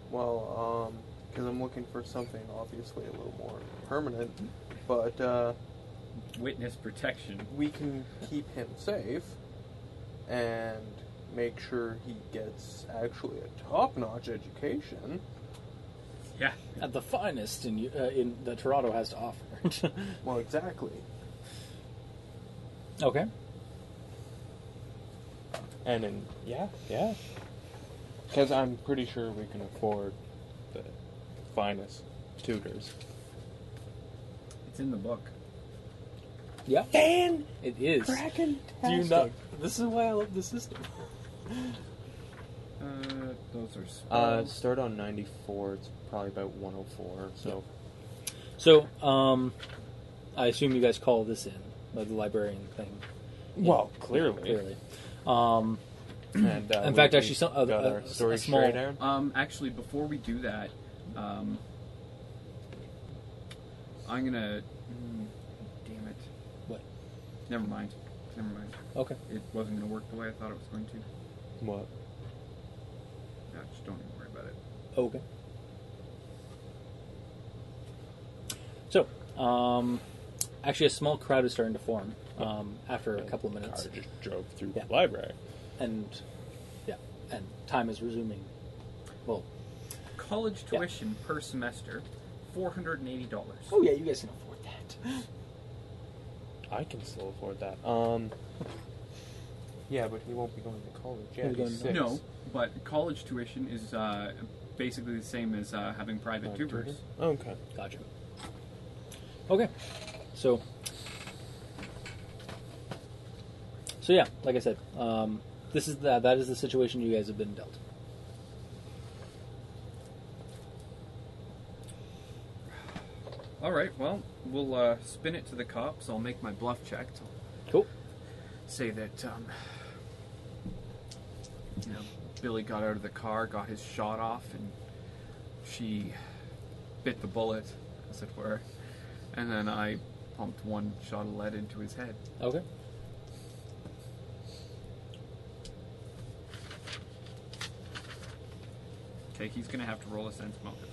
[SPEAKER 2] Well, um, because I'm looking for something obviously a little more permanent, but uh,
[SPEAKER 4] Witness protection.
[SPEAKER 2] we can keep him safe and make sure he gets actually a top-notch education.
[SPEAKER 4] Yeah.
[SPEAKER 3] at the finest in uh, in that Toronto has to offer. <laughs>
[SPEAKER 2] Well, exactly.
[SPEAKER 3] okay.
[SPEAKER 5] And in, yeah, yeah. Because I'm pretty sure we can afford the finest tutors.
[SPEAKER 4] It's in the book.
[SPEAKER 3] Yeah. It is. Do you not? This is why I love the system.
[SPEAKER 4] Uh, those are
[SPEAKER 5] Uh,
[SPEAKER 4] spells.
[SPEAKER 5] start on 94. It's probably about 104. So
[SPEAKER 3] So, um, I assume you guys call this in, like the librarian thing.
[SPEAKER 5] well, clearly.
[SPEAKER 3] Clearly. Um,
[SPEAKER 5] And, uh,
[SPEAKER 3] In
[SPEAKER 5] we-
[SPEAKER 3] fact,
[SPEAKER 5] we
[SPEAKER 3] actually, some- uh,
[SPEAKER 5] got
[SPEAKER 3] uh,
[SPEAKER 5] our
[SPEAKER 3] a
[SPEAKER 5] story
[SPEAKER 3] small-
[SPEAKER 5] straight, Aaron?
[SPEAKER 4] Um, actually, before we do that, um, I'm gonna. Mm, damn it.
[SPEAKER 3] What?
[SPEAKER 4] Never mind. Never mind.
[SPEAKER 3] okay.
[SPEAKER 4] It wasn't gonna work the way I thought it was going to.
[SPEAKER 5] What?
[SPEAKER 4] No, just don't even worry about it.
[SPEAKER 3] Okay. So, um, actually, a small crowd is starting to form um, after a couple of minutes,
[SPEAKER 5] Car just drove through
[SPEAKER 3] Yeah.
[SPEAKER 5] the library.
[SPEAKER 3] and yeah, and time is resuming. Well,
[SPEAKER 4] College
[SPEAKER 3] Yeah.
[SPEAKER 4] tuition per semester, four hundred and eighty dollars.
[SPEAKER 3] oh yeah, you guys can afford that.
[SPEAKER 5] I can still afford that. Um. Yeah, but he won't be going to college. Yeah,
[SPEAKER 3] He's
[SPEAKER 5] he's
[SPEAKER 3] going to-
[SPEAKER 5] six.
[SPEAKER 4] No, but college tuition is uh, basically the same as uh, having private
[SPEAKER 5] Uh,
[SPEAKER 4] tutors.
[SPEAKER 5] tutor? Okay.
[SPEAKER 3] Gotcha. Okay, so so yeah, like I said, um, this is that that is the situation you guys have been dealt.
[SPEAKER 4] All right, well, we'll uh, spin it to the cops. I'll make my bluff check. To
[SPEAKER 3] Cool.
[SPEAKER 4] say that, um, you know, Billy got out of the car, got his shot off, and she bit the bullet, as it were. And then I pumped one shot of lead into his head.
[SPEAKER 3] Okay.
[SPEAKER 4] Okay, he's going to have to roll a sense motive.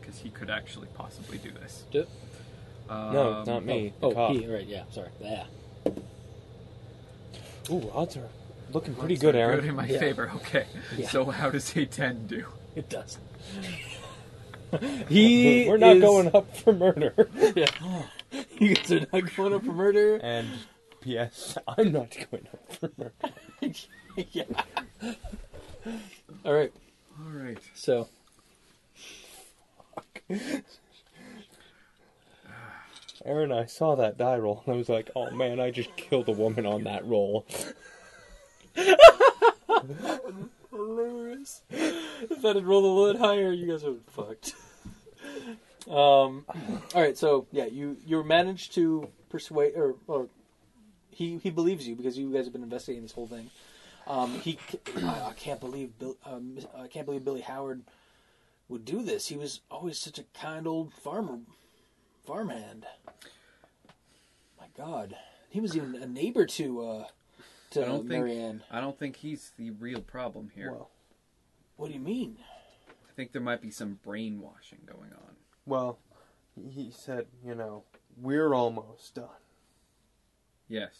[SPEAKER 4] Because he could actually possibly do this.
[SPEAKER 3] Do it.
[SPEAKER 5] No,
[SPEAKER 4] Um,
[SPEAKER 5] it's not me. the
[SPEAKER 3] Oh,
[SPEAKER 5] cop.
[SPEAKER 3] he, right. Yeah. Sorry. Yeah.
[SPEAKER 5] Ooh, odds are looking pretty
[SPEAKER 4] Odds
[SPEAKER 5] good,
[SPEAKER 4] are
[SPEAKER 5] Aaron.
[SPEAKER 4] in my
[SPEAKER 3] Yeah.
[SPEAKER 4] favor. Okay.
[SPEAKER 3] Yeah.
[SPEAKER 4] So how does a ten do?
[SPEAKER 3] It does. <laughs> he.
[SPEAKER 5] We're not
[SPEAKER 3] is-
[SPEAKER 5] going up for murder.
[SPEAKER 3] Yeah. you guys are not going up for murder.
[SPEAKER 5] <laughs>
[SPEAKER 3] <laughs>
[SPEAKER 5] and yes, I'm not going up for murder.
[SPEAKER 3] yeah. All right.
[SPEAKER 4] All right.
[SPEAKER 3] So.
[SPEAKER 5] Aaron, I saw that die roll and I was like, oh man, I just killed a woman on that roll.
[SPEAKER 3] hilarious. If I had rolled a little bit higher, you guys would have fucked. Um, all right, so yeah, you you managed to persuade, or, or he he believes you because you guys have been investigating this whole thing. Um, he, I, I can't believe Bill, um, I can't believe Billy Howard would do this. He was always such a kind old farmer, farmhand. My God, he was even a neighbor to uh,
[SPEAKER 4] I
[SPEAKER 3] to
[SPEAKER 4] don't think
[SPEAKER 3] Marianne.
[SPEAKER 4] I don't think he's the real problem here.
[SPEAKER 2] Well,
[SPEAKER 3] What do you mean?
[SPEAKER 4] I think there might be some brainwashing going on.
[SPEAKER 2] Well, he said, you know, we're almost done.
[SPEAKER 4] Yes.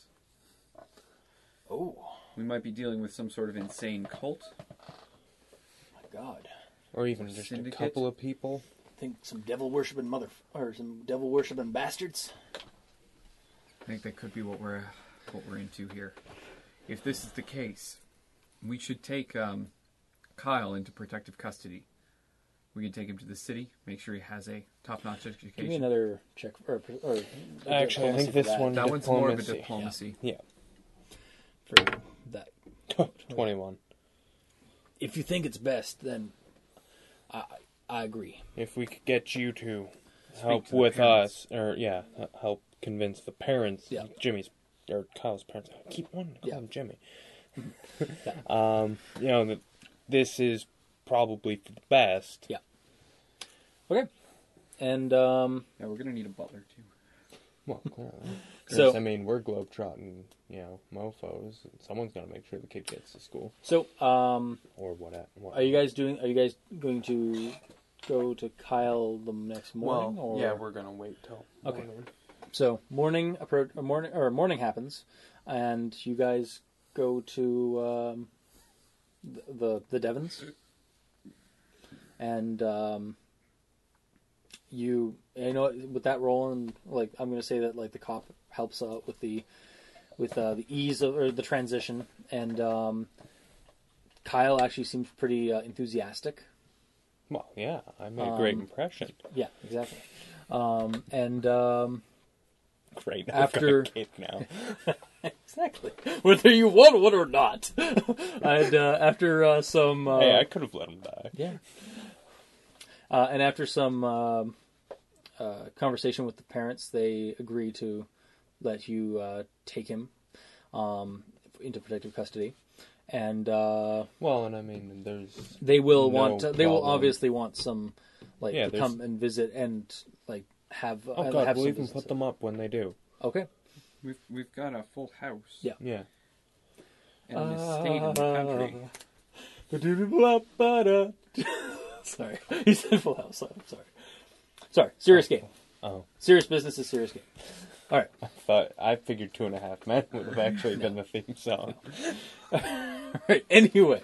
[SPEAKER 7] Oh
[SPEAKER 4] We might be dealing with some sort of insane cult.
[SPEAKER 7] my God!
[SPEAKER 5] Or even just
[SPEAKER 4] Syndicate?
[SPEAKER 5] a couple of people.
[SPEAKER 7] Think some devil worshipping mother or some devil worshipping bastards.
[SPEAKER 8] I think that could be what we're what we're into here. If this is the case, we should take um, Kyle into protective custody. We can take him to the city, make sure he has a top-notch
[SPEAKER 3] Give me
[SPEAKER 8] education.
[SPEAKER 3] another check or, or
[SPEAKER 5] Actually, I think this
[SPEAKER 3] for that.
[SPEAKER 5] one-
[SPEAKER 8] that one's more of a
[SPEAKER 5] Diplomacy, yeah. <laughs>
[SPEAKER 8] diplomacy.
[SPEAKER 3] for that.
[SPEAKER 5] Twenty-one.
[SPEAKER 7] If you think it's best, then I I agree.
[SPEAKER 5] If we could get you to help
[SPEAKER 8] to the
[SPEAKER 5] with
[SPEAKER 8] parents.
[SPEAKER 5] us, or yeah, uh, help convince the parents,
[SPEAKER 7] Yeah.
[SPEAKER 5] Jimmy's or Kyle's parents. I keep wanting to call
[SPEAKER 7] Yeah.
[SPEAKER 5] him Jimmy. um, you know that this is probably for the best.
[SPEAKER 3] Yeah. Okay. And um,
[SPEAKER 4] Yeah, we're gonna need a butler too.
[SPEAKER 5] Well, clearly. 'Cause,
[SPEAKER 3] So-
[SPEAKER 5] I mean, we're globetrotting, you know, mofos. Someone's gonna make sure the kid gets to school
[SPEAKER 3] so um,
[SPEAKER 5] or what. what
[SPEAKER 3] are you guys doing? Are you guys going to go to Kyle the next morning?
[SPEAKER 2] well,
[SPEAKER 3] or?
[SPEAKER 2] yeah, we're gonna wait till
[SPEAKER 3] Okay.
[SPEAKER 2] morning.
[SPEAKER 3] So morning approach, or morning or morning happens, and you guys go to um, the, the the Devons, and um, you you know with that roll and like I'm gonna say that like the cop helps out with the with uh, the ease of or the transition, and um, Kyle actually seems pretty uh, enthusiastic
[SPEAKER 5] Well, yeah, I made a great
[SPEAKER 3] Um,
[SPEAKER 5] impression. <laughs>
[SPEAKER 3] yeah, exactly. Um, and um,
[SPEAKER 5] Great. <laughs> After
[SPEAKER 3] after-
[SPEAKER 5] kid now,
[SPEAKER 3] exactly, <laughs> whether you want one or not. <laughs> and uh, after uh, some, uh,
[SPEAKER 5] hey, I could have let him die.
[SPEAKER 3] yeah, uh, and after some um, uh, conversation with the parents, they agree to let you uh, take him um, into protective custody, and uh,
[SPEAKER 5] Well, and I mean, there's
[SPEAKER 3] they will
[SPEAKER 5] No
[SPEAKER 3] want. they will
[SPEAKER 5] problem.
[SPEAKER 3] obviously want some, like,
[SPEAKER 5] Yeah,
[SPEAKER 3] to
[SPEAKER 5] there's-
[SPEAKER 3] come and visit and like have.
[SPEAKER 5] Oh
[SPEAKER 3] have,
[SPEAKER 5] god,
[SPEAKER 3] have
[SPEAKER 5] we'll
[SPEAKER 3] some
[SPEAKER 5] even
[SPEAKER 3] visits.
[SPEAKER 5] put them up when they do.
[SPEAKER 3] Okay.
[SPEAKER 4] We've we've got a full house.
[SPEAKER 3] Yeah.
[SPEAKER 5] Yeah.
[SPEAKER 4] And an estate in the country.
[SPEAKER 3] Um, <laughs> Sorry. <laughs> He said full house. I'm sorry. Sorry. Serious game.
[SPEAKER 5] Oh.
[SPEAKER 3] Serious business is serious game. All right.
[SPEAKER 5] But I figured two and a half men would have actually
[SPEAKER 3] <laughs>
[SPEAKER 5] been the theme song.
[SPEAKER 3] All right. <laughs> Anyway,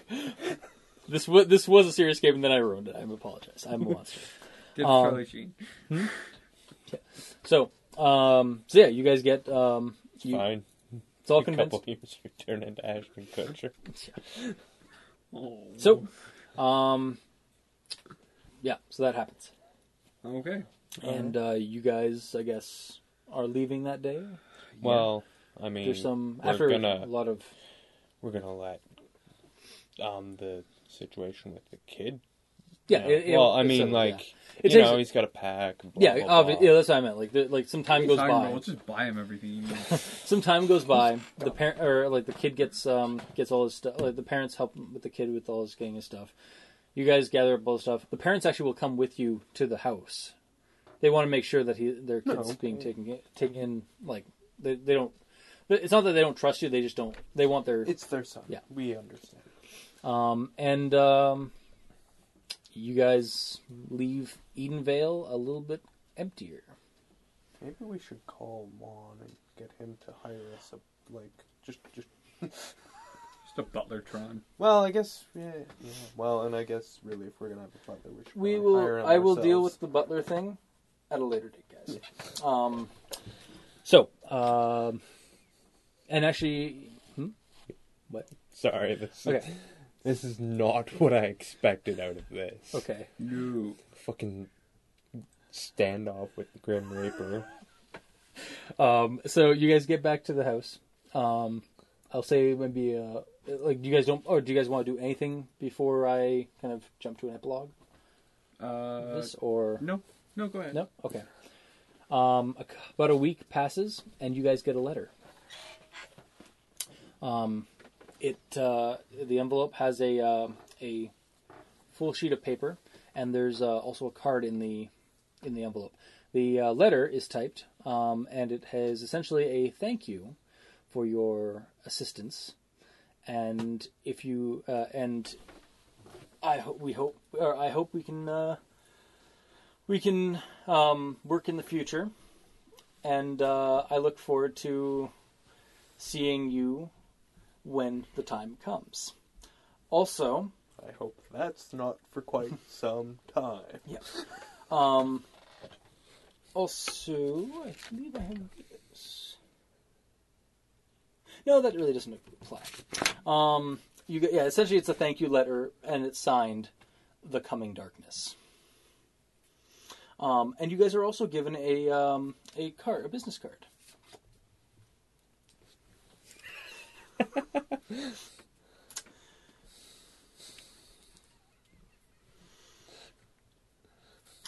[SPEAKER 3] this was this was a serious game, and then I ruined it. I apologize. I'm a monster.
[SPEAKER 4] Did
[SPEAKER 3] Um,
[SPEAKER 4] Charlie Sheen.
[SPEAKER 3] So, um, so yeah, you guys get um, you,
[SPEAKER 5] Fine.
[SPEAKER 3] it's all
[SPEAKER 5] a
[SPEAKER 3] convinced.
[SPEAKER 5] couple years you turn into Ashton Kutcher.
[SPEAKER 3] So, um, yeah, so that happens,
[SPEAKER 4] Okay.
[SPEAKER 5] Uh-huh.
[SPEAKER 3] and uh, you guys, I guess, are leaving that day.
[SPEAKER 5] Well, I mean,
[SPEAKER 3] There's some
[SPEAKER 5] we're
[SPEAKER 3] after
[SPEAKER 5] gonna-
[SPEAKER 3] a lot of
[SPEAKER 5] we're gonna let um the situation with the kid.
[SPEAKER 3] yeah.
[SPEAKER 5] you know-
[SPEAKER 3] it- it-
[SPEAKER 5] well, I
[SPEAKER 3] it's
[SPEAKER 5] mean,
[SPEAKER 3] a-
[SPEAKER 5] like
[SPEAKER 3] yeah. It
[SPEAKER 5] you
[SPEAKER 3] takes-
[SPEAKER 5] know, he's got a pack. Blah,
[SPEAKER 3] Yeah,
[SPEAKER 5] blah,
[SPEAKER 3] obvi-
[SPEAKER 5] blah.
[SPEAKER 3] yeah, that's what I meant. Like, the, like some time goes
[SPEAKER 8] Talking about,
[SPEAKER 3] by.
[SPEAKER 8] let's just buy him everything he needs.
[SPEAKER 3] Some time goes by. The parent or like the kid gets um gets all his stuff. Like the parents help him with the kid with all his getting his stuff. You guys gather up all his stuff. The parents actually will come with you to the house. They want to make sure that he their kids being taken taken in. Like they they don't. It's not that they don't trust you. They just don't. They want their
[SPEAKER 2] It's their son.
[SPEAKER 3] Yeah.
[SPEAKER 2] we understand.
[SPEAKER 3] um and um. You guys leave Edenvale a little bit emptier.
[SPEAKER 2] Maybe we should call Juan and get him to hire us a like just just.
[SPEAKER 8] Just a butlertron.
[SPEAKER 2] Well, I guess yeah, yeah. Well, and I guess really, if we're gonna have a butler, we should.
[SPEAKER 3] We
[SPEAKER 2] probably
[SPEAKER 3] will.
[SPEAKER 2] Hire him
[SPEAKER 3] I will deal with
[SPEAKER 2] ourselves.
[SPEAKER 3] the butler thing at a later date, guys. um, so, um, and actually,
[SPEAKER 5] Sorry, this is,
[SPEAKER 3] okay,
[SPEAKER 5] this is not <laughs> what I expected out of this.
[SPEAKER 3] okay.
[SPEAKER 8] No.
[SPEAKER 5] Fucking standoff with the Grim Reaper.
[SPEAKER 3] Um, so you guys get back to the house. Um, I'll say maybe uh, like do you guys don't or do you guys want to do anything before I kind of jump to an epilogue? of
[SPEAKER 4] Uh,
[SPEAKER 3] this or
[SPEAKER 4] no. No, go ahead.
[SPEAKER 3] no? Okay. Um, a c about a week passes, and you guys get a letter. Um, it uh, the envelope has a uh, a full sheet of paper, and there's uh, also a card in the in the envelope. The uh, letter is typed, um, and it has essentially a thank you for your assistance, and if you uh, and I hope we hope or I hope we can uh, we can um, work in the future, and uh, I look forward to seeing you when the time comes. Also,
[SPEAKER 2] I hope that's not
[SPEAKER 3] <laughs>
[SPEAKER 2] for quite some time.
[SPEAKER 3] um, also I believe I have this. No, that really doesn't apply. Um, you get, yeah, essentially it's a thank you letter, and it's signed "The Coming Darkness." Um, and you guys are also given a um, a card, a business card.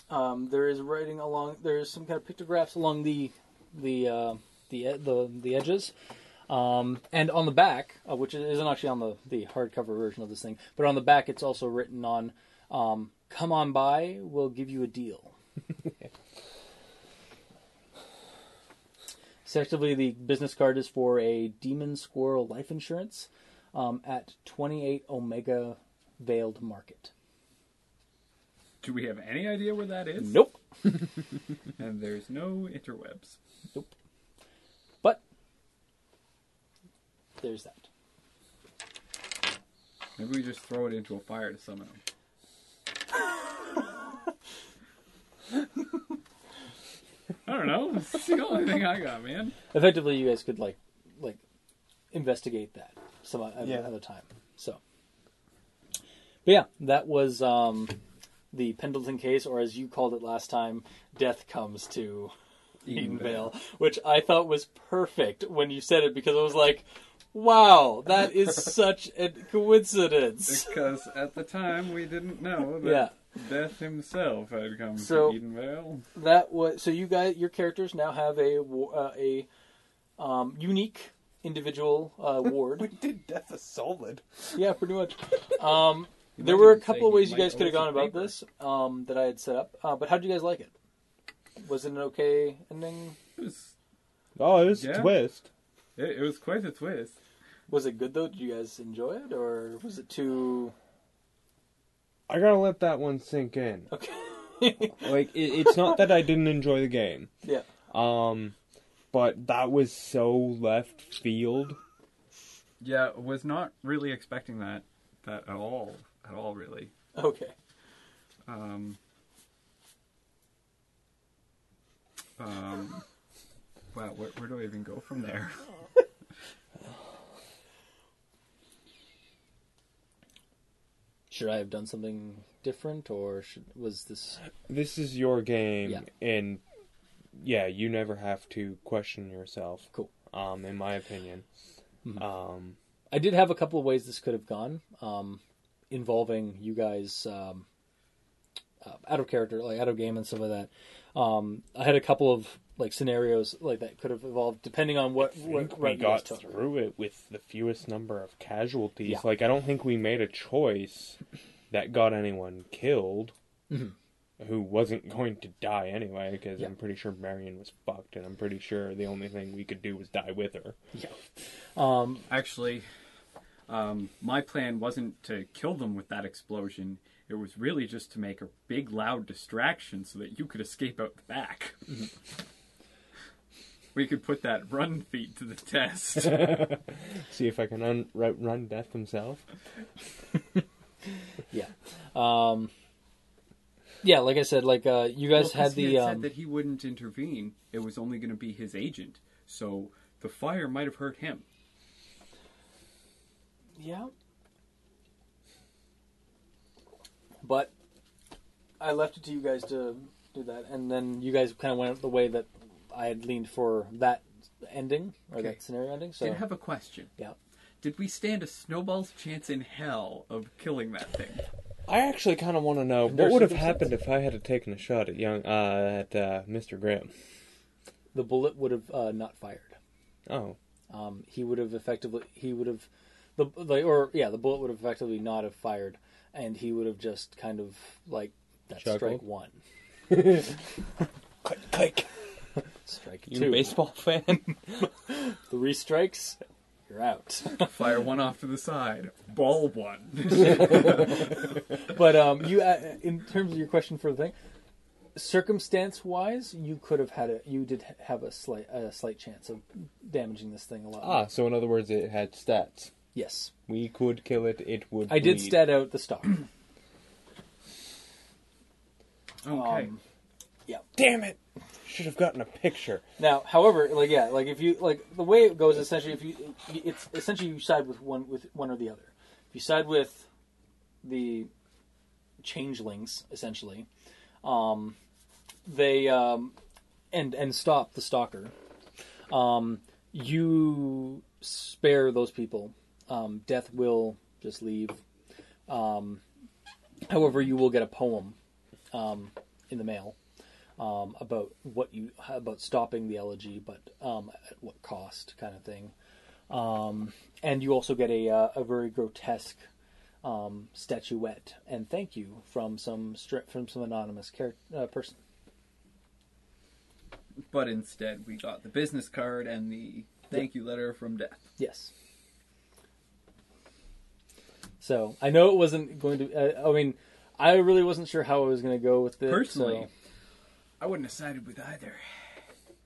[SPEAKER 3] um, there is writing along. There is some kind of pictographs along the the uh, the, e- the the edges. Um, and on the back, uh, which isn't actually on the, the hardcover version of this thing, but on the back it's also written on, um, come on by, we'll give you a deal. so actively, the business card is for a Demon Squirrel life insurance um, at 28 Omega Veiled Market.
[SPEAKER 4] Do we have any idea where that is?
[SPEAKER 3] Nope.
[SPEAKER 4] And there's no interwebs.
[SPEAKER 3] But there's that.
[SPEAKER 4] Maybe we just throw it into a fire to summon them. I don't know. It's the only thing I got, man.
[SPEAKER 3] Effectively, you guys could like like investigate that some other,
[SPEAKER 2] Yeah.
[SPEAKER 3] other time. So, but yeah, that was um, the Pendleton case, or as you called it last time, "Death Comes to Edenvale," which I thought was perfect when you said it because I was like, "Wow, that is such a coincidence."
[SPEAKER 4] Because at the time we didn't know that
[SPEAKER 3] Yeah.
[SPEAKER 4] Death himself had come
[SPEAKER 3] So-
[SPEAKER 4] to Edenvale.
[SPEAKER 3] That was so. You guys, your characters now have a wa- uh, a um, unique individual
[SPEAKER 4] <laughs>
[SPEAKER 3] uh, ward.
[SPEAKER 2] We did Death of Solid.
[SPEAKER 3] yeah, pretty much. Um,
[SPEAKER 4] You
[SPEAKER 3] there
[SPEAKER 4] might
[SPEAKER 3] were a
[SPEAKER 4] even say
[SPEAKER 3] couple of
[SPEAKER 4] he
[SPEAKER 3] ways you
[SPEAKER 4] might
[SPEAKER 3] guys could have
[SPEAKER 4] owe
[SPEAKER 3] gone
[SPEAKER 4] some
[SPEAKER 3] about
[SPEAKER 4] paper.
[SPEAKER 3] this um, that I had set up, uh, but how did you guys like it? Was it an okay ending?
[SPEAKER 4] It was,
[SPEAKER 5] Oh, it was
[SPEAKER 4] Yeah.
[SPEAKER 5] a twist.
[SPEAKER 4] it, it was quite a twist.
[SPEAKER 3] Was it good though? Did you guys enjoy it, or was it too <laughs>
[SPEAKER 5] I gotta let that one sink in.
[SPEAKER 3] okay? <laughs>
[SPEAKER 5] Like, it, it's not that I didn't enjoy the game.
[SPEAKER 3] yeah,
[SPEAKER 5] Um, but that was so left field.
[SPEAKER 4] Yeah, was not really expecting that that at all. At all, really.
[SPEAKER 3] okay.
[SPEAKER 4] Um, um, wow, where, where do I even go from there?
[SPEAKER 3] Should I have done something different, or should, was this
[SPEAKER 5] This is your game,
[SPEAKER 3] Yeah.
[SPEAKER 5] and yeah, you never have to question yourself.
[SPEAKER 3] Cool.
[SPEAKER 5] Um, in my opinion.
[SPEAKER 3] Mhm.
[SPEAKER 5] Um,
[SPEAKER 3] I did have a couple of ways this could have gone, um, involving you guys um, uh, out of character, like out of game and some of that. Um, I had a couple of like scenarios like that could have evolved depending on what
[SPEAKER 5] think
[SPEAKER 3] what
[SPEAKER 5] we
[SPEAKER 3] route you guys
[SPEAKER 5] got
[SPEAKER 3] took.
[SPEAKER 5] through it with the fewest number of casualties.
[SPEAKER 3] Yeah.
[SPEAKER 5] Like, I don't think we made a choice that got anyone killed who wasn't going to die anyway, because
[SPEAKER 3] Mm-hmm. Yeah.
[SPEAKER 5] I'm pretty sure Marion was fucked, and I'm pretty sure the only thing we could do was die with her.
[SPEAKER 3] Um,
[SPEAKER 4] Actually, um, my plan wasn't to kill them with that explosion. It was really just to make a big, loud distraction so that you could escape out the back. we could put that run feat to
[SPEAKER 3] <laughs>
[SPEAKER 4] the test.
[SPEAKER 5] See if I can un- ri- run death himself.
[SPEAKER 3] yeah, um, yeah. Like I said, like uh, you guys
[SPEAKER 4] Well, 'cause
[SPEAKER 3] had
[SPEAKER 4] he
[SPEAKER 3] the
[SPEAKER 4] said
[SPEAKER 3] um,
[SPEAKER 4] that he wouldn't intervene. It was only going to be his agent. So the fire might have hurt him.
[SPEAKER 3] yeah, but I left it to you guys to do that, and then you guys kind of went the way that I had leaned for that ending or
[SPEAKER 4] Okay.
[SPEAKER 3] that scenario ending. So
[SPEAKER 4] Did have a question.
[SPEAKER 3] yeah,
[SPEAKER 4] Did we stand a snowball's chance in hell of killing that thing? <laughs>
[SPEAKER 5] I actually kind of want to know what
[SPEAKER 3] There's
[SPEAKER 5] would have
[SPEAKER 3] circumstances.
[SPEAKER 5] happened if I had taken a shot at young uh, at uh, Mr. Graham.
[SPEAKER 3] the bullet would have uh, not fired.
[SPEAKER 5] Oh,
[SPEAKER 3] Um, he would have effectively he would have the, the or yeah the bullet would have effectively not have fired, and he would have just kind of like that's strike
[SPEAKER 5] Chuckled.
[SPEAKER 3] one,
[SPEAKER 5] click click.
[SPEAKER 3] strike
[SPEAKER 5] You a
[SPEAKER 3] <laughs> two,
[SPEAKER 5] baseball fan?
[SPEAKER 3] three strikes,
[SPEAKER 9] You're
[SPEAKER 5] <laughs>
[SPEAKER 9] out.
[SPEAKER 4] Fire one off to the side. Ball one.
[SPEAKER 3] But um, you, uh, in terms of your question for the thing, circumstance-wise, you could have had a, you did have a slight, a slight chance of damaging this thing a lot.
[SPEAKER 5] Ah, so in other words, it had stats.
[SPEAKER 3] Yes,
[SPEAKER 5] We could kill it. It would.
[SPEAKER 3] I did
[SPEAKER 5] bleed.
[SPEAKER 3] stat out the stock.
[SPEAKER 10] Okay.
[SPEAKER 3] <laughs> Um,
[SPEAKER 5] Damn it! Should have gotten a picture.
[SPEAKER 3] Now, however, like yeah, like if you like the way it goes, essentially, if you it's essentially you side with one with one or the other. If you side with the changelings, essentially, um, they um, and and stop the stalker. Um, you spare those people. Um, death will just leave. Um, however, you will get a poem um, in the mail um, about what you about stopping the elegy, but um, at what cost, kind of thing. Um, and you also get a uh, a very grotesque um, statuette and thank you from some stri- from some anonymous char- uh, person.
[SPEAKER 10] But instead, we got the business card and the thank you letter from Death.
[SPEAKER 3] Yes. So I know it wasn't going to. Uh, I mean, I really wasn't sure how I was going to go with this.
[SPEAKER 10] Personally,
[SPEAKER 4] I wouldn't have sided with either.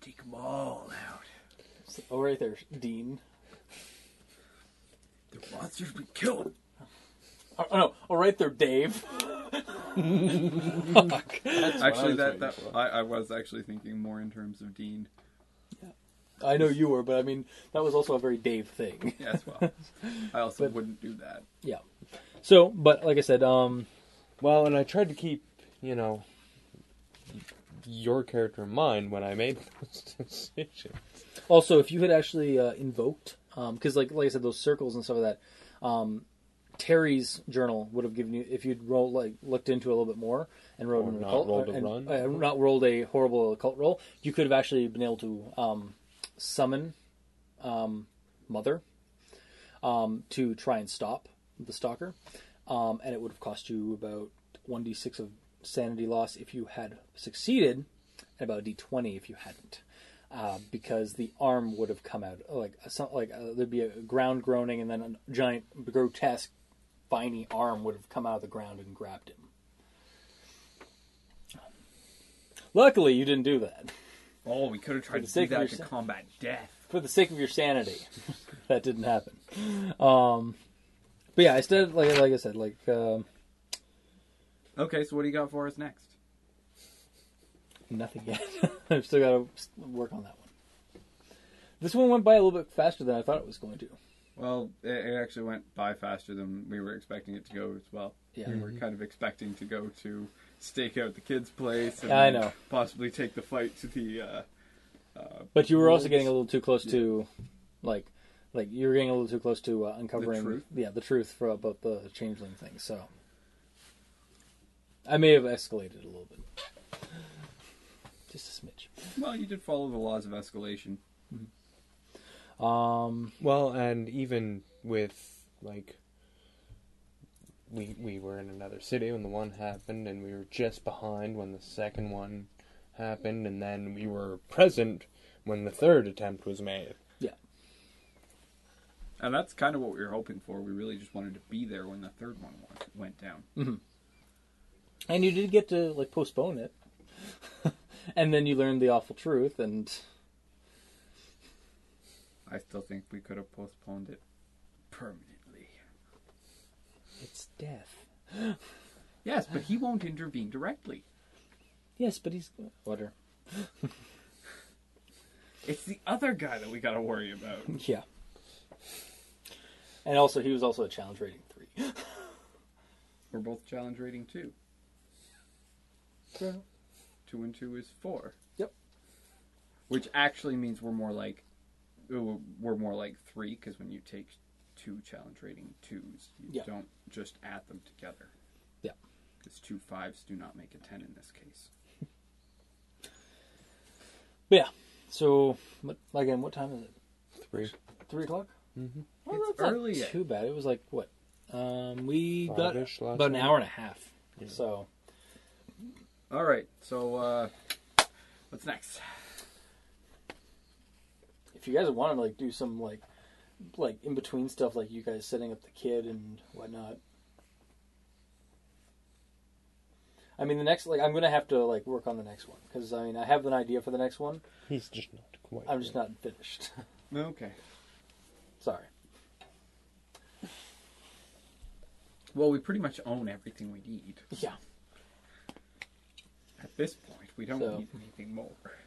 [SPEAKER 4] Take them all out.
[SPEAKER 3] so. oh, right there, Dean.
[SPEAKER 4] The monsters we killed.
[SPEAKER 3] Oh, oh, no, oh, right there, Dave. <laughs>
[SPEAKER 4] Actually,
[SPEAKER 2] was
[SPEAKER 4] that,
[SPEAKER 2] waiting
[SPEAKER 4] that I, I was actually thinking more in terms of Dean.
[SPEAKER 3] I know you were, but I mean, that was also a very Dave thing. <laughs>
[SPEAKER 4] Yeah, as well. I also wouldn't do that.
[SPEAKER 3] Yeah. So, but like I said, um,
[SPEAKER 5] Well, and I tried to keep, you know, your character in mind when I made <laughs> those decisions.
[SPEAKER 3] also if you had actually uh, invoked, because like like I said, those circles and stuff like that, um, Terry's journal would have given you if you'd roll like looked into it a little bit more and rolled
[SPEAKER 5] Or
[SPEAKER 3] an
[SPEAKER 5] not
[SPEAKER 3] occult-
[SPEAKER 5] rolled a
[SPEAKER 3] and,
[SPEAKER 5] run.
[SPEAKER 3] uh, not rolled a horrible occult roll, you could have actually been able to um, summon um, Mother um, to try and stop the stalker, um, and it would have cost you about one d six of sanity loss if you had succeeded, and about a d twenty if you hadn't, uh, because the arm would have come out like some, like uh, there'd be a ground groaning, and then a giant grotesque viney arm would have come out of the ground and grabbed him. Luckily, you didn't do that. <laughs>
[SPEAKER 4] Oh, we could have
[SPEAKER 3] For
[SPEAKER 4] tried
[SPEAKER 3] the
[SPEAKER 4] to do
[SPEAKER 3] sake of
[SPEAKER 4] that
[SPEAKER 3] your
[SPEAKER 4] to
[SPEAKER 3] sa-
[SPEAKER 4] combat death.
[SPEAKER 3] for the sake of your sanity, <laughs> that didn't happen. Um, but yeah, I said like like I said like um,
[SPEAKER 4] Okay, so what do you got for us next?
[SPEAKER 3] nothing yet. <laughs> I've still got to work on that one. This one went by a little bit faster than I thought it was going to.
[SPEAKER 4] Well, it, it actually went by faster than we were expecting it to go as well.
[SPEAKER 3] Yeah.
[SPEAKER 4] We were kind of expecting to go to stake out the kids' place. And
[SPEAKER 3] Yeah, I
[SPEAKER 4] then
[SPEAKER 3] know.
[SPEAKER 4] Possibly take the fight to the. Uh,
[SPEAKER 3] But you were also getting a little too close to, like, like you were getting a little too close to uh, uncovering
[SPEAKER 4] truth?
[SPEAKER 3] yeah the truth for about the changeling thing. So I may have escalated a little bit, just a smidge.
[SPEAKER 4] well, you did follow the laws of escalation.
[SPEAKER 3] Um,
[SPEAKER 5] Well, and even with like we we were in another city when the one happened and we were just behind when the second one happened and then we were present when the third attempt was made.
[SPEAKER 4] And that's kind of what we were hoping for. We really just wanted to be there when the third one wa- went down.
[SPEAKER 3] And you did get to like postpone it, <laughs> and then you learned the awful truth, and
[SPEAKER 4] I still think we could have postponed it permanently.
[SPEAKER 3] it's death.
[SPEAKER 4] Yes, but he won't intervene directly.
[SPEAKER 3] Yes, but he's uh, water.
[SPEAKER 4] It's the other guy that we got to worry about.
[SPEAKER 3] Yeah. And also, he was also a challenge rating three.
[SPEAKER 4] We're both challenge rating two. Two and two is four.
[SPEAKER 3] Yep.
[SPEAKER 4] Which actually means we're more like we're we're more like three because when you take two challenge rating twos, you
[SPEAKER 3] Yeah.
[SPEAKER 4] don't just add them together.
[SPEAKER 3] Yeah.
[SPEAKER 4] Because two fives do not make a ten in this case.
[SPEAKER 3] But yeah. So, what, again, what time is it?
[SPEAKER 5] Three.
[SPEAKER 3] Three o'clock. Mm-hmm. Well,
[SPEAKER 4] It's
[SPEAKER 3] that's not
[SPEAKER 4] early yet.
[SPEAKER 3] too bad. It was like what? Um, we got
[SPEAKER 5] Five-ish last
[SPEAKER 3] about an hour and a half. So
[SPEAKER 4] All right. So uh, what's next?
[SPEAKER 3] if you guys want to like do some like like in between stuff, like you guys setting up the kid and whatnot. I mean, the next like I'm gonna have to like work on the next one because I mean I have an idea for the next one.
[SPEAKER 5] He's just not quite.
[SPEAKER 3] I'm just not finished. <laughs>
[SPEAKER 4] Okay.
[SPEAKER 3] Sorry.
[SPEAKER 4] Well, we pretty much own everything we need
[SPEAKER 3] Yeah.
[SPEAKER 4] at this point. We don't
[SPEAKER 3] So-
[SPEAKER 4] need anything more.